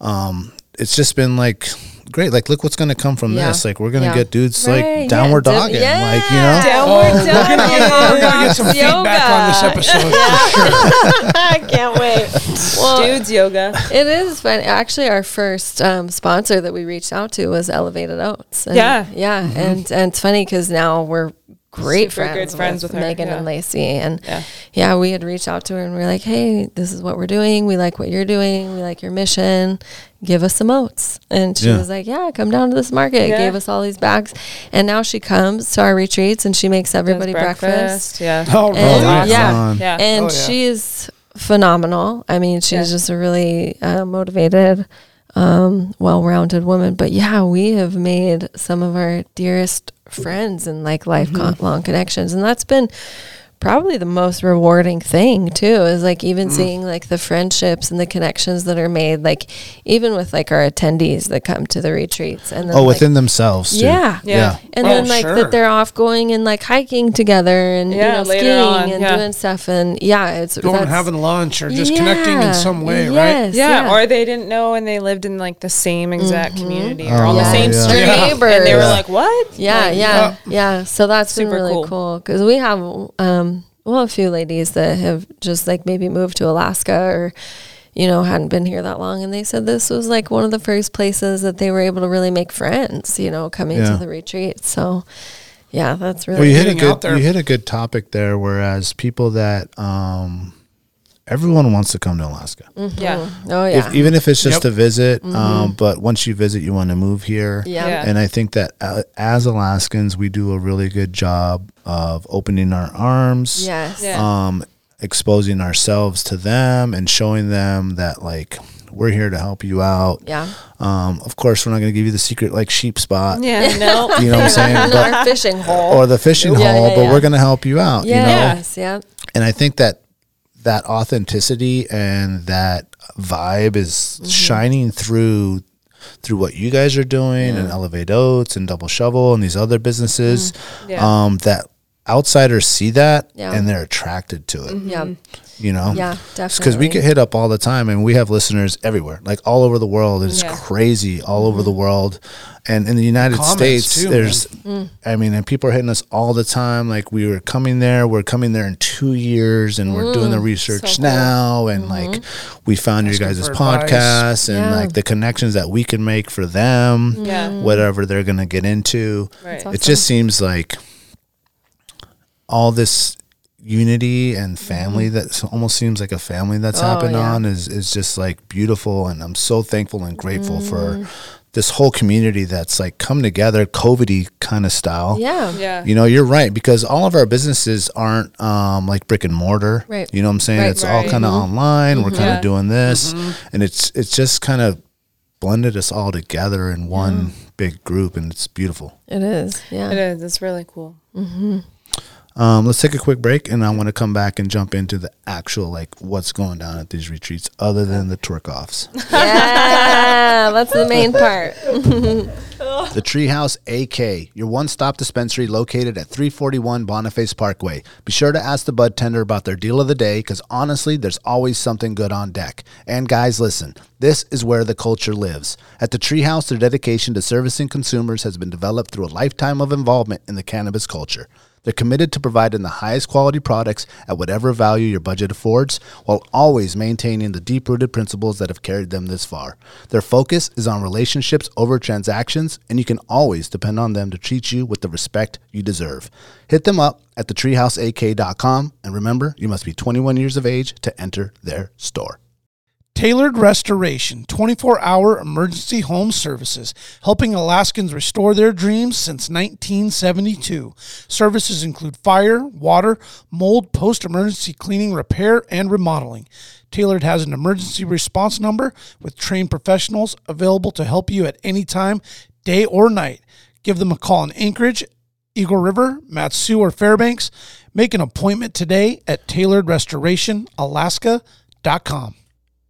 [SPEAKER 1] um, it's just been like great. Like, look what's going to come from
[SPEAKER 4] Yeah.
[SPEAKER 1] this. Like, we're going to
[SPEAKER 4] Yeah.
[SPEAKER 1] get dudes
[SPEAKER 4] Right, yeah,
[SPEAKER 1] like downward
[SPEAKER 4] dip-
[SPEAKER 1] dogging, like you
[SPEAKER 4] yeah.
[SPEAKER 1] know.
[SPEAKER 5] Downward
[SPEAKER 4] Oh,
[SPEAKER 3] We're gonna get, we're gonna get some
[SPEAKER 4] Yoga.
[SPEAKER 3] feedback on this episode.
[SPEAKER 4] I can't wait. Well,
[SPEAKER 5] Dudes yoga.
[SPEAKER 4] It is fun. Actually, our first um, sponsor that we reached out to was Elevated Oats. And,
[SPEAKER 5] Yeah.
[SPEAKER 4] yeah, and and it's funny because now we're great
[SPEAKER 5] Super good
[SPEAKER 4] friends,
[SPEAKER 5] friends
[SPEAKER 4] with,
[SPEAKER 5] with her,
[SPEAKER 4] Megan
[SPEAKER 5] yeah.
[SPEAKER 4] and Lacey, and yeah.
[SPEAKER 5] Yeah.
[SPEAKER 4] we had reached out to her and we are like, hey, this is what we're doing. We like what you're doing. We like your mission. Give us some oats. And she
[SPEAKER 1] Yeah.
[SPEAKER 4] was like, yeah, come down to this market.
[SPEAKER 5] Yeah.
[SPEAKER 4] Gave us all these bags, and now she comes to our retreats and she makes everybody breakfast.
[SPEAKER 5] Yeah.
[SPEAKER 3] All
[SPEAKER 4] And,
[SPEAKER 3] right.
[SPEAKER 1] right.
[SPEAKER 4] yeah,
[SPEAKER 1] Oh, Fun.
[SPEAKER 5] Yeah.
[SPEAKER 4] and
[SPEAKER 3] Oh, yeah.
[SPEAKER 4] she's phenomenal. I mean, she's
[SPEAKER 5] Yeah.
[SPEAKER 4] just a really uh, motivated, um, well-rounded woman. But yeah, we have made some of our dearest friends and like lifelong
[SPEAKER 1] Mm-hmm.
[SPEAKER 4] long connections, and that's been probably the most rewarding thing too is like
[SPEAKER 1] Mm.
[SPEAKER 4] even seeing like the friendships and the connections that are made like even with like our attendees that come to the retreats and then
[SPEAKER 1] Oh,
[SPEAKER 4] like,
[SPEAKER 1] within themselves. Too.
[SPEAKER 4] yeah.
[SPEAKER 1] Yeah.
[SPEAKER 4] And
[SPEAKER 3] Oh,
[SPEAKER 4] then like
[SPEAKER 3] sure.
[SPEAKER 4] that they're off going and like hiking together and
[SPEAKER 5] Yeah,
[SPEAKER 4] you know,
[SPEAKER 5] later
[SPEAKER 4] skiing
[SPEAKER 5] on,
[SPEAKER 4] and
[SPEAKER 5] yeah.
[SPEAKER 4] doing stuff and yeah, it's
[SPEAKER 3] Going and
[SPEAKER 4] that's-
[SPEAKER 3] having lunch or just connecting
[SPEAKER 4] Yeah,
[SPEAKER 3] in some way, right?
[SPEAKER 4] yes,
[SPEAKER 5] Yeah, or they didn't know and they lived in like the same exact community or on
[SPEAKER 4] Yeah.
[SPEAKER 5] the same
[SPEAKER 1] yeah.
[SPEAKER 5] street.
[SPEAKER 4] They're neighbors.
[SPEAKER 5] And they were
[SPEAKER 1] Yeah.
[SPEAKER 5] like, what?
[SPEAKER 4] Yeah,
[SPEAKER 5] Like,
[SPEAKER 4] yeah, yeah. So that's been
[SPEAKER 5] Super
[SPEAKER 4] really
[SPEAKER 5] cool.
[SPEAKER 4] cool because we have um, well a few ladies that have just like maybe moved to Alaska or you know hadn't been here that long, and they said this was like one of the first places that they were able to really make friends. You know, coming
[SPEAKER 1] Yeah.
[SPEAKER 4] to the retreat. So yeah, that's really
[SPEAKER 1] Well, you hit a
[SPEAKER 3] getting out
[SPEAKER 1] good
[SPEAKER 3] there.
[SPEAKER 1] you hit a good topic there. Whereas people that um, everyone wants to come to Alaska,
[SPEAKER 5] Yeah.
[SPEAKER 4] oh yeah Mm-hmm.
[SPEAKER 1] if, even if it's just
[SPEAKER 3] Yep.
[SPEAKER 1] to visit. Um, but once you visit, you want to move here.
[SPEAKER 4] yeah.
[SPEAKER 5] Yeah.
[SPEAKER 1] And I think that uh, as Alaskans, we do a really good job of opening our arms,
[SPEAKER 4] Yes.
[SPEAKER 5] Yeah.
[SPEAKER 1] um, exposing ourselves to them, and showing them that like we're here to help you out.
[SPEAKER 4] Yeah.
[SPEAKER 1] Um, of course, we're not going to give you the secret like sheep spot.
[SPEAKER 5] Yeah. No.
[SPEAKER 1] You know what I'm saying? But,
[SPEAKER 4] Our fishing hole.
[SPEAKER 1] or the fishing
[SPEAKER 4] Yeah,
[SPEAKER 1] hole,
[SPEAKER 4] yeah,
[SPEAKER 1] but
[SPEAKER 4] yeah.
[SPEAKER 1] we're going to help you out. You know?
[SPEAKER 4] Yes, yeah.
[SPEAKER 1] and I think that that authenticity and that vibe is shining through through what you guys are doing and Elevate Oats and Double Shovel and these other businesses.
[SPEAKER 5] Yeah.
[SPEAKER 1] Um, that outsiders see that
[SPEAKER 4] Yeah.
[SPEAKER 1] and they're attracted to it.
[SPEAKER 4] Yeah.
[SPEAKER 1] You know,
[SPEAKER 4] Yeah,
[SPEAKER 1] Because we
[SPEAKER 4] definitely.
[SPEAKER 1] get hit up all the time, and we have listeners everywhere, like all over the world. It's
[SPEAKER 5] Yeah.
[SPEAKER 1] crazy, all over
[SPEAKER 4] Mm-hmm.
[SPEAKER 1] the world, and in the United
[SPEAKER 3] Comments,
[SPEAKER 1] States,
[SPEAKER 3] too, Mm.
[SPEAKER 1] there's, I mean, and people are hitting us all the time. Like we were coming there, we're coming there in two years, and we're
[SPEAKER 4] Mm,
[SPEAKER 1] doing the research now, and like we found your guys'
[SPEAKER 3] for advice.
[SPEAKER 1] podcasts and
[SPEAKER 4] Mm-hmm. Yeah. Mm-hmm.
[SPEAKER 1] like the connections that we can make for them,
[SPEAKER 5] Yeah.
[SPEAKER 4] Mm.
[SPEAKER 1] whatever they're gonna get into.
[SPEAKER 5] Right.
[SPEAKER 1] It just seems like all this unity and family that almost seems like a family that's happened
[SPEAKER 4] Mm-hmm. Oh, yeah.
[SPEAKER 1] on is is just like beautiful and I'm so thankful and grateful
[SPEAKER 4] Mm.
[SPEAKER 1] for this whole community that's like come together covidy kind of style.
[SPEAKER 4] Yeah.
[SPEAKER 5] Yeah.
[SPEAKER 1] You know, you're right because all of our businesses aren't um, like brick and mortar.
[SPEAKER 4] Right.
[SPEAKER 1] You know what I'm saying?
[SPEAKER 4] Right.
[SPEAKER 1] it's all
[SPEAKER 5] Right. Mm-hmm.
[SPEAKER 1] kind of online. We're kind of
[SPEAKER 5] Yeah. Mm-hmm.
[SPEAKER 1] doing this, and it's it's just kind of blended us all together in one big group, and it's beautiful.
[SPEAKER 4] It is. Yeah.
[SPEAKER 5] It is. It's really cool.
[SPEAKER 1] Um, let's take a quick break, and I want to come back and jump into the actual like what's going down at these retreats, other than the twerk offs.
[SPEAKER 4] Yeah. That's the main part.
[SPEAKER 6] The Treehouse AK, your one stop dispensary located at 341 Boniface Parkway. Be sure to ask the bud tender about their deal of the day because honestly, there's always something good on deck. And guys, listen, this is where the culture lives. At the Treehouse, their dedication to servicing consumers has been developed through a lifetime of involvement in the cannabis culture. They're committed to providing the highest quality products at whatever value your budget affords, while always maintaining the deep rooted principles that have carried them this far. Their focus is on relationships over transactions, and you can always depend on them to treat you with the respect you deserve. Hit them up at thetreehouseak.com, and remember, you must be 21 years of age to enter their store.
[SPEAKER 3] Tailored Restoration, 24 hour emergency home services, helping Alaskans restore their dreams since 1972. Services include fire, water, mold, post emergency cleaning, repair, and remodeling. Tailored has an emergency response number with trained professionals available to help you at any time, day or night. Give them a call in Anchorage, Eagle River, Matsu, or Fairbanks. Make an appointment today at tailoredrestorationalaska.com.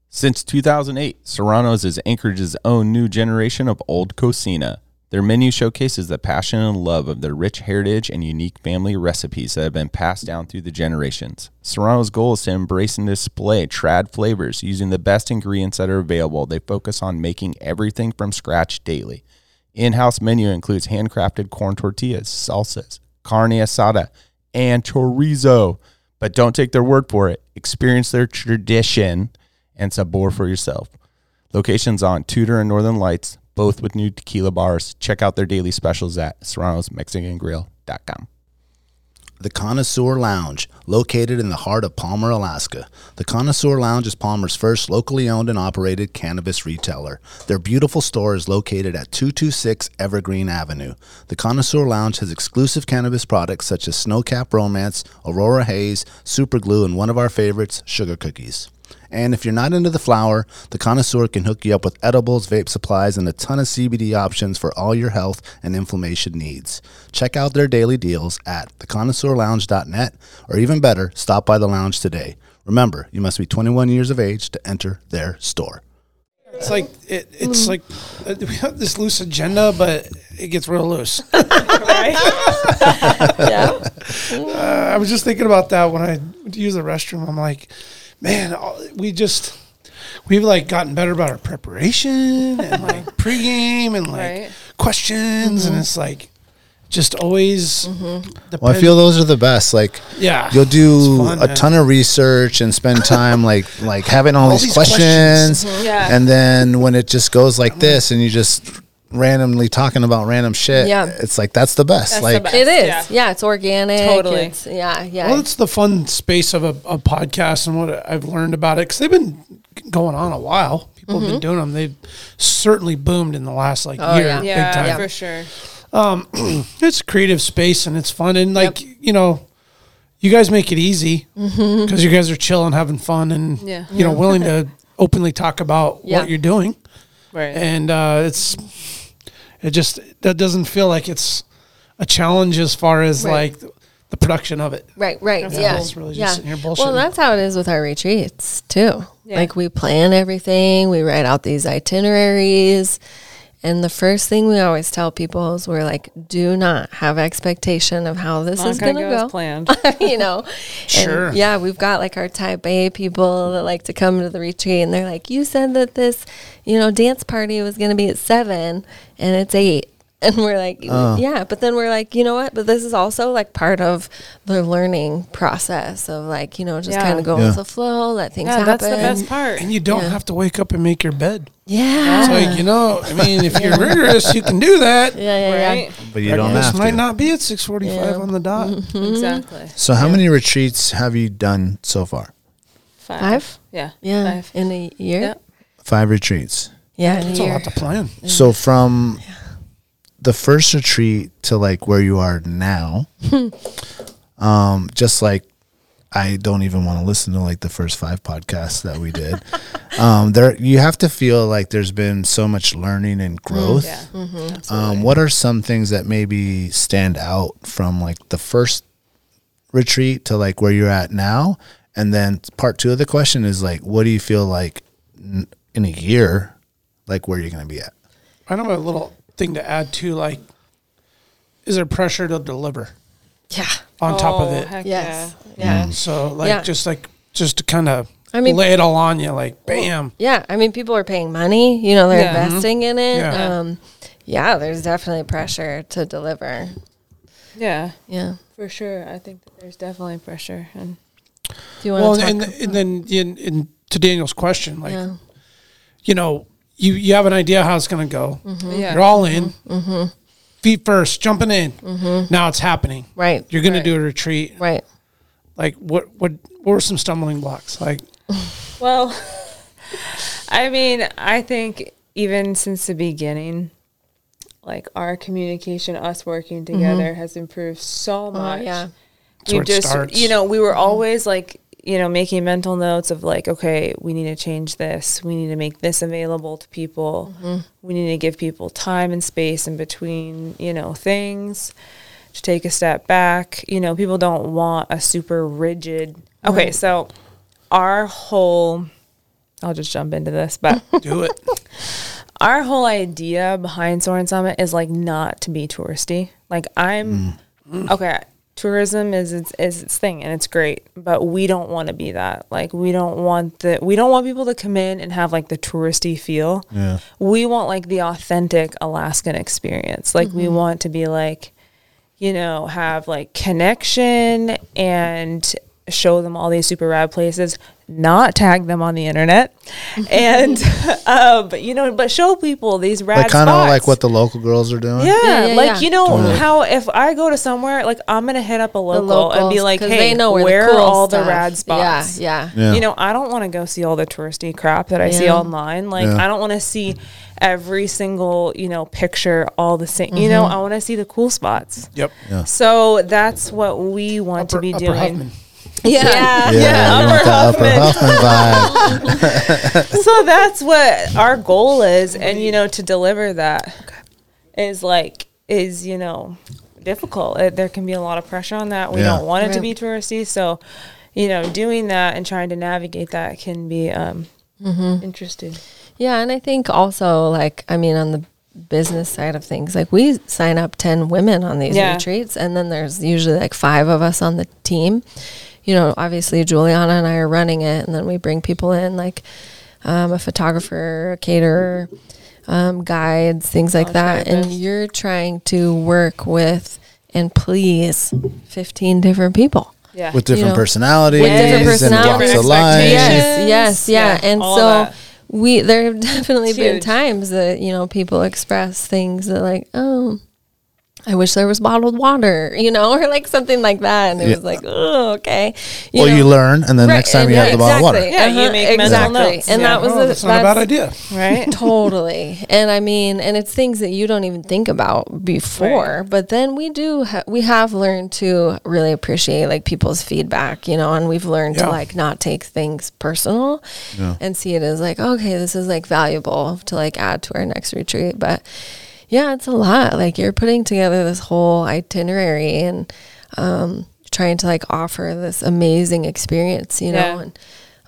[SPEAKER 2] Since 2008, Serrano's is Anchorage's own new generation of old cocina. Their menu showcases the passion and love of their rich heritage and unique family recipes that have been passed down through the generations. Serrano's goal is to embrace and display trad flavors using the best ingredients that are available. They focus on making everything from scratch daily. In-house menu includes handcrafted corn tortillas, salsas, carne asada, and chorizo. But don't take their word for it. Experience their tradition and sabor for yourself. Locations on Tudor and Northern Lights, both with new tequila bars. Check out their daily specials at serranosmexicangrill.com.
[SPEAKER 6] The Connoisseur Lounge, located in the heart of Palmer, Alaska. The Connoisseur Lounge is Palmer's first locally owned and operated cannabis retailer. Their beautiful store is located at 226 Evergreen Avenue. The Connoisseur Lounge has exclusive cannabis products such as Snowcap Romance, Aurora Haze, Super Glue, and one of our favorites, Sugar Cookies. And if you're not into the flower, the connoisseur can hook you up with edibles, vape supplies, and a ton of CBD options for all your health and inflammation needs. Check out their daily deals at theconnoisseurlounge.net, or even better, stop by the lounge today. Remember, you must be 21 years of age to enter their store.
[SPEAKER 3] It's like it, it's like uh, we have this loose agenda, but it gets real loose.
[SPEAKER 4] Yeah.
[SPEAKER 3] Uh, I was just thinking about that when I went to use the restroom. I'm like, man, all- we just we've like gotten better about our preparation and like pregame and like
[SPEAKER 5] Right.
[SPEAKER 3] questions, and it's like just always. the
[SPEAKER 1] Well, I
[SPEAKER 3] pen-
[SPEAKER 1] feel those are the best. Like,
[SPEAKER 3] Yeah.
[SPEAKER 1] you'll do
[SPEAKER 3] It's fun,
[SPEAKER 1] a
[SPEAKER 3] man.
[SPEAKER 1] ton of research and spend time like like having all, these,
[SPEAKER 3] these
[SPEAKER 1] questions,
[SPEAKER 3] questions.
[SPEAKER 5] Yeah.
[SPEAKER 1] and then when it just goes like this, and you just randomly talking about random shit,
[SPEAKER 4] Yeah.
[SPEAKER 1] it's like that's the best.
[SPEAKER 5] That's the
[SPEAKER 1] like,
[SPEAKER 5] best.
[SPEAKER 4] It is.
[SPEAKER 5] Yeah.
[SPEAKER 4] Yeah. it's organic.
[SPEAKER 5] Totally.
[SPEAKER 4] It's, yeah, yeah.
[SPEAKER 3] Well, it's the fun space of a, a podcast and what I've learned about it because they've been going on a while. People have been doing them. They've certainly boomed in the last like year,
[SPEAKER 4] yeah.
[SPEAKER 3] big
[SPEAKER 5] Yeah,
[SPEAKER 3] time.
[SPEAKER 5] for sure.
[SPEAKER 3] it's a creative space and it's fun and like you know you guys make it easy because you guys are chill and having fun and
[SPEAKER 5] Yeah.
[SPEAKER 3] you know willing to openly talk about
[SPEAKER 4] Yeah.
[SPEAKER 3] what you're doing
[SPEAKER 5] Right.
[SPEAKER 3] and uh, it's it just that doesn't feel like it's a challenge as far as
[SPEAKER 4] Right.
[SPEAKER 3] like the production of it
[SPEAKER 4] Right, right,
[SPEAKER 3] That's
[SPEAKER 4] yeah.
[SPEAKER 3] cool. It's really just
[SPEAKER 4] yeah.
[SPEAKER 3] sitting here
[SPEAKER 4] Well,
[SPEAKER 3] bullshitting.
[SPEAKER 4] that's how it is with our retreats too.
[SPEAKER 5] Yeah.
[SPEAKER 4] Like we plan everything, we write out these itineraries, and the first thing we always tell people is we're like, do not have expectation of how this
[SPEAKER 5] Not
[SPEAKER 4] is
[SPEAKER 5] gonna
[SPEAKER 4] going to
[SPEAKER 5] go as
[SPEAKER 4] go.
[SPEAKER 5] planned.
[SPEAKER 4] you know, And,
[SPEAKER 3] Sure.
[SPEAKER 4] yeah, we've got like our Type A people that like to come to the retreat, and they're like, you said that this, you know, dance party was going to be at seven, and it's eight. And we're like,
[SPEAKER 3] Uh.
[SPEAKER 4] yeah, but then we're like, you know what? But this is also like part of the learning process of like, you know, just
[SPEAKER 5] Yeah.
[SPEAKER 4] kind of go
[SPEAKER 1] Yeah.
[SPEAKER 4] with the flow, let things
[SPEAKER 5] yeah,
[SPEAKER 4] happen.
[SPEAKER 5] that's the best part.
[SPEAKER 3] and you don't
[SPEAKER 4] Yeah.
[SPEAKER 3] have to wake up and make your bed
[SPEAKER 4] Yeah.
[SPEAKER 3] it's like you know i mean if you're rigorous you can do that
[SPEAKER 4] yeah, yeah, yeah.
[SPEAKER 5] Right?
[SPEAKER 1] but you don't
[SPEAKER 3] this
[SPEAKER 1] have
[SPEAKER 3] might
[SPEAKER 1] to.
[SPEAKER 3] not be at 6.45
[SPEAKER 4] Yeah.
[SPEAKER 3] on the dot
[SPEAKER 5] Exactly.
[SPEAKER 1] So, how many retreats have you done so far?
[SPEAKER 5] Five.
[SPEAKER 4] Five?
[SPEAKER 5] Yeah.
[SPEAKER 4] Yeah.
[SPEAKER 5] Five.
[SPEAKER 4] In a year?
[SPEAKER 5] Yeah.
[SPEAKER 1] Five retreats.
[SPEAKER 4] Yeah, in
[SPEAKER 3] that's
[SPEAKER 4] a
[SPEAKER 3] a
[SPEAKER 4] year.
[SPEAKER 3] lot to plan
[SPEAKER 1] So from the first retreat to like where you are now, um, just like I don't even want to listen to like the first five podcasts that we did. um, there you have to feel like there's been so much learning and growth.
[SPEAKER 5] Yeah.
[SPEAKER 1] Um, what are some things that maybe stand out from like the first retreat to like where you're at now? And then part two of the question is like, what do you feel like n- in a year, like where you're going to be at?
[SPEAKER 3] I don't have a little thing to add to like, is there pressure to deliver
[SPEAKER 4] Yeah.
[SPEAKER 3] on top of
[SPEAKER 5] Oh,
[SPEAKER 3] it?
[SPEAKER 5] heck
[SPEAKER 4] Yes.
[SPEAKER 5] yeah.
[SPEAKER 4] Yeah.
[SPEAKER 3] So like,
[SPEAKER 4] Yeah.
[SPEAKER 3] just like, just to kind of
[SPEAKER 4] I mean-
[SPEAKER 3] lay it all on you, like, bam.
[SPEAKER 4] Yeah, I mean, people are paying money. You know, they're
[SPEAKER 5] Yeah.
[SPEAKER 4] investing in it.
[SPEAKER 3] Mm-hmm. Yeah.
[SPEAKER 4] Yeah. Um, yeah, there's definitely pressure to deliver.
[SPEAKER 5] Yeah.
[SPEAKER 4] Yeah.
[SPEAKER 5] For sure. I think that there's definitely pressure. And
[SPEAKER 4] Do you want
[SPEAKER 3] Well,
[SPEAKER 4] to talk?
[SPEAKER 3] and, and then in, in to Daniel's question, like,
[SPEAKER 4] yeah.
[SPEAKER 3] you know, you you have an idea how it's gonna go.
[SPEAKER 5] yeah.
[SPEAKER 3] You're all in, Mm-hmm. feet first, jumping in. Now it's happening.
[SPEAKER 4] Right.
[SPEAKER 3] You're gonna
[SPEAKER 5] Right.
[SPEAKER 3] do a retreat.
[SPEAKER 4] Right.
[SPEAKER 3] Like, what what what were some stumbling blocks? Like,
[SPEAKER 5] Well, I mean, I think even since the beginning, like our communication, us working together, has improved so much.
[SPEAKER 4] yeah.
[SPEAKER 3] That's
[SPEAKER 5] we
[SPEAKER 3] where it
[SPEAKER 5] just,
[SPEAKER 3] starts.
[SPEAKER 5] you know, we were always like, you know, making mental notes of like, okay, we need to change this. We need to make this available to people. We need to give people time and space in between, you know, things to take a step back. You know, people don't want a super rigid. Okay, so our whole I'll just jump into this, but
[SPEAKER 3] Do it.
[SPEAKER 5] our whole idea behind Soren Summit is like not to be touristy. Like I'm okay. Tourism is its, is its thing and it's great, but we don't want to be that. Like we don't want the we don't want people to come in and have like the touristy feel.
[SPEAKER 1] Yeah.
[SPEAKER 5] We want like the authentic Alaskan experience. Like we want to be like you know, have like connection and show them all these super rad places, not tag them on the internet. and, uh, but you know, but show people these rad
[SPEAKER 1] Like kind of
[SPEAKER 5] spots.
[SPEAKER 1] like what the local girls are doing.
[SPEAKER 5] yeah,
[SPEAKER 4] Yeah, yeah,
[SPEAKER 5] like
[SPEAKER 4] yeah.
[SPEAKER 5] you know how if I go to somewhere, like I'm gonna hit up a local and be
[SPEAKER 4] locals,
[SPEAKER 5] like,
[SPEAKER 4] 'cause
[SPEAKER 5] "Hey, where,
[SPEAKER 4] the
[SPEAKER 5] are
[SPEAKER 4] cool
[SPEAKER 5] all the
[SPEAKER 4] stuff.
[SPEAKER 5] rad spots?"
[SPEAKER 4] Yeah, yeah.
[SPEAKER 1] Yeah.
[SPEAKER 5] You know, I don't want to go see all the touristy crap that I see
[SPEAKER 4] Yeah.
[SPEAKER 5] online. Like,
[SPEAKER 1] Yeah.
[SPEAKER 5] I don't want to see every single, you know, picture, all the same. You know,
[SPEAKER 4] Mm-hmm.
[SPEAKER 5] I want to see the cool spots.
[SPEAKER 3] Yep.
[SPEAKER 5] So that's what we want to
[SPEAKER 3] Upper-
[SPEAKER 5] be
[SPEAKER 3] Upper
[SPEAKER 5] doing.
[SPEAKER 3] Huffman.
[SPEAKER 4] Yeah.
[SPEAKER 1] Yeah, you
[SPEAKER 5] Upper
[SPEAKER 1] want the upper
[SPEAKER 5] Huffman.
[SPEAKER 1] Huffman vibe.
[SPEAKER 5] so that's what our goal is, and you know, to deliver that is like is you know difficult. It, there can be a lot of pressure on that. We
[SPEAKER 1] Yeah.
[SPEAKER 5] don't want it to
[SPEAKER 4] Right.
[SPEAKER 5] be touristy, so you know, doing that and trying to navigate that can be um,
[SPEAKER 4] Mm-hmm.
[SPEAKER 5] interesting.
[SPEAKER 4] Yeah, and I think also like I mean on the business side of things, like we sign up 10 women on these
[SPEAKER 5] Yeah.
[SPEAKER 4] retreats and then there's usually like 5 of us on the team. You know, obviously Juliana and I are running it and then we bring people in like um, a photographer, a caterer, um, guides, things like that. And you're trying to work with and please 15 different people.
[SPEAKER 5] Yeah,
[SPEAKER 1] with different
[SPEAKER 4] know,
[SPEAKER 1] personalities,
[SPEAKER 4] with different
[SPEAKER 1] and walks
[SPEAKER 4] personalities.
[SPEAKER 1] of life.
[SPEAKER 4] Yes, yes, yeah.
[SPEAKER 5] Yeah,
[SPEAKER 4] And
[SPEAKER 5] all
[SPEAKER 4] so
[SPEAKER 5] that.
[SPEAKER 4] we there have definitely been
[SPEAKER 5] Huge.
[SPEAKER 4] times that you know people express things that like, oh, I wish there was bottled water, you know, or like something like that, and it
[SPEAKER 1] Yeah.
[SPEAKER 4] was like, oh, okay. You
[SPEAKER 1] Well,
[SPEAKER 4] know?
[SPEAKER 1] you learn, and then
[SPEAKER 4] Right,
[SPEAKER 1] next time
[SPEAKER 4] and
[SPEAKER 1] you have
[SPEAKER 4] yeah,
[SPEAKER 1] the bottled water.
[SPEAKER 4] exactly,
[SPEAKER 5] Yeah, you make mental
[SPEAKER 4] exactly.
[SPEAKER 5] notes.
[SPEAKER 4] and
[SPEAKER 5] Yeah.
[SPEAKER 4] that was
[SPEAKER 3] Oh,
[SPEAKER 4] the,
[SPEAKER 3] that's not a bad idea.
[SPEAKER 5] right.
[SPEAKER 4] totally and i mean and it's things that you don't even think about before but then we do ha- we have learned to really appreciate like people's feedback you know and we've learned
[SPEAKER 3] Yeah.
[SPEAKER 4] to like not take things personal and see it as like okay this is like valuable to like add to our next retreat but yeah it's a lot like you're putting together this whole itinerary and um trying to like offer this amazing experience you know
[SPEAKER 5] Yeah.
[SPEAKER 4] and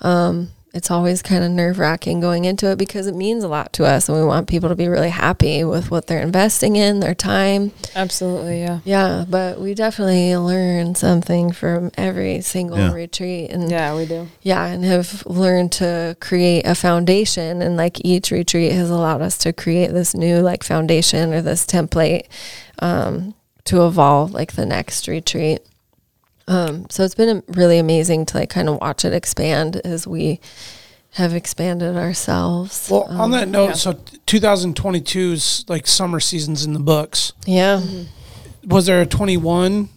[SPEAKER 4] um, it's always kind of nerve wracking going into it because it means a lot to us and we want people to be really happy with what they're investing in, their time.
[SPEAKER 5] Absolutely, yeah.
[SPEAKER 4] Yeah, but we definitely learn something from every single
[SPEAKER 1] Yeah.
[SPEAKER 4] retreat and yeah.
[SPEAKER 5] Yeah, we do.
[SPEAKER 4] and have learned to create a foundation and like each retreat has allowed us to create this new like foundation or this template um to evolve like the next retreat. Um, so it's been really amazing to like kind of watch it expand as we have expanded ourselves.
[SPEAKER 3] Well, on that note, so 2022's like summer seasons in the books. Mm-hmm.
[SPEAKER 4] yeah.
[SPEAKER 3] Was there a 21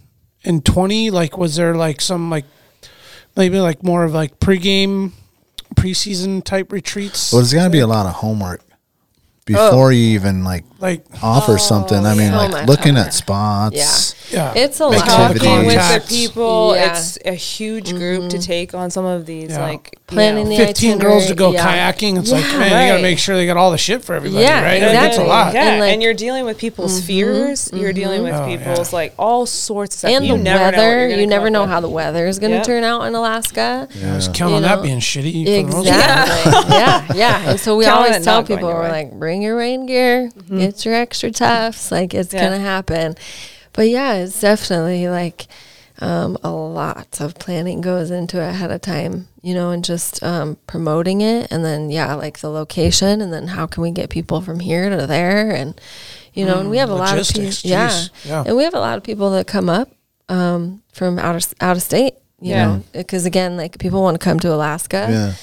[SPEAKER 3] and 20? Like, was there like some like maybe like more of like pregame, preseason type retreats?
[SPEAKER 1] Well, there's got to be a lot of homework before you even like
[SPEAKER 3] like,
[SPEAKER 1] offer something. I mean,
[SPEAKER 4] Oh. so
[SPEAKER 1] like
[SPEAKER 4] much
[SPEAKER 1] looking
[SPEAKER 4] homework.
[SPEAKER 1] at spots.
[SPEAKER 3] yeah.
[SPEAKER 4] It's a
[SPEAKER 3] Make
[SPEAKER 4] lot.
[SPEAKER 1] Activities.
[SPEAKER 5] Talking with the
[SPEAKER 3] Contacts.
[SPEAKER 5] people,
[SPEAKER 4] Yeah. Mm-hmm.
[SPEAKER 5] it's a huge group to take on some of these,
[SPEAKER 3] Yeah.
[SPEAKER 5] like you
[SPEAKER 4] Planning
[SPEAKER 5] know.
[SPEAKER 4] the
[SPEAKER 3] 15 girls to go
[SPEAKER 4] itinerary,
[SPEAKER 3] kayaking. It's like,
[SPEAKER 4] Yeah,
[SPEAKER 3] man, you got to
[SPEAKER 5] right.
[SPEAKER 3] make sure they got all the shit for everybody,
[SPEAKER 4] Yeah,
[SPEAKER 3] right?
[SPEAKER 4] exactly.
[SPEAKER 3] Like, it's a lot.
[SPEAKER 5] Yeah,
[SPEAKER 4] And,
[SPEAKER 5] and,
[SPEAKER 4] like- mm-hmm,
[SPEAKER 5] you're dealing with people's fears. You're dealing with
[SPEAKER 3] Oh, yeah.
[SPEAKER 5] people's like all sorts of stuff.
[SPEAKER 4] And
[SPEAKER 5] you
[SPEAKER 4] the
[SPEAKER 5] never know what
[SPEAKER 4] weather,
[SPEAKER 5] you're gonna
[SPEAKER 4] you never
[SPEAKER 5] come
[SPEAKER 4] know
[SPEAKER 5] up
[SPEAKER 4] how the weather is going to
[SPEAKER 5] Yep.
[SPEAKER 4] turn out in Alaska.
[SPEAKER 3] I was counting on
[SPEAKER 4] You
[SPEAKER 3] that
[SPEAKER 4] know,
[SPEAKER 3] being shitty. For the most part.
[SPEAKER 4] Exactly. yeah, yeah. And so we
[SPEAKER 5] Count on
[SPEAKER 4] always
[SPEAKER 5] it
[SPEAKER 4] tell
[SPEAKER 5] not going
[SPEAKER 4] people,
[SPEAKER 5] your
[SPEAKER 4] we're
[SPEAKER 5] way.
[SPEAKER 4] like, bring your rain gear, get your extra tufts. Like it's
[SPEAKER 5] Yeah.
[SPEAKER 4] gonna happen. But yeah, it's definitely like um, a lot of planning goes into it ahead of time, you know, and just um, promoting it, and then yeah, like the location, and then how can we get people from here to there, and you know, and we have a lot of people,
[SPEAKER 3] Mm, logistics,
[SPEAKER 4] yeah,
[SPEAKER 3] jeez. Yeah.
[SPEAKER 4] and we have a lot of people that come up um, from out of out of state, you
[SPEAKER 5] Yeah.
[SPEAKER 4] know, because again, like people want to come to Alaska,
[SPEAKER 1] Yeah.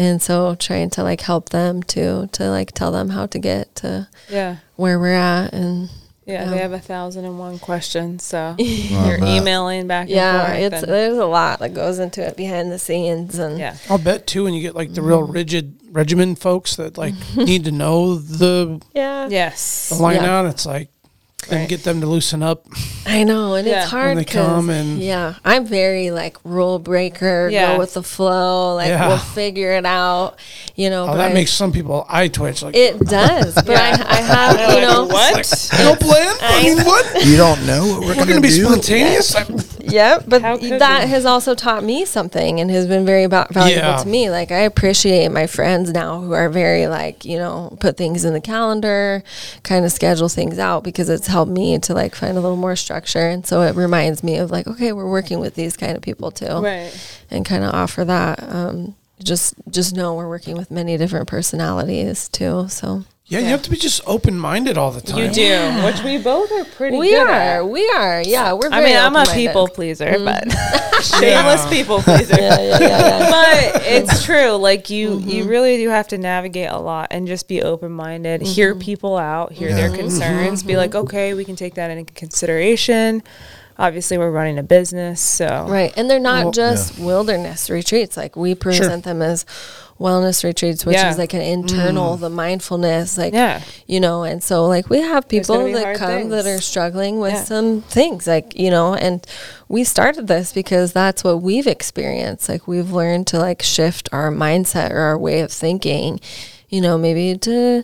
[SPEAKER 4] and so trying to like help them to to like tell them how to get to
[SPEAKER 5] with. Yeah.
[SPEAKER 4] where we're at and
[SPEAKER 5] Yeah,
[SPEAKER 4] Yeah.
[SPEAKER 5] they have a thousand and one questions, so
[SPEAKER 1] Well,
[SPEAKER 5] you're
[SPEAKER 1] that-
[SPEAKER 5] emailing back.
[SPEAKER 4] yeah,
[SPEAKER 5] and forth
[SPEAKER 4] it's
[SPEAKER 5] and-
[SPEAKER 4] there's a lot that goes into it behind the scenes and
[SPEAKER 5] yeah,
[SPEAKER 3] I'll bet too when you get like the real rigid regimen folks that like need to know the
[SPEAKER 4] yeah,
[SPEAKER 5] yes,
[SPEAKER 3] the line
[SPEAKER 4] Yeah.
[SPEAKER 3] out, it's like and
[SPEAKER 5] Right.
[SPEAKER 3] get them to loosen up.
[SPEAKER 4] I know, and
[SPEAKER 5] Yeah.
[SPEAKER 4] it's hard
[SPEAKER 3] they
[SPEAKER 4] 'cause,
[SPEAKER 3] come and-
[SPEAKER 4] yeah, I'm very like rule breaker,
[SPEAKER 5] Yeah.
[SPEAKER 4] go with the flow, like
[SPEAKER 3] Yeah.
[SPEAKER 4] we'll figure it out, you know.
[SPEAKER 3] Oh,
[SPEAKER 4] but
[SPEAKER 3] that
[SPEAKER 4] I-
[SPEAKER 3] makes some people eye twitch. Like
[SPEAKER 4] it does, but I, I have you know
[SPEAKER 5] Uh, what?
[SPEAKER 3] no plan. I mean, what?
[SPEAKER 1] You don't know what we're,
[SPEAKER 3] We're
[SPEAKER 1] gonna,
[SPEAKER 3] gonna be
[SPEAKER 1] do.
[SPEAKER 3] spontaneous. I-
[SPEAKER 4] Yep, but
[SPEAKER 5] How could
[SPEAKER 4] that
[SPEAKER 5] we?
[SPEAKER 4] has also taught me something and has been very val- valuable
[SPEAKER 3] Yeah.
[SPEAKER 4] to me. Like I appreciate my friends now who are very like, you know, put things in the calendar, kind of schedule things out because it's helped me to like find a little more structure and so it reminds me of like, okay, we're working with these kind of people too.
[SPEAKER 5] Right.
[SPEAKER 4] And kind of offer that um just just know we're working with many different personalities too. So
[SPEAKER 3] Yeah, you have to be just open minded all the time.
[SPEAKER 5] You do, which we both are pretty
[SPEAKER 4] we
[SPEAKER 5] good
[SPEAKER 4] are,
[SPEAKER 5] at.
[SPEAKER 4] we are, yeah. We're.
[SPEAKER 5] I
[SPEAKER 4] very
[SPEAKER 5] mean, I'm a
[SPEAKER 4] open-minded. Mm.
[SPEAKER 5] people pleaser, but shameless people pleaser. But it's true. Like you, you
[SPEAKER 4] Mm-hmm.
[SPEAKER 5] really do have to navigate a lot and just be open minded. Hear
[SPEAKER 4] Mm-hmm.
[SPEAKER 5] people out. Hear their concerns. Be like, okay, we can take that into consideration. Obviously, we're running a business, so
[SPEAKER 4] Right. And they're not just wilderness retreats. Like we present them as wellness retreats, which
[SPEAKER 5] Yeah.
[SPEAKER 4] is like an internal, the mindfulness, like,
[SPEAKER 5] Yeah.
[SPEAKER 4] you know, and so like we have people
[SPEAKER 5] gonna be
[SPEAKER 4] that
[SPEAKER 5] hard
[SPEAKER 4] come that
[SPEAKER 5] things.
[SPEAKER 4] are struggling with
[SPEAKER 5] Yeah.
[SPEAKER 4] some things, like, you know, and we started this because that's what we've experienced. Like we've learned to like shift our mindset or our way of thinking, you know, maybe to,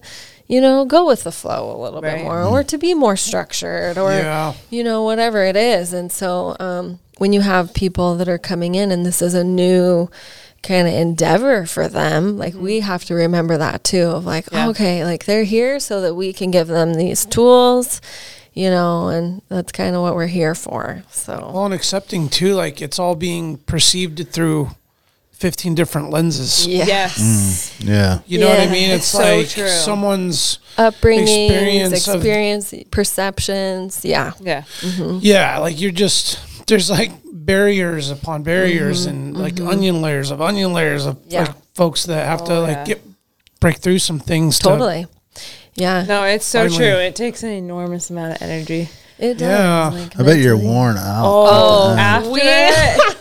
[SPEAKER 4] you know, go with the flow a little
[SPEAKER 5] Right.
[SPEAKER 4] bit more or to be more structured or
[SPEAKER 3] Yeah.
[SPEAKER 4] you know, whatever it is. And so um, when you have people that are coming in and this is a new kind of endeavor for them, like we have to remember that too of like,
[SPEAKER 5] Yeah.
[SPEAKER 4] okay, like they're here so that we can give them these tools, you know, and that's kind of what we're here for. So,
[SPEAKER 3] Well, and accepting too, like it's all being perceived through 15 different lenses.
[SPEAKER 4] yeah.
[SPEAKER 5] yes,
[SPEAKER 1] Yeah.
[SPEAKER 3] You know what I
[SPEAKER 4] Yeah.
[SPEAKER 3] mean? It's
[SPEAKER 5] So
[SPEAKER 3] like
[SPEAKER 5] true.
[SPEAKER 3] someone's,
[SPEAKER 4] Upbringings,
[SPEAKER 3] Experience
[SPEAKER 4] experience,
[SPEAKER 3] of-
[SPEAKER 4] perceptions. Yeah.
[SPEAKER 5] yeah,
[SPEAKER 3] yeah, like you're just, there's like barriers upon
[SPEAKER 5] Mm-hmm,
[SPEAKER 3] barriers and like onion layers of onion layers of
[SPEAKER 4] Yeah.
[SPEAKER 3] like folks that have to
[SPEAKER 5] Oh,
[SPEAKER 3] like
[SPEAKER 5] yeah.
[SPEAKER 3] get, break through some things. to-
[SPEAKER 4] Totally. Yeah.
[SPEAKER 5] no, it's so
[SPEAKER 3] Finally.
[SPEAKER 5] true. It takes an enormous amount of energy.
[SPEAKER 4] It does.
[SPEAKER 3] Yeah.
[SPEAKER 4] Like,
[SPEAKER 1] I bet you're worn out.
[SPEAKER 5] Oh, after we, it,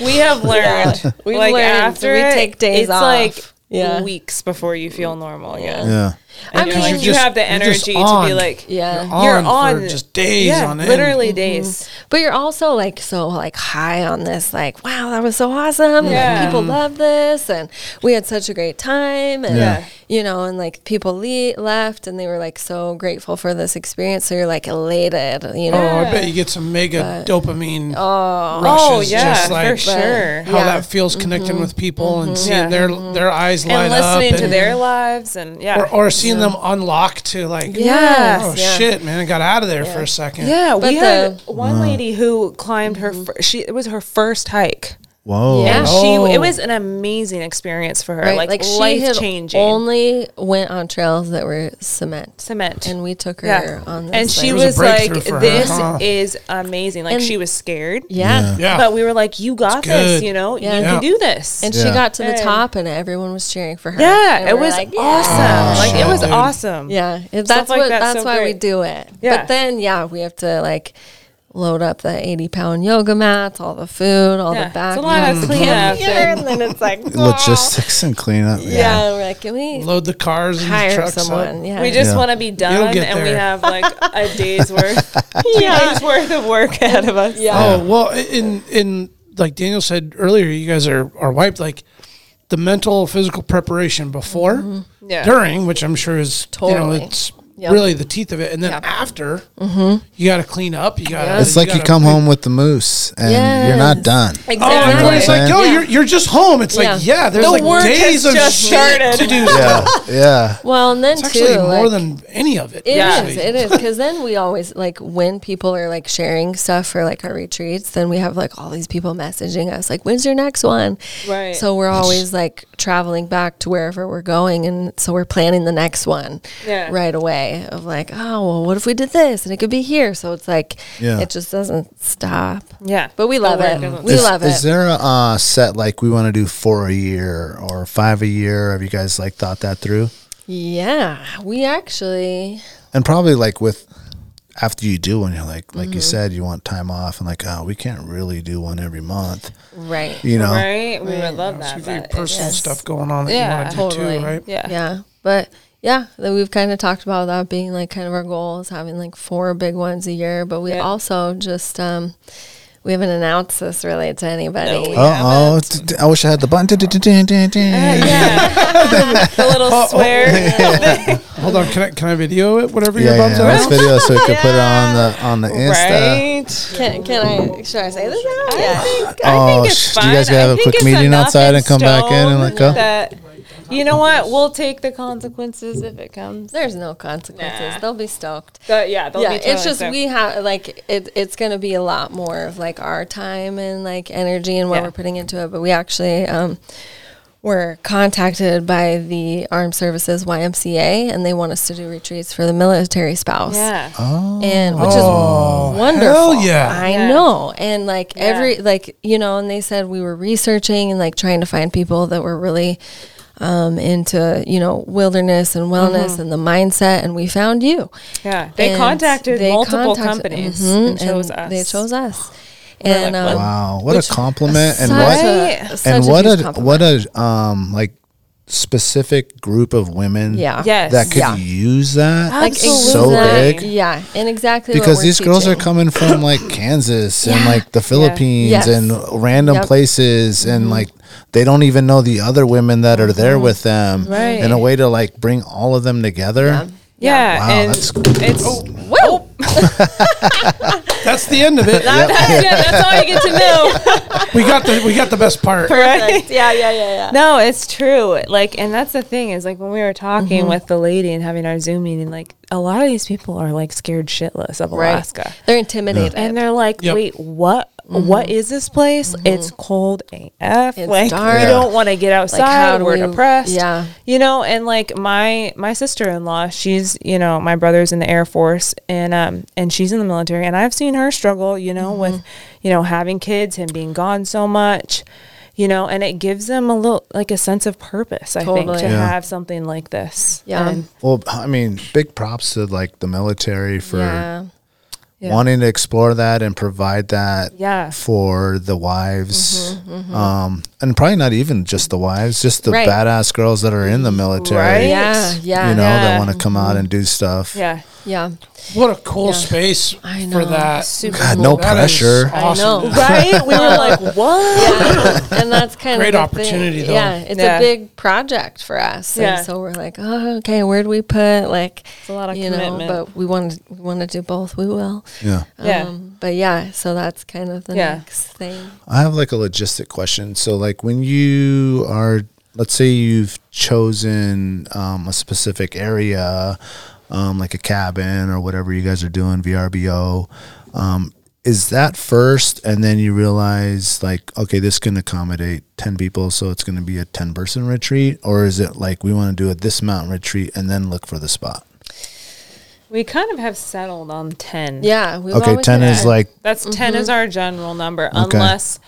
[SPEAKER 5] we have learned.
[SPEAKER 4] We've
[SPEAKER 5] like
[SPEAKER 4] learned,
[SPEAKER 5] after
[SPEAKER 4] we
[SPEAKER 5] it,
[SPEAKER 4] take days
[SPEAKER 5] it's
[SPEAKER 4] off.
[SPEAKER 5] like
[SPEAKER 4] Yeah.
[SPEAKER 5] weeks before you feel normal again.
[SPEAKER 1] Yeah.
[SPEAKER 4] I
[SPEAKER 5] And you're
[SPEAKER 4] mean,
[SPEAKER 5] like,
[SPEAKER 3] you're
[SPEAKER 5] you
[SPEAKER 3] just-
[SPEAKER 5] have the
[SPEAKER 3] you're just
[SPEAKER 5] energy to
[SPEAKER 3] on.
[SPEAKER 5] be like,
[SPEAKER 4] yeah.
[SPEAKER 5] you're
[SPEAKER 3] on for
[SPEAKER 5] on.
[SPEAKER 3] just days
[SPEAKER 5] yeah,
[SPEAKER 3] on end.
[SPEAKER 5] literally days.
[SPEAKER 4] But you're also like so like high on this, like, wow, that was so awesome.
[SPEAKER 5] Yeah.
[SPEAKER 4] And people love this and we had such a great time and
[SPEAKER 5] Yeah.
[SPEAKER 4] you know, and like people le- left and they were like so grateful for this experience. So you're like elated, you
[SPEAKER 3] Oh,
[SPEAKER 4] know.
[SPEAKER 3] I bet you get some mega dopamine
[SPEAKER 4] Oh,
[SPEAKER 3] rushes.
[SPEAKER 5] Oh yeah,
[SPEAKER 3] just like
[SPEAKER 5] for sure. Mm-hmm.
[SPEAKER 3] How
[SPEAKER 4] Yeah.
[SPEAKER 3] that feels connecting with people and seeing
[SPEAKER 5] Yeah. Mm-hmm.
[SPEAKER 3] their their eyes light
[SPEAKER 5] And listening
[SPEAKER 3] up
[SPEAKER 5] to
[SPEAKER 3] and-
[SPEAKER 5] their lives and yeah,
[SPEAKER 3] or, or seeing them unlock to like
[SPEAKER 4] Yes,
[SPEAKER 3] oh
[SPEAKER 4] yeah.
[SPEAKER 3] shit man I got out of there for a second
[SPEAKER 5] yeah.
[SPEAKER 4] But
[SPEAKER 5] We had one lady who climbed her. fir- she it was her first hike.
[SPEAKER 1] Whoa.
[SPEAKER 4] Yeah.
[SPEAKER 5] And
[SPEAKER 3] Oh.
[SPEAKER 5] she it was an amazing experience for her.
[SPEAKER 4] Right.
[SPEAKER 5] Like,
[SPEAKER 4] Like, she
[SPEAKER 5] life
[SPEAKER 4] had
[SPEAKER 5] changing.
[SPEAKER 4] only went on trails that were cement.
[SPEAKER 5] cement.
[SPEAKER 4] And we took her on this.
[SPEAKER 5] and she
[SPEAKER 3] was
[SPEAKER 4] like-
[SPEAKER 3] a
[SPEAKER 5] was, like,
[SPEAKER 3] breakthrough for her,
[SPEAKER 5] "This
[SPEAKER 3] huh?
[SPEAKER 5] is amazing!" Like
[SPEAKER 4] And-
[SPEAKER 5] she was scared,
[SPEAKER 4] yeah.
[SPEAKER 3] yeah
[SPEAKER 5] but we were like, "You got
[SPEAKER 3] It's
[SPEAKER 5] this!
[SPEAKER 3] good.
[SPEAKER 5] You know,
[SPEAKER 4] Yeah.
[SPEAKER 5] you
[SPEAKER 3] Yeah.
[SPEAKER 5] can do this!"
[SPEAKER 4] And she
[SPEAKER 1] Yeah.
[SPEAKER 4] got to the
[SPEAKER 5] Hey.
[SPEAKER 4] top and everyone was cheering for her.
[SPEAKER 5] yeah,
[SPEAKER 4] And
[SPEAKER 5] it
[SPEAKER 4] we're
[SPEAKER 5] was
[SPEAKER 4] like, yeah.
[SPEAKER 5] awesome. like it was
[SPEAKER 3] dude.
[SPEAKER 5] awesome.
[SPEAKER 4] Yeah,
[SPEAKER 5] Stuff
[SPEAKER 4] if that's
[SPEAKER 5] like
[SPEAKER 4] what
[SPEAKER 5] that's
[SPEAKER 4] that's
[SPEAKER 5] so
[SPEAKER 4] why we
[SPEAKER 5] great.
[SPEAKER 4] do it.
[SPEAKER 5] Yeah.
[SPEAKER 4] But then yeah, we have to like load up the eighty pound yoga mats, all the food, all
[SPEAKER 5] Yeah.
[SPEAKER 4] the back.
[SPEAKER 5] It's a lot of cleanup. and-
[SPEAKER 4] and then it's like
[SPEAKER 1] Logistics and cleanup.
[SPEAKER 4] Yeah. we're like, can we
[SPEAKER 3] load the cars and the
[SPEAKER 4] hire
[SPEAKER 3] trucks up.
[SPEAKER 4] someone? Yeah,
[SPEAKER 5] We just
[SPEAKER 1] Yeah.
[SPEAKER 5] want to be done,
[SPEAKER 3] get
[SPEAKER 5] and we
[SPEAKER 3] there.
[SPEAKER 5] have like a day's worth, days worth of work ahead of us.
[SPEAKER 4] yeah.
[SPEAKER 3] oh well in in like Daniel said earlier you guys are are wiped like the mental physical preparation before
[SPEAKER 5] Yeah.
[SPEAKER 3] during which I'm sure is you
[SPEAKER 4] Mm-hmm. Totally.
[SPEAKER 3] know it's
[SPEAKER 4] Yep.
[SPEAKER 3] really the teeth of it and then after
[SPEAKER 4] Mm-hmm.
[SPEAKER 3] you got to clean up you got to
[SPEAKER 4] Oh,
[SPEAKER 1] It's like you come home with the moose and you're not
[SPEAKER 4] Yes.
[SPEAKER 1] done.
[SPEAKER 3] Oh, everybody's
[SPEAKER 4] Exactly.
[SPEAKER 3] like, yo,
[SPEAKER 4] Yeah.
[SPEAKER 3] you're, you're just home. It's
[SPEAKER 4] Yeah.
[SPEAKER 3] like, yeah, there's
[SPEAKER 5] The
[SPEAKER 3] like
[SPEAKER 5] work
[SPEAKER 3] days
[SPEAKER 5] has
[SPEAKER 3] of
[SPEAKER 5] just
[SPEAKER 3] shit
[SPEAKER 5] started.
[SPEAKER 3] to do.
[SPEAKER 1] Yeah. Yeah.
[SPEAKER 4] Well, and then
[SPEAKER 3] It's
[SPEAKER 4] too,
[SPEAKER 3] actually more
[SPEAKER 4] like,
[SPEAKER 3] than any of it.
[SPEAKER 4] It is,
[SPEAKER 5] Yeah.
[SPEAKER 4] It is because then we always like when people are like sharing stuff for like our retreats, then we have like all these people messaging us like, "When's your next one?"
[SPEAKER 5] Right.
[SPEAKER 4] So we're always like traveling back to wherever we're going, and so we're planning the next one
[SPEAKER 5] Yeah.
[SPEAKER 4] right away. Of like, oh well, what if we did this? And it could be here. So it's like
[SPEAKER 1] Yeah.
[SPEAKER 4] it just doesn't stop.
[SPEAKER 5] Yeah.
[SPEAKER 4] But we
[SPEAKER 5] The
[SPEAKER 4] love
[SPEAKER 5] work
[SPEAKER 4] it.
[SPEAKER 5] doesn't
[SPEAKER 4] We
[SPEAKER 1] is,
[SPEAKER 4] love
[SPEAKER 1] Is
[SPEAKER 4] it.
[SPEAKER 1] there a uh, set like we want to do four a year or five a year? Have you guys like thought that through?
[SPEAKER 4] yeah, we actually
[SPEAKER 1] And probably like with after you do one, you're like,
[SPEAKER 4] Mm-hmm.
[SPEAKER 1] like you said, you want time off and like, oh, we can't really do one every month,
[SPEAKER 4] right.
[SPEAKER 1] you know?
[SPEAKER 5] Right? We would love
[SPEAKER 3] So
[SPEAKER 5] that.
[SPEAKER 3] you got
[SPEAKER 5] but
[SPEAKER 3] personal
[SPEAKER 4] Yes.
[SPEAKER 3] stuff going on that
[SPEAKER 5] Yeah,
[SPEAKER 3] you want to do
[SPEAKER 4] totally.
[SPEAKER 3] too, right?
[SPEAKER 5] yeah.
[SPEAKER 4] Yeah. But yeah, that we've kind of talked about that being like kind of our goal is having like four big ones a year. But we
[SPEAKER 5] Yeah.
[SPEAKER 4] also just um we haven't announced this really to anybody.
[SPEAKER 1] Oh, oh! I wish I had the button.
[SPEAKER 5] yeah. the little
[SPEAKER 3] Oh,
[SPEAKER 5] swear.
[SPEAKER 3] Hold on, can I, can I video it? Whatever
[SPEAKER 1] Yeah,
[SPEAKER 3] your
[SPEAKER 1] yeah.
[SPEAKER 3] bums out.
[SPEAKER 1] Let's video so we can put it on the on the Insta.
[SPEAKER 5] Right.
[SPEAKER 4] Can, can I? Should I say this now?
[SPEAKER 5] I
[SPEAKER 4] Yeah.
[SPEAKER 5] think,
[SPEAKER 1] Oh,
[SPEAKER 5] I think it's
[SPEAKER 1] sh-
[SPEAKER 5] fine.
[SPEAKER 1] do you guys
[SPEAKER 5] I
[SPEAKER 1] have a
[SPEAKER 5] think
[SPEAKER 1] quick
[SPEAKER 5] it's
[SPEAKER 1] meeting
[SPEAKER 5] enough
[SPEAKER 1] outside
[SPEAKER 5] in
[SPEAKER 1] and come back in and, like, go?
[SPEAKER 5] stone that- you know what? We'll take the consequences if it comes.
[SPEAKER 4] There's no consequences.
[SPEAKER 5] Nah.
[SPEAKER 4] They'll be stoked.
[SPEAKER 5] But yeah, they'll
[SPEAKER 4] yeah,
[SPEAKER 5] be
[SPEAKER 4] it's
[SPEAKER 5] totally
[SPEAKER 4] just
[SPEAKER 5] stoked.
[SPEAKER 4] we have like it, it's going to be a lot more of like our time and like energy and what
[SPEAKER 5] Yeah.
[SPEAKER 4] we're putting into it. But we actually um, were contacted by the Armed Services YMCA, and they want us to do retreats for the military spouse.
[SPEAKER 5] Yeah.
[SPEAKER 1] Oh,
[SPEAKER 4] and which is wonderful.
[SPEAKER 3] hell yeah.
[SPEAKER 4] I
[SPEAKER 5] Yeah.
[SPEAKER 4] know. And like
[SPEAKER 5] Yeah.
[SPEAKER 4] every like you know, and they said we were researching and like trying to find people that were really um, into you know wilderness and wellness and the mindset, and we found you.
[SPEAKER 5] Mm-hmm. Yeah. They
[SPEAKER 4] And
[SPEAKER 5] contacted
[SPEAKER 4] they
[SPEAKER 5] multiple
[SPEAKER 4] contacted-
[SPEAKER 5] companies
[SPEAKER 4] Mhm,
[SPEAKER 5] and chose us.
[SPEAKER 4] They chose us.
[SPEAKER 5] like,
[SPEAKER 4] And um,
[SPEAKER 1] Wow, what a compliment! And
[SPEAKER 4] such
[SPEAKER 1] what
[SPEAKER 4] a-
[SPEAKER 5] Right?
[SPEAKER 4] such
[SPEAKER 1] and what
[SPEAKER 4] huge
[SPEAKER 1] a
[SPEAKER 4] compliment.
[SPEAKER 1] what a um like specific group of women
[SPEAKER 4] yeah
[SPEAKER 5] Yes.
[SPEAKER 1] that could
[SPEAKER 4] Yeah.
[SPEAKER 1] use that
[SPEAKER 5] Like,
[SPEAKER 4] Like,
[SPEAKER 1] so
[SPEAKER 4] exactly-
[SPEAKER 1] big
[SPEAKER 4] yeah and exactly what
[SPEAKER 1] because
[SPEAKER 4] we're
[SPEAKER 1] these girls are
[SPEAKER 4] teaching.
[SPEAKER 1] coming from like Kansas and like the Philippines
[SPEAKER 4] Yes.
[SPEAKER 1] and random
[SPEAKER 4] Yep. Mm-hmm.
[SPEAKER 1] places and like they don't even know the other women that are there with them
[SPEAKER 5] Right.
[SPEAKER 1] in a way to like bring all of them together.
[SPEAKER 5] Yeah.
[SPEAKER 1] Wow,
[SPEAKER 5] and
[SPEAKER 1] that's Oh.
[SPEAKER 5] it's
[SPEAKER 4] Whoa!
[SPEAKER 3] That's the end of it.
[SPEAKER 5] that's, yeah, that's all you get to know.
[SPEAKER 3] we got the we got the best part.
[SPEAKER 5] Right?
[SPEAKER 4] Yeah, yeah, yeah, yeah.
[SPEAKER 5] No, it's true. Like, and that's the thing is like when we were talking
[SPEAKER 4] Mm-hmm.
[SPEAKER 5] with the lady and having our Zoom meeting, like a lot of these people are like scared shitless of
[SPEAKER 4] Right.
[SPEAKER 5] Alaska.
[SPEAKER 4] They're intimidated.
[SPEAKER 5] And they're like,
[SPEAKER 3] Yep.
[SPEAKER 5] wait, what? what is this place? It's cold AF.
[SPEAKER 4] Mm-hmm. It's
[SPEAKER 5] like
[SPEAKER 4] dark.
[SPEAKER 5] we don't want to get outside.
[SPEAKER 4] how do
[SPEAKER 5] We're
[SPEAKER 4] we-
[SPEAKER 5] depressed.
[SPEAKER 4] yeah.
[SPEAKER 5] You know, and like my my sister in law, she's you know my brother's in the Air Force, and um and she's in the military, and I've seen her struggle. You know, with
[SPEAKER 4] Mm-hmm.
[SPEAKER 5] you know having kids, him being gone so much. You know, and it gives them a little like a sense of purpose. I
[SPEAKER 4] Totally.
[SPEAKER 5] think to
[SPEAKER 1] Yeah.
[SPEAKER 5] have something like this.
[SPEAKER 4] Yeah.
[SPEAKER 5] And
[SPEAKER 1] Well, I mean, big props to like the military for
[SPEAKER 4] yeah.
[SPEAKER 5] Yeah.
[SPEAKER 1] wanting to explore that and provide that
[SPEAKER 5] Yeah.
[SPEAKER 1] for the wives.
[SPEAKER 5] Mm-hmm,
[SPEAKER 1] Um, and probably not even just the wives, just the
[SPEAKER 4] Right.
[SPEAKER 1] badass girls that are in the military.
[SPEAKER 5] Right.
[SPEAKER 4] Yeah, yeah,
[SPEAKER 1] You know,
[SPEAKER 5] Yeah. Mm-hmm.
[SPEAKER 1] that want to come out and do stuff.
[SPEAKER 5] yeah,
[SPEAKER 4] yeah.
[SPEAKER 3] What a cool space
[SPEAKER 4] I
[SPEAKER 3] for
[SPEAKER 4] know.
[SPEAKER 3] that.
[SPEAKER 5] super.
[SPEAKER 1] God, no
[SPEAKER 3] That is
[SPEAKER 1] pressure.
[SPEAKER 3] Awesome.
[SPEAKER 4] know.
[SPEAKER 5] Right? We were like, what?
[SPEAKER 4] and that's kind
[SPEAKER 3] Great
[SPEAKER 4] of the
[SPEAKER 3] opportunity,
[SPEAKER 4] thing.
[SPEAKER 3] though.
[SPEAKER 4] Yeah, it's
[SPEAKER 5] Yeah.
[SPEAKER 4] a big project for us.
[SPEAKER 5] Yeah.
[SPEAKER 4] And so we're like, oh, okay, where do we put like
[SPEAKER 5] It's a lot of
[SPEAKER 4] you
[SPEAKER 5] commitment.
[SPEAKER 4] know? But we want to we want to do both. We will.
[SPEAKER 1] Yeah.
[SPEAKER 5] Yeah.
[SPEAKER 4] Um, but yeah, so that's kind of the
[SPEAKER 5] Yeah.
[SPEAKER 4] next thing.
[SPEAKER 1] I have like a logistic question. So, like, when you are, let's say you've chosen um, a specific area, um, like a cabin or whatever you guys are doing, VRBO, um, is that first? And then you realize, like, okay, this can accommodate 10 people. So it's going to be a 10 person retreat. Or is it like we want to do a this mountain retreat and then look for the spot?
[SPEAKER 5] We kind of have settled on 10.
[SPEAKER 4] Yeah. We
[SPEAKER 1] Okay, 10 is like,
[SPEAKER 5] That's
[SPEAKER 1] Mm-hmm.
[SPEAKER 5] 10 is our general number unless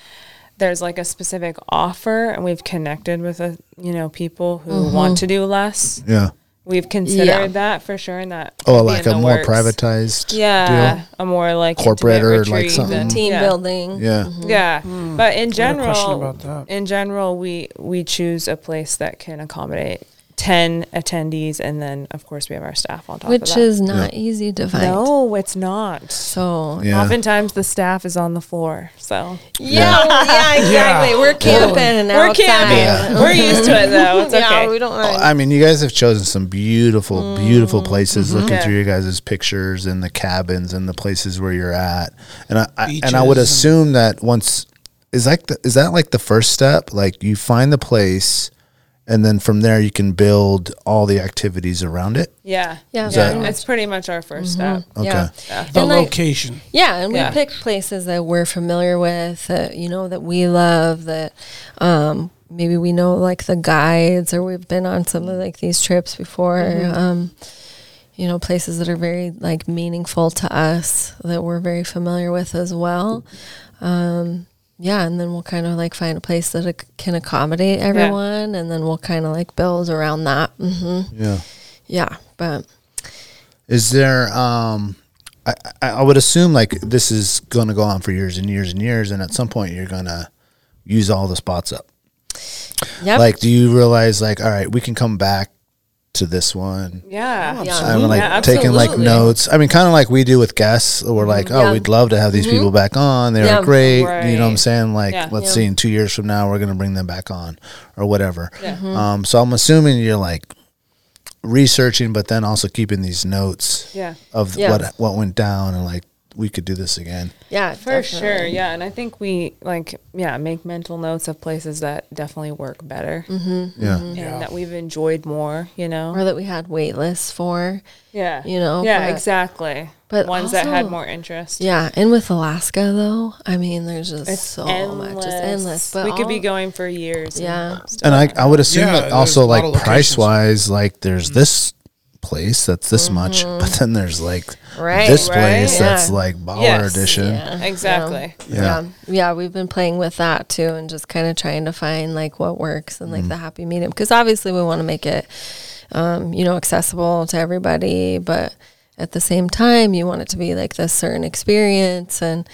[SPEAKER 5] there's like a specific offer and we've connected with a, you know, people who
[SPEAKER 1] Mm-hmm.
[SPEAKER 5] want to do less.
[SPEAKER 1] yeah.
[SPEAKER 5] We've considered
[SPEAKER 4] Yeah.
[SPEAKER 5] that for sure and that
[SPEAKER 1] Oh,
[SPEAKER 5] could be
[SPEAKER 1] like
[SPEAKER 5] in
[SPEAKER 1] a
[SPEAKER 5] the
[SPEAKER 1] more
[SPEAKER 5] works.
[SPEAKER 1] privatized
[SPEAKER 5] Yeah, Mm-hmm.
[SPEAKER 1] deal?
[SPEAKER 5] a more like
[SPEAKER 1] Corporate
[SPEAKER 5] intimate
[SPEAKER 1] or like
[SPEAKER 5] retreat
[SPEAKER 1] something. Mm-hmm.
[SPEAKER 5] and-
[SPEAKER 4] team
[SPEAKER 5] yeah. Mm-hmm.
[SPEAKER 4] building.
[SPEAKER 1] Yeah.
[SPEAKER 5] Yeah, but in
[SPEAKER 3] had a
[SPEAKER 5] general,
[SPEAKER 3] question about that.
[SPEAKER 5] in general, we we choose a place that can accommodate ten attendees, and then of course we have our staff on top. of
[SPEAKER 4] Which
[SPEAKER 5] that.
[SPEAKER 4] is not easy to find.
[SPEAKER 5] no, it's not.
[SPEAKER 4] So
[SPEAKER 1] Yeah.
[SPEAKER 5] Oftentimes the staff is on the floor, so
[SPEAKER 4] yeah, yeah, exactly. We're camping and
[SPEAKER 5] we're
[SPEAKER 4] outside.
[SPEAKER 5] camping. We're used to it though. It's
[SPEAKER 4] Yeah,
[SPEAKER 5] okay.
[SPEAKER 4] we don't like.
[SPEAKER 1] Oh, I mean, you guys have chosen some beautiful, beautiful
[SPEAKER 4] Mm-hmm.
[SPEAKER 1] places. Looking
[SPEAKER 5] Yeah.
[SPEAKER 1] through your guys' pictures and the cabins and the places where you're at, and I, I and I would assume that once is like the, is that like the first step? Like you find the place, and then from there you can build all the activities around it.
[SPEAKER 5] yeah,
[SPEAKER 4] Yeah, Is that-
[SPEAKER 5] It's pretty much our 1st step.
[SPEAKER 4] Yeah.
[SPEAKER 3] The
[SPEAKER 4] And, like,
[SPEAKER 3] location.
[SPEAKER 4] Yeah, and
[SPEAKER 5] Yeah.
[SPEAKER 4] we pick places that we're familiar with, that you know that we love, that um, maybe we know like the guides, or we've been on some of like these trips before.
[SPEAKER 5] Mm-hmm.
[SPEAKER 4] Um, you know, places that are very like meaningful to us that we're very familiar with as well. Um, yeah, and then we'll kind of like find a place that ac- can accommodate everyone, and then we'll kind of like build around that. hmm
[SPEAKER 1] Yeah.
[SPEAKER 4] Yeah, but
[SPEAKER 1] Is there? Um, I I I would assume like this is going to go on for years and years and years, and at some point you're gonna use all the spots up.
[SPEAKER 4] yeah,
[SPEAKER 1] Like, do you realize, like, all right, we can come back to this one.
[SPEAKER 5] Yeah.
[SPEAKER 4] Yeah.
[SPEAKER 1] I'm like
[SPEAKER 5] Yeah,
[SPEAKER 1] taking like
[SPEAKER 5] absolutely. Mm-hmm.
[SPEAKER 1] notes. I mean, kind of like we do with guests. We're like, oh,
[SPEAKER 4] Yeah.
[SPEAKER 1] we'd love to have these people back on. They
[SPEAKER 4] Yeah.
[SPEAKER 1] were great. You know what I'm
[SPEAKER 5] Right.
[SPEAKER 1] saying? Like,
[SPEAKER 5] Yeah.
[SPEAKER 1] let's
[SPEAKER 4] Yeah.
[SPEAKER 1] see, in two years from now, we're going to bring them back on or whatever.
[SPEAKER 5] Mm-hmm.
[SPEAKER 1] Um, so I'm assuming you're like researching, but then also keeping these notes
[SPEAKER 5] Yeah.
[SPEAKER 1] of
[SPEAKER 4] Yeah.
[SPEAKER 1] what what went down and like we could do this again.
[SPEAKER 4] Yeah,
[SPEAKER 5] For sure, yeah, and I think we like yeah make mental notes of places that definitely work better
[SPEAKER 1] Yeah.
[SPEAKER 5] and that we've enjoyed more, you know.
[SPEAKER 4] Or that we had wait lists for.
[SPEAKER 5] Yeah,
[SPEAKER 4] you know,
[SPEAKER 5] Yeah,
[SPEAKER 4] but-
[SPEAKER 5] exactly.
[SPEAKER 4] but
[SPEAKER 5] But ones that had
[SPEAKER 4] also-
[SPEAKER 5] more interest.
[SPEAKER 4] Yeah, and with Alaska though, I mean, there's oh, just so much, it's endless. But
[SPEAKER 5] we could be
[SPEAKER 4] all-
[SPEAKER 5] going for years.
[SPEAKER 4] Yeah,
[SPEAKER 1] And I, I would assume
[SPEAKER 3] Yeah,
[SPEAKER 1] that
[SPEAKER 3] there's
[SPEAKER 1] also
[SPEAKER 3] a lot
[SPEAKER 1] like
[SPEAKER 3] of locations. Mm-hmm.
[SPEAKER 1] price wise, like there's this place that's this much, but then there's like
[SPEAKER 4] Right,
[SPEAKER 1] this
[SPEAKER 5] right,
[SPEAKER 1] place that's
[SPEAKER 4] yeah.
[SPEAKER 1] like baller
[SPEAKER 5] Yes,
[SPEAKER 1] edition.
[SPEAKER 4] yeah,
[SPEAKER 5] Exactly.
[SPEAKER 4] Yeah. yeah, We've been playing with that too, and just kind of trying to find like what works and like
[SPEAKER 1] Mm-hmm.
[SPEAKER 4] the happy medium, because obviously we want to make it, um, you know, accessible to everybody, but at the same time, you want it to be like this certain experience, and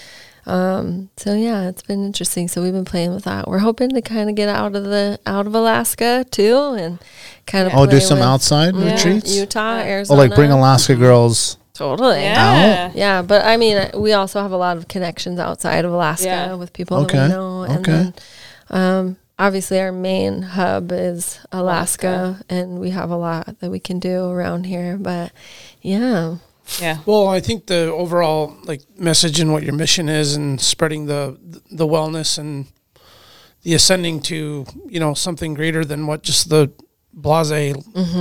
[SPEAKER 4] um, so yeah, it's been interesting. So we've been playing with that. We're hoping to kind of get out of the out of Alaska too, and kind of
[SPEAKER 1] Oh, do some outside
[SPEAKER 4] Yeah,
[SPEAKER 1] retreats?
[SPEAKER 4] Utah,
[SPEAKER 1] Oh,
[SPEAKER 4] Arizona.
[SPEAKER 1] like bring Alaska girls.
[SPEAKER 4] Totally. Yeah.
[SPEAKER 5] Yeah.
[SPEAKER 4] but I mean, uh, we also have a lot of connections outside of Alaska
[SPEAKER 5] Yeah.
[SPEAKER 4] with people that
[SPEAKER 1] Okay,
[SPEAKER 4] we know. Oh, And
[SPEAKER 1] okay.
[SPEAKER 4] then, um, obviously, our main hub is Alaska, and we have a lot that we can do around here. But yeah,
[SPEAKER 5] Yeah.
[SPEAKER 3] Well, I think the overall like message and what your mission is, and spreading the the wellness and the ascending to you know something greater than what just the blase
[SPEAKER 4] Mm-hmm.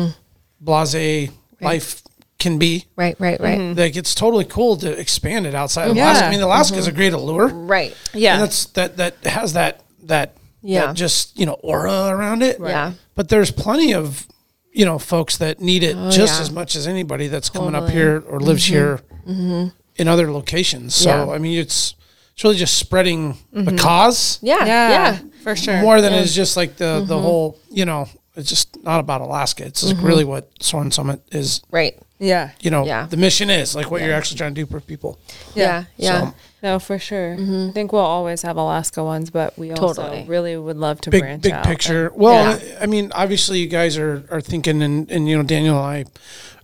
[SPEAKER 3] blase life can be.
[SPEAKER 4] right, right, right.
[SPEAKER 3] Like it's totally cool to expand it outside of
[SPEAKER 5] Yeah.
[SPEAKER 3] Alaska. I mean, Alaska
[SPEAKER 4] Mm-hmm.
[SPEAKER 3] is a great allure.
[SPEAKER 4] Right.
[SPEAKER 5] Yeah.
[SPEAKER 3] and that's that that has that that
[SPEAKER 4] Yeah.
[SPEAKER 3] that just you know aura around it.
[SPEAKER 4] Yeah.
[SPEAKER 3] but there's plenty of you know folks that need it just
[SPEAKER 4] Oh, yeah.
[SPEAKER 3] as much as anybody that's coming up
[SPEAKER 4] Totally. Mm-hmm.
[SPEAKER 3] here or lives here in other locations. So
[SPEAKER 4] Yeah. Mm-hmm.
[SPEAKER 3] I mean, it's it's really just spreading the cause
[SPEAKER 4] Yeah. Mm-hmm. Yeah.
[SPEAKER 5] yeah. For sure.
[SPEAKER 3] more than it's just like the the whole you know it's just not about Alaska. It's like really what Soren Summit is.
[SPEAKER 4] Right.
[SPEAKER 5] yeah.
[SPEAKER 3] You know,
[SPEAKER 4] Mm-hmm. Yeah.
[SPEAKER 3] the mission is like what you're actually trying to do for people.
[SPEAKER 4] Yeah.
[SPEAKER 5] Yeah.
[SPEAKER 4] Yeah.
[SPEAKER 3] So-
[SPEAKER 5] No, for sure. I think we'll always have Alaska ones, but we
[SPEAKER 4] Totally.
[SPEAKER 5] also really would love to
[SPEAKER 3] big
[SPEAKER 5] branch
[SPEAKER 3] big
[SPEAKER 5] out.
[SPEAKER 3] picture. well, I mean, obviously, you guys are are thinking, and and you know, Daniel and I,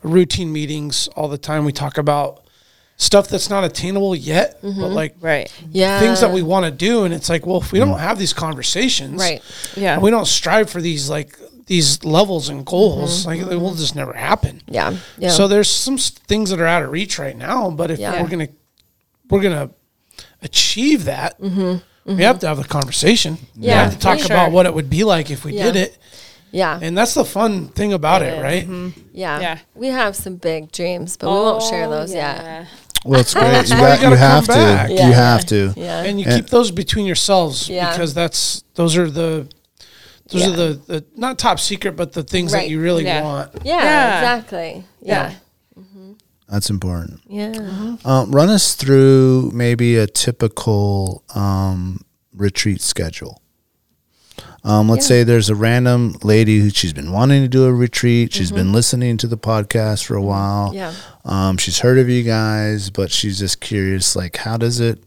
[SPEAKER 3] routine meetings all the time. We talk about stuff that's not attainable yet, but like
[SPEAKER 5] Mm-hmm. Right.
[SPEAKER 4] yeah.
[SPEAKER 3] things that we want to do, and it's like, well, if we don't have these conversations,
[SPEAKER 4] Right.
[SPEAKER 5] Yeah.
[SPEAKER 3] and we don't strive for these like these levels and goals,
[SPEAKER 5] Mm-hmm.
[SPEAKER 3] like it will just never happen.
[SPEAKER 4] Yeah. Yeah.
[SPEAKER 3] So there's some s- things that are out of reach right now, but if
[SPEAKER 4] Yeah.
[SPEAKER 3] we're gonna we're gonna achieve that, we have to have the conversation.
[SPEAKER 4] Mm-hmm. Yeah,
[SPEAKER 3] we have to talk
[SPEAKER 4] for
[SPEAKER 3] about
[SPEAKER 5] sure.
[SPEAKER 3] what it would be like if we
[SPEAKER 4] Yeah.
[SPEAKER 3] did it,
[SPEAKER 4] yeah.
[SPEAKER 3] and that's the fun thing about it, right?
[SPEAKER 4] Mm-hmm. yeah.
[SPEAKER 5] Yeah.
[SPEAKER 4] We have some big dreams, but we
[SPEAKER 5] Oh,
[SPEAKER 4] won't share those yet.
[SPEAKER 1] Well, it's great. you, got,
[SPEAKER 3] gotta
[SPEAKER 1] you have
[SPEAKER 3] come
[SPEAKER 1] to.
[SPEAKER 3] back.
[SPEAKER 4] Yeah.
[SPEAKER 1] You have to.
[SPEAKER 4] Yeah.
[SPEAKER 3] And you keep those between yourselves
[SPEAKER 4] Yeah.
[SPEAKER 3] because that's those are the those
[SPEAKER 4] Yeah.
[SPEAKER 3] are the, the not top secret, but the things
[SPEAKER 4] Right.
[SPEAKER 3] that you really
[SPEAKER 5] Yeah.
[SPEAKER 3] want.
[SPEAKER 4] yeah,
[SPEAKER 5] Yeah.
[SPEAKER 4] Exactly. Yeah.
[SPEAKER 1] That's important.
[SPEAKER 4] Yeah.
[SPEAKER 1] Um, run us through maybe a typical um, retreat schedule. Um, let's say there's a random lady who she's been wanting to do a retreat. She's been listening to the podcast for a while.
[SPEAKER 4] Mm-hmm. Yeah.
[SPEAKER 1] Um, she's heard of you guys, but she's just curious. Like, how does it?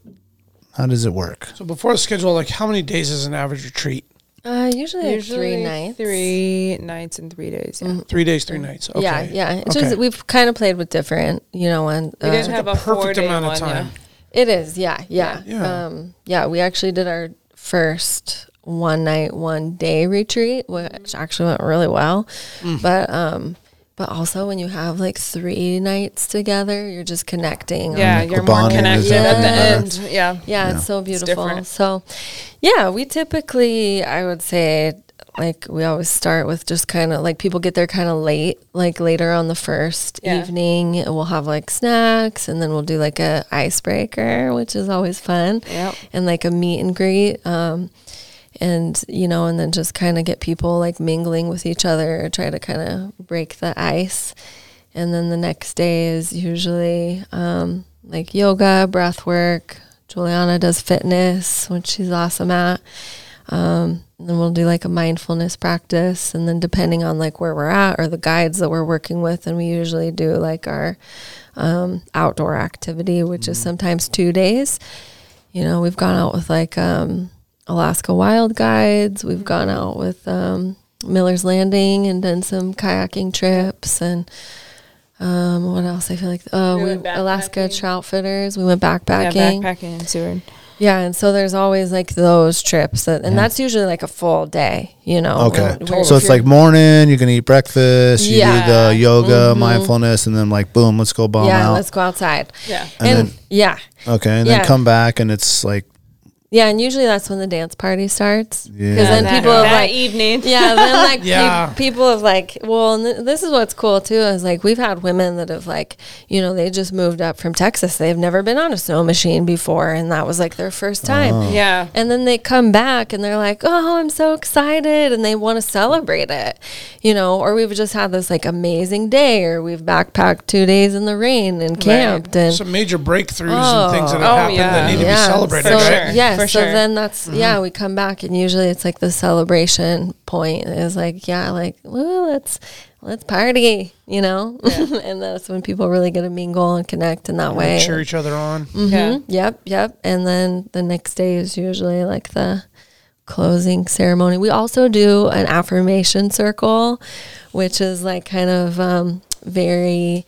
[SPEAKER 1] How does it work?
[SPEAKER 3] So before the schedule, like how many days is an average retreat?
[SPEAKER 4] Uh, usually, like three
[SPEAKER 5] Usually
[SPEAKER 4] nights. Mm-hmm.
[SPEAKER 5] Three nights and three days. Yeah.
[SPEAKER 3] Three days, three nights. Okay.
[SPEAKER 4] Mm. Yeah, yeah. It's
[SPEAKER 3] Okay.
[SPEAKER 4] just we've kind of played with different, you know, and
[SPEAKER 5] We did
[SPEAKER 4] uh,
[SPEAKER 5] have
[SPEAKER 3] the
[SPEAKER 5] a
[SPEAKER 3] perfect
[SPEAKER 5] four-day
[SPEAKER 3] amount of
[SPEAKER 5] one,
[SPEAKER 3] time.
[SPEAKER 4] it is. Yeah, yeah,
[SPEAKER 3] Yeah. Yeah.
[SPEAKER 4] Um, yeah. We actually did our first one night, one day retreat, which actually went really well.
[SPEAKER 3] Mm.
[SPEAKER 4] But um, but also when you have like three nights together, you're just connecting. on
[SPEAKER 5] Yeah,
[SPEAKER 4] the-
[SPEAKER 5] you're more
[SPEAKER 1] bonding is
[SPEAKER 5] connected at
[SPEAKER 4] definitely
[SPEAKER 5] the end. Yeah.
[SPEAKER 4] yeah, it's so beautiful.
[SPEAKER 5] different.
[SPEAKER 4] so, yeah, we typically, I would say, like we always start with just kind of like people get there kind of late, like later on the first
[SPEAKER 5] Yeah.
[SPEAKER 4] evening. and We'll have like snacks, and then we'll do like a icebreaker, which is always fun,
[SPEAKER 5] Yep.
[SPEAKER 4] and like a meet and greet. Um, and you know, and then just kind of get people like mingling with each other, try to kind of break the ice. And then the next day is usually um, like yoga, breath work. Juliana does fitness, which she's awesome at. Um, and then we'll do like a mindfulness practice. And then depending on like where we're at or the guides that we're working with, and we usually do like our um, outdoor activity, which
[SPEAKER 1] Mm-hmm.
[SPEAKER 4] is sometimes two days. You know,
[SPEAKER 1] Mm-hmm.
[SPEAKER 4] we've gone out with like um, Alaska Wild Guides. We've gone out with um, Miller's Landing and done some kayaking trips and um, what else? I feel like oh,
[SPEAKER 5] We
[SPEAKER 4] we
[SPEAKER 5] went
[SPEAKER 4] Alaska
[SPEAKER 5] backpacking.
[SPEAKER 4] Trout Fitters. We went
[SPEAKER 5] Yeah,
[SPEAKER 4] backpacking.
[SPEAKER 5] backpacking in Seward.
[SPEAKER 4] Yeah, and so there's always like those trips, that, and that's usually like a full day, you know.
[SPEAKER 1] Okay.
[SPEAKER 4] where- where
[SPEAKER 1] So
[SPEAKER 4] if
[SPEAKER 1] it's like morning, you're going to eat breakfast, you do
[SPEAKER 4] Yeah.
[SPEAKER 1] the yoga, mindfulness, and then like, boom, let's go
[SPEAKER 4] you're-
[SPEAKER 1] bomb
[SPEAKER 4] yeah,
[SPEAKER 1] out.
[SPEAKER 4] let's go outside.
[SPEAKER 5] Yeah.
[SPEAKER 4] and,
[SPEAKER 1] then-
[SPEAKER 4] yeah,
[SPEAKER 1] okay. And
[SPEAKER 4] yeah.
[SPEAKER 1] then come back and it's like,
[SPEAKER 4] yeah, and usually that's when the dance party starts because
[SPEAKER 1] Yeah.
[SPEAKER 4] then
[SPEAKER 5] That,
[SPEAKER 4] people have
[SPEAKER 5] that
[SPEAKER 4] like.
[SPEAKER 5] evening.
[SPEAKER 4] Yeah, then like pe-
[SPEAKER 3] Yeah.
[SPEAKER 4] people have like, well, and th- this is what's cool too is like we've had women that have like, you know, they just moved up from Texas. They've never been on a snow machine before, and that was like their first time.
[SPEAKER 5] Yeah.
[SPEAKER 4] And then they come back and they're like, oh, I'm so excited. And they want to celebrate it, you know, or we've just had this like amazing day, or we've backpacked two days in the rain and camped. And
[SPEAKER 3] Some major breakthroughs and things that have
[SPEAKER 5] Oh,
[SPEAKER 3] happened
[SPEAKER 5] yeah.
[SPEAKER 3] that need to
[SPEAKER 4] yeah,
[SPEAKER 3] be celebrated.
[SPEAKER 4] So,
[SPEAKER 5] For
[SPEAKER 3] right? Mm-hmm.
[SPEAKER 5] sure.
[SPEAKER 4] Yeah.
[SPEAKER 5] For
[SPEAKER 4] so
[SPEAKER 5] sure.
[SPEAKER 4] then that's, yeah, we come back and usually it's like the celebration point is like, yeah, like, woo, let's, let's party, you know? and that's when people really get to mingle and connect in that way.
[SPEAKER 3] Cheer each other on.
[SPEAKER 4] Mm-hmm.
[SPEAKER 5] Yeah.
[SPEAKER 4] Yep, yep. And then the next day is usually like the closing ceremony. We also do an affirmation circle, which is like kind of um, very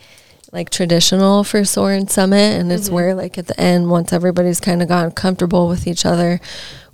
[SPEAKER 4] like traditional for Soren Summit. And it's where like at the end, once everybody's kind of gotten comfortable with each other,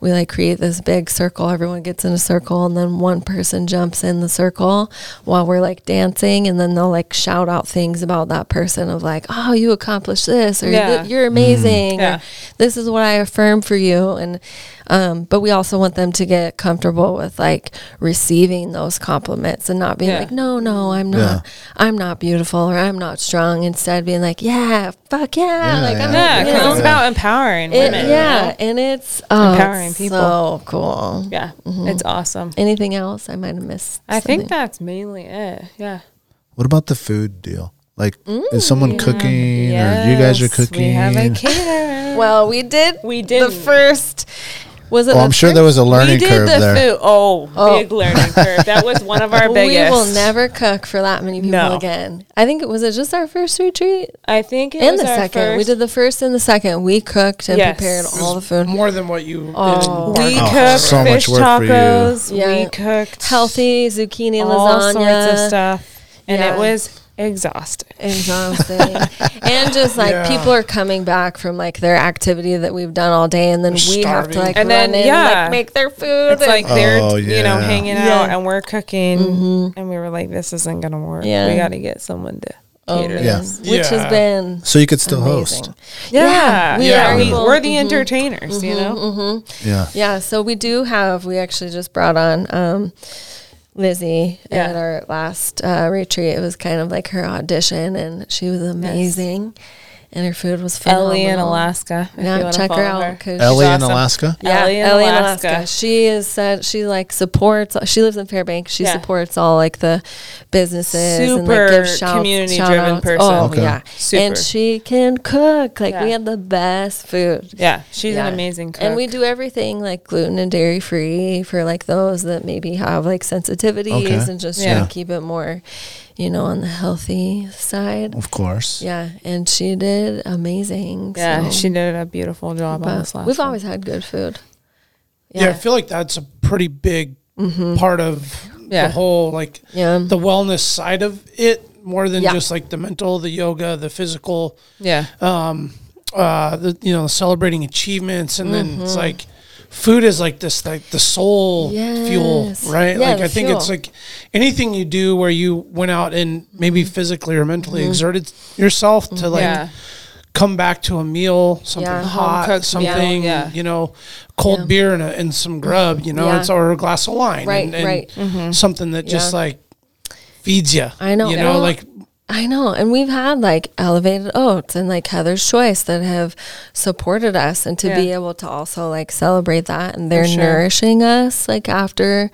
[SPEAKER 4] we like create this big circle. Everyone gets in a circle and then one person jumps in the circle while we're like dancing. And then they'll like shout out things about that person of like, oh, you accomplished this or
[SPEAKER 5] Yeah.
[SPEAKER 4] "Th- you're
[SPEAKER 1] Mm.
[SPEAKER 4] amazing. or,
[SPEAKER 5] Yeah.
[SPEAKER 4] this is what I affirm for you. And, um, but we also want them to get comfortable with like receiving those compliments and not being
[SPEAKER 5] Yeah.
[SPEAKER 4] like, no, no, I'm not, I'm not beautiful or I'm not strong. Instead, being like, yeah, fuck yeah. like, I'm,
[SPEAKER 5] Yeah,
[SPEAKER 4] you
[SPEAKER 5] 'cause
[SPEAKER 4] know?
[SPEAKER 5] it's about empowering
[SPEAKER 4] It-
[SPEAKER 5] women.
[SPEAKER 4] yeah. And it's oh,
[SPEAKER 5] Empowering
[SPEAKER 4] it's
[SPEAKER 5] people.
[SPEAKER 4] So cool.
[SPEAKER 5] Yeah. It's awesome.
[SPEAKER 4] Anything else? I might have missed.
[SPEAKER 5] I
[SPEAKER 4] Mm-hmm. something.
[SPEAKER 5] think that's mainly it. Yeah.
[SPEAKER 1] what about the food deal? Like, is someone cooking or you guys are
[SPEAKER 5] Mm, Yes,
[SPEAKER 1] cooking?
[SPEAKER 5] We have a caterer.
[SPEAKER 4] Well, we did.
[SPEAKER 5] We
[SPEAKER 4] the
[SPEAKER 5] didn't.
[SPEAKER 4] first. Was it?
[SPEAKER 1] well,
[SPEAKER 4] the
[SPEAKER 1] I'm sure
[SPEAKER 4] first?
[SPEAKER 1] there was a learning
[SPEAKER 5] we did
[SPEAKER 1] curve
[SPEAKER 5] the
[SPEAKER 1] there.
[SPEAKER 5] food. Oh,
[SPEAKER 4] Oh.
[SPEAKER 5] big learning curve. That was one of our biggest.
[SPEAKER 4] We will never cook for that many people
[SPEAKER 5] No.
[SPEAKER 4] again. I think it was it just our first retreat
[SPEAKER 5] I think it
[SPEAKER 4] and
[SPEAKER 5] was
[SPEAKER 4] the
[SPEAKER 5] our
[SPEAKER 4] second. We
[SPEAKER 5] first-
[SPEAKER 4] did the first and the second. We cooked and
[SPEAKER 5] Yes.
[SPEAKER 4] prepared all the food.
[SPEAKER 3] More than what you.
[SPEAKER 4] Oh.
[SPEAKER 5] We
[SPEAKER 3] embarked on.
[SPEAKER 5] cooked
[SPEAKER 1] so much
[SPEAKER 5] fish
[SPEAKER 1] work for you.
[SPEAKER 5] tacos.
[SPEAKER 4] Yeah.
[SPEAKER 5] We cooked
[SPEAKER 4] Healthy zucchini
[SPEAKER 5] all
[SPEAKER 4] lasagna.
[SPEAKER 5] sorts of stuff, and
[SPEAKER 4] Yeah.
[SPEAKER 5] it was exhausting.
[SPEAKER 4] Exhausting. and just like
[SPEAKER 3] Yeah.
[SPEAKER 4] people are coming back from like their activity that we've done all day, and then
[SPEAKER 3] They're
[SPEAKER 4] we have to
[SPEAKER 3] starving.
[SPEAKER 4] like
[SPEAKER 5] And
[SPEAKER 4] run
[SPEAKER 5] then,
[SPEAKER 4] in and
[SPEAKER 5] yeah.
[SPEAKER 4] like make their food.
[SPEAKER 5] It's
[SPEAKER 4] and-
[SPEAKER 5] like they're
[SPEAKER 1] Oh,
[SPEAKER 5] you know
[SPEAKER 1] yeah.
[SPEAKER 5] hanging out
[SPEAKER 4] Yeah. Mm-hmm.
[SPEAKER 5] and we're cooking, and we were like, "This isn't gonna work.
[SPEAKER 4] Yeah. Oh,
[SPEAKER 5] We got to get someone to cater."
[SPEAKER 4] man.
[SPEAKER 1] Yeah.
[SPEAKER 4] which
[SPEAKER 3] Yeah.
[SPEAKER 4] has been
[SPEAKER 1] So you could still host.
[SPEAKER 4] amazing.
[SPEAKER 5] Yeah,
[SPEAKER 4] we
[SPEAKER 3] Yeah.
[SPEAKER 4] are
[SPEAKER 5] We,
[SPEAKER 4] able- Mm-hmm.
[SPEAKER 5] are the entertainers, you know.
[SPEAKER 1] Yeah.
[SPEAKER 4] Yeah, so we do have. We actually just brought on um, Lizzie
[SPEAKER 5] Yeah.
[SPEAKER 4] at our last uh, retreat. It was kind of like her audition, and she was amazing, and her food was phenomenal.
[SPEAKER 5] Ellie in Alaska. if you
[SPEAKER 4] Yeah,
[SPEAKER 5] wanna
[SPEAKER 4] check her
[SPEAKER 5] follow
[SPEAKER 4] out. 'cause
[SPEAKER 1] LA in
[SPEAKER 5] awesome.
[SPEAKER 1] Alaska?
[SPEAKER 4] yeah,
[SPEAKER 5] Ellie in Alaska.
[SPEAKER 4] She is said she like supports. She lives in Fairbanks. She
[SPEAKER 5] Yeah.
[SPEAKER 4] supports all like the businesses and like
[SPEAKER 5] Super
[SPEAKER 4] gives shout,
[SPEAKER 5] community-driven
[SPEAKER 4] shout-outs.
[SPEAKER 5] person.
[SPEAKER 4] Oh
[SPEAKER 5] Okay.
[SPEAKER 4] yeah,
[SPEAKER 5] Super.
[SPEAKER 4] and she can cook. Like we
[SPEAKER 5] Yeah.
[SPEAKER 4] have the best food.
[SPEAKER 5] Yeah, she's
[SPEAKER 4] Yeah.
[SPEAKER 5] an amazing cook.
[SPEAKER 4] And we do everything like gluten and dairy free for like those that maybe have like sensitivities
[SPEAKER 1] Okay.
[SPEAKER 4] and just try
[SPEAKER 5] Yeah.
[SPEAKER 4] to keep it more, you know, on the healthy side.
[SPEAKER 1] Of course.
[SPEAKER 4] Yeah. And she did amazing.
[SPEAKER 5] Yeah,
[SPEAKER 4] so-
[SPEAKER 5] she did a beautiful job on
[SPEAKER 4] but
[SPEAKER 5] this last.
[SPEAKER 4] we've
[SPEAKER 5] one.
[SPEAKER 4] always had good food.
[SPEAKER 3] Yeah. I feel like that's a pretty big part of
[SPEAKER 5] Yeah.
[SPEAKER 3] the whole like
[SPEAKER 4] Mm-hmm. Yeah.
[SPEAKER 3] the wellness side of it, more than
[SPEAKER 4] Yeah.
[SPEAKER 3] just like the mental, the yoga, the physical.
[SPEAKER 5] yeah,
[SPEAKER 3] uh, the, you know, celebrating achievements, and then
[SPEAKER 4] Mm-hmm.
[SPEAKER 3] it's like food is like this, like the soul fuel,
[SPEAKER 4] Yes.
[SPEAKER 3] right?
[SPEAKER 4] Yeah,
[SPEAKER 3] like
[SPEAKER 4] the
[SPEAKER 3] I think it's
[SPEAKER 4] fuel.
[SPEAKER 3] like anything you do where you went out and maybe
[SPEAKER 4] Mm-hmm.
[SPEAKER 3] physically or mentally exerted yourself to like
[SPEAKER 5] yeah,
[SPEAKER 3] come back to a meal, something
[SPEAKER 4] Yeah.
[SPEAKER 3] hot,
[SPEAKER 5] Home-cooked
[SPEAKER 3] something
[SPEAKER 5] meal, yeah.
[SPEAKER 3] you know, cold beer and, a, and some grub, you know,
[SPEAKER 4] Yeah.
[SPEAKER 3] it's or a glass of wine,
[SPEAKER 4] Right,
[SPEAKER 3] and, and
[SPEAKER 4] right. Mm-hmm.
[SPEAKER 3] something that just
[SPEAKER 4] Yeah.
[SPEAKER 3] like feeds you.
[SPEAKER 4] I know.
[SPEAKER 3] you
[SPEAKER 4] Yeah.
[SPEAKER 3] know, like
[SPEAKER 4] I know. And we've had like elevated oats and like Heather's Choice that have supported us and to be
[SPEAKER 5] Yeah.
[SPEAKER 4] able to also like celebrate that and they're
[SPEAKER 5] sure.
[SPEAKER 4] nourishing us like after,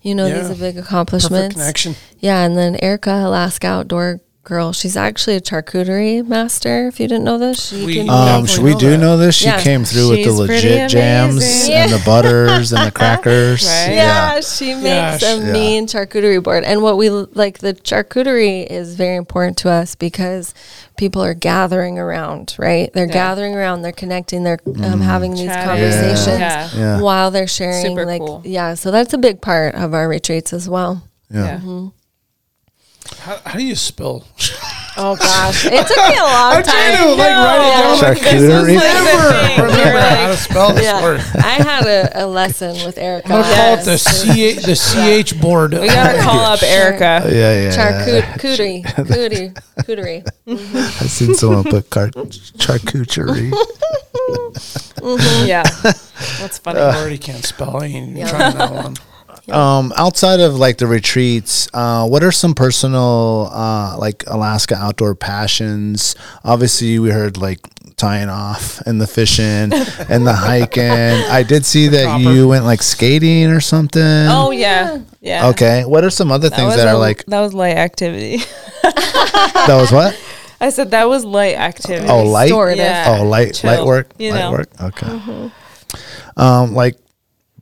[SPEAKER 4] you know,
[SPEAKER 3] Yeah.
[SPEAKER 4] these are big
[SPEAKER 3] perfect
[SPEAKER 4] accomplishments.
[SPEAKER 3] connection.
[SPEAKER 4] Yeah. And then Erica, Alaska Outdoor girl. She's actually a charcuterie master. If you didn't know this, she
[SPEAKER 3] We-
[SPEAKER 4] can.
[SPEAKER 3] Uh,
[SPEAKER 1] Um,
[SPEAKER 3] Definitely
[SPEAKER 1] should we
[SPEAKER 3] know
[SPEAKER 1] do
[SPEAKER 3] that.
[SPEAKER 1] know this? She
[SPEAKER 4] Yeah.
[SPEAKER 1] came through with the
[SPEAKER 5] She's pretty
[SPEAKER 1] legit jams
[SPEAKER 5] amazing.
[SPEAKER 1] and the butters and the crackers.
[SPEAKER 5] Right?
[SPEAKER 4] yeah, she makes
[SPEAKER 3] Yeah,
[SPEAKER 4] a
[SPEAKER 1] she- yeah.
[SPEAKER 4] mean charcuterie board. And what we l- like, the charcuterie is very important to us because people are gathering around, right? They're gathering around, they're connecting, they're
[SPEAKER 3] Mm-hmm.
[SPEAKER 4] um, having these
[SPEAKER 5] Chatting.
[SPEAKER 4] conversations
[SPEAKER 5] Yeah.
[SPEAKER 1] Yeah.
[SPEAKER 4] while they're sharing.
[SPEAKER 5] Super
[SPEAKER 4] like,
[SPEAKER 5] cool.
[SPEAKER 4] yeah, so that's a big part of our retreats as well.
[SPEAKER 5] Yeah.
[SPEAKER 3] How, how do you spill?
[SPEAKER 4] Oh gosh, it took me a long time.
[SPEAKER 3] to, like, write it down,
[SPEAKER 4] Yeah.
[SPEAKER 3] like,
[SPEAKER 1] Charcuterie.
[SPEAKER 5] Like the thing
[SPEAKER 3] Remember
[SPEAKER 5] where,
[SPEAKER 3] how to
[SPEAKER 5] like,
[SPEAKER 3] spell this
[SPEAKER 4] Yeah.
[SPEAKER 3] word.
[SPEAKER 4] I had a, a lesson with Erica.
[SPEAKER 3] I'm gonna call it the
[SPEAKER 4] Yes.
[SPEAKER 3] C the CH board.
[SPEAKER 5] we gotta call up Erica.
[SPEAKER 1] Yeah, yeah. yeah.
[SPEAKER 4] Charcuterie, cootie, cooterie.
[SPEAKER 1] I seen someone put car- charcuterie.
[SPEAKER 5] Yeah, that's funny.
[SPEAKER 1] Uh.
[SPEAKER 3] I already can't spell. I ain't trying that one.
[SPEAKER 1] Um, outside of like the retreats, uh, what are some personal uh, like Alaska outdoor passions? Obviously, we heard like tying off and the fishing and the hiking. I did see that you went like skating or something.
[SPEAKER 5] oh yeah, yeah.
[SPEAKER 1] okay. What are some other things
[SPEAKER 5] was
[SPEAKER 1] that
[SPEAKER 5] a-
[SPEAKER 1] are like
[SPEAKER 5] that was light activity.
[SPEAKER 1] that was what?
[SPEAKER 5] I said that was light activity.
[SPEAKER 1] Oh, light.
[SPEAKER 4] Restorative.
[SPEAKER 5] Yeah.
[SPEAKER 1] Oh, light
[SPEAKER 5] Chill,
[SPEAKER 1] light work.
[SPEAKER 5] you
[SPEAKER 1] light
[SPEAKER 5] know. Mm-hmm.
[SPEAKER 1] work. Okay. Um, like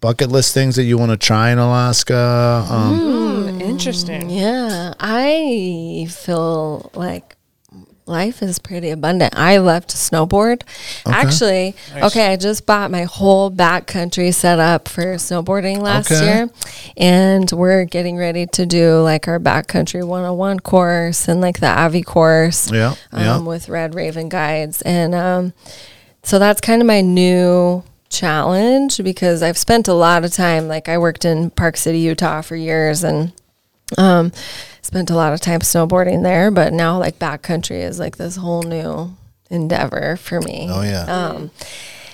[SPEAKER 1] bucket list things that you want to try in Alaska. Um,
[SPEAKER 5] interesting.
[SPEAKER 4] Yeah, I feel like life is pretty abundant. I love to snowboard. Actually, okay, I just bought my whole backcountry set up for snowboarding last
[SPEAKER 1] Okay.
[SPEAKER 4] year. And we're getting ready to do like our backcountry 101 course and like the Avi course
[SPEAKER 5] Mm-hmm.
[SPEAKER 1] Yeah,
[SPEAKER 4] um,
[SPEAKER 1] yeah.
[SPEAKER 4] with Red Raven guides. And um, so that's kind of my new challenge because I've spent a lot of time, like I worked in Park City, Utah for years and um, spent a lot of time snowboarding there, but now like backcountry is like this whole new endeavor for me. Um,
[SPEAKER 1] Oh yeah.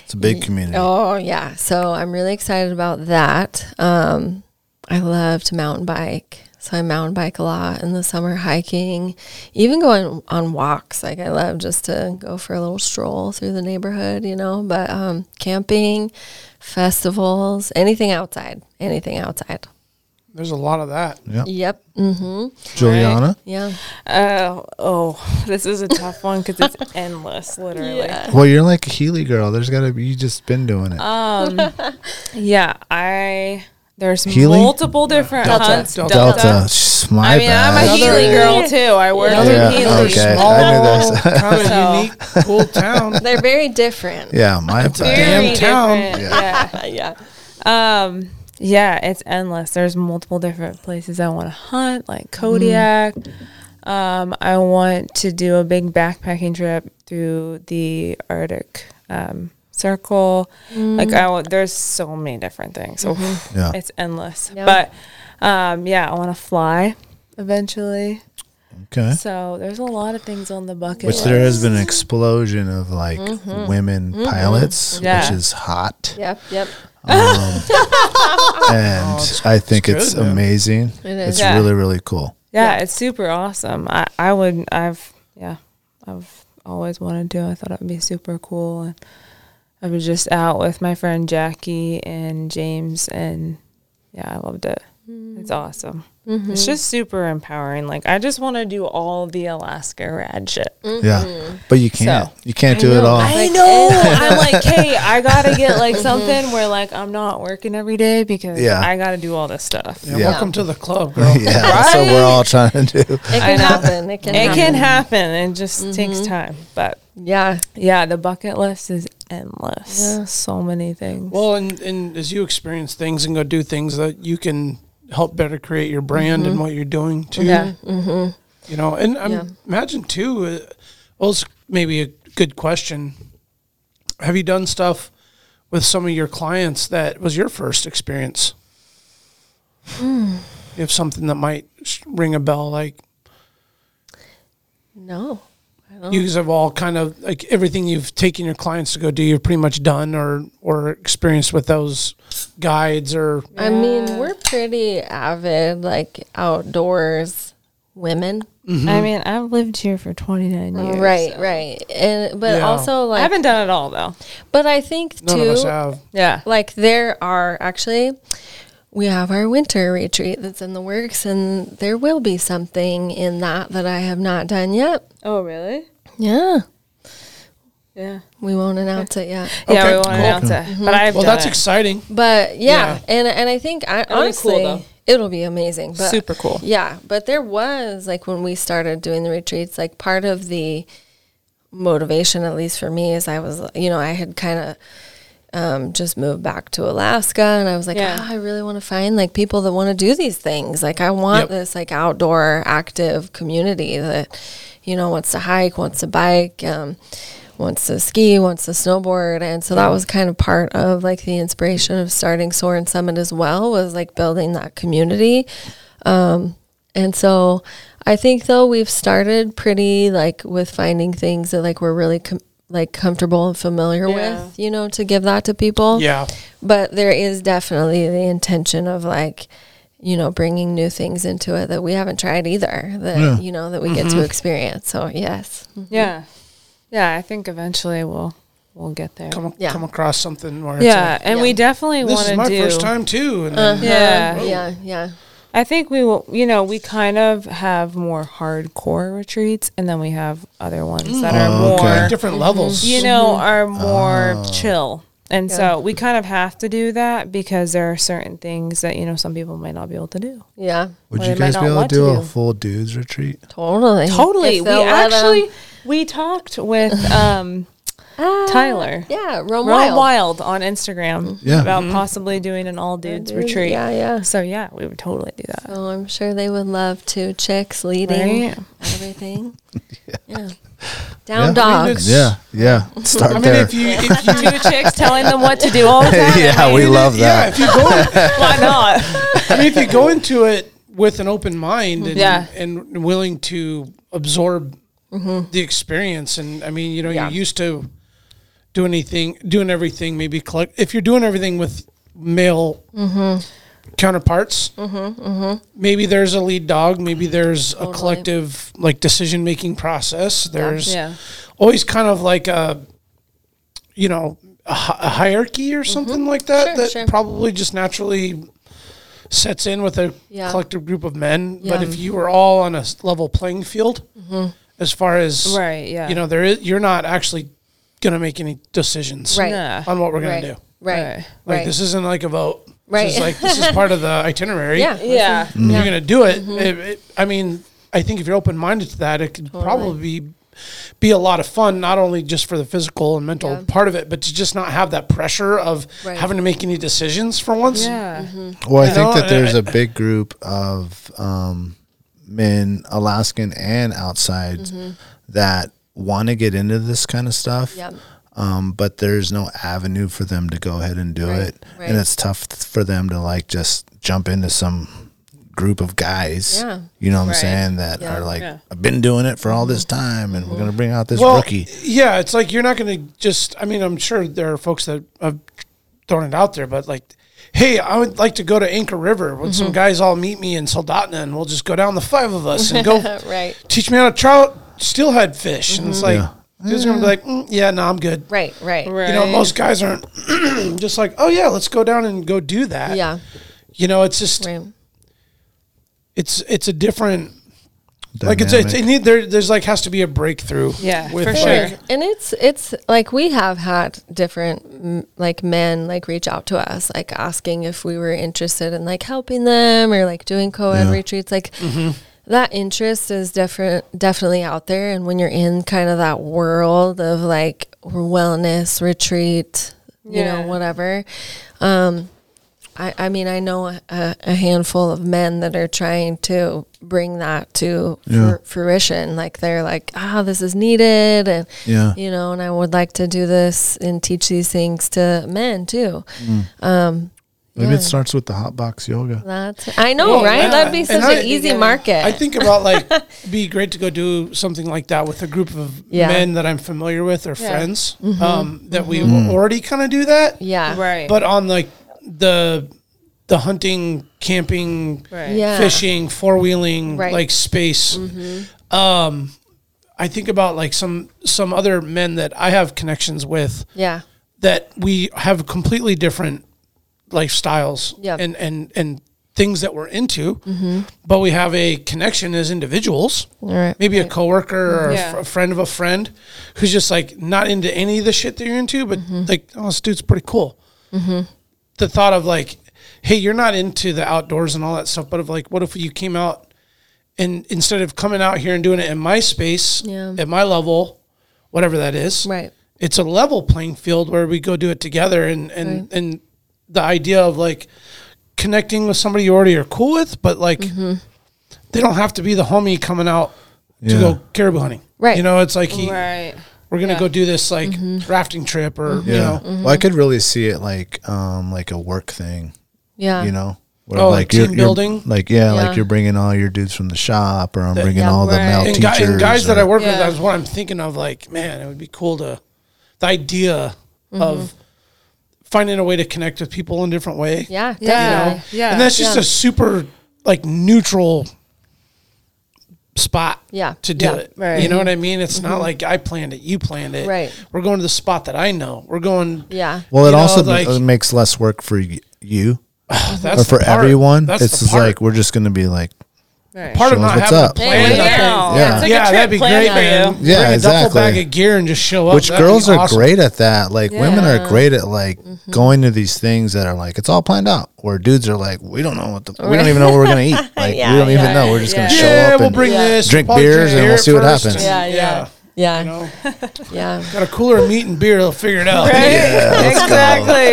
[SPEAKER 1] it's a big community.
[SPEAKER 4] Oh yeah. So I'm really excited about that. Um, I love to mountain bike. So I mountain bike a lot in the summer, hiking, even going on walks. Like I love just to go for a little stroll through the neighborhood, you know. But um, camping, festivals, anything outside, anything outside.
[SPEAKER 3] There's a lot of that.
[SPEAKER 4] Yep. Mm-hmm.
[SPEAKER 1] Juliana,
[SPEAKER 4] Yeah.
[SPEAKER 5] Uh, oh, this is a tough one because it's endless, literally. Yeah.
[SPEAKER 1] well, you're like a Healy girl. There's gotta be you just been doing it.
[SPEAKER 5] I there's
[SPEAKER 1] Healy?
[SPEAKER 5] multiple different
[SPEAKER 3] Delta,
[SPEAKER 5] hunts.
[SPEAKER 3] Delta.
[SPEAKER 5] Delta.
[SPEAKER 1] Delta, shh, my
[SPEAKER 5] I mean, I'm
[SPEAKER 1] bad.
[SPEAKER 5] a Healy girl too. I work
[SPEAKER 4] Yeah.
[SPEAKER 5] in
[SPEAKER 1] Yeah,
[SPEAKER 5] Healy.
[SPEAKER 1] okay.
[SPEAKER 3] Small,
[SPEAKER 1] I knew that.
[SPEAKER 3] kind of
[SPEAKER 5] So-
[SPEAKER 3] unique, cool town.
[SPEAKER 4] They're very different.
[SPEAKER 1] Yeah, my bad.
[SPEAKER 5] Very
[SPEAKER 3] Damn town.
[SPEAKER 5] different, Yeah.
[SPEAKER 4] yeah.
[SPEAKER 5] Um, yeah, it's endless. There's multiple different places I want to hunt,
[SPEAKER 3] Mm.
[SPEAKER 5] like Kodiak. Um, I want to do a big backpacking trip through the Arctic um, Circle.
[SPEAKER 3] Mm.
[SPEAKER 5] Like I, want, there's so many different things. So
[SPEAKER 3] Mm-hmm.
[SPEAKER 1] Yeah.
[SPEAKER 5] it's endless.
[SPEAKER 4] Yeah.
[SPEAKER 5] But um, yeah, I want to fly eventually.
[SPEAKER 1] Okay.
[SPEAKER 5] So there's a lot of things on the bucket.
[SPEAKER 1] Which
[SPEAKER 5] list.
[SPEAKER 1] there has been an explosion of like women pilots,
[SPEAKER 5] Yeah.
[SPEAKER 1] which is hot,
[SPEAKER 4] Yep. Yep.
[SPEAKER 1] and I think it's
[SPEAKER 3] good, man.
[SPEAKER 1] amazing.
[SPEAKER 4] is.
[SPEAKER 1] It's
[SPEAKER 5] Yeah.
[SPEAKER 1] really really cool.
[SPEAKER 5] yeah, it's super awesome. I, I would I've yeah I've always wanted to. I thought it would be super cool. And I was just out with my friend Jackie and James, and yeah, I loved it. It's awesome. It's just super empowering. Like I just want to do all the Alaska rad shit.
[SPEAKER 1] Mm-hmm. Yeah, but you can't. You can't do it
[SPEAKER 4] know.
[SPEAKER 1] all.
[SPEAKER 4] I-
[SPEAKER 5] I
[SPEAKER 4] Like,
[SPEAKER 5] know. I'm like, hey, I gotta get like something where like I'm not working every day because
[SPEAKER 1] Yeah.
[SPEAKER 5] I gotta do all this stuff.
[SPEAKER 3] Yeah,
[SPEAKER 1] Yeah.
[SPEAKER 3] Welcome to the club, girl.
[SPEAKER 1] yeah, that's what we're all trying to do.
[SPEAKER 4] It can
[SPEAKER 5] know.
[SPEAKER 4] happen. It can.
[SPEAKER 5] It
[SPEAKER 4] happen.
[SPEAKER 5] can happen. It just takes time, but
[SPEAKER 4] Yeah.
[SPEAKER 5] Yeah, the bucket list is endless. So many things.
[SPEAKER 3] Well, and, and as you experience things and go do things that you can help better create your brand
[SPEAKER 5] Mm-hmm.
[SPEAKER 3] and what you're doing too.
[SPEAKER 5] yeah.
[SPEAKER 3] You know, and I'm,
[SPEAKER 4] Yeah.
[SPEAKER 3] imagine too. Uh, well, it's maybe a good question. Have you done stuff with some of your clients that was your first experience?
[SPEAKER 5] Hmm.
[SPEAKER 3] You have something that might sh- ring a bell, like
[SPEAKER 4] No.
[SPEAKER 5] Oh.
[SPEAKER 3] you guys have all kind of like everything you've taken your clients to go do. You've pretty much done or or experienced with those guides or
[SPEAKER 4] I mean, we're pretty avid, like outdoors women.
[SPEAKER 5] I mean, I've lived here for 29 years.
[SPEAKER 4] Right, right. And but
[SPEAKER 3] Yeah.
[SPEAKER 4] also
[SPEAKER 5] I
[SPEAKER 4] like
[SPEAKER 5] haven't done it all though.
[SPEAKER 4] but I think
[SPEAKER 3] none
[SPEAKER 4] too
[SPEAKER 3] of us have.
[SPEAKER 5] Yeah.
[SPEAKER 4] like there are actually we have our winter retreat that's in the works, and there will be something in that that I have not done yet.
[SPEAKER 5] Oh, really?
[SPEAKER 4] Yeah.
[SPEAKER 5] Yeah.
[SPEAKER 4] We won't announce it yet.
[SPEAKER 5] Yeah,
[SPEAKER 3] Okay,
[SPEAKER 5] we won't
[SPEAKER 3] cool.
[SPEAKER 5] announce it. But I've
[SPEAKER 3] Well,
[SPEAKER 5] done
[SPEAKER 3] that's
[SPEAKER 5] it.
[SPEAKER 3] exciting.
[SPEAKER 4] But yeah,
[SPEAKER 3] Yeah.
[SPEAKER 4] and and I think I,
[SPEAKER 5] be cool,
[SPEAKER 4] honestly,
[SPEAKER 5] though.
[SPEAKER 4] it'll be amazing. But
[SPEAKER 5] Super cool.
[SPEAKER 4] Yeah, but there was like when we started doing the retreats, like part of the motivation, at least for me, is I was you know I had kind of. Um, just moved back to Alaska, and I was like,
[SPEAKER 5] Yeah.
[SPEAKER 4] "Ah, I really want to find like people that want to do these things. Like, I want
[SPEAKER 3] Yep.
[SPEAKER 4] this like outdoor active community that, you know, wants to hike, wants to bike, um, wants to ski, wants to snowboard. And so that was kind of part of like the inspiration of starting Soar and Summit as well was like building that community. Um, And so I think though we've started pretty like with finding things that like we're really com- like comfortable and familiar
[SPEAKER 5] Yeah.
[SPEAKER 4] with, you know, to give that to people.
[SPEAKER 3] Yeah.
[SPEAKER 4] But there is definitely the intention of like you know bringing new things into it that we haven't tried either that you know that we get
[SPEAKER 5] Mm-hmm.
[SPEAKER 4] to experience. So yes.
[SPEAKER 5] Yeah. Yeah, I think eventually we'll we'll get there.
[SPEAKER 3] Come,
[SPEAKER 4] Yeah.
[SPEAKER 3] come across something where
[SPEAKER 5] Yeah, and we
[SPEAKER 4] Yeah.
[SPEAKER 5] definitely
[SPEAKER 3] it's like, this is my
[SPEAKER 5] want to do. Uh-huh.
[SPEAKER 3] first time too. And then-
[SPEAKER 5] Yeah.
[SPEAKER 4] Yeah, yeah.
[SPEAKER 5] I think we will, you know, we kind of have more hardcore retreats and then we have other ones
[SPEAKER 3] Mm.
[SPEAKER 5] that are
[SPEAKER 1] Oh, okay.
[SPEAKER 5] more,
[SPEAKER 3] different levels.
[SPEAKER 5] you know, are more
[SPEAKER 1] Oh.
[SPEAKER 5] chill. And so we kind of have to do that because there are certain things that, you know, some people might not be able to do.
[SPEAKER 4] Yeah.
[SPEAKER 1] Would
[SPEAKER 5] Or
[SPEAKER 1] you
[SPEAKER 5] they might
[SPEAKER 1] guys
[SPEAKER 5] not
[SPEAKER 1] be able to
[SPEAKER 5] want to
[SPEAKER 1] do a
[SPEAKER 5] do.
[SPEAKER 1] full dudes retreat?
[SPEAKER 4] Totally.
[SPEAKER 5] Totally.
[SPEAKER 4] If
[SPEAKER 5] We
[SPEAKER 4] they'll let 'em-
[SPEAKER 5] actually, we talked with um, Tyler.
[SPEAKER 4] Ah, yeah, Rome,
[SPEAKER 5] Ron
[SPEAKER 4] Wild.
[SPEAKER 5] Wild on Instagram
[SPEAKER 1] Yeah.
[SPEAKER 5] about possibly doing an all dudes
[SPEAKER 4] Dude,
[SPEAKER 5] retreat.
[SPEAKER 4] Yeah, yeah.
[SPEAKER 5] So yeah, we would totally do that.
[SPEAKER 4] Oh, I'm sure they would love to. Chicks leading
[SPEAKER 5] Right?
[SPEAKER 4] everything. yeah. Down
[SPEAKER 1] Yeah.
[SPEAKER 4] dog.
[SPEAKER 3] it's-
[SPEAKER 1] Yeah, yeah. Start
[SPEAKER 3] I mean,
[SPEAKER 1] there.
[SPEAKER 3] if you, if you
[SPEAKER 5] Two chicks telling them what to do all the time.
[SPEAKER 1] yeah, we love
[SPEAKER 3] yeah,
[SPEAKER 1] that.
[SPEAKER 3] if you go,
[SPEAKER 5] Why not?
[SPEAKER 3] I mean, if you go into it with an open mind and,
[SPEAKER 5] Yeah.
[SPEAKER 3] and willing to absorb the experience, and I mean, you know,
[SPEAKER 4] Yeah.
[SPEAKER 3] you're used to doing anything, doing everything, maybe collect. If you're doing everything with male counterparts, maybe there's a lead dog, maybe there's a collective like decision making process. There's
[SPEAKER 5] Yeah.
[SPEAKER 3] always kind of like a, you know, a, hi- a hierarchy or something like that
[SPEAKER 4] Sure,
[SPEAKER 3] that
[SPEAKER 4] sure.
[SPEAKER 3] probably just naturally sets in with a
[SPEAKER 4] Yeah.
[SPEAKER 3] collective group of men. But
[SPEAKER 4] Yeah. Mm-hmm.
[SPEAKER 3] if you were all on a s- level playing field, as far as
[SPEAKER 5] Right, yeah.
[SPEAKER 3] you know, there is you're not actually going to make any decisions
[SPEAKER 4] Right.
[SPEAKER 5] Nah.
[SPEAKER 3] on what we're going
[SPEAKER 4] Right.
[SPEAKER 3] to do.
[SPEAKER 4] Right.
[SPEAKER 5] Right.
[SPEAKER 3] Like
[SPEAKER 4] Right.
[SPEAKER 3] this isn't like a vote. This is
[SPEAKER 4] Right.
[SPEAKER 3] like this is part of the itinerary.
[SPEAKER 4] yeah. Mm-hmm.
[SPEAKER 5] Yeah.
[SPEAKER 3] You're going to do it. It- it- I mean, I think if you're open minded to that, it could probably be, be a lot of fun, not only just for the physical and mental
[SPEAKER 4] Yeah.
[SPEAKER 3] part of it, but to just not have that pressure of
[SPEAKER 4] Right.
[SPEAKER 3] having to make any decisions for once.
[SPEAKER 5] Yeah.
[SPEAKER 1] Well, I
[SPEAKER 3] You
[SPEAKER 1] think
[SPEAKER 3] know,
[SPEAKER 1] that there's
[SPEAKER 3] I-
[SPEAKER 1] a big group of um, men, Alaskan and outside,
[SPEAKER 4] Mm-hmm.
[SPEAKER 1] that want to get into this kind of stuff.
[SPEAKER 4] Yep.
[SPEAKER 1] Um, but there's no avenue for them to go ahead and do
[SPEAKER 4] Right,
[SPEAKER 1] it,
[SPEAKER 4] right.
[SPEAKER 1] and it's tough th- for them to like just jump into some group of guys.
[SPEAKER 4] Yeah.
[SPEAKER 1] You know what
[SPEAKER 5] Right.
[SPEAKER 1] I'm saying? That
[SPEAKER 4] Yeah. Mm-hmm.
[SPEAKER 1] are like,
[SPEAKER 5] Yeah.
[SPEAKER 1] I've been doing it for all this time, and we're gonna bring out this rookie.
[SPEAKER 3] Yeah, it's like you're not going to just. I mean, I'm sure there are folks that have thrown it out there, but like, hey, I would like to go to Anchor River when
[SPEAKER 5] Mm-hmm.
[SPEAKER 3] some guys all meet me in Soldotna, and we'll just go down the five of us and go
[SPEAKER 4] Right.
[SPEAKER 3] teach me how to trout steelhead fish. And it's
[SPEAKER 5] Mm-hmm.
[SPEAKER 3] like, dude's going to be like, mm, yeah, no, I'm good.
[SPEAKER 4] Right. Right.
[SPEAKER 5] Right.
[SPEAKER 3] You know, most guys aren't just like, oh yeah, let's go down and go do that.
[SPEAKER 4] Yeah.
[SPEAKER 3] You know, it's just
[SPEAKER 4] Right.
[SPEAKER 3] it's it's a different like it's it's it
[SPEAKER 1] Dynamic.
[SPEAKER 3] need, there there's like has to be a breakthrough.
[SPEAKER 5] Yeah, for
[SPEAKER 4] It
[SPEAKER 5] Sure.
[SPEAKER 4] is. And it's it's like we have had different mm, like men like reach out to us like asking if we were interested in like helping them or like doing co-ed retreats like
[SPEAKER 5] Mm-hmm.
[SPEAKER 4] that interest is different definitely out there and when you're in kind of that world of like wellness retreat you
[SPEAKER 5] Yeah.
[SPEAKER 4] know whatever um I, I mean, I know a, a handful of men that are trying to bring that to fru- fruition. Like they're like, ah, this is needed, and
[SPEAKER 1] Yeah.
[SPEAKER 4] you know, and I would like to do this and teach these things to men too.
[SPEAKER 1] Maybe
[SPEAKER 4] yeah.
[SPEAKER 1] it starts with the hot box yoga.
[SPEAKER 4] That's I know, right? That'd be such
[SPEAKER 3] I-
[SPEAKER 4] an easy market.
[SPEAKER 3] I think about like be great to go do something like that with a group of
[SPEAKER 4] Yeah. Mm-hmm.
[SPEAKER 3] men that I'm familiar with or friends um, that we already kind of do that,
[SPEAKER 4] yeah,
[SPEAKER 5] Right.
[SPEAKER 3] but on like the the hunting, camping,
[SPEAKER 5] right.
[SPEAKER 4] yeah,
[SPEAKER 3] fishing, four wheeling,
[SPEAKER 4] Right. Mm-hmm.
[SPEAKER 3] like space. Um, I think about like some some other men that I have connections with
[SPEAKER 4] yeah,
[SPEAKER 3] that we have completely different lifestyles
[SPEAKER 4] Yep. Mm-hmm.
[SPEAKER 3] and and and things that we're into, but we have a connection as individuals.
[SPEAKER 4] Right,
[SPEAKER 3] Maybe a coworker or a
[SPEAKER 5] Yeah.
[SPEAKER 3] fr- a friend of a friend who's just like not into any of the shit that you're into, but
[SPEAKER 4] Mm-hmm.
[SPEAKER 3] like, oh, this dude's pretty cool. The thought of like, hey, you're not into the outdoors and all that stuff, but of like, what if you came out and instead of coming out here and doing it in my space,
[SPEAKER 4] Yeah.
[SPEAKER 3] at my level, whatever that is,
[SPEAKER 4] right.
[SPEAKER 3] it's a level playing field where we go do it together and and
[SPEAKER 4] Right.
[SPEAKER 3] and the idea of like connecting with somebody you already are cool with but like they don't have to be the homie coming out to
[SPEAKER 1] Yeah.
[SPEAKER 3] go caribou hunting
[SPEAKER 4] Right.
[SPEAKER 3] you know it's like he,
[SPEAKER 5] Right.
[SPEAKER 3] we're gonna
[SPEAKER 5] Yeah.
[SPEAKER 3] go do this like rafting trip or you
[SPEAKER 1] Yeah.
[SPEAKER 3] know
[SPEAKER 4] Mm-hmm.
[SPEAKER 1] Well, I could really see it like um like a work thing,
[SPEAKER 4] Yeah.
[SPEAKER 1] you know. Where
[SPEAKER 3] Oh, like team
[SPEAKER 1] you're- you're-
[SPEAKER 3] building?
[SPEAKER 1] like yeah,
[SPEAKER 4] Yeah.
[SPEAKER 1] like you're bringing all your dudes from the shop, or I'm bringing
[SPEAKER 4] Yeah.
[SPEAKER 1] all the male
[SPEAKER 5] Right.
[SPEAKER 3] and,
[SPEAKER 1] teachers.
[SPEAKER 3] guy, and guys that
[SPEAKER 1] or-
[SPEAKER 3] I work with,
[SPEAKER 5] Yeah.
[SPEAKER 3] that's what I'm thinking of. Like, man, it would be cool to the idea of finding a way to connect with people in a different way.
[SPEAKER 4] Yeah,
[SPEAKER 5] Yeah.
[SPEAKER 4] definitely.
[SPEAKER 5] Yeah.
[SPEAKER 3] and that's just
[SPEAKER 4] Yeah.
[SPEAKER 3] a super like neutral spot
[SPEAKER 4] Yeah.
[SPEAKER 3] to do
[SPEAKER 4] Yeah.
[SPEAKER 3] it
[SPEAKER 5] Right.
[SPEAKER 3] you know what i mean it's not like i planned it you planned it
[SPEAKER 4] Right.
[SPEAKER 3] we're going to the spot that i know we're going
[SPEAKER 4] Yeah.
[SPEAKER 1] Well,
[SPEAKER 3] you
[SPEAKER 1] it
[SPEAKER 3] know,
[SPEAKER 1] also
[SPEAKER 3] like-
[SPEAKER 1] ma- makes less work for y- you
[SPEAKER 3] that's
[SPEAKER 1] or for
[SPEAKER 3] the part.
[SPEAKER 1] everyone.
[SPEAKER 3] That's
[SPEAKER 1] it's
[SPEAKER 3] the
[SPEAKER 1] just
[SPEAKER 3] part.
[SPEAKER 1] like we're just gonna be like,
[SPEAKER 5] Right.
[SPEAKER 3] part of
[SPEAKER 1] shows
[SPEAKER 3] not
[SPEAKER 1] what's
[SPEAKER 3] having a
[SPEAKER 1] up.
[SPEAKER 3] plan
[SPEAKER 4] Hey,
[SPEAKER 3] I think.
[SPEAKER 4] yeah.
[SPEAKER 1] Yeah.
[SPEAKER 5] It's like
[SPEAKER 3] yeah
[SPEAKER 5] a trip
[SPEAKER 3] that'd be
[SPEAKER 5] plan
[SPEAKER 3] great
[SPEAKER 5] for
[SPEAKER 3] man
[SPEAKER 5] you.
[SPEAKER 1] Yeah,
[SPEAKER 3] Bring a
[SPEAKER 1] exactly.
[SPEAKER 3] duffel bag of gear and just show up
[SPEAKER 1] which
[SPEAKER 3] That'd be
[SPEAKER 1] girls are
[SPEAKER 3] awesome.
[SPEAKER 1] great at that. Like women
[SPEAKER 4] Yeah. Mm-hmm.
[SPEAKER 1] are great at like going to these things that are like it's all planned out. Where dudes are like, we don't know what the we don't even know what we're gonna eat. Like
[SPEAKER 4] Yeah,
[SPEAKER 1] we don't
[SPEAKER 4] yeah,
[SPEAKER 1] even know. We're just
[SPEAKER 5] yeah.
[SPEAKER 1] gonna show
[SPEAKER 3] yeah
[SPEAKER 1] up
[SPEAKER 3] we'll
[SPEAKER 1] and
[SPEAKER 3] bring this
[SPEAKER 1] drink
[SPEAKER 3] we'll
[SPEAKER 1] beers
[SPEAKER 3] drink
[SPEAKER 1] and we'll
[SPEAKER 3] beer
[SPEAKER 1] see what
[SPEAKER 3] first
[SPEAKER 1] happens.
[SPEAKER 4] Yeah,
[SPEAKER 3] and-
[SPEAKER 4] yeah.
[SPEAKER 3] you
[SPEAKER 4] Yeah.
[SPEAKER 3] know
[SPEAKER 4] Yeah.
[SPEAKER 3] got a cooler of meat and beer they'll figure it out
[SPEAKER 5] Right? exactly.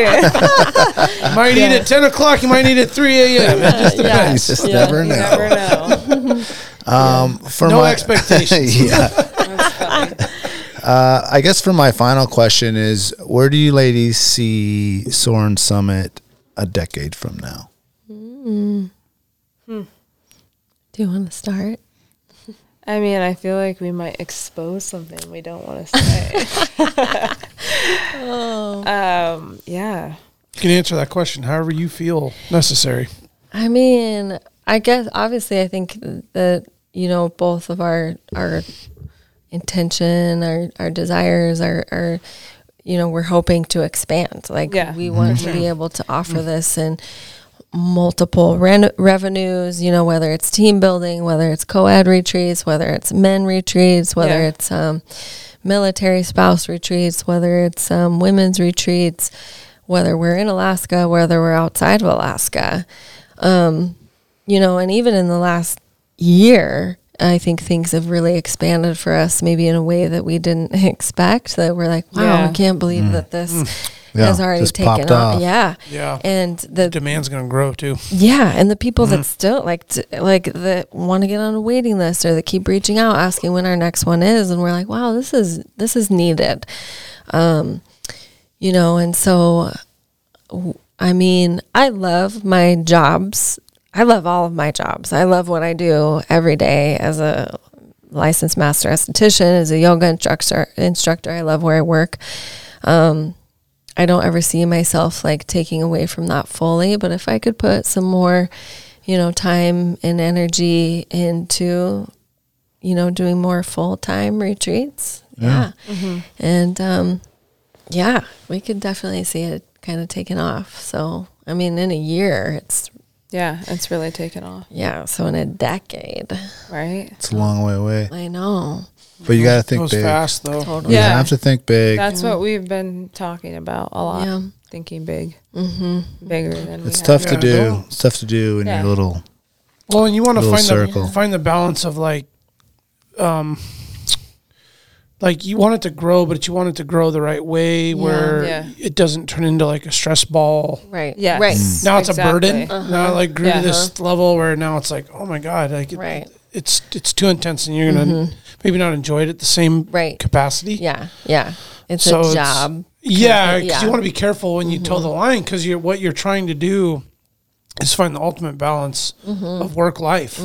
[SPEAKER 3] you might eat at 10 o'clock you might eat at 3 a.m It just
[SPEAKER 4] Yeah.
[SPEAKER 1] You just
[SPEAKER 4] Yeah.
[SPEAKER 1] never
[SPEAKER 5] you
[SPEAKER 1] know.
[SPEAKER 5] never know.
[SPEAKER 1] Um, for
[SPEAKER 3] No
[SPEAKER 1] my,
[SPEAKER 3] expectations.
[SPEAKER 1] yeah. uh, I guess for my final question is, where do you ladies see Soren Summit a decade from now?
[SPEAKER 4] Do you want to start?
[SPEAKER 5] I mean, I feel like we might expose something we don't want to say. Um, yeah.
[SPEAKER 3] You can answer that question however you feel necessary.
[SPEAKER 4] I mean, I guess obviously, I think that you know both of our our intention, our our desires, our our you know we're hoping to expand. Like
[SPEAKER 5] Yeah.
[SPEAKER 4] we want to be able to offer this in multiple ren- revenues. You know, whether it's team building, whether it's co-ed retreats, whether it's men retreats, whether
[SPEAKER 5] Yeah.
[SPEAKER 4] it's um, military spouse retreats, whether it's um, women's retreats. Whether we're in Alaska, whether we're outside of Alaska, you know, and even in the last year, I think things have really expanded for us, maybe in a way that we didn't expect. That we're like, wow,
[SPEAKER 5] Yeah.
[SPEAKER 4] I can't believe that this
[SPEAKER 1] Mm. Yeah,
[SPEAKER 4] has already
[SPEAKER 1] just
[SPEAKER 4] taken
[SPEAKER 1] popped
[SPEAKER 4] off.
[SPEAKER 1] off.
[SPEAKER 4] Yeah,
[SPEAKER 3] Yeah.
[SPEAKER 4] and the
[SPEAKER 3] Demand's going to grow too.
[SPEAKER 4] yeah, and the people that still like t- like that want to get on a waiting list or that keep reaching out asking when our next one is, and we're like, wow, this is this is needed, um, you know. And so, w- I mean, I love my jobs. I love all of my jobs. I love what I do every day as a licensed master esthetician, as a yoga instructor. Instructor, I love where I work. I don't ever see myself like taking away from that fully, but if I could put some more, you know, time and energy into, you know, doing more full time retreats. Yeah. And um yeah, we could definitely see it kind of taking off. So I mean in a year it's
[SPEAKER 5] Yeah, it's really taken off,
[SPEAKER 4] yeah, so in a decade.
[SPEAKER 5] right?
[SPEAKER 1] It's a long way away,
[SPEAKER 4] I know.
[SPEAKER 1] but you got to
[SPEAKER 3] It
[SPEAKER 1] think
[SPEAKER 3] was
[SPEAKER 1] big.
[SPEAKER 3] fast though.
[SPEAKER 4] Totally.
[SPEAKER 1] You
[SPEAKER 5] Yeah.
[SPEAKER 1] have to think big.
[SPEAKER 5] That's what we've been talking about a lot.
[SPEAKER 4] Yeah.
[SPEAKER 5] Thinking big. Mm-hmm. Bigger than
[SPEAKER 1] It's
[SPEAKER 5] we
[SPEAKER 1] tough to
[SPEAKER 3] Yeah,
[SPEAKER 1] do.
[SPEAKER 3] don't-
[SPEAKER 1] It's tough to do in
[SPEAKER 5] Yeah.
[SPEAKER 1] your little.
[SPEAKER 3] Well, and you want to
[SPEAKER 1] Little
[SPEAKER 3] find
[SPEAKER 1] circle.
[SPEAKER 3] the find the balance of like, um, like you want it to grow, but you want it to grow the right way where
[SPEAKER 5] Yeah.
[SPEAKER 3] it doesn't turn into like a stress ball.
[SPEAKER 4] Right. Mm.
[SPEAKER 5] Yes.
[SPEAKER 4] Right.
[SPEAKER 3] Now it's
[SPEAKER 5] Exactly.
[SPEAKER 3] a burden. Now it like grew
[SPEAKER 5] Yeah.
[SPEAKER 3] to this level where now it's like, oh my god, like it,
[SPEAKER 4] Right.
[SPEAKER 3] it's it's too intense, and you're gonna maybe not enjoy it at the same
[SPEAKER 4] Right.
[SPEAKER 3] capacity.
[SPEAKER 4] Yeah. Yeah. It's
[SPEAKER 3] So
[SPEAKER 4] a
[SPEAKER 3] it's-
[SPEAKER 4] job.
[SPEAKER 3] Yeah, because
[SPEAKER 4] Yeah. Mm-hmm.
[SPEAKER 3] you want to be careful when you toe the line because you're what you're trying to do is find the ultimate balance
[SPEAKER 4] Mm-hmm.
[SPEAKER 3] of work life.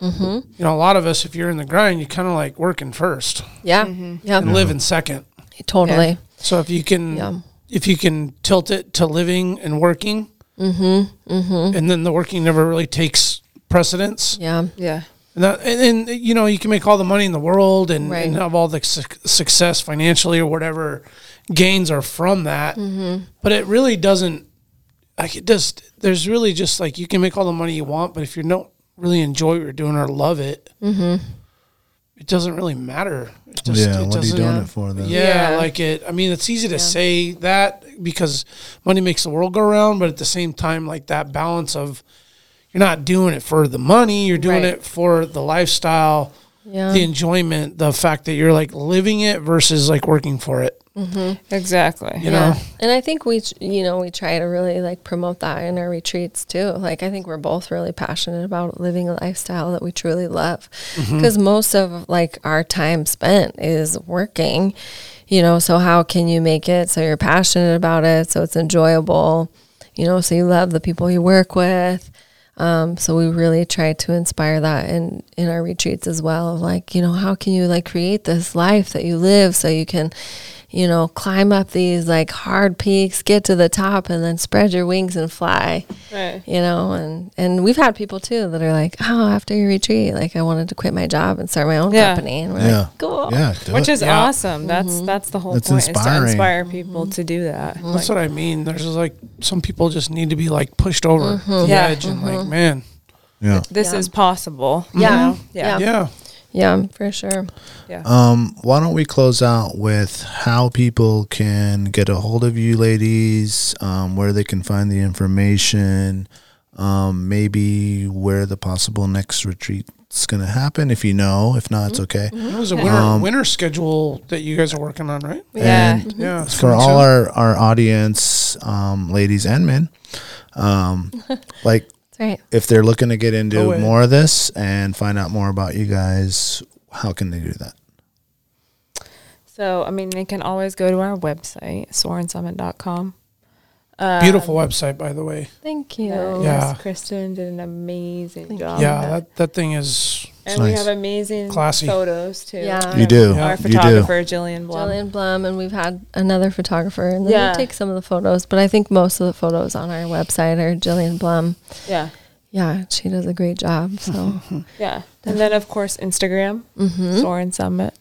[SPEAKER 3] You know, a lot of us, if you're in the grind, you kind of like working first
[SPEAKER 4] yeah. Yeah.
[SPEAKER 3] and living second.
[SPEAKER 4] Totally.
[SPEAKER 3] So if you can,
[SPEAKER 4] Yeah.
[SPEAKER 3] if you can tilt it to living and working,
[SPEAKER 4] Mm-hmm.
[SPEAKER 3] and then the working never really takes precedence.
[SPEAKER 4] Yeah.
[SPEAKER 5] Yeah.
[SPEAKER 3] And, that, and, and you know you can make all the money in the world and,
[SPEAKER 4] Right.
[SPEAKER 3] and have all the suc success financially or whatever gains are from that, but it really doesn't. I could just there's really just like you can make all the money you want, but if you don't really enjoy what you're doing or love it, it doesn't really matter. It just,
[SPEAKER 1] Yeah, what
[SPEAKER 3] it
[SPEAKER 1] are you
[SPEAKER 3] doesn't-
[SPEAKER 1] doing it for then?
[SPEAKER 3] Yeah,
[SPEAKER 5] Yeah.
[SPEAKER 3] like it. I mean, it's easy to say that because money makes the world go round, but at the same time, like that balance of you're not doing it for the money, you're doing
[SPEAKER 5] Right.
[SPEAKER 3] it for the lifestyle,
[SPEAKER 4] Yeah.
[SPEAKER 3] the enjoyment, the fact that you're like living it versus like working for it.
[SPEAKER 5] Exactly.
[SPEAKER 3] You know,
[SPEAKER 4] And I think we, tr- you know, we try to really like promote that in our retreats too. Like, I think we're both really passionate about living a lifestyle that we truly love
[SPEAKER 3] Mm-hmm.
[SPEAKER 4] because most of like our time spent is working, you know. So, how can you make it so you're passionate about it, so it's enjoyable, you know, so you love the people you work with? Um, so we really try to inspire that in in our retreats as well. Of like, you know, how can you like create this life that you live so you can, you know, climb up these like hard peaks, get to the top, and then spread your wings and fly.
[SPEAKER 5] Right.
[SPEAKER 4] You know, and and we've had people too that are like, oh, after your retreat, like I wanted to quit my job and start my own
[SPEAKER 5] Yeah.
[SPEAKER 4] company, and we're
[SPEAKER 1] Yeah.
[SPEAKER 4] like, cool.
[SPEAKER 1] Yeah, do
[SPEAKER 5] Which
[SPEAKER 1] it.
[SPEAKER 5] is
[SPEAKER 3] Yeah.
[SPEAKER 5] awesome. That's that's the whole
[SPEAKER 1] That's
[SPEAKER 5] point is to
[SPEAKER 1] inspiring.
[SPEAKER 5] inspire people to do that. Like,
[SPEAKER 3] that's what I mean. There's just like some people just need to be like pushed over the
[SPEAKER 5] Mm-hmm. Yeah.
[SPEAKER 3] edge and like, man,
[SPEAKER 1] yeah.
[SPEAKER 5] this
[SPEAKER 4] Yeah.
[SPEAKER 5] is possible. you
[SPEAKER 4] Yeah.
[SPEAKER 5] know? Yeah.
[SPEAKER 4] Yeah.
[SPEAKER 3] yeah.
[SPEAKER 4] Yeah, for sure.
[SPEAKER 5] Yeah.
[SPEAKER 1] Um, why don't we close out with how people can get a hold of you ladies, um, where they can find the information, um, maybe where the possible next retreat's going to happen, if you know. If not,
[SPEAKER 4] Mm-hmm.
[SPEAKER 1] it's okay.
[SPEAKER 3] It was a winter
[SPEAKER 1] Um,
[SPEAKER 3] winter schedule that you guys are working on, right?
[SPEAKER 5] Yeah.
[SPEAKER 1] And
[SPEAKER 3] Yeah, it's
[SPEAKER 1] for
[SPEAKER 3] coming
[SPEAKER 1] all
[SPEAKER 3] soon.
[SPEAKER 1] our, our audience, um, ladies and men, um, like
[SPEAKER 4] That's right.
[SPEAKER 1] if they're looking to get into
[SPEAKER 3] Oh, wait.
[SPEAKER 1] more of this and find out more about you guys, how can they do that?
[SPEAKER 5] So I mean they can always go to our website, sorensummit.com. Um,
[SPEAKER 3] beautiful website, by the way.
[SPEAKER 4] Thank you.
[SPEAKER 3] Yeah.
[SPEAKER 5] Kristen did an amazing job.
[SPEAKER 3] yeah,
[SPEAKER 5] with
[SPEAKER 3] that, that thing is
[SPEAKER 5] and we
[SPEAKER 1] nice.
[SPEAKER 5] have amazing
[SPEAKER 3] Classy.
[SPEAKER 5] photos too.
[SPEAKER 4] Yeah.
[SPEAKER 1] You do. You
[SPEAKER 5] Our
[SPEAKER 1] do.
[SPEAKER 5] photographer Jillian Blum.
[SPEAKER 4] Jillian Blum, and we've had another photographer, and then
[SPEAKER 5] Yeah.
[SPEAKER 4] we take some of the photos. But I think most of the photos on our website are Jillian Blum.
[SPEAKER 5] Yeah.
[SPEAKER 4] Yeah, she does a great job. So
[SPEAKER 5] Yeah. And then of course Instagram,
[SPEAKER 4] Mm-hmm.
[SPEAKER 5] Soren Summit.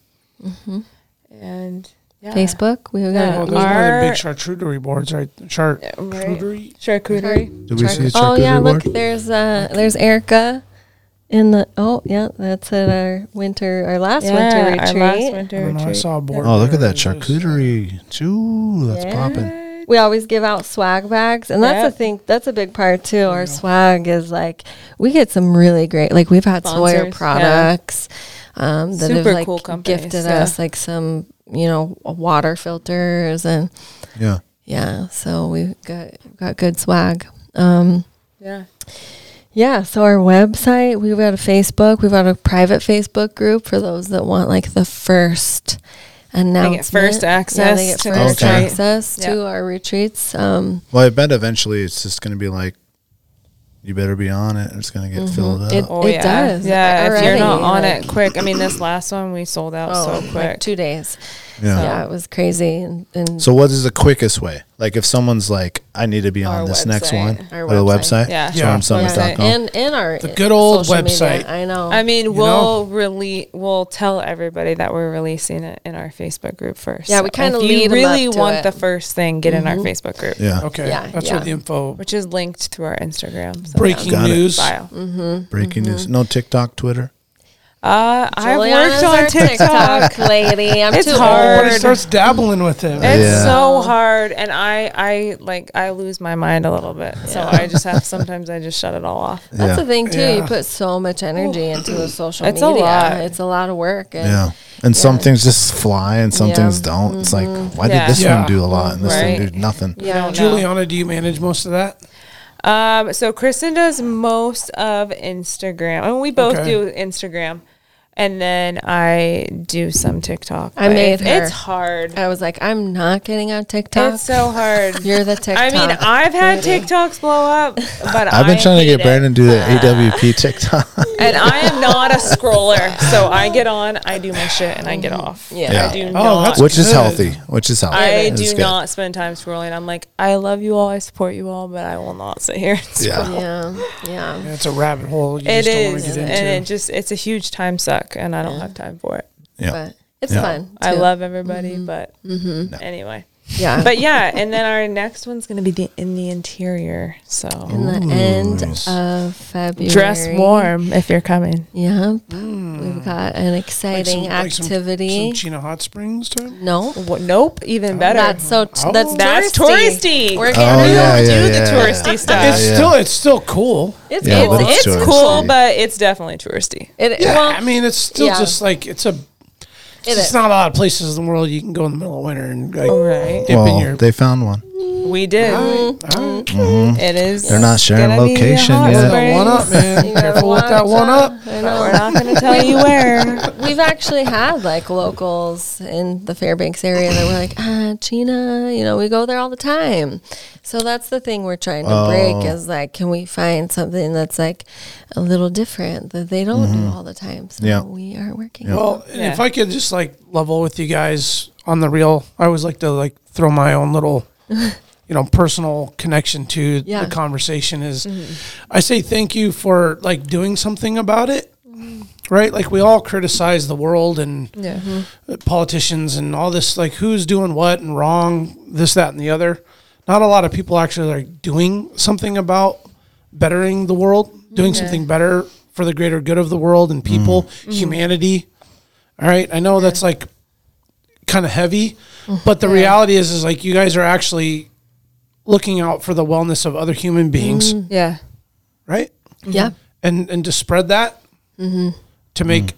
[SPEAKER 5] And yeah.
[SPEAKER 4] Facebook, we
[SPEAKER 5] Yeah.
[SPEAKER 3] oh,
[SPEAKER 4] got
[SPEAKER 3] those are one of the
[SPEAKER 5] Our-
[SPEAKER 3] big charcuterie boards, right? Char-
[SPEAKER 5] Yeah, right.
[SPEAKER 3] Charcuterie.
[SPEAKER 5] Charcuterie.
[SPEAKER 1] Did we see a
[SPEAKER 4] Oh
[SPEAKER 1] charcuterie
[SPEAKER 4] yeah, look,
[SPEAKER 1] board?
[SPEAKER 4] there's uh, there's Erica in the. Oh yeah, that's at our winter, our last winter
[SPEAKER 5] Yeah,
[SPEAKER 4] retreat.
[SPEAKER 5] our last winter
[SPEAKER 3] I,
[SPEAKER 5] retreat.
[SPEAKER 3] don't know, I saw a board.
[SPEAKER 1] Oh, look at
[SPEAKER 3] there.
[SPEAKER 1] that charcuterie. Ooh, that's
[SPEAKER 4] Yeah.
[SPEAKER 1] popping.
[SPEAKER 4] We always give out swag bags, and that's
[SPEAKER 5] Yep.
[SPEAKER 4] a thing. That's a big part too. Our swag is like we get some really great. Like we've had
[SPEAKER 5] Sponsors,
[SPEAKER 4] Sawyer
[SPEAKER 5] yeah.
[SPEAKER 4] products um, that
[SPEAKER 5] Super
[SPEAKER 4] have like
[SPEAKER 5] cool companies,
[SPEAKER 4] gifted
[SPEAKER 5] yeah.
[SPEAKER 4] us like some you know water filters and
[SPEAKER 1] Yeah.
[SPEAKER 4] yeah. So we got got good swag. Um,
[SPEAKER 5] Yeah.
[SPEAKER 4] yeah, so our website, we've got a Facebook, we've got a private Facebook group for those that want like the first announcement.
[SPEAKER 5] first
[SPEAKER 4] Yeah, they
[SPEAKER 5] access
[SPEAKER 4] get
[SPEAKER 5] to
[SPEAKER 4] first
[SPEAKER 1] the retreat.
[SPEAKER 4] access
[SPEAKER 5] Yeah.
[SPEAKER 4] to our retreats. Um,
[SPEAKER 1] Well, I bet eventually it's just going to be like, you better be on it. It's going to get filled up.
[SPEAKER 4] it
[SPEAKER 5] Oh
[SPEAKER 4] it
[SPEAKER 5] yeah.
[SPEAKER 4] does.
[SPEAKER 5] Yeah. If you're
[SPEAKER 4] already,
[SPEAKER 5] not on
[SPEAKER 4] like,
[SPEAKER 5] it quick. I mean this last one we sold out
[SPEAKER 4] oh,
[SPEAKER 5] so
[SPEAKER 4] like,
[SPEAKER 5] quick.
[SPEAKER 4] two days.
[SPEAKER 1] yeah.
[SPEAKER 4] Yeah, it was crazy. And, and
[SPEAKER 1] So, what is the quickest way? Like, if someone's like, I need to be on
[SPEAKER 5] Our
[SPEAKER 1] this next
[SPEAKER 5] website.
[SPEAKER 1] one,
[SPEAKER 4] Our
[SPEAKER 1] or the
[SPEAKER 4] website.
[SPEAKER 1] website,
[SPEAKER 5] Yeah.
[SPEAKER 3] Yeah.
[SPEAKER 1] sorensummit.com.
[SPEAKER 4] yeah, and, and our
[SPEAKER 3] The good old
[SPEAKER 4] social media,
[SPEAKER 3] website.
[SPEAKER 4] I know.
[SPEAKER 5] I mean,
[SPEAKER 3] know?
[SPEAKER 5] we'll really we'll tell everybody that we're releasing it in our Facebook group first.
[SPEAKER 4] Yeah, we kinda
[SPEAKER 5] if
[SPEAKER 4] lead
[SPEAKER 5] you
[SPEAKER 4] 'em
[SPEAKER 5] really
[SPEAKER 4] up to
[SPEAKER 5] want
[SPEAKER 4] it.
[SPEAKER 5] the first thing, get
[SPEAKER 3] Mm-hmm.
[SPEAKER 5] in our Facebook group,
[SPEAKER 1] Yeah.
[SPEAKER 3] Okay,
[SPEAKER 4] Yeah,
[SPEAKER 3] that's
[SPEAKER 4] yeah.
[SPEAKER 3] where the info.
[SPEAKER 5] which is linked through our Instagram. So
[SPEAKER 3] Breaking
[SPEAKER 1] Got it.
[SPEAKER 3] news.
[SPEAKER 5] bio.
[SPEAKER 4] Mm-hmm.
[SPEAKER 1] Breaking
[SPEAKER 5] Mm-hmm.
[SPEAKER 1] news. No TikTok, Twitter.
[SPEAKER 5] Uh, I've
[SPEAKER 4] Juliana's
[SPEAKER 5] worked
[SPEAKER 4] our
[SPEAKER 5] on TikTok.
[SPEAKER 4] TikTok lady. I'm
[SPEAKER 5] It's
[SPEAKER 4] too
[SPEAKER 5] hard.
[SPEAKER 3] Everybody starts dabbling with it.
[SPEAKER 5] It's
[SPEAKER 1] Yeah.
[SPEAKER 5] so hard, and I, I like, I lose my mind a little bit. So I just have sometimes I just shut it all off.
[SPEAKER 4] That's
[SPEAKER 1] Yeah.
[SPEAKER 4] the thing too. You
[SPEAKER 3] Yeah.
[SPEAKER 4] put so much energy into the social
[SPEAKER 5] It's a
[SPEAKER 4] media.
[SPEAKER 5] lot.
[SPEAKER 4] It's a lot of work. And
[SPEAKER 1] Yeah. And some things just fly and some
[SPEAKER 4] Yeah.
[SPEAKER 1] things don't. It's like, why
[SPEAKER 5] Mm-hmm. Yeah.
[SPEAKER 1] did this
[SPEAKER 3] Yeah.
[SPEAKER 1] one do a lot and this one
[SPEAKER 5] Right.
[SPEAKER 1] do nothing?
[SPEAKER 5] You
[SPEAKER 4] Yeah.
[SPEAKER 5] don't know.
[SPEAKER 3] Juliana, do you manage most of that?
[SPEAKER 5] Um, so Kristen does most of Instagram, and we both
[SPEAKER 3] Okay.
[SPEAKER 5] do Instagram, and then I do some TikTok.
[SPEAKER 4] I
[SPEAKER 5] but
[SPEAKER 4] made
[SPEAKER 5] it's-
[SPEAKER 4] her.
[SPEAKER 5] It's hard.
[SPEAKER 4] I was like, I'm not getting on TikTok.
[SPEAKER 5] It's so hard.
[SPEAKER 4] You're the TikTok.
[SPEAKER 5] I mean, I've had TikToks blow up, but
[SPEAKER 1] I've been
[SPEAKER 5] I
[SPEAKER 1] trying to
[SPEAKER 5] hate
[SPEAKER 1] get
[SPEAKER 5] it.
[SPEAKER 1] Brandon to do the AWP TikTok.
[SPEAKER 5] and I am not a scroller. So I get on, I do my shit, and I get off.
[SPEAKER 4] Mm-hmm. Yeah.
[SPEAKER 1] Yeah.
[SPEAKER 5] I do
[SPEAKER 3] Oh,
[SPEAKER 5] not.
[SPEAKER 3] that's
[SPEAKER 1] which is
[SPEAKER 3] good.
[SPEAKER 1] healthy. Which is healthy.
[SPEAKER 5] I
[SPEAKER 1] It's
[SPEAKER 5] do
[SPEAKER 1] good.
[SPEAKER 5] not spend time scrolling. I'm like, I love you all, I support you all, but I will not sit here. And
[SPEAKER 1] Yeah.
[SPEAKER 5] scroll.
[SPEAKER 4] yeah, yeah.
[SPEAKER 3] Yeah, it's a rabbit hole. You
[SPEAKER 5] It
[SPEAKER 3] just don't want to
[SPEAKER 5] is,
[SPEAKER 3] get
[SPEAKER 5] and
[SPEAKER 3] into.
[SPEAKER 5] it just it's a huge time suck, and I don't have time for it.
[SPEAKER 1] Yeah.
[SPEAKER 4] But it's
[SPEAKER 1] Yeah.
[SPEAKER 4] fun.
[SPEAKER 5] I
[SPEAKER 4] too.
[SPEAKER 5] Mm-hmm. love everybody, but anyway,
[SPEAKER 4] Yeah.
[SPEAKER 5] But yeah, and then our next one's gonna be the in the interior. So
[SPEAKER 4] in the end of February.
[SPEAKER 5] dress warm if you're coming.
[SPEAKER 4] Yep. We've got an
[SPEAKER 3] Like Mm.
[SPEAKER 4] exciting
[SPEAKER 3] some- like some-
[SPEAKER 4] activity.
[SPEAKER 3] some Chino Hot Springs time.
[SPEAKER 4] no.
[SPEAKER 5] Wha- nope, even better.
[SPEAKER 4] That's so t-
[SPEAKER 3] Oh.
[SPEAKER 4] that's
[SPEAKER 5] That's
[SPEAKER 4] touristy.
[SPEAKER 5] Oh, touristy.
[SPEAKER 4] We're
[SPEAKER 1] Oh,
[SPEAKER 4] getting
[SPEAKER 1] yeah,
[SPEAKER 5] don't
[SPEAKER 1] yeah,
[SPEAKER 5] do
[SPEAKER 1] yeah.
[SPEAKER 5] the touristy stuff.
[SPEAKER 3] it's still it's still cool.
[SPEAKER 4] it's
[SPEAKER 1] Yeah,
[SPEAKER 4] cool.
[SPEAKER 1] but it's
[SPEAKER 4] It's,
[SPEAKER 1] touristy.
[SPEAKER 5] cool,
[SPEAKER 4] cool.
[SPEAKER 5] but it's definitely touristy.
[SPEAKER 4] It,
[SPEAKER 3] Yeah,
[SPEAKER 4] well,
[SPEAKER 3] I mean it's still
[SPEAKER 4] yeah.
[SPEAKER 3] just like it's a.
[SPEAKER 4] It
[SPEAKER 3] It's
[SPEAKER 4] is.
[SPEAKER 3] not a lot of places in the world you can go in the middle of winter and like
[SPEAKER 5] Right.
[SPEAKER 3] dip in your. Ah.
[SPEAKER 1] Well, they found one.
[SPEAKER 5] We did. It is.
[SPEAKER 1] Mm-hmm. They're not sharing
[SPEAKER 5] gonna be
[SPEAKER 1] location
[SPEAKER 5] hot
[SPEAKER 1] yet.
[SPEAKER 5] springs.
[SPEAKER 3] one up, man.
[SPEAKER 4] you gotta
[SPEAKER 3] Careful with
[SPEAKER 4] watch
[SPEAKER 3] that one up.
[SPEAKER 4] out. uh, I
[SPEAKER 5] But
[SPEAKER 4] know.
[SPEAKER 5] We're not going to tell you where.
[SPEAKER 4] We've actually had like locals in the Fairbanks area that were like, ah, Chena, you know, we go there all the time. So that's the thing we're trying to break
[SPEAKER 3] Oh.
[SPEAKER 4] is like, can we find something that's like a little different that they don't
[SPEAKER 3] Mm-hmm.
[SPEAKER 4] do all the time? So
[SPEAKER 1] Yeah.
[SPEAKER 4] we are working.
[SPEAKER 3] Well, and if
[SPEAKER 5] Yeah.
[SPEAKER 3] I could just like level with you guys on the real, I always like to like throw my own little, you know, personal connection to
[SPEAKER 4] Yeah.
[SPEAKER 3] the conversation. Is I say thank you for like doing something about it, right? Like we all criticize the world and
[SPEAKER 5] Yeah.
[SPEAKER 3] politicians and all this, like who's doing what and wrong, this, that, and the other. Not a lot of people actually are doing something about bettering the world, doing something better for the greater good of the world and people, humanity. All right. I know that's like kind of heavy, but the reality is, is like you guys are actually looking out for the wellness of other human beings,
[SPEAKER 5] Yeah.
[SPEAKER 3] right?
[SPEAKER 4] Yeah.
[SPEAKER 3] And and to spread that to make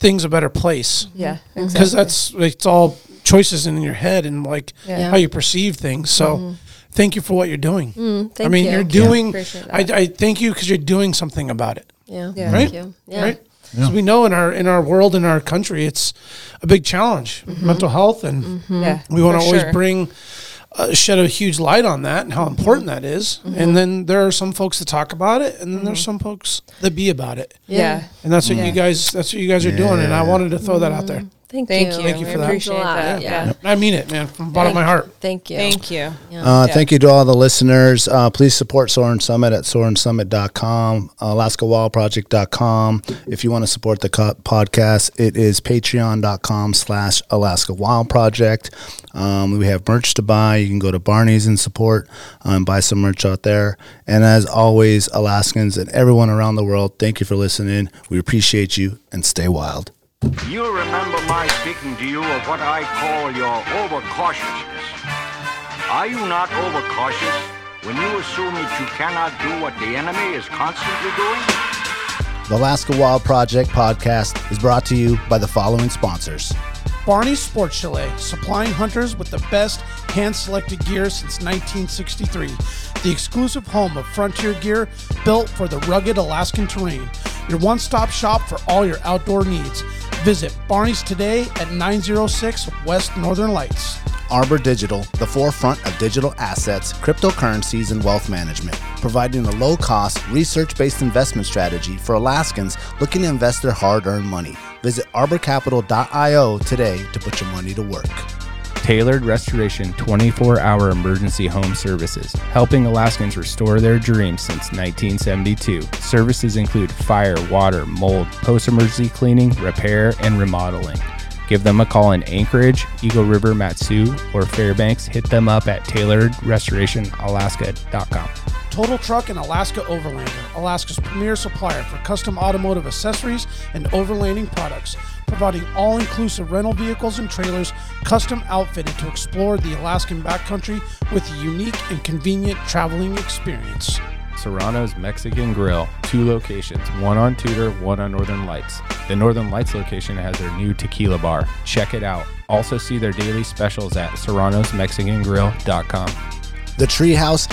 [SPEAKER 3] things a better place
[SPEAKER 5] Yeah.
[SPEAKER 3] because that's it's all choices in your head and like
[SPEAKER 5] Yeah.
[SPEAKER 3] how you perceive things. So, thank you for what you're doing. I
[SPEAKER 4] thank
[SPEAKER 3] mean,
[SPEAKER 4] you.
[SPEAKER 3] are
[SPEAKER 4] Yeah.
[SPEAKER 3] doing.
[SPEAKER 5] Appreciate
[SPEAKER 3] I, I thank you because you're doing something about it,
[SPEAKER 4] Yeah.
[SPEAKER 5] Yeah.
[SPEAKER 4] Thank
[SPEAKER 3] Right?
[SPEAKER 4] you. Yeah.
[SPEAKER 3] right? 'Cause we know in our in our world in our country, it's a big challenge, mental health, and
[SPEAKER 5] Yeah.
[SPEAKER 3] we want to
[SPEAKER 5] Mm-hmm. For
[SPEAKER 3] always
[SPEAKER 5] sure.
[SPEAKER 3] bring. Uh, shed a huge light on that and how important that is. and then there are some folks that talk about it, and then there's some folks that be about it,
[SPEAKER 5] Yeah.
[SPEAKER 3] and that's what you guys that's what you guys are doing. And I wanted to throw that out there.
[SPEAKER 4] Thank,
[SPEAKER 5] Thank
[SPEAKER 4] you.
[SPEAKER 5] you.
[SPEAKER 3] Thank you
[SPEAKER 5] We
[SPEAKER 3] for that.
[SPEAKER 5] appreciate
[SPEAKER 4] Means a lot.
[SPEAKER 5] that.
[SPEAKER 4] Yeah.
[SPEAKER 5] Yeah.
[SPEAKER 3] I mean it, man, from the bottom of my heart.
[SPEAKER 4] Thank you.
[SPEAKER 5] Thank you.
[SPEAKER 1] Uh, Thank you to all the listeners. Uh, please support Soren Summit at sorensummit.com, alaskawildproject.com. If you want to support the co- podcast, it is patreon.com slash Alaska Wild Project. Um, we have merch to buy. You can go to Barney's and support, um, buy some merch out there. And as always, Alaskans and everyone around the world, thank you for listening. We appreciate you and stay wild.
[SPEAKER 9] You remember my speaking to you of what I call your overcautiousness. Are you not overcautious when you assume that you cannot do what the enemy is constantly doing?
[SPEAKER 6] The Alaska Wild Project podcast is brought to you by the following sponsors.
[SPEAKER 3] Barney's Sports Chalet, supplying hunters with the best hand selected gear since 1963. The exclusive home of frontier gear built for the rugged Alaskan terrain. Your one stop shop for all your outdoor needs. Visit Barney's today at 906 West Northern Lights.
[SPEAKER 6] Arbor Digital, the forefront of digital assets, cryptocurrencies, and wealth management, providing a low cost, research based investment strategy for Alaskans looking to invest their hard earned money. Visit arborcapital.io today to put your money to work.
[SPEAKER 2] Tailored Restoration 24 hour emergency home services, helping Alaskans restore their dreams since 1972. Services include fire, water, mold, post emergency cleaning, repair, and remodeling. Give them a call in Anchorage, Eagle River, Matsu, or Fairbanks. Hit them up at tailoredrestorationalaska.com.
[SPEAKER 3] Total Truck and Alaska Overlander, Alaska's premier supplier for custom automotive accessories and overlanding products, providing all inclusive rental vehicles and trailers custom outfitted to explore the Alaskan backcountry with a unique and convenient traveling experience.
[SPEAKER 2] Serrano's Mexican Grill, two locations, one on Tudor, one on Northern Lights. The Northern Lights location has their new tequila bar. Check it out. Also, see their daily specials at serranosmexicangrill.com.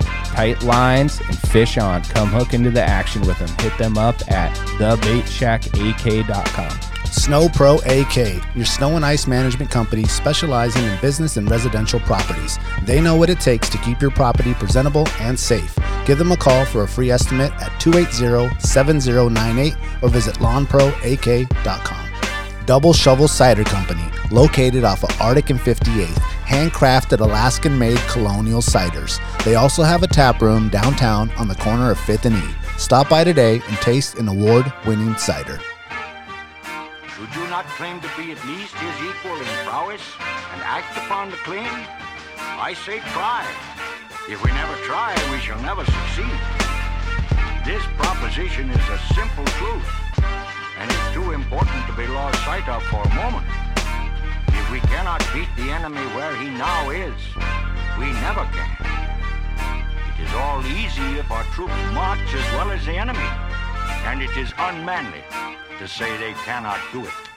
[SPEAKER 2] Tight lines and fish on. Come hook into the action with them. Hit them up at thebaitshackak.com.
[SPEAKER 1] Snow Pro AK, your snow and ice management company specializing in business and residential properties. They know what it takes to keep your property presentable and safe. Give them a call for a free estimate at 280-7098 or visit lawnproak.com. Double Shovel Cider Company, located off of Arctic and 58th, handcrafted Alaskan-made colonial ciders. They also have a tap room downtown on the corner of 5th and E. Stop by today and taste an award-winning cider.
[SPEAKER 9] Should you not claim to be at least his equal in prowess and act upon the claim? I say try. If we never try, we shall never succeed. This proposition is a simple truth, and it's too important to be lost sight of for a moment. If we cannot beat the enemy where he now is, we never can. It is all easy if our troops march as well as the enemy, and it is unmanly to say they cannot do it.